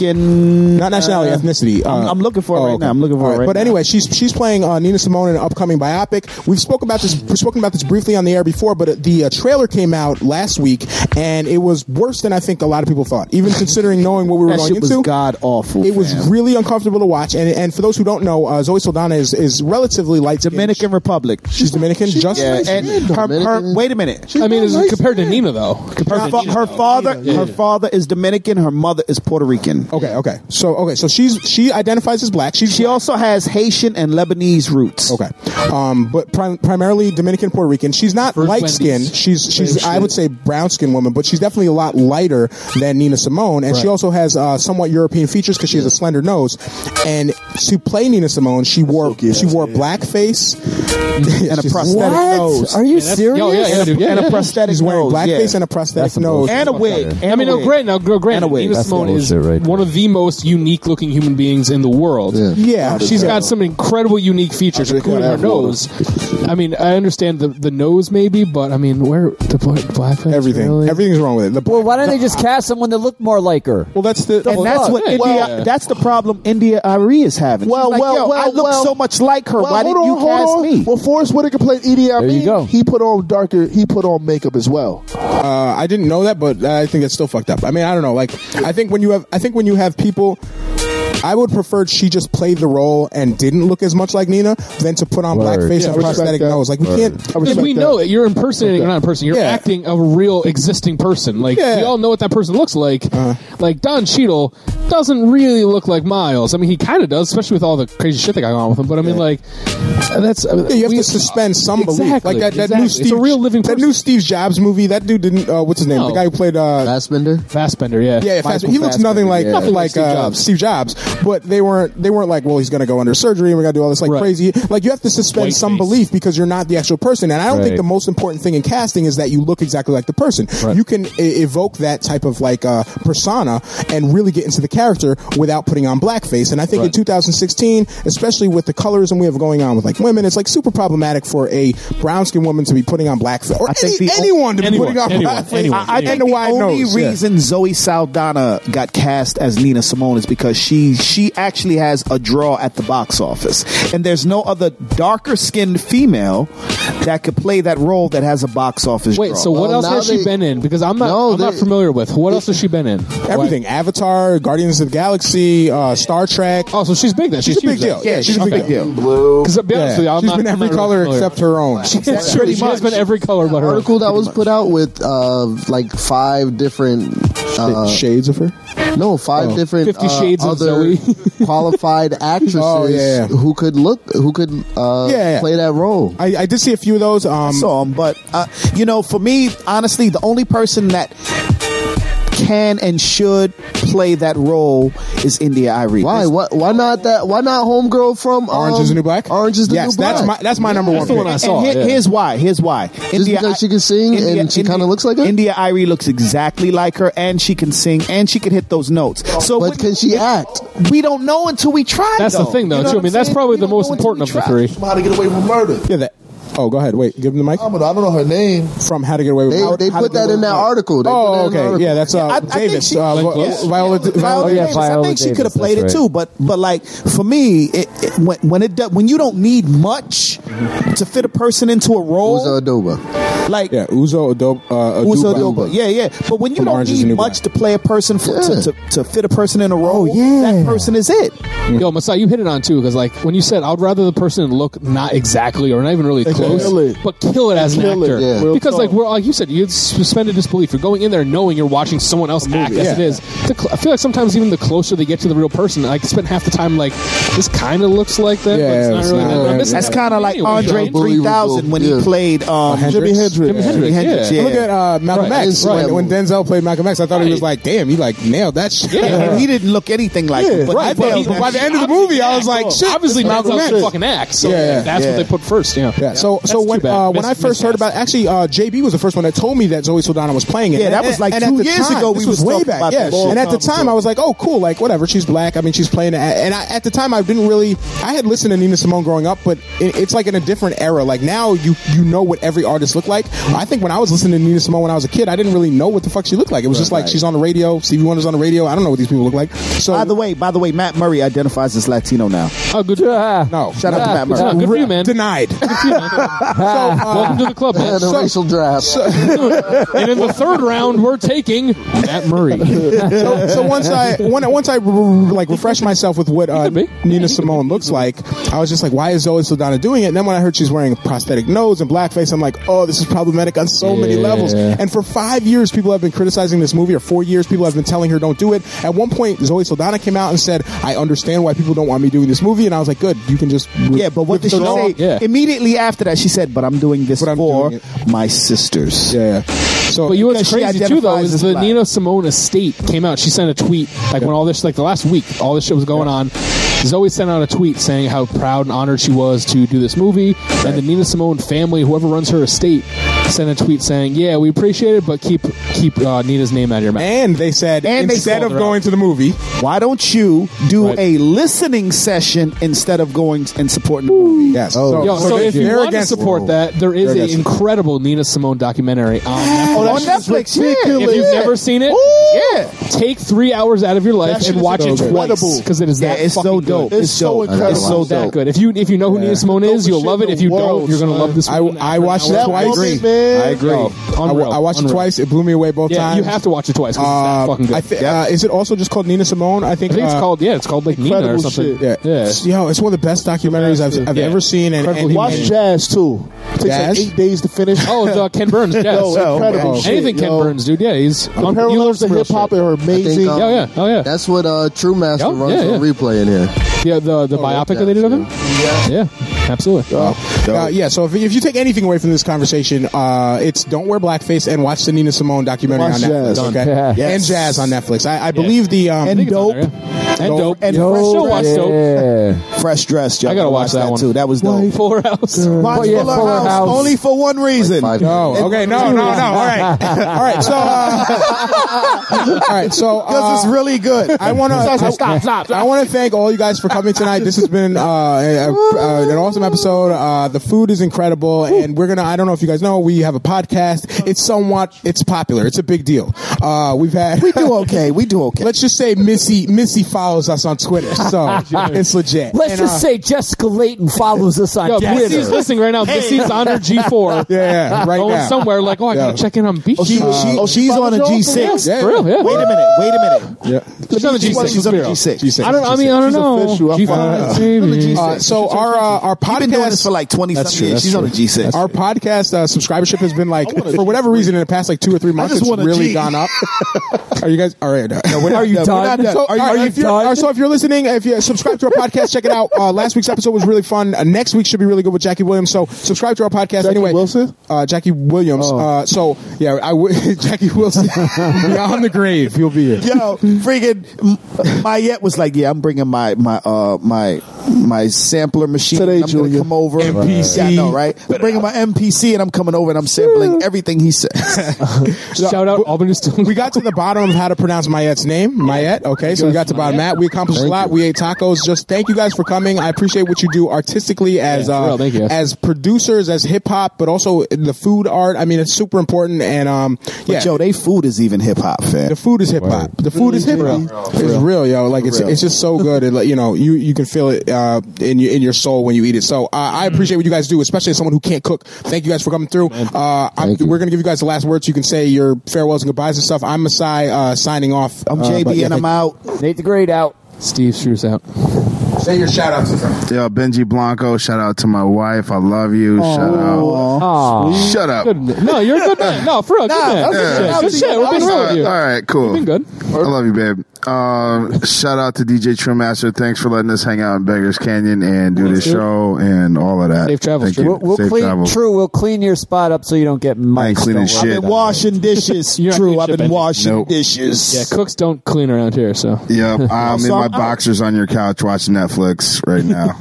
Speaker 7: American.
Speaker 2: Not nationality,
Speaker 7: uh,
Speaker 2: ethnicity.
Speaker 7: I'm,
Speaker 2: Uh,
Speaker 7: I'm looking for it
Speaker 2: oh,
Speaker 7: right
Speaker 2: okay.
Speaker 7: now. I'm looking for
Speaker 2: All
Speaker 7: it
Speaker 2: right.
Speaker 7: right
Speaker 2: But
Speaker 7: now.
Speaker 2: anyway, she's she's playing uh, Nina Simone in an upcoming biopic. We've spoken about this. We've spoken about this briefly on the air before, but uh, the uh, trailer came out last week, and it was worse than I think a lot of people thought. Even considering knowing what we were
Speaker 7: That
Speaker 2: going
Speaker 7: shit was
Speaker 2: into,
Speaker 7: god awful.
Speaker 2: It was really uncomfortable to watch. And and for those who don't know, uh, Zoe Saldana is is relatively light. Dominican
Speaker 7: Republic.
Speaker 2: She's Dominican. just
Speaker 7: yeah,
Speaker 2: like-
Speaker 7: and her, her, wait a minute.
Speaker 3: I mean, is it compared to Nina though? Compared
Speaker 7: her,
Speaker 3: to
Speaker 7: fa-
Speaker 3: Nina,
Speaker 7: her
Speaker 3: though.
Speaker 7: father,
Speaker 3: Yeah.
Speaker 7: her father is Dominican. Her mother is Puerto Rican.
Speaker 2: Okay, okay. So, okay, so she's she identifies as black. She's
Speaker 7: she also has Haitian and Lebanese roots.
Speaker 2: Okay, um, but prim- primarily Dominican, Puerto Rican. She's not
Speaker 7: First
Speaker 2: light skinned.
Speaker 7: Wendy's.
Speaker 2: She's she's
Speaker 7: Same
Speaker 2: I
Speaker 7: shit.
Speaker 2: would say brown skinned woman, but she's definitely a lot lighter than Nina Simone, and she
Speaker 7: Right.
Speaker 2: also has uh, somewhat European features because she has a slender nose. And to play Nina Simone, she wore she wore black face and
Speaker 7: a prosthetic What? nose. Are you Yeah, that's- serious? yo, yeah, yeah,
Speaker 2: and, a,
Speaker 7: dude, yeah,
Speaker 2: and a
Speaker 7: yeah.
Speaker 2: prosthetic. She's wearing
Speaker 7: nose,
Speaker 2: black
Speaker 7: yeah.
Speaker 2: face and a prosthetic
Speaker 7: That's the
Speaker 2: nose
Speaker 7: bullshit. And a wig.
Speaker 3: I
Speaker 7: And
Speaker 3: mean,
Speaker 7: a
Speaker 3: no,
Speaker 7: wig.
Speaker 3: great. Now, gr-
Speaker 7: And a
Speaker 3: granted,
Speaker 7: wig.
Speaker 3: Nina
Speaker 7: That's the
Speaker 3: Simone is
Speaker 7: bullshit right
Speaker 3: one of the most unique-looking human beings in the world. Yeah,
Speaker 2: Yeah.
Speaker 3: she's got some incredible unique features, including her
Speaker 2: have water.
Speaker 3: nose. I mean, I understand the, the nose maybe, but I mean, where the bla- black
Speaker 2: everything everything's wrong with it. The,
Speaker 5: Well, why don't they just cast someone that looked more like her?
Speaker 2: Well, that's the,
Speaker 7: and that's what
Speaker 5: Yeah.
Speaker 7: India. That's the problem India Ari is having. She's
Speaker 1: Well,
Speaker 7: like,
Speaker 1: well,
Speaker 7: yo,
Speaker 1: well,
Speaker 7: I look
Speaker 1: well.
Speaker 7: so much like her.
Speaker 1: Well,
Speaker 7: Why
Speaker 1: hold
Speaker 7: didn't you
Speaker 1: on, hold
Speaker 7: cast
Speaker 1: on.
Speaker 7: me?
Speaker 1: Well, Forrest Whitaker played E Edie There
Speaker 2: you go.
Speaker 1: He put on darker. He put on makeup as well.
Speaker 2: Uh, I didn't know that, but I think that's still fucked up. I mean, I don't know. Like, I think when you have, I think when you have people, I would prefer she just played the role and didn't look as much like Nina than to put on
Speaker 3: Word.
Speaker 2: blackface
Speaker 3: Yeah, I
Speaker 2: and
Speaker 3: respect
Speaker 2: prosthetic
Speaker 3: that.
Speaker 2: nose. Like, we
Speaker 3: Word.
Speaker 2: can't.
Speaker 3: Because we know that you're impersonating, or not impersonating, you're acting a real existing person. Like
Speaker 2: Yeah. Uh-huh.
Speaker 3: we all know what that person looks like. Like Don Cheadle doesn't really look like Miles. I mean, he kind of does, especially with all the crazy shit that got on with him. But I mean, like that's uh,
Speaker 2: Yeah, you have
Speaker 3: we-
Speaker 2: to suspend some belief.
Speaker 3: Exactly,
Speaker 2: Like that, that
Speaker 3: exactly.
Speaker 2: new
Speaker 3: It's
Speaker 2: Steve,
Speaker 3: a real living
Speaker 2: that new Steve Jobs movie. That dude didn't. Uh, what's his name? The
Speaker 3: No.
Speaker 2: guy who played uh,
Speaker 3: Fassbender. Fassbender, yeah,
Speaker 2: Yeah, yeah Fassbender. he looks nothing like nothing like Steve, uh, Jobs. Steve Jobs. But they weren't they weren't like, well, he's going to go under surgery and we're going to do all this like crazy. Like you have to suspend some belief because you're not the actual person. And I don't think
Speaker 4: Right.
Speaker 2: the most important thing in casting is that you look exactly like the person.
Speaker 4: Right.
Speaker 2: You can e- evoke that type of like uh, persona and really get into the character without putting on blackface. And I think in
Speaker 4: Right.
Speaker 2: 2016, especially with the colorism we have going on with like women, it's like super problematic for a brown skinned woman to be putting on blackface or any, anyone to be putting on blackface. I, I
Speaker 7: think
Speaker 2: don't know why
Speaker 7: the
Speaker 2: I know.
Speaker 7: only reason Zoe Saldana got cast as Nina Simone is because she she actually has a draw at the box office, and there's no other darker skinned female that could play that role that has a box office.
Speaker 3: Wait,
Speaker 7: draw.
Speaker 3: so what else has she been in? Because I'm not, I'm not familiar with what else has she been in?
Speaker 2: Everything: Avatar, Guardians of the Galaxy, uh, Star Trek.
Speaker 3: Oh, so she's big then.
Speaker 2: She's,
Speaker 3: She's
Speaker 2: a big
Speaker 3: huge then.
Speaker 2: deal. Yeah,
Speaker 3: Yeah,
Speaker 2: she's a
Speaker 3: okay.
Speaker 2: big deal.
Speaker 3: Blue. 'Cause I'll be honest with you, I'm
Speaker 2: She's
Speaker 3: not-
Speaker 2: been every
Speaker 3: I'm not
Speaker 2: color
Speaker 3: really
Speaker 2: except her own.
Speaker 3: She has pretty much been every color but her. own.
Speaker 8: article that was put out with uh, like five different uh,
Speaker 2: shades of her.
Speaker 8: No, five
Speaker 2: Oh.
Speaker 8: different
Speaker 2: Fifty
Speaker 8: uh,
Speaker 2: Shades of
Speaker 8: other qualified actresses
Speaker 2: Oh, yeah.
Speaker 8: who could look who could uh,
Speaker 2: Yeah, yeah.
Speaker 8: play that role.
Speaker 2: I, I did see a few of those. Um,
Speaker 7: I saw 'em, but uh, you know, for me, honestly, the only person that can and should play that role is India Irie.
Speaker 8: Why? What? Why not that? Why not Homegirl from um,
Speaker 7: Orange is the New
Speaker 2: Black?
Speaker 8: Orange is the
Speaker 7: Yes,
Speaker 8: New Black.
Speaker 7: that's my- that's my number That's one the one pick. I saw, And here- yeah. here's why. Here's why.
Speaker 8: Just
Speaker 7: India-
Speaker 8: because she can sing and she kind of looks like her.
Speaker 7: India Irie looks exactly like her, and she can sing, and she can hit those notes. So, but
Speaker 8: Oh, can she act?
Speaker 7: We don't know until we try.
Speaker 3: That's the thing, though,
Speaker 7: You know
Speaker 3: too. I
Speaker 7: what
Speaker 3: mean,
Speaker 7: I'm
Speaker 3: that's
Speaker 7: saying?
Speaker 3: probably the most important of the three.
Speaker 8: From How to Get Away with Murder.
Speaker 2: Yeah, that. Oh, go ahead. Wait, give him the mic.
Speaker 8: But I don't know her name.
Speaker 2: From How to Get Away with
Speaker 8: They-
Speaker 2: How-
Speaker 8: they
Speaker 2: How to
Speaker 8: put
Speaker 2: Get
Speaker 8: that
Speaker 2: Away
Speaker 8: in
Speaker 2: with
Speaker 8: that
Speaker 2: Murder.
Speaker 8: article. They put that
Speaker 2: Oh,
Speaker 8: in the
Speaker 2: okay.
Speaker 8: article.
Speaker 2: Yeah, that's uh, Davis. uh, Vi- Viola, Viola,
Speaker 7: Viola Davis. I think she could have played it too, but but like for me, it, it, when, when it do- when you don't need much to fit a person into a role,
Speaker 8: Uzo Aduba.
Speaker 7: Like
Speaker 2: yeah, Uzo Adob, uh,
Speaker 7: Uzo
Speaker 2: Aduba.
Speaker 7: Aduba. Yeah, yeah. But when you
Speaker 2: From
Speaker 7: don't
Speaker 2: Orange is the
Speaker 7: need
Speaker 2: New
Speaker 7: much to play a person for, to, to, to fit a person in a
Speaker 8: Oh,
Speaker 7: role, that person is it.
Speaker 3: Yo, Masai, you hit it on too because, like, when you said, "I'd rather the person look not exactly or not even really
Speaker 1: Exactly.
Speaker 3: close,
Speaker 1: Kill it.
Speaker 3: but kill it as an
Speaker 1: Kill it,
Speaker 3: actor,"
Speaker 1: yeah. Real
Speaker 3: because, like,
Speaker 1: talk.
Speaker 3: we're like you said, you suspended disbelief. You're going in there knowing you're watching someone else act as
Speaker 1: yeah.
Speaker 3: it is. The cl- I feel like sometimes even the closer they get to the real person, I spend half the time like this kind of looks like that. but it's not really that. I'm missing
Speaker 7: That's
Speaker 3: that.
Speaker 7: kind of like
Speaker 3: Anyway,
Speaker 7: Andre
Speaker 3: right?
Speaker 7: 3000 when he played um,
Speaker 2: Jimi Hendrix.
Speaker 1: Hendrix.
Speaker 2: Jimi Hendrix, yeah. Look at uh, Malcolm
Speaker 1: Right.
Speaker 2: X.
Speaker 1: Right.
Speaker 2: When, when Denzel played Malcolm X, I thought he was like, damn, he like nailed that shit.
Speaker 7: Yeah. And he didn't look anything like him, but
Speaker 2: right.
Speaker 7: he
Speaker 2: But,
Speaker 7: nailed
Speaker 2: he- but
Speaker 7: that
Speaker 2: by the
Speaker 7: shit.
Speaker 2: end of the movie, I was like, shit.
Speaker 3: Obviously,
Speaker 2: that's
Speaker 3: Malcolm
Speaker 2: Malcolm
Speaker 3: X fucking acts. So that's what they put first. Yeah.
Speaker 2: Yeah. So so
Speaker 3: That's
Speaker 2: when
Speaker 3: too bad.
Speaker 2: uh, when
Speaker 3: Mis-
Speaker 2: I first heard about actually uh, JB was the first one that told me that Zoe Saldana was playing it.
Speaker 7: Yeah,
Speaker 2: And-
Speaker 7: that was like
Speaker 2: and at
Speaker 7: two
Speaker 2: the
Speaker 7: years
Speaker 2: time-
Speaker 7: ago we
Speaker 2: This
Speaker 7: was
Speaker 2: was way
Speaker 7: talking
Speaker 2: back.
Speaker 7: about
Speaker 2: Yeah.
Speaker 7: that shit.
Speaker 2: And at the
Speaker 7: Long
Speaker 2: time I was like, oh cool, like whatever. She's black. I mean, she's playing it. And I, at the time I didn't really. I had listened to Nina Simone growing up, but it, it's like in a different era. Like now you you know what every artist looked like. I think when I was listening to Nina Simone when I was a kid, I didn't really know what the fuck she looked like. It was just like
Speaker 7: Right.
Speaker 2: she's on the radio. Stevie Wonder's on the radio. I don't know what these people look like. So
Speaker 7: by the way, by the way, Matt Murray identifies as Latino now.
Speaker 3: Oh, good.
Speaker 2: No,
Speaker 7: shout out to Matt Murray.
Speaker 3: Good for you, man. uh,
Speaker 2: Denied. uh,
Speaker 3: Welcome to the club, man.
Speaker 8: And a racial draft.
Speaker 3: and in the third round, we're taking Matt Murray.
Speaker 2: so, so once I when, once I r- r- like refreshed myself with what uh, Nina Simone looks like, I was just like, why is Zoe Saldana doing it? And then when I heard she's wearing a prosthetic nose and blackface, I'm like, oh, this is problematic on so many
Speaker 10: Yeah.
Speaker 2: levels. And for five years, people have been criticizing this movie, or four years, people have been telling her don't do it. At one point, Zoe Saldana came out and said, I understand why people don't want me doing this movie, and I was like, good, you can just
Speaker 7: Yeah, but what did she say? Immediately after that, she said, "But I'm doing this for my sisters."
Speaker 2: Yeah. So,
Speaker 3: but you know what's
Speaker 7: Because she
Speaker 3: crazy too, though,
Speaker 7: identifies
Speaker 3: is
Speaker 7: as
Speaker 3: the
Speaker 7: black.
Speaker 3: Nina Simone estate came out. She sent a tweet like when all this, like the last week, all this shit was going on. Zoe sent out a tweet saying how proud and honored she was to do this movie, and the Nina Simone family, whoever runs her estate, sent a tweet saying, "Yeah, we appreciate it, but keep keep uh, Nina's name out of your mouth."
Speaker 2: And they said,
Speaker 7: And they
Speaker 2: instead
Speaker 7: said-
Speaker 2: of going to the movie,
Speaker 7: Why don't you do
Speaker 2: Right.
Speaker 7: a listening session instead of going and supporting the movie?
Speaker 2: Yes.
Speaker 3: So, Oh.
Speaker 7: oh,
Speaker 3: Yo, so, if you want to support that, there is
Speaker 7: They're
Speaker 3: an
Speaker 7: against it.
Speaker 3: incredible Nina Simone documentary on Netflix.
Speaker 7: Oh, that On shit's Netflix, yeah. ridiculous.
Speaker 3: If you've
Speaker 7: Yeah.
Speaker 3: never seen it, yeah, take three hours out of your
Speaker 7: That
Speaker 3: life
Speaker 7: shit
Speaker 3: and
Speaker 7: is
Speaker 3: watch it
Speaker 7: incredible.
Speaker 3: twice because it is
Speaker 7: Yeah,
Speaker 3: that
Speaker 7: it's so
Speaker 3: fucking
Speaker 7: dope.
Speaker 3: good.
Speaker 7: It's It's so so incredible.
Speaker 3: It's so
Speaker 7: incredible.
Speaker 3: that good. If you if you know who Nina Simone is, you'll love it. If you don't, you're gonna love this.
Speaker 2: I,
Speaker 3: one
Speaker 2: I
Speaker 3: after
Speaker 2: watched
Speaker 3: another.
Speaker 2: it twice. I agree.
Speaker 3: Yo,
Speaker 2: I,
Speaker 3: unreal,
Speaker 2: I watched it
Speaker 3: unreal.
Speaker 2: twice. It blew me away both
Speaker 3: Yeah,
Speaker 2: times.
Speaker 3: you have to watch it twice 'cause it's that
Speaker 2: Uh,
Speaker 3: fucking good.
Speaker 2: I thi- uh, is it also just called Nina Simone? I think,
Speaker 3: I think it's
Speaker 2: uh,
Speaker 3: called yeah, it's called like Nina or
Speaker 2: Incredible
Speaker 3: something.
Speaker 2: shit. Yo, it's one of the best documentaries I've, I've
Speaker 3: Yeah.
Speaker 2: ever seen. And, and
Speaker 1: Watch
Speaker 2: and-
Speaker 1: Jazz too. It takes
Speaker 2: Jazz?
Speaker 1: like eight days to finish.
Speaker 3: Oh, the Ken Burns, yes.
Speaker 1: Yo, incredible shit,
Speaker 3: Anything Ken
Speaker 1: yo.
Speaker 3: Burns, dude. Yeah, he's
Speaker 1: The
Speaker 3: un- you learn
Speaker 1: parallels to
Speaker 3: some real
Speaker 1: hip hop
Speaker 3: shit.
Speaker 1: are amazing.
Speaker 3: Yeah, yeah. Oh yeah.
Speaker 8: um, That's what uh, True Master
Speaker 3: Yep,
Speaker 8: runs
Speaker 3: yeah, yeah.
Speaker 8: on Oh, replay in here.
Speaker 3: Yeah, the the biopic that they did of him. Yeah, absolutely.
Speaker 2: Uh, yeah, so if, if you take anything away from this conversation, uh, it's don't wear blackface and watch the Nina Simone documentary
Speaker 7: Watch
Speaker 2: on Netflix.
Speaker 7: Jazz.
Speaker 2: Okay,
Speaker 7: Done. Yeah.
Speaker 2: and jazz on Netflix. I, I believe the um,
Speaker 7: and dope
Speaker 3: and dope
Speaker 7: and
Speaker 3: Yo,
Speaker 7: fresh
Speaker 3: Still watch
Speaker 7: dress.
Speaker 3: Dope.
Speaker 7: Fresh dress. Y'all
Speaker 3: I gotta watch that one.
Speaker 7: too. That was dope.
Speaker 3: Fuller House.
Speaker 7: Watch
Speaker 3: Well, yeah,
Speaker 7: Fuller,
Speaker 3: Fuller
Speaker 7: House,
Speaker 3: House.
Speaker 7: only for one reason.
Speaker 2: No, okay, no, no, no. All right, all right. So, uh, all right. So, uh,
Speaker 7: Because it's really good.
Speaker 2: I want to
Speaker 7: Stop, stop, stop, stop.
Speaker 2: I want to thank all you guys for coming tonight. This has been uh, a, a, an awesome episode. Uh, the food is incredible, and we're gonna. I don't know if you guys know, we have a podcast. It's somewhat. It's popular. It's a big deal. Uh, we've had. We do okay.
Speaker 7: We do okay.
Speaker 2: Let's just say Missy Missy follows us on Twitter, so it's legit.
Speaker 5: Let's
Speaker 2: And,
Speaker 5: just
Speaker 2: uh,
Speaker 5: say Jessica Layton follows us on
Speaker 3: Yo,
Speaker 5: Twitter.
Speaker 3: Missy's listening right now. Missy's on her G4.
Speaker 2: Yeah, yeah, right
Speaker 3: Going
Speaker 2: now.
Speaker 3: somewhere like, oh, I
Speaker 2: Yeah.
Speaker 3: gotta check in on Beach.
Speaker 7: Oh, she, she, oh, she's on a G6.
Speaker 3: Yeah, for real, yeah.
Speaker 7: Wait a minute. Wait a minute.
Speaker 2: Yeah.
Speaker 3: She's on the
Speaker 7: She's
Speaker 3: G6.
Speaker 7: she's on the
Speaker 3: Spiro.
Speaker 7: G6.
Speaker 3: I don't. I mean, I don't know. G5, baby.
Speaker 2: Uh, so our uh, our podcast
Speaker 7: been doing this for like 20
Speaker 2: That's
Speaker 7: something
Speaker 2: true,
Speaker 7: years.
Speaker 2: that's
Speaker 7: She's on
Speaker 2: true.
Speaker 7: a G6.
Speaker 2: Our podcast uh, subscribership has been like for whatever reason in the past like two or three months
Speaker 7: just
Speaker 2: it's
Speaker 7: want a
Speaker 2: really
Speaker 7: G.
Speaker 2: gone up. Are you guys all right? No,
Speaker 7: we're not Are you done. done? We're not done.
Speaker 2: So,
Speaker 7: Are you-
Speaker 2: all right,
Speaker 7: are you
Speaker 2: if you're-
Speaker 7: done?
Speaker 2: uh, so if you're listening, if you subscribe to our podcast, check it out. Uh, last week's episode was really fun. Uh, next week should be really good with Jackie Williams. So subscribe to our podcast anyway. Wilson, uh, Jackie Williams. Uh, so yeah, I w- Jackie Wilson beyond the grave. He'll be here.
Speaker 7: Yo, freaking M- Mayette was like, "Yeah, I'm bringing my my uh my my sampler machine.
Speaker 1: Today,
Speaker 7: and I'm gonna
Speaker 1: Junior.
Speaker 7: come over.
Speaker 1: MPC.
Speaker 7: Yeah, I know, right? I'm bringing my MPC, and I'm coming over, and I'm sampling everything he says.
Speaker 2: Shout
Speaker 3: out Albany Stone.
Speaker 2: We got to the bottom of how to pronounce Mayette's name. Mayette. Okay, so we got to the bottom of that. We accomplished a lot. We ate tacos. Just thank you guys for coming. I appreciate what you do artistically as
Speaker 3: Yeah, for
Speaker 2: uh,
Speaker 3: real, thank you.
Speaker 2: as producers, as hip hop, but also the food art. I mean, it's super important. And um, yeah,
Speaker 7: But yo, they food is even hip hop, fam.
Speaker 2: the food is hip hop. The food is hip hop. It's real, yo. Like it's
Speaker 7: real.
Speaker 2: it's just so good. It, like, you know, you you can feel it uh, in your in your soul when you eat it. So uh, I appreciate what you guys do, especially as someone who can't cook. Thank you guys for coming through. Uh, I'm, we're gonna give you guys the last words. You can say your farewells and goodbyes and stuff. I'm Masai uh, signing off.
Speaker 7: I'm
Speaker 2: Uh,
Speaker 7: JB,
Speaker 2: but yeah,
Speaker 7: and I'm
Speaker 2: thank-
Speaker 7: out.
Speaker 5: Nate the Great out.
Speaker 3: Steve Struce out.
Speaker 2: Say your shout outs.
Speaker 9: Yo, Benji Blanco, shout out to my wife. I love you. Shout out. Shut up.
Speaker 3: Good. No, you're a good man. No, for real, good man.
Speaker 9: Yeah.
Speaker 3: Good shit. Good shit. We're being real with you.
Speaker 9: All right, cool.
Speaker 3: You've been good.
Speaker 9: I love you, babe.
Speaker 10: Um, shout out to DJ True Master. Thanks for letting us hang out in Beggars Canyon and do this
Speaker 5: Thanks, dude.
Speaker 10: show and all of that.
Speaker 5: Safe
Speaker 10: travels.
Speaker 5: We'll, we'll clean, True, we'll clean your spot up so you don't get mics. Don't worry
Speaker 10: cleaning shit.
Speaker 5: about
Speaker 10: I've been
Speaker 5: it.
Speaker 2: washing dishes. True, I've been washing
Speaker 10: Nope.
Speaker 2: dishes.
Speaker 3: Yeah, cooks don't clean around here, so.
Speaker 10: Yep, I'm in
Speaker 3: So
Speaker 10: my
Speaker 3: I'm-
Speaker 10: boxers on your couch watching Netflix right now.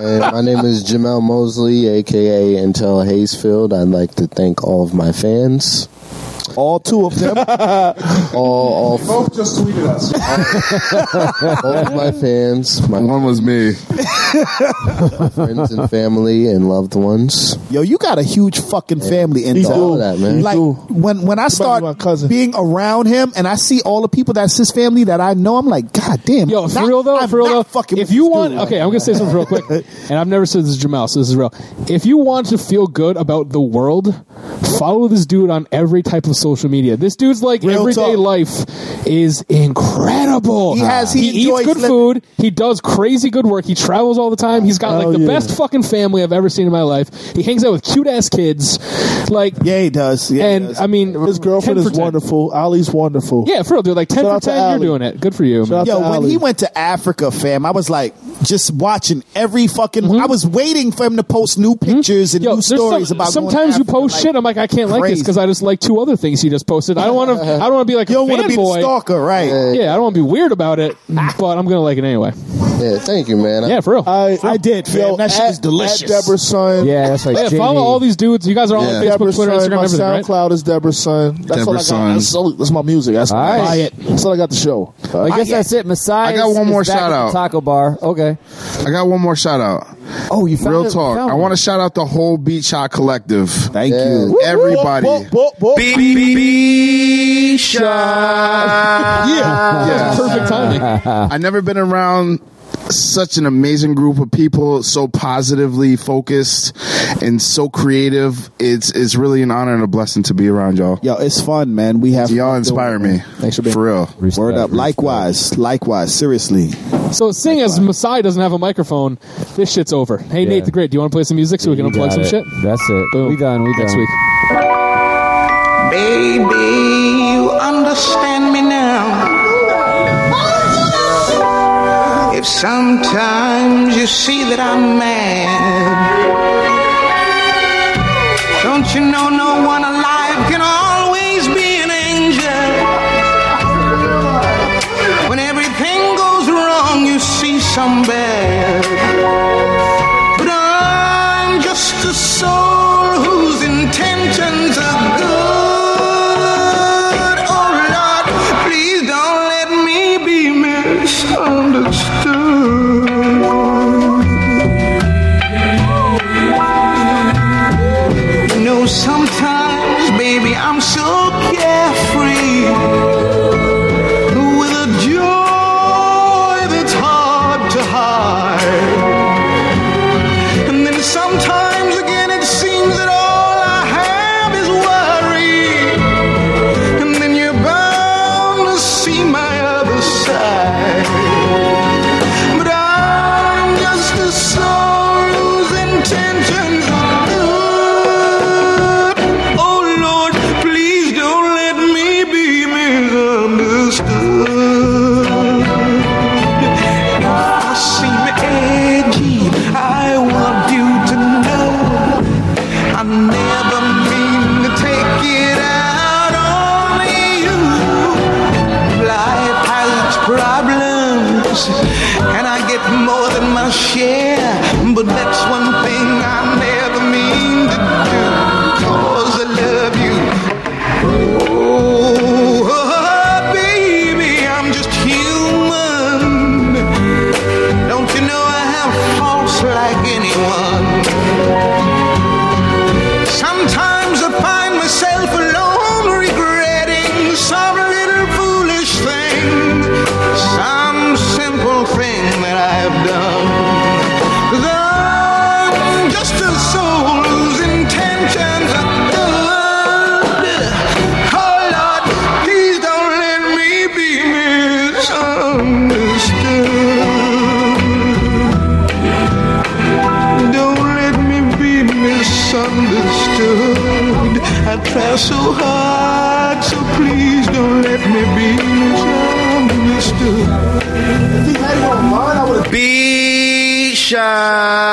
Speaker 8: Hey, my name is Jamel Mosley, aka Intel Hayesfield. I'd like to thank all of my fans.
Speaker 1: All two of them.
Speaker 8: all, all
Speaker 1: Both just tweeted us.
Speaker 8: both my fans. My
Speaker 10: One was me.
Speaker 8: friends and family and loved ones.
Speaker 7: Yo, you got a huge fucking family in
Speaker 8: He
Speaker 7: there.
Speaker 8: do. That, man. He
Speaker 7: Like
Speaker 8: do.
Speaker 7: when when I start being around him and I see all the people that's his family that I know, I'm like, God damn. Yo,
Speaker 3: for real though, for real though, if you want, okay, I'm gonna say something real quick, and I've never said this to Jamel, so this is real. If you want to feel good about the world, follow this dude on every type of social media. This dude's like everyday life is incredible.
Speaker 7: He has- he
Speaker 3: eats
Speaker 7: enjoys
Speaker 3: good
Speaker 7: living-
Speaker 3: food. He does crazy good work. He travels all the time. He's got like
Speaker 7: Hell
Speaker 3: the
Speaker 7: yeah.
Speaker 3: best fucking family I've ever seen in my life. He hangs out with cute ass kids. Like
Speaker 7: yeah, he does. Yeah,
Speaker 3: and I mean,
Speaker 1: His girlfriend
Speaker 3: 10
Speaker 1: is
Speaker 3: for 10.
Speaker 1: wonderful. Ali's wonderful.
Speaker 3: Yeah, for real, dude. Like ten
Speaker 1: Shout
Speaker 3: for
Speaker 1: out to
Speaker 3: ten,
Speaker 1: Ali.
Speaker 3: you're doing it. Good for you. man.
Speaker 7: Yo, when he went to Africa, fam, I was like just watching every fucking. I was waiting for him to post new pictures and new
Speaker 3: Mm-hmm. There's
Speaker 7: stories
Speaker 3: some-
Speaker 7: about. going
Speaker 3: Sometimes
Speaker 7: to
Speaker 3: you post
Speaker 7: Africa,
Speaker 3: shit. I'm like, I can't like this
Speaker 7: crazy.
Speaker 3: because I just like two other things he just posted. I don't want to. I don't want to be like. You
Speaker 7: don't wanna be the stalker, right?
Speaker 3: Yeah, I don't want to be weird about it, but I'm gonna like it anyway.
Speaker 8: Yeah, thank you, man.
Speaker 3: Yeah, for real.
Speaker 1: I, I
Speaker 7: did,
Speaker 1: fam. That shit is delicious. At Deborah's son.
Speaker 5: Yeah, that's right.
Speaker 3: Yeah, follow all these dudes. You guys are all on Facebook,
Speaker 1: Deborah's
Speaker 3: Twitter,
Speaker 1: son.
Speaker 3: Instagram,
Speaker 1: my
Speaker 3: everything, right?
Speaker 1: SoundCloud is Deborah's son. That's all I
Speaker 10: Deborah's
Speaker 1: got.
Speaker 10: Son.
Speaker 1: That's, all, that's my music. That's,
Speaker 10: All right.
Speaker 1: buy it. that's all I got to show.
Speaker 5: I guess that's it. Messiah.
Speaker 10: I got one
Speaker 5: is
Speaker 10: more
Speaker 5: back at
Speaker 10: shout
Speaker 5: the
Speaker 10: out.
Speaker 5: Taco bar. Okay.
Speaker 10: I got one more shout out.
Speaker 5: Oh, you found
Speaker 10: real
Speaker 5: it-
Speaker 10: talk.
Speaker 5: found
Speaker 10: I
Speaker 5: it.
Speaker 10: want to shout out the whole Beat Shot Collective.
Speaker 7: Thank
Speaker 10: you, everybody.
Speaker 11: Beep, beep, beep, shot.
Speaker 3: Yeah. Perfect timing.
Speaker 10: I've never been around such an amazing group of people, so positively focused and so creative. It's it's really an honor and a blessing to be around y'all.
Speaker 7: Yo, it's fun, man. We have
Speaker 10: y'all inspire me. Thanks for being for real.
Speaker 7: Word up. Likewise. Likewise. Seriously.
Speaker 3: So, seeing as Masai doesn't have a microphone, this shit's over. Hey, Nate the Great, do you want to play some music so we can
Speaker 5: You
Speaker 3: unplug
Speaker 5: got
Speaker 3: some
Speaker 5: it.
Speaker 3: shit?
Speaker 5: That's it. We done. We done.
Speaker 3: Next week.
Speaker 11: Baby, you understand me now. If sometimes you see that I'm mad, don't you know no one alive can always be an angel? When everything goes wrong, you see some bad. But I'm just a soul whose intentions are good. Oh Lord, please don't let me be misunderstood. You know, sometimes, baby, I'm so carefree with a joy that's hard to hide. And then sometimes again it seems that all I have is worry. And then you're bound to see my other side. But I'm just a soul whose intentions are good. Oh Lord, please don't let me be misunderstood. I seem edgy. I want you to know I never mean to take it out on you. Life has its problems, and I get more than my share. But that's one thing I never mean to do. Cause I love you. Oh, baby, I'm just human. Don't you know I have faults like anyone? Sometimes I find myself alone regretting some little foolish thing, some simple thing that I've done. I'm just a soul whose intentions are good. Oh Lord, please don't let me be misunderstood. Don't let me be misunderstood. I try so hard, so please don't let me be misunderstood. Be shy.